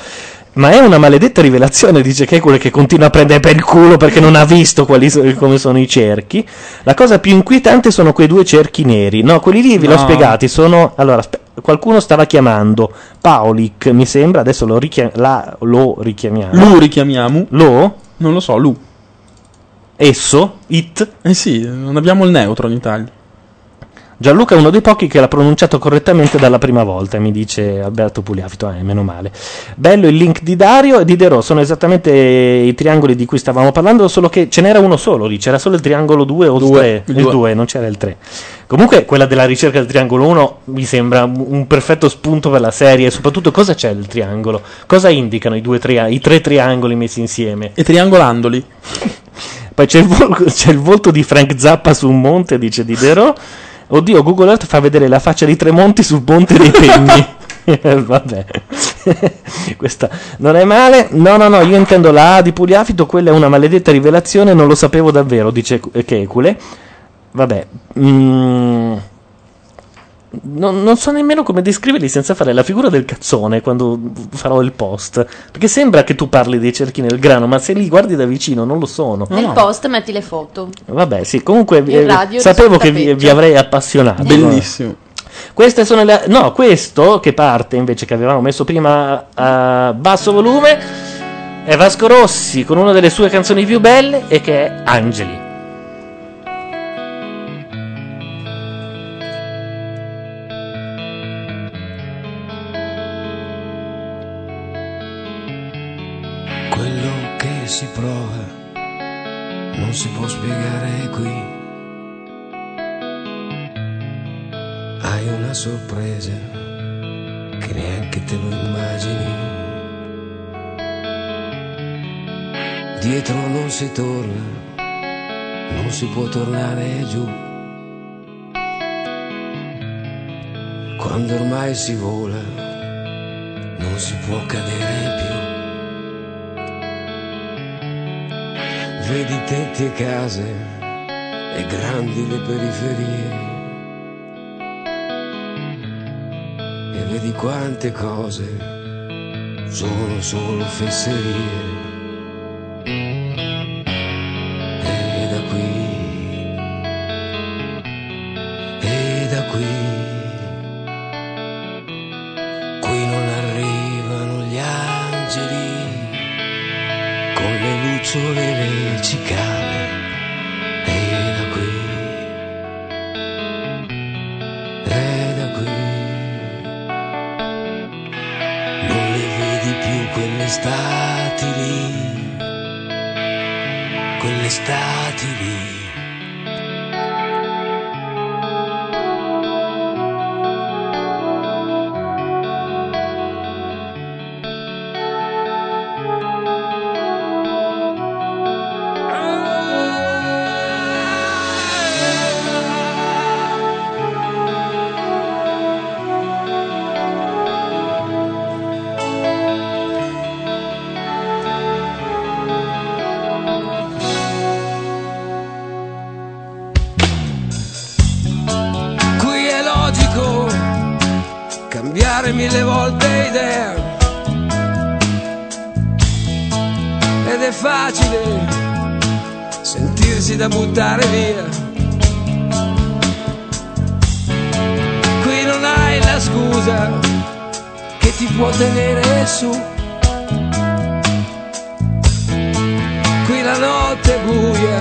Speaker 4: Ma è una maledetta rivelazione, dice che è quello che continua a prendere per il culo perché non ha visto quali so- come sono i cerchi. La cosa più inquietante sono quei due cerchi neri. No, quelli lì vi l'ho
Speaker 5: No.
Speaker 4: spiegati, sono... Allora, aspe- qualcuno stava chiamando, Paulic mi sembra, adesso lo, richiam- la- lo richiamiamo.
Speaker 5: Lu richiamiamo.
Speaker 4: Lo?
Speaker 5: Non lo so, Lu.
Speaker 4: Esso? It?
Speaker 5: Eh sì, non abbiamo il neutro in Italia.
Speaker 4: Gianluca è uno dei pochi che l'ha pronunciato correttamente dalla prima volta, mi dice Alberto Pugliafito, eh, meno male. Bello il link di Dario e di De Ro, sono esattamente eh, i triangoli di cui stavamo parlando, solo che ce n'era uno solo lì, c'era solo il triangolo 2 o il 3,
Speaker 5: il
Speaker 4: il
Speaker 5: due.
Speaker 4: 2, non c'era il 3. Comunque quella della ricerca del triangolo 1 mi sembra un- un perfetto spunto per la serie, e soprattutto cosa c'è il triangolo? Cosa indicano i, due tria- i tre triangoli messi insieme?
Speaker 5: E triangolandoli.
Speaker 4: Poi c'è il, vol- c'è il volto di Frank Zappa su un monte, dice Diderot. Oddio, Google Earth fa vedere la faccia di Tremonti sul ponte dei pegni. Eh, Vabbè, questa non è male. No, no, no, io intendo la A di Pugliafito. Quella è una maledetta rivelazione. Non lo sapevo davvero, dice Cu- eh, Checule. Vabbè, mm, non, non so nemmeno come descriverli senza fare la figura del cazzone quando farò il post. Perché sembra che tu parli dei cerchi nel grano, ma se li guardi da vicino non lo sono.
Speaker 19: Nel post metti le foto.
Speaker 4: Vabbè, sì, comunque vi- eh,
Speaker 19: Il radio
Speaker 4: sapevo
Speaker 19: risulta
Speaker 4: che vi,
Speaker 19: peggio.
Speaker 4: vi avrei appassionato.
Speaker 5: Bellissimo.
Speaker 4: Queste sono le. No, questo che parte invece che avevamo messo prima a basso volume è Vasco Rossi con una delle sue canzoni più belle e che è Angeli.
Speaker 6: Quello che si prova non si può spiegare qui. Hai una sorpresa che neanche te lo immagini. Dietro non si torna, non si può tornare giù. Quando ormai si vola, non si può cadere più. Vedi tetti e case e grandi le periferie. E vedi quante cose sono solo fesserie. E da qui, e da qui, qui non arrivano gli angeli con le lucciole le cicale e da qui e da qui non le vedi più quelle stati lì quelle stati lì Qui è logico cambiare mille volte idea. Ed è facile sentirsi da buttare via.
Speaker 25: scusa che ti può tenere su. Qui la notte è buia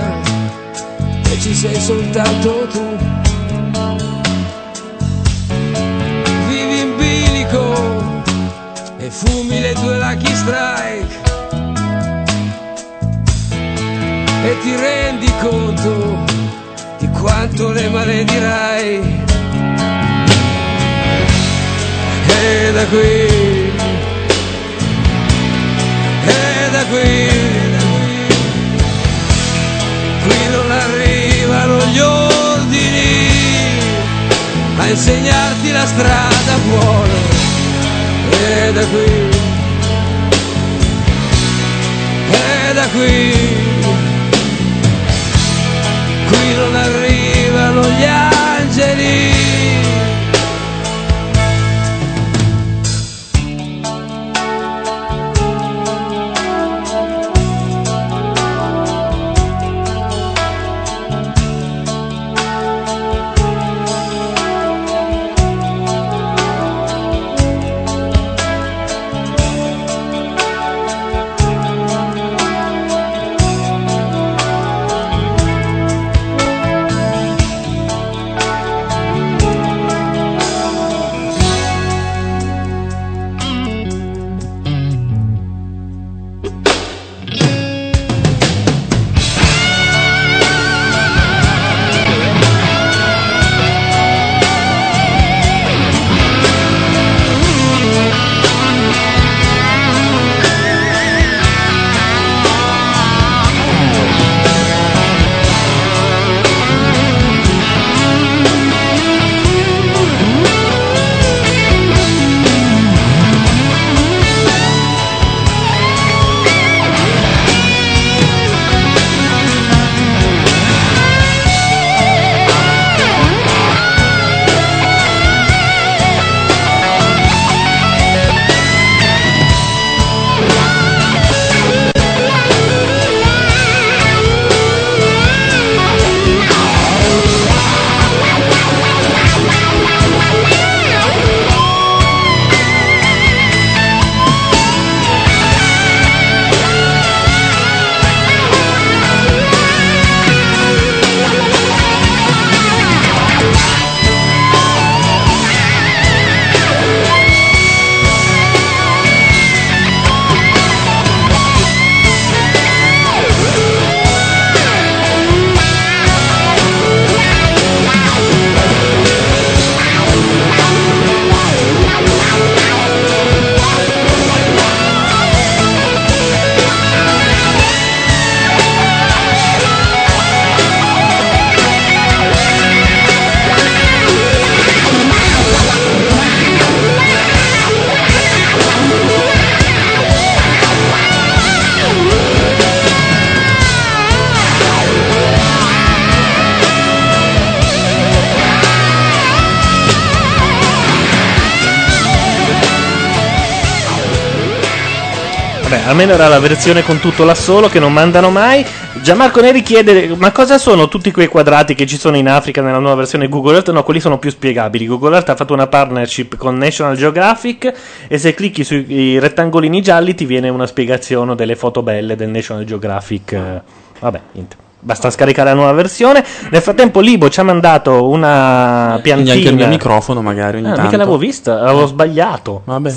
Speaker 25: e ci sei soltanto tu. Vivi in bilico e fumi le tue lucky strike e ti rendi conto di quanto le maledirai. E da qui, e da qui, qui non arrivano gli ordini a insegnarti la strada buona. E da qui, e da qui qui non arrivano gli angeli.
Speaker 4: Vabbè, almeno era la versione con tutto l'assolo che non mandano mai. Gianmarco Neri chiede: Ma cosa sono tutti quei quadrati che ci sono in Africa nella nuova versione Google Earth? No, quelli sono più spiegabili. Google Earth ha fatto una partnership con National Geographic e se clicchi sui rettangolini gialli ti viene una spiegazione delle foto belle del National Geographic. Eh, Vabbè, niente. Basta scaricare la nuova versione. Nel frattempo, Libo ci ha mandato una piantina.
Speaker 5: Neanche il mio microfono, magari. Ogni
Speaker 4: Ah, mica
Speaker 5: tanto. Eh.
Speaker 4: l'avevo vista, l'avevo sbagliato.
Speaker 5: Vabbè.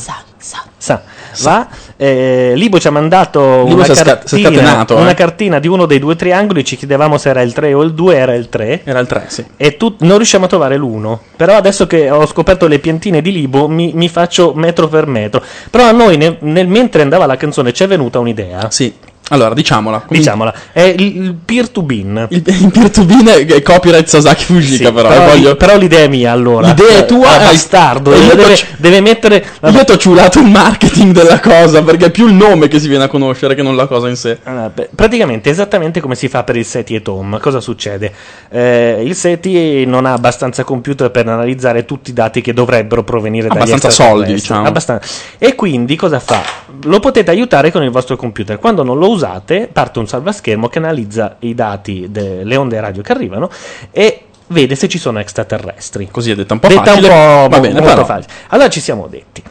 Speaker 4: Sa, va. Eh, Libo ci ha mandato
Speaker 5: Libo
Speaker 4: una
Speaker 5: si è sca- si è
Speaker 4: cartina,
Speaker 5: scatenato, eh.
Speaker 4: una cartina di uno dei due triangoli. Ci chiedevamo se era il 3 o il 2. Era il 3.
Speaker 5: Era il 3, sì.
Speaker 4: E tu- non riusciamo a trovare l'1. Però adesso che ho scoperto le piantine di Libo, mi, mi faccio metro per metro. Però a noi, nel, nel- mentre andava la canzone, ci è venuta un'idea.
Speaker 5: Sì. Allora, diciamola.
Speaker 4: Diciamola. È il, il peer to bin.
Speaker 5: Il, peer to bin è copyright Sasaki Fujika, però.
Speaker 4: però,
Speaker 5: voglio-
Speaker 4: però l'idea è mia allora.
Speaker 5: L'idea è tua,
Speaker 4: Ah,
Speaker 5: hai-
Speaker 4: bastardo.
Speaker 5: e
Speaker 4: Deve,
Speaker 5: io
Speaker 4: deve-
Speaker 5: t'ho-
Speaker 4: deve mettere.
Speaker 5: Io ti ho ciulato il marketing della cosa, perché è più il nome che si viene a conoscere che non la cosa in sé.
Speaker 4: Ah, Praticamente esattamente come si fa per il SETI e TOM. Cosa succede? Eh, il SETI non ha abbastanza computer per analizzare tutti i dati che dovrebbero provenire dagli
Speaker 5: Abbastanza
Speaker 4: extraterrestri.
Speaker 5: soldi, diciamo.
Speaker 4: Abbastanza. E quindi cosa fa? Lo potete aiutare con il vostro computer. Quando non lo usate, parte un salvaschermo che analizza i dati delle onde radio che arrivano e vede se ci sono extraterrestri.
Speaker 5: Così è detta un po'
Speaker 4: Detta
Speaker 5: facile.
Speaker 4: un po'
Speaker 5: va bene,
Speaker 4: molto
Speaker 5: però.
Speaker 4: facile. Allora ci siamo detti.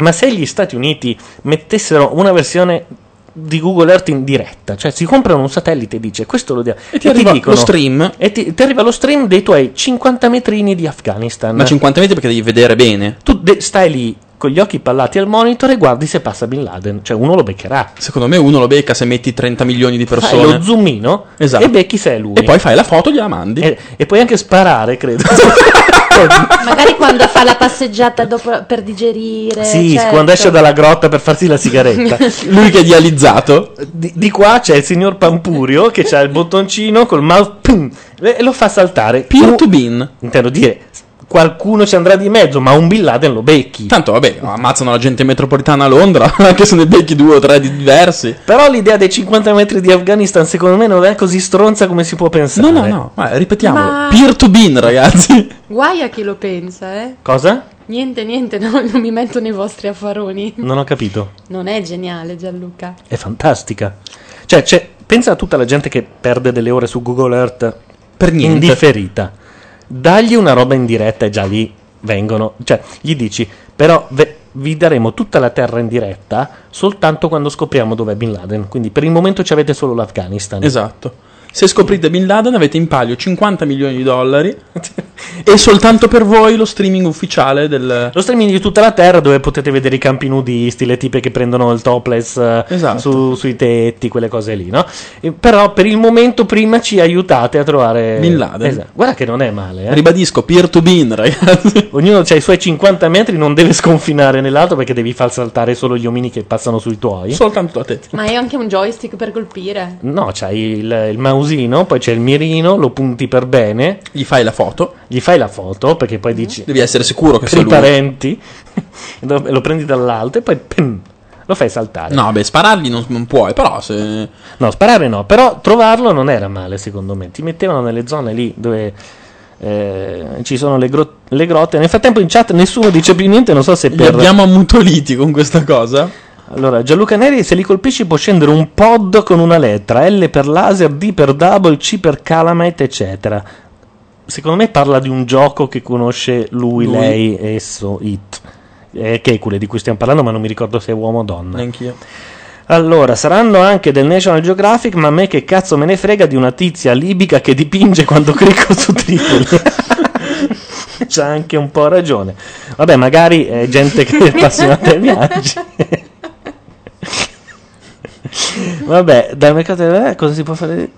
Speaker 4: Ma se gli Stati Uniti mettessero una versione di Google Earth in diretta, cioè si comprano un satellite e dice questo lo diamo
Speaker 5: E ti arriva lo stream.
Speaker 4: e ti, ti arriva lo stream dei tuoi 50 metrini di Afghanistan.
Speaker 5: Ma 50 metri perché devi vedere bene.
Speaker 4: Tu de- stai lì con gli occhi pallati al monitor e guardi se passa Bin Laden, cioè uno lo beccherà.
Speaker 5: Secondo me uno lo becca se metti 30 milioni di persone.
Speaker 4: Fai lo zoomino
Speaker 5: Esatto.
Speaker 4: e becchi se è lui.
Speaker 5: E poi fai la foto e gliela mandi.
Speaker 4: E, e puoi anche sparare, credo.
Speaker 19: Magari quando fa la passeggiata dopo- per
Speaker 7: Eh,
Speaker 19: digerire.
Speaker 4: sì,
Speaker 19: certo.
Speaker 4: quando esce dalla grotta per farsi la sigaretta.
Speaker 5: Lui che è dializzato.
Speaker 4: Di, di qua c'è il signor Pampurio che ha il bottoncino col mouse pum, e lo fa saltare. Peer to
Speaker 5: bin.
Speaker 4: Intendo dire, qualcuno ci andrà di mezzo, ma un Bin Laden lo becchi.
Speaker 5: Tanto vabbè, ammazzano la gente metropolitana a Londra, anche se ne becchi due o tre di- diversi.
Speaker 4: Però l'idea dei 50 metri di Afghanistan, secondo me, non è così stronza come si può pensare. No, no, no,
Speaker 5: ma ripetiamolo.
Speaker 19: Ma-
Speaker 5: Peer to bin, ragazzi.
Speaker 19: Guai a chi lo pensa, eh.
Speaker 4: Cosa?
Speaker 19: Niente, niente, no, non mi metto nei vostri affaroni.
Speaker 4: Non ho capito.
Speaker 19: Non è geniale Gianluca.
Speaker 4: È fantastica. Cioè, c'è- pensa a tutta la gente che perde delle ore su Google Earth
Speaker 5: per niente.
Speaker 4: indifferita. Dagli una roba in diretta e già lì vengono. Cioè, gli dici, però ve- vi daremo tutta la terra in diretta soltanto quando scopriamo dov'è Bin Laden. Quindi per il momento ci avete solo l'Afghanistan.
Speaker 5: Esatto. Se scoprite Bin Laden avete in palio 50 milioni di dollari e soltanto per voi lo streaming ufficiale del...
Speaker 4: Lo streaming di tutta la terra dove potete vedere i campi nudisti, le tipe che prendono il topless eh,
Speaker 5: Esatto.
Speaker 4: su- sui tetti, quelle cose lì, no? E- però per il momento prima ci aiutate a trovare
Speaker 5: Bin Laden.
Speaker 4: Esatto. Guarda che non è male, eh.
Speaker 5: Ribadisco, peer to bin, ragazzi.
Speaker 4: Ognuno ha i suoi 50 metri, non deve sconfinare nell'altro perché devi far saltare solo gli omini che passano sui tuoi.
Speaker 5: Soltanto a te.
Speaker 19: Ma è anche un joystick per colpire.
Speaker 4: No, c'hai il, il mausino, poi c'è il mirino, lo punti per bene.
Speaker 5: Gli fai la foto.
Speaker 4: Gli fai la foto perché poi dici.
Speaker 5: Devi essere sicuro che
Speaker 4: per
Speaker 5: sia
Speaker 4: i
Speaker 5: lui.
Speaker 4: parenti. E lo lo prendi dall'alto e poi pim, lo fai saltare.
Speaker 5: No, beh, sparargli non, non puoi, però se...
Speaker 4: No, sparare no, però trovarlo non era male secondo me. Ti mettevano nelle zone lì dove eh, ci sono le, gro- le grotte. Nel frattempo in chat nessuno dice più niente, non so se
Speaker 5: Li
Speaker 4: per...
Speaker 5: abbiamo ammutoliti con questa cosa.
Speaker 4: Allora, Gianluca Neri, se li colpisci può scendere un pod con una lettera, L per laser, D per double, C per calamite, eccetera. Secondo me parla di un gioco che conosce lui,
Speaker 5: Lui.
Speaker 4: lei, esso, it. Eh, che è quello di cui stiamo parlando, ma non mi ricordo se è uomo o donna.
Speaker 5: Neanch'io.
Speaker 4: Allora, saranno anche del National Geographic, ma a me che cazzo me ne frega di una tizia libica che dipinge quando clicco su Tripoli. C'ha anche un po' ragione. Vabbè, magari è gente che è appassionata ai viaggi. Vabbè, dal mercato eh, cosa si può fare?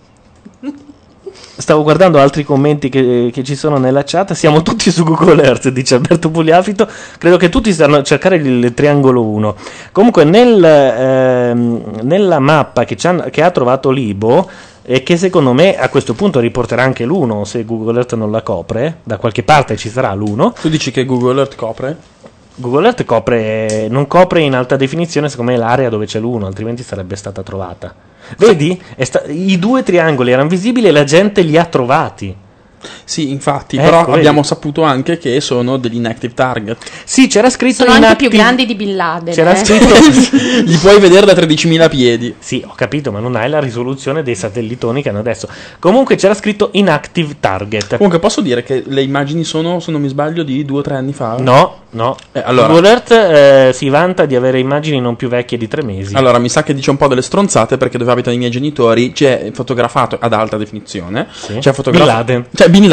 Speaker 4: Stavo guardando altri commenti che, che ci sono nella chat. Siamo tutti su Google Earth, dice Alberto Pugliafito. Credo che tutti stanno a cercare il triangolo 1. Comunque, nel, ehm, nella mappa che, ci han- che ha trovato Libo, e che secondo me a questo punto riporterà anche l'1 se Google Earth non la copre, da qualche parte ci sarà l'1.
Speaker 5: Tu dici che Google Earth copre?
Speaker 4: Google Earth copre, non copre in alta definizione, secondo me, l'area dove c'è l'1, altrimenti sarebbe stata trovata. Vedi? È sta- I due triangoli erano visibili e la gente li ha trovati.
Speaker 5: Sì, infatti,
Speaker 4: Ecco,
Speaker 5: però
Speaker 4: vedi.
Speaker 5: abbiamo saputo anche che sono degli inactive target.
Speaker 4: Sì, c'era scritto
Speaker 19: Sono
Speaker 4: in
Speaker 19: anche
Speaker 4: atti-
Speaker 19: più grandi di Bin Laden.
Speaker 4: C'era
Speaker 19: eh.
Speaker 4: scritto
Speaker 5: Li puoi vedere da 13.000 piedi.
Speaker 4: Sì, ho capito, ma non hai la risoluzione dei satellitoni che hanno adesso. Comunque c'era scritto inactive target.
Speaker 5: Comunque posso dire che le immagini sono, se non mi sbaglio, di due o tre anni fa?
Speaker 4: No, no.
Speaker 5: eh, allora-
Speaker 4: Google Earth eh, si vanta di avere immagini non più vecchie di tre mesi.
Speaker 5: Allora, mi sa che dice un po' delle stronzate perché dove abitano i miei genitori ci è fotografato ad alta definizione.
Speaker 4: Sì.
Speaker 5: Ci ha fotografa-
Speaker 4: Bin Laden.
Speaker 5: Cioè, Bin Laden.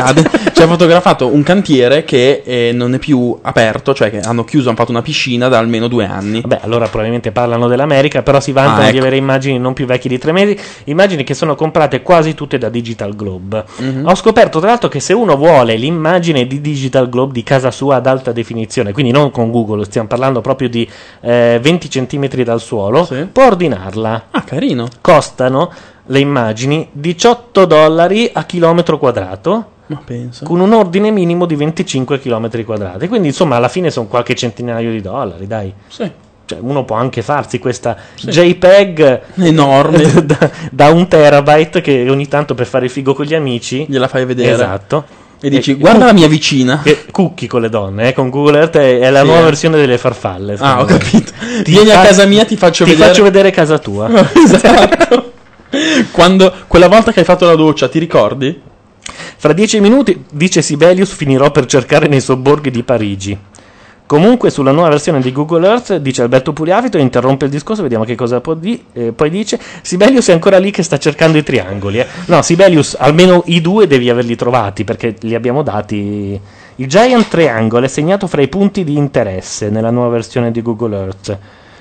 Speaker 5: ci ha fotografato un cantiere che eh, non è più aperto, cioè che hanno chiuso, hanno fatto una piscina da almeno due anni.
Speaker 4: Beh, allora probabilmente parlano dell'America, però si vantano
Speaker 5: Ah, ecco.
Speaker 4: di avere immagini non più vecchie di tre mesi, immagini che sono comprate quasi tutte da Digital Globe.
Speaker 5: Mhm.
Speaker 4: Ho scoperto tra l'altro che se uno vuole l'immagine di Digital Globe di casa sua ad alta definizione, quindi non con Google, stiamo parlando proprio di eh, 20 cm dal suolo, può ordinarla.
Speaker 5: Ah, carino.
Speaker 4: Costano le immagini 18 dollari a chilometro quadrato
Speaker 5: Ma penso.
Speaker 4: con un ordine minimo di 25 km quadrati. Quindi, insomma, alla fine sono qualche centinaio di dollari, dai.
Speaker 5: Sì.
Speaker 4: Cioè, uno può anche farsi questa
Speaker 5: Sì.
Speaker 4: JPEG eh,
Speaker 5: Enorme.
Speaker 4: da, da un terabyte che ogni tanto per fare il figo con gli amici
Speaker 5: gliela fai vedere.
Speaker 4: Esatto.
Speaker 5: E dici, "Guarda la mia vicina.
Speaker 4: Che cucchi con le donne, eh, con Google Earth è, è la
Speaker 5: Sì,
Speaker 4: nuova
Speaker 5: eh.
Speaker 4: versione delle farfalle.
Speaker 5: Ah, ho
Speaker 4: capito.
Speaker 5: Vieni a casa mia, ti faccio vedere-
Speaker 4: Ti faccio vedere casa tua.
Speaker 5: Quando, quella volta che hai fatto la doccia, ti ricordi?
Speaker 4: Fra dieci minuti, dice Sibelius, finirò per cercare nei sobborghi di Parigi. Comunque, sulla nuova versione di Google Earth, dice Alberto Pugliavito, interrompe il discorso, vediamo che cosa può di- eh, poi dice. Sibelius è ancora lì che sta cercando i triangoli. eh. No, Sibelius, almeno i due devi averli trovati, perché li abbiamo dati. Il Giant Triangle è segnato fra i punti di interesse nella nuova versione di Google Earth.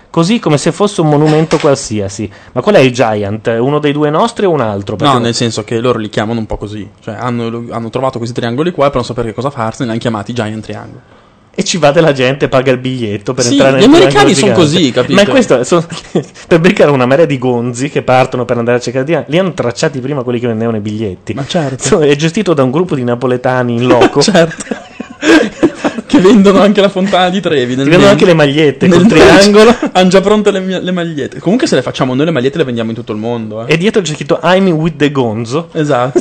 Speaker 4: Così come se fosse un monumento qualsiasi. Ma qual è il Giant? Uno dei due nostri o un altro?
Speaker 5: No, nel senso che loro li chiamano un po' così. Cioè, hanno, hanno trovato questi triangoli qua e per non sapere che cosa farsene, li hanno chiamati Giant Triangle.
Speaker 4: E ci va della gente, paga il biglietto per
Speaker 5: Sì,
Speaker 4: entrare nel
Speaker 5: gli americani
Speaker 4: triangolo
Speaker 5: sono così,
Speaker 4: gigante.
Speaker 5: capito?
Speaker 4: Ma è questo sono- per beccare una marea di gonzi che partono per andare a cercare di li hanno tracciati prima quelli che vendevano i biglietti. Ma certo. è gestito da un gruppo di napoletani in loco. certo.
Speaker 5: Che vendono anche la fontana di Trevi. Nel
Speaker 4: Ti vendono anche le magliette
Speaker 5: nel
Speaker 4: col triangolo.
Speaker 5: Hanno già pronte le, mie- le magliette. Comunque, se le facciamo noi, le magliette le vendiamo in tutto il mondo. Eh.
Speaker 4: E dietro c'è scritto I'm with the gonzo.
Speaker 5: Esatto.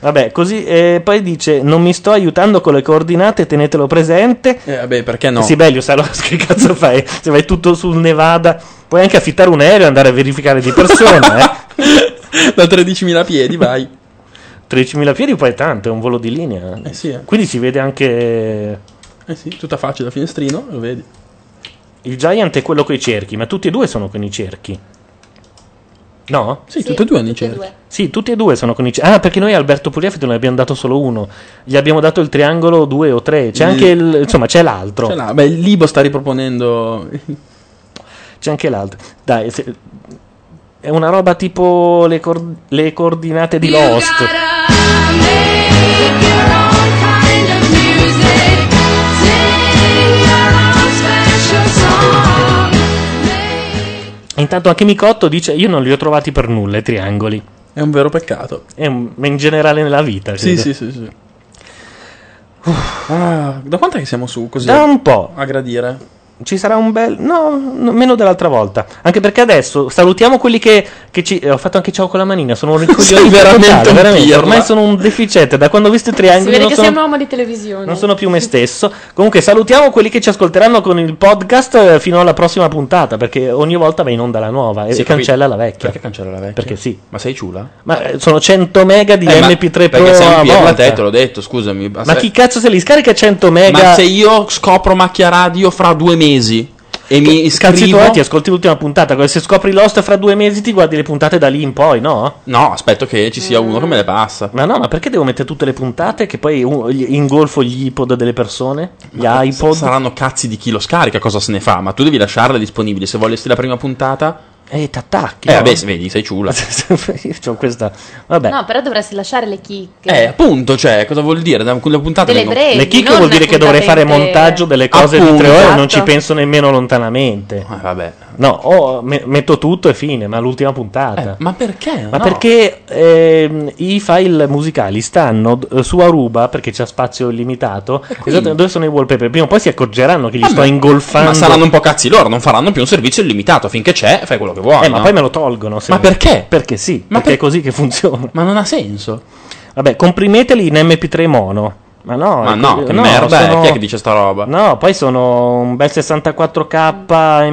Speaker 4: Vabbè, così eh, poi dice non mi sto aiutando con le coordinate, tenetelo presente.
Speaker 5: Eh, vabbè, perché no?
Speaker 4: Sì, bello, sai allora, che cazzo fai? Se vai tutto sul Nevada, puoi anche affittare un aereo e andare a verificare di persona, eh?
Speaker 5: Da 13.000 piedi, vai.
Speaker 4: 13.000 piedi poi è tanto, è un volo di linea.
Speaker 5: Eh sì, eh.
Speaker 4: Quindi si vede anche
Speaker 5: Eh sì, tutta facile da finestrino, lo vedi.
Speaker 4: il Giant e quello con i cerchi, ma tutti e due sono con i cerchi. No?
Speaker 5: Sì, Sì, tutti e due hanno i tutti e cerchi. due.
Speaker 4: Sì, tutti e due sono con i cerchi. Ah, perché noi a Alberto Pugliafito ne abbiamo dato solo uno. Gli abbiamo dato il triangolo due o tre. C'è
Speaker 5: Il-
Speaker 4: anche il... Insomma, c'è l'altro.
Speaker 5: Cioè, là, beh, il Libo sta riproponendo.
Speaker 4: C'è anche l'altro. Dai, se- è una roba tipo le, cor- le coordinate di Lost. Intanto anche Micotto dice: Io non li ho trovati per nulla i triangoli.
Speaker 5: È un vero peccato.
Speaker 4: È un- ma in generale nella vita.
Speaker 5: Sì,
Speaker 4: credo.
Speaker 5: sì, sì, sì. Ah, da quant'è che siamo su così?
Speaker 4: Da un po'.
Speaker 5: A gradire.
Speaker 4: Ci sarà un bel. No, no, meno dell'altra volta. Anche perché adesso salutiamo quelli che, che ci. eh, Ho fatto anche ciao con la manina. Sono un ricoglione
Speaker 5: Sei veramente un pirla.
Speaker 4: Ormai sono un deficiente. Da quando ho visto i
Speaker 7: Si
Speaker 4: triangoli
Speaker 7: vede
Speaker 4: non
Speaker 7: che
Speaker 4: sono,
Speaker 7: sei un uomo di televisione.
Speaker 4: non sono più me stesso. Comunque, salutiamo quelli che ci ascolteranno con il podcast eh, fino alla prossima puntata. Perché ogni volta va in onda la nuova e,
Speaker 5: Sì,
Speaker 4: e cancella la vecchia.
Speaker 5: Perché cancella la vecchia?
Speaker 4: Perché sì.
Speaker 5: Ma sei ciula?
Speaker 4: Ma eh, sono 100 mega di
Speaker 5: Eh, ma-
Speaker 4: MP3 Pro.
Speaker 5: Perché sei
Speaker 4: a
Speaker 5: un pirla,
Speaker 4: volta.
Speaker 5: te, te l'ho detto, scusami.
Speaker 4: Ma chi cazzo se li scarica 100 mega?
Speaker 5: Ma se io scopro macchia radio fra due mesi e mi
Speaker 4: Cazzi
Speaker 5: iscrivo...
Speaker 4: tuoi, ti ascolti l'ultima puntata. come Se scopri Lost fra due mesi ti guardi le puntate da lì in poi, no?
Speaker 5: No, aspetto che ci
Speaker 13: Mm.
Speaker 5: sia uno che me le passa.
Speaker 4: Ma no, ma perché devo mettere tutte le puntate che poi uh, gli- ingolfo gli iPod delle persone? Gli iPod?
Speaker 5: Saranno cazzi di chi lo scarica, cosa se ne fa? Ma tu devi lasciarle disponibili. Se volessi la prima puntata...
Speaker 4: E t'attacchi.
Speaker 5: Eh,
Speaker 4: no?
Speaker 5: vabbè, se vedi, sei ciula.
Speaker 4: Io c'ho questa... Vabbè.
Speaker 13: No, però dovresti lasciare le chicche.
Speaker 5: Eh, appunto, cioè, cosa vuol dire? Da quella puntata
Speaker 13: Delle brevi,
Speaker 4: Le chicche
Speaker 13: non
Speaker 4: vuol dire
Speaker 13: le
Speaker 4: che dovrei fare
Speaker 13: puntate intere.
Speaker 4: montaggio delle cose di
Speaker 5: Appunto.
Speaker 4: tre ore e non
Speaker 5: Esatto.
Speaker 4: ci penso nemmeno lontanamente.
Speaker 5: vabbè.
Speaker 4: No, o me- metto tutto e fine, ma l'ultima puntata.
Speaker 5: Eh, Ma perché?
Speaker 4: Eh, Ma
Speaker 5: No.
Speaker 4: perché ehm, i file musicali stanno eh, su Aruba perché c'è spazio illimitato?
Speaker 5: quindi?
Speaker 4: Esatto, dove sono i wallpaper? Prima o poi si accorgeranno che li
Speaker 5: Ah,
Speaker 4: sto
Speaker 5: ma-
Speaker 4: ingolfando.
Speaker 5: Ma saranno un po' cazzi loro, non faranno più un servizio illimitato. Finché c'è, fai quello che vuoi.
Speaker 4: Eh, ma
Speaker 5: no?
Speaker 4: poi me lo tolgono. se
Speaker 5: Ma
Speaker 4: vuoi.
Speaker 5: perché?
Speaker 4: Perché sì, perché è così che funziona.
Speaker 5: Ma non ha senso.
Speaker 4: Vabbè, comprimeteli in MP3 mono. Ma no,
Speaker 5: Ma
Speaker 4: è
Speaker 5: Ah, ecco. no,
Speaker 4: così-
Speaker 5: che merda è?
Speaker 4: sono-
Speaker 5: Chi è che dice sta roba?
Speaker 4: No, poi sono un bel 64K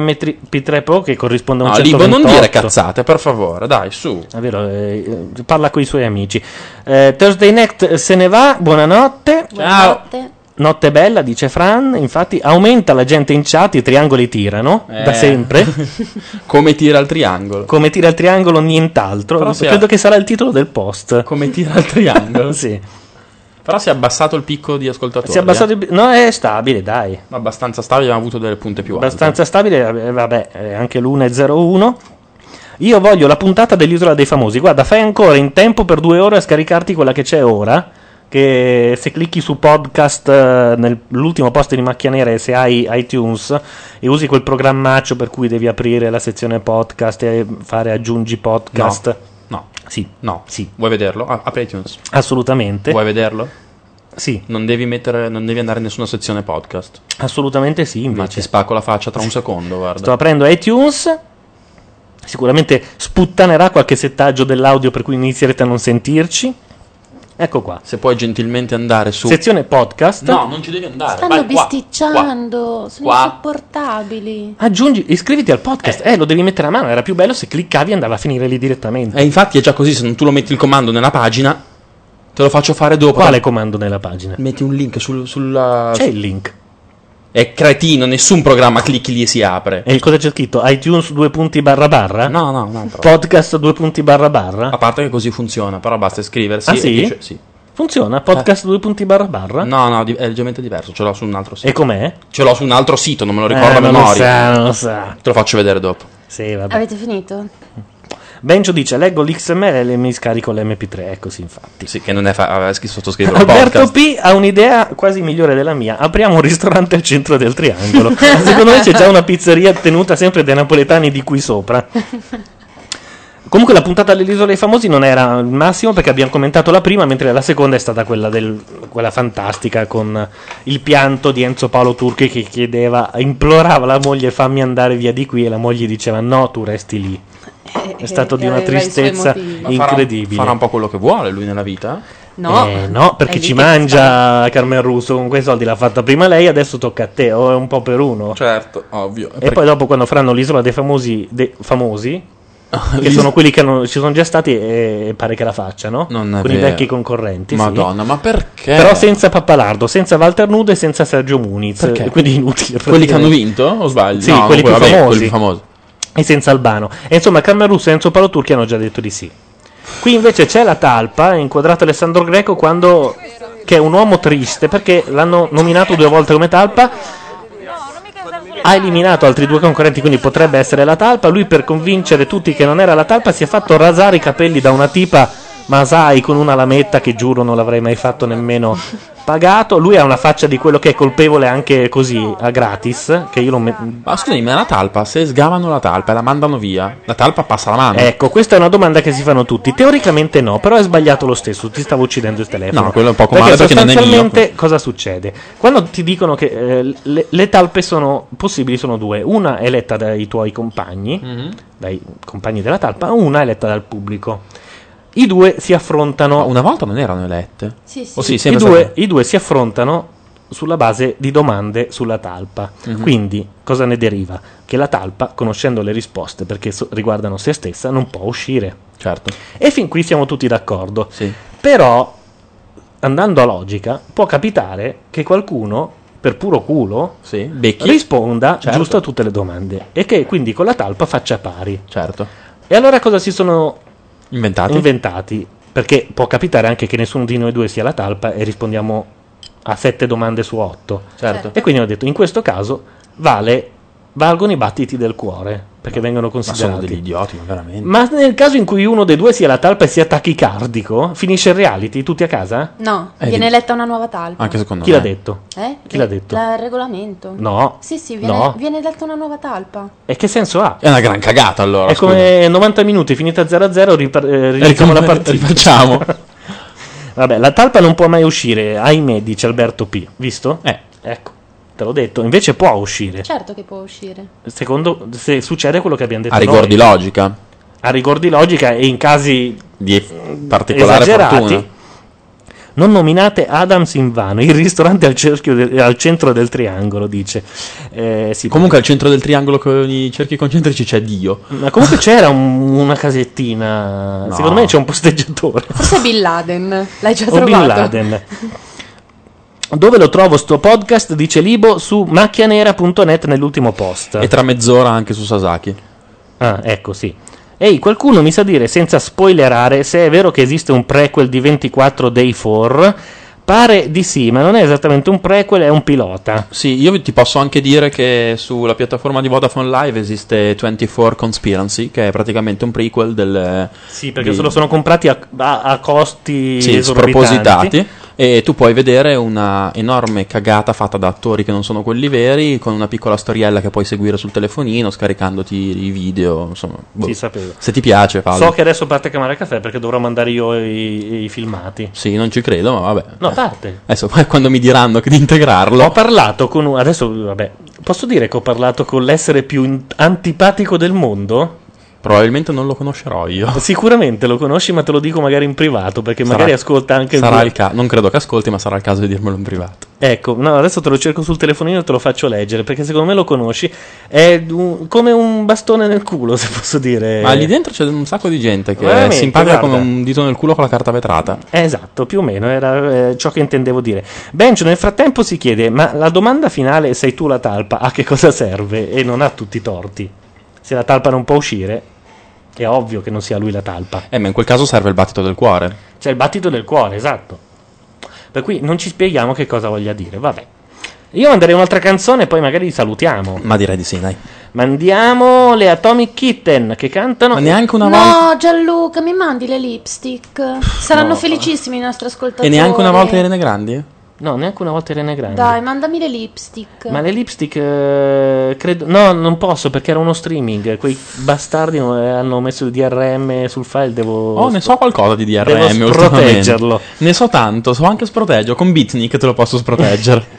Speaker 4: MP3 Pro che corrisponde a un
Speaker 5: No, Libo,
Speaker 4: 128.
Speaker 5: non dire cazzate, per favore, dai, su.
Speaker 4: È vero, eh, eh, parla con i suoi amici. Eh, Thursday Night se ne va, buonanotte.
Speaker 13: Buonanotte.
Speaker 4: Notte bella, dice Fran. Infatti, aumenta la gente in chat, i triangoli tirano
Speaker 5: Eh.
Speaker 4: da sempre.
Speaker 5: Come tira il triangolo?
Speaker 4: Come tira il triangolo, nient'altro.
Speaker 5: Però se
Speaker 4: Credo
Speaker 5: ha-
Speaker 4: che sarà il titolo del post.
Speaker 5: Come tira il triangolo?
Speaker 4: sì.
Speaker 5: Però si è abbassato il picco di ascoltatori.
Speaker 4: Si è abbassato
Speaker 5: eh.
Speaker 4: il- No, è stabile, dai.
Speaker 5: Abbastanza stabile, abbiamo avuto delle punte più alte.
Speaker 4: Abbastanza stabile, eh, vabbè, eh, anche l'1.01. Io voglio la puntata dell'Isola dei Famosi. Guarda, fai ancora in tempo per due ore a scaricarti quella che c'è ora. Che se clicchi su podcast eh, nell'ultimo posto di macchia nera e se hai iTunes e usi quel programmaccio per cui devi aprire la sezione podcast e fare aggiungi podcast.
Speaker 5: No.
Speaker 4: Sì.
Speaker 5: No. Sì. Vuoi vederlo? Ah, apri iTunes.
Speaker 4: Assolutamente.
Speaker 5: Vuoi vederlo?
Speaker 4: Sì.
Speaker 5: Non devi, mettere, non devi andare in nessuna sezione podcast.
Speaker 4: Assolutamente sì,
Speaker 5: Ma ti spacco la faccia tra un secondo, guarda.
Speaker 4: Sto aprendo iTunes. Sicuramente sputtanerà qualche settaggio dell'audio per cui inizierete a non sentirci. Ecco qua.
Speaker 5: Se puoi gentilmente andare su...
Speaker 4: Sezione podcast.
Speaker 5: No, non ci devi andare.
Speaker 13: Stanno
Speaker 5: Vai qua,
Speaker 13: bisticciando, sono
Speaker 5: qua.
Speaker 13: insopportabili.
Speaker 4: Aggiungi, iscriviti al podcast. Eh. lo devi mettere a mano. Era
Speaker 5: Eh,
Speaker 4: più bello se cliccavi e andava a finire lì direttamente.
Speaker 5: E infatti è già così, se non tu lo metti il comando nella pagina, Te lo faccio fare dopo.
Speaker 4: Quale comando nella pagina?
Speaker 5: Metti un link sul- sulla.
Speaker 4: C'è il link.
Speaker 5: È cretino, nessun programma clicchi lì e si apre.
Speaker 4: E cosa c'è scritto? iTunes due punti barra barra?
Speaker 5: No, no, un altro.
Speaker 4: Podcast due punti barra barra?
Speaker 5: A parte che così funziona, però basta iscriversi.
Speaker 4: Ah,
Speaker 5: e
Speaker 4: sì?
Speaker 5: dice- sì.
Speaker 4: Funziona?
Speaker 5: Eh.
Speaker 4: Podcast due punti barra barra?
Speaker 5: No, no, di- è leggermente diverso. Ce l'ho su un altro sito.
Speaker 4: E com'è?
Speaker 5: Ce l'ho su un altro sito, non me lo ricordo
Speaker 4: Eh,
Speaker 5: a
Speaker 4: non lo
Speaker 5: memoria.
Speaker 4: sa, non lo sa.
Speaker 5: Te lo faccio vedere dopo.
Speaker 4: Sì, vabbè.
Speaker 19: Avete finito?
Speaker 4: Benjo dice: Leggo l'XML e mi scarico l'MP3. Ecco, sì, infatti.
Speaker 5: Sì, che non è fa- aveva scritto- sottoscritto il
Speaker 4: Alberto
Speaker 5: podcast.
Speaker 4: P ha un'idea quasi migliore della mia. Apriamo un ristorante al centro del triangolo. Secondo me c'è già una pizzeria tenuta sempre dai napoletani di qui sopra. Comunque la puntata dell'isola dei famosi non era il massimo perché abbiamo commentato la prima, mentre la seconda è stata quella, del- quella fantastica con il pianto di Enzo Paolo Turchi che chiedeva, implorava la moglie fammi andare via di qui e la moglie diceva no, tu resti lì. È stato di una tristezza
Speaker 5: Ma farà-
Speaker 4: incredibile.
Speaker 5: Farà un po' quello che vuole lui nella vita?
Speaker 4: No, Eh, no
Speaker 5: È
Speaker 4: perché
Speaker 5: lì
Speaker 4: ci
Speaker 5: che
Speaker 4: mangia Carmen Russo con quei soldi l'ha fatta prima lei, adesso tocca a te, o è un po' per uno.
Speaker 5: Certo, ovvio.
Speaker 4: E poi dopo quando faranno l'isola dei famosi, de- famosi, che
Speaker 5: l'is-
Speaker 4: sono quelli che hanno- ci sono già stati e pare che la facciano,
Speaker 5: Non è
Speaker 4: con i
Speaker 5: vero.
Speaker 4: vecchi concorrenti. sì.
Speaker 5: Madonna, ma perché?
Speaker 4: Però senza Pappalardo, senza Walter Nude e senza Sergio Muniz,
Speaker 5: Perché?
Speaker 4: quindi inutile.
Speaker 5: Quelli che hanno
Speaker 4: praticamente.
Speaker 5: vinto? O sbaglio?
Speaker 4: Sì,
Speaker 5: No,
Speaker 4: quelli, più
Speaker 5: comunque, vabbè,
Speaker 4: famosi.
Speaker 5: quelli più famosi.
Speaker 4: E senza Albano. E insomma, Carmen Russo e Enzo Paolo Turchi hanno già detto di sì. Qui invece c'è la talpa, inquadrato Alessandro Greco, quando, che è un uomo triste perché l'hanno nominato due volte come talpa. Ha eliminato altri due concorrenti, quindi potrebbe essere la talpa. Lui, per convincere tutti che non era la talpa, si è fatto rasare i capelli da una tipa Masai con una lametta che giuro non l'avrei mai fatto nemmeno pagato. Lui ha una faccia di quello che è colpevole anche così, a Ah, gratis. Che io lo met-
Speaker 5: Ma scusami, ma la talpa, se sgavano la talpa e la mandano via, la talpa passa la mano.
Speaker 4: Ecco, questa è una domanda che si fanno tutti. Teoricamente no, però è sbagliato lo stesso. Ti stavo uccidendo il telefono.
Speaker 5: No, quello è un poco male perché non è mio.
Speaker 4: sostanzialmente cosa succede? Quando ti dicono che eh, le, le talpe sono possibili sono due. Una è letta dai tuoi compagni,
Speaker 5: Mm-hmm.
Speaker 4: dai compagni della talpa, una è letta dal pubblico. I due si affrontano.
Speaker 5: Ah, una volta non erano elette.
Speaker 4: Sì, sì.
Speaker 5: Oh, sì,
Speaker 4: I,
Speaker 5: sempre
Speaker 4: due,
Speaker 5: state-
Speaker 4: I due si affrontano sulla base di domande sulla talpa.
Speaker 5: Mhm.
Speaker 4: Quindi, cosa ne deriva? Che la talpa, conoscendo le risposte perché so- riguardano se stessa, non può uscire.
Speaker 5: Certo.
Speaker 4: E fin qui siamo tutti d'accordo. Però, andando a logica, può capitare che qualcuno, per puro culo, risponda
Speaker 5: Certo.
Speaker 4: giusto a tutte le domande. E che quindi con la talpa faccia pari.
Speaker 5: Certo.
Speaker 4: E allora cosa si sono
Speaker 5: Inventati?
Speaker 4: inventati? Perché può capitare anche che nessuno di noi due sia la talpa e rispondiamo a sette domande su otto.
Speaker 5: Certo.
Speaker 4: E quindi ho detto, in questo caso vale, valgono i battiti del cuore, perché vengono
Speaker 5: Ma sono degli
Speaker 4: considerati.
Speaker 5: idioti, ma veramente.
Speaker 4: Ma nel caso in cui uno dei due sia la talpa e sia tachicardico, finisce il reality, tutti a casa?
Speaker 19: No,
Speaker 4: Eh,
Speaker 19: viene
Speaker 4: di-
Speaker 19: eletta una nuova talpa.
Speaker 4: secondo Chi l'ha detto?
Speaker 19: Eh?
Speaker 4: Chi l'ha detto?
Speaker 19: La- il regolamento.
Speaker 4: No.
Speaker 19: Sì, sì, viene,
Speaker 4: No.
Speaker 19: viene eletta una nuova talpa.
Speaker 4: E che senso ha?
Speaker 5: È una gran cagata allora.
Speaker 4: È come 90 minuti, finita 0-0, ripar- eh, riniziamo la
Speaker 5: ricom-
Speaker 4: partita.
Speaker 5: rifacciamo.
Speaker 4: Vabbè, la talpa non può mai uscire, ahimè, dice Alberto P. Visto? Eh. Ecco, te l'ho detto. Invece può uscire.
Speaker 19: Certo che può uscire.
Speaker 4: Secondo, se succede quello che abbiamo detto
Speaker 5: A rigor
Speaker 4: noi.
Speaker 5: di logica.
Speaker 4: A rigor di logica e in casi
Speaker 5: Di particolare
Speaker 4: esagerati,
Speaker 5: fortuna.
Speaker 4: Non nominate Adams in vano, il ristorante al, cerchio del- al centro del triangolo, dice. Eh, sì,
Speaker 5: Comunque al centro del triangolo con i cerchi concentrici c'è Dio.
Speaker 4: Ma comunque c'era un- una casettina.
Speaker 5: No.
Speaker 4: Secondo me c'è un posteggiatore.
Speaker 19: Forse Bin Laden. L'hai già
Speaker 4: o
Speaker 19: trovato.
Speaker 4: Bin Laden. Dove lo trovo sto podcast? Dice Libo su macchianera.net nell'ultimo post.
Speaker 5: E tra mezz'ora anche su Sasaki.
Speaker 4: Ah, ecco, sì. Ehi, qualcuno mi sa dire, senza spoilerare, se è vero che esiste un prequel di 24 Day 4? Pare di sì, ma non è esattamente un prequel, è un pilota.
Speaker 5: Sì, io vi- ti posso anche dire che sulla piattaforma di Vodafone Live esiste 24 Conspiracy, che è praticamente un prequel del...
Speaker 4: Sì, perché se lo sono comprati a, a- a costi
Speaker 5: sì,
Speaker 4: esorbitanti.
Speaker 5: spropositati. E tu puoi vedere una enorme cagata fatta da attori che non sono quelli veri, con una piccola storiella che puoi seguire sul telefonino, scaricandoti i video. Insomma, boh.
Speaker 4: Sì, sapevo.
Speaker 5: se ti piace, fallo.
Speaker 4: So che adesso parte Camera Caffè perché dovrò mandare io i, i filmati.
Speaker 5: Sì, non ci credo, ma vabbè.
Speaker 4: No, parte.
Speaker 5: Adesso poi quando mi diranno che di integrarlo.
Speaker 4: Ho parlato con un... Adesso, vabbè, posso dire che ho parlato con l'essere più in- antipatico del mondo?
Speaker 5: Probabilmente non lo conoscerò io.
Speaker 4: Sicuramente lo conosci, ma te lo dico magari in privato, perché magari ascolta anche il
Speaker 5: sarà
Speaker 4: tuo-
Speaker 5: il ca- Non credo che ascolti, ma sarà il caso di dirmelo in privato.
Speaker 4: Ecco, no, adesso te lo cerco sul telefonino e te lo faccio leggere, perché secondo me lo conosci. È un- come un bastone nel culo, se posso dire.
Speaker 5: Ma lì dentro c'è un sacco di gente che
Speaker 4: Eh. Veramente,
Speaker 5: si impagna
Speaker 4: guarda.
Speaker 5: come un dito nel culo con la carta vetrata.
Speaker 4: Eh, Esatto, più o meno era eh, ciò che intendevo dire. Benjo nel frattempo si chiede: Ma la domanda finale, sei tu la talpa, a che cosa serve? E non ha tutti i torti. Se la talpa non può uscire, è ovvio che non sia lui la talpa.
Speaker 5: Eh, ma in quel caso serve il battito del cuore.
Speaker 4: C'è il battito del cuore, esatto. Per cui non ci spieghiamo che cosa voglia dire, vabbè. Io manderei un'altra canzone e poi magari li salutiamo.
Speaker 5: Ma direi di sì, dai.
Speaker 4: Mandiamo le Atomic Kitten che cantano. Ma
Speaker 5: neanche
Speaker 4: una
Speaker 13: No, Gianluca, mi mandi le lipstick. Saranno
Speaker 4: no.
Speaker 13: felicissimi i nostri ascoltatori.
Speaker 5: E neanche una volta Irene Grandi?
Speaker 4: No, neanche una volta Irene Grandi.
Speaker 13: Dai, mandami le lipstick.
Speaker 4: Ma le lipstick, eh, credo. No, non posso perché era uno streaming. Quei bastardi eh, hanno messo il DRM sul file. Devo.
Speaker 5: Oh, ne so qualcosa di DRM
Speaker 4: Devo
Speaker 5: ultimamente.
Speaker 4: proteggerlo.
Speaker 5: Ne so tanto, so anche sproteggio. Con Bitnik te lo posso sproteggere.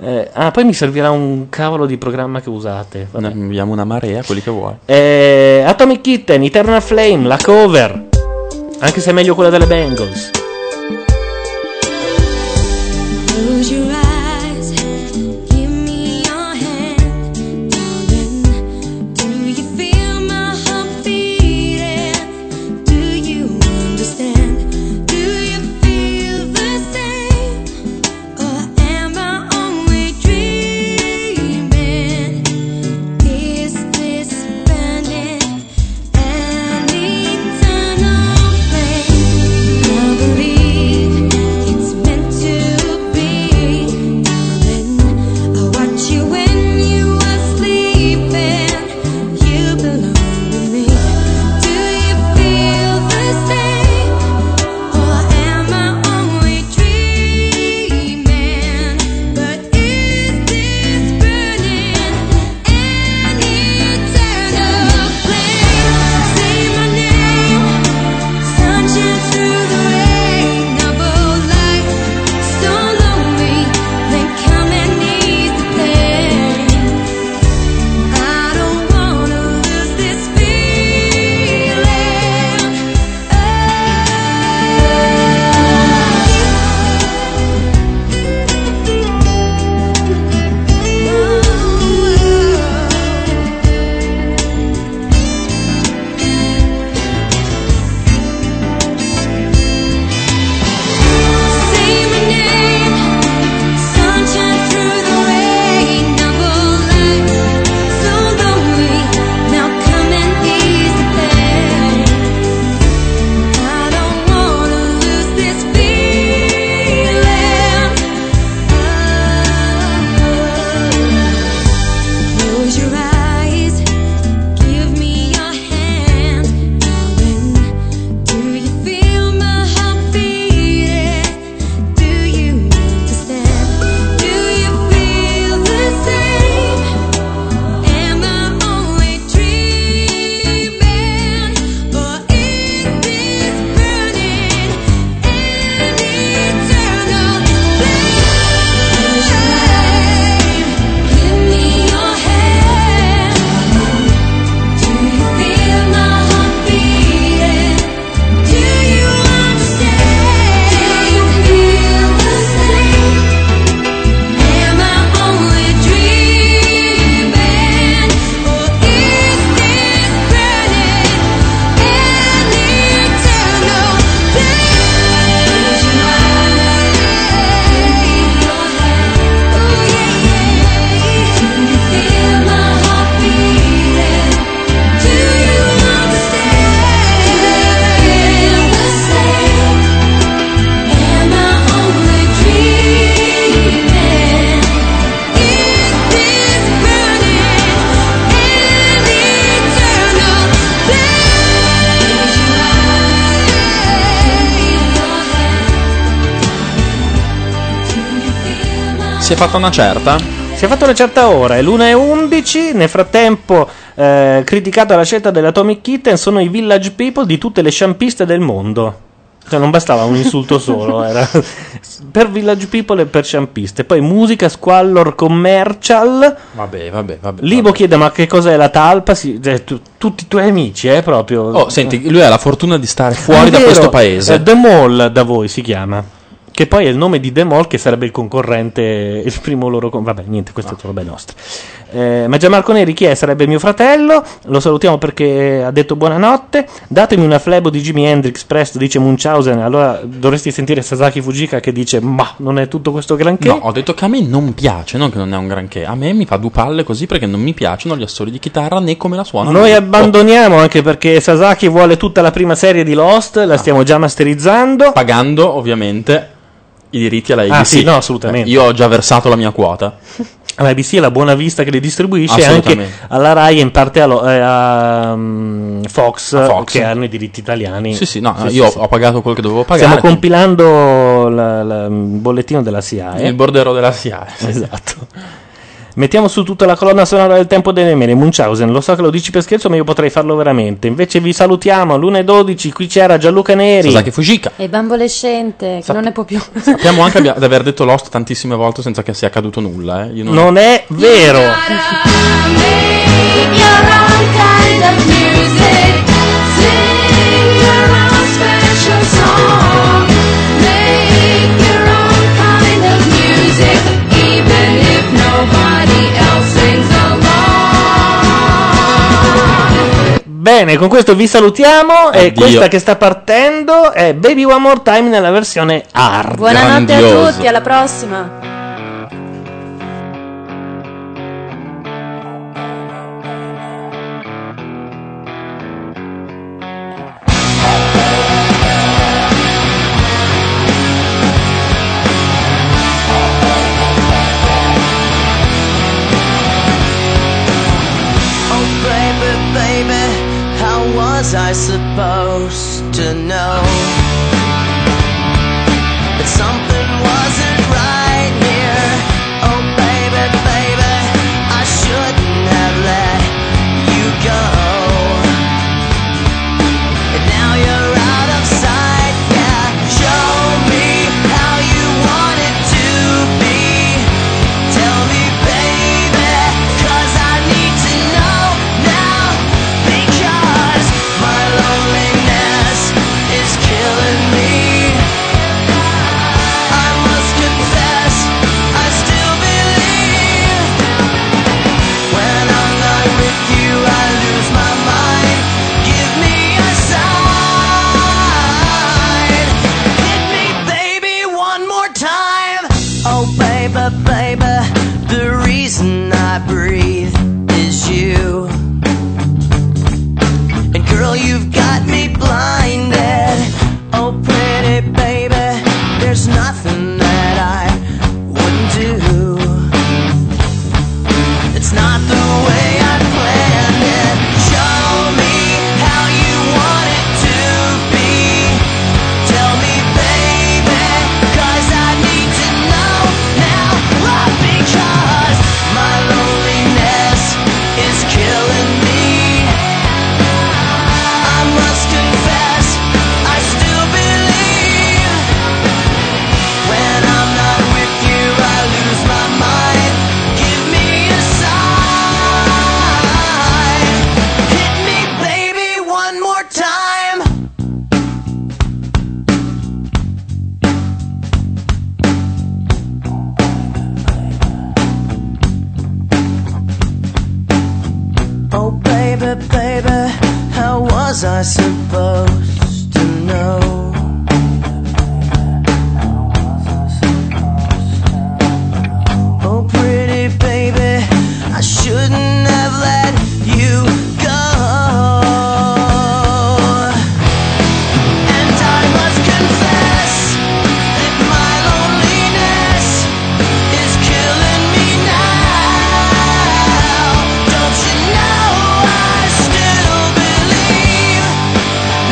Speaker 4: Eh, ah, poi mi servirà un cavolo di programma che usate.
Speaker 5: Ne Abbiamo una marea, quelli che vuoi.
Speaker 4: Eh, Atomic Kitten, Eternal Flame, la cover. Anche se è meglio quella delle Bengals.
Speaker 10: Close your eyes, give me your hand, darling. Do you feel my heart beating? Do you understand? Do you feel the same, or am I only dreaming? Is this burning an eternal flame? I believe. It's meant to be, I watch you when you are sleeping. You belong to me. Do you feel the same, or am I only dreaming? But is this burning an eternal flame? Say my name. Sunshine through the rain, novel light, so lonely, then come and ease the pain. I don't wanna lose this feeling. Say my name, sunshine through the rain, novel light, so lonely. Now come and ease the pain. I don't wanna lose this feeling. Close your eyes, give me your hand, darling. Do you feel my heart beating? Do you understand? Do you feel the same? Am I only dreaming? Or is this burning an eternal flame? Give me your hand. Do you feel my heart beating? Do you understand? Do you feel the same? Am I only dreaming, Oh, or is this burning an eternal Oh, flame? Do you feel my heart beating? Do you understand? Do you feel the same? Am I only dreaming? Is this burning an eternal
Speaker 5: Si è fatta una certa?
Speaker 4: Si è fatta una certa ora, è l'1.11. Nel frattempo, eh, criticata la scelta dell'Atomic Kitten, sono i Village People di tutte le sciampiste del mondo. Cioè, non bastava un insulto solo, era per Village People e per Champiste. Poi musica, squallor, commercial.
Speaker 5: Vabbè, vabbè, vabbè.
Speaker 4: Libo chiede: Ma che cos'è la talpa? Si- cioè, tu- tutti i tuoi amici, eh, proprio.
Speaker 5: Oh, senti, lui ha la fortuna di stare fuori da questo paese.
Speaker 4: Eh, The Mall da voi si chiama. Che poi è il nome di The Mall, che sarebbe il concorrente, il primo loro. con- Vabbè, niente, queste sono robe nostre. Eh, ma Gianmarco Neri chi è? Sarebbe mio fratello. Lo salutiamo perché ha detto buonanotte. Datemi una flebo di Jimi Hendrix presto, dice Munchausen. Allora dovresti sentire Sasaki Fujika che dice: Ma non è tutto questo granché.
Speaker 5: No, ho detto che a me non piace, non che non è un granché. A me mi fa due palle così perché non mi piacciono gli assoli di chitarra né come la suonano.
Speaker 4: Noi
Speaker 5: Oh,
Speaker 4: abbandoniamo anche perché Sasaki vuole tutta la prima serie di Lost, la stiamo già masterizzando.
Speaker 5: Ah. Pagando ovviamente i diritti alla ABC.
Speaker 4: Ah, sì, no, assolutamente.
Speaker 5: Eh, io ho già versato la mia quota.
Speaker 4: Alla ABC è la buona vista che le distribuisce e anche
Speaker 5: Assolutamente.
Speaker 4: alla Rai e in parte a, Lo- eh, a, mm, Fox,
Speaker 5: Fox.
Speaker 4: che hanno i diritti italiani.
Speaker 5: Sì, sì, no, io ho pagato quello che dovevo pagare.
Speaker 4: Stiamo compilando la- la- il bollettino della SIAE.
Speaker 5: Il borderò della SIAE. sì.
Speaker 4: eh? Esatto. Mettiamo su tutta la colonna sonora del tempo delle mele. Munchausen, lo so che lo dici per scherzo, ma io potrei farlo veramente. Invece vi salutiamo. L'1.12 qui c'era Gianluca Neri.
Speaker 5: Sasaki Fujika.
Speaker 13: E bambolescente, che non ne può più.
Speaker 5: Sappiamo anche abbia- di aver detto Lost tantissime volte senza che sia accaduto nulla. eh. Io
Speaker 4: Non è vero. Bene, con questo vi salutiamo. E
Speaker 5: Addio.
Speaker 4: questa che sta partendo è Baby One More Time nella versione hard.
Speaker 13: Buonanotte a tutti, alla prossima.
Speaker 15: Oh, baby, baby, how was I supposed to know? That something wasn't right here. Oh, baby, baby, I shouldn't have let you go. And now you're out of sight, yeah. Show me how you want it to be. Tell me, baby, 'cause I need to know now. Because my loneliness is killing me. I must confess, I still believe. When I'm not with you, I lose my mind. Give me a sign. Hit me, baby, one more time. Oh, baby, baby, the reason I breathe is you. And girl, you've got me blinded. Oh, pretty baby, there's nothing that I wouldn't do. It's not the way I planned it. Show me how you want it to be. Tell me, baby, 'cause I need to know now. Why? Because my loneliness is killing me. I must confess, I still believe. When I'm not with you, I lose my mind. Give me a sign. Hit me, baby, one more time. Oh, baby, baby, how was I supposed to know? Oh, pretty baby, I shouldn't have let you go. And I must confess that my loneliness is killing me now. Don't you know I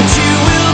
Speaker 15: still believe?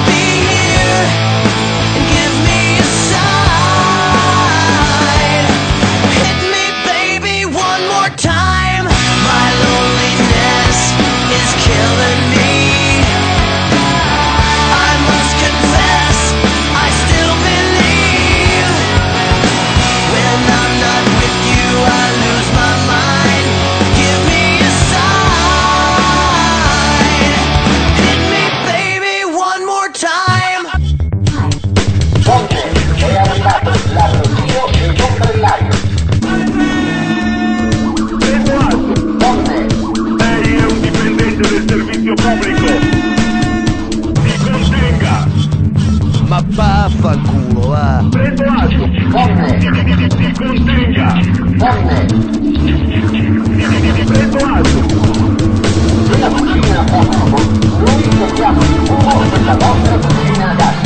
Speaker 15: Vaffanculo, va. Prendo agio, forno. Costringa, forno. Prendo agio. Nella cucina a forno, noi cerchiamo di proporre la vostra cucina a gas.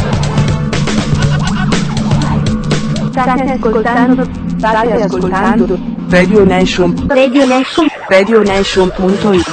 Speaker 10: State ascoltando, state ascoltando Radio Nation, Radio Nation, Radio Nation.it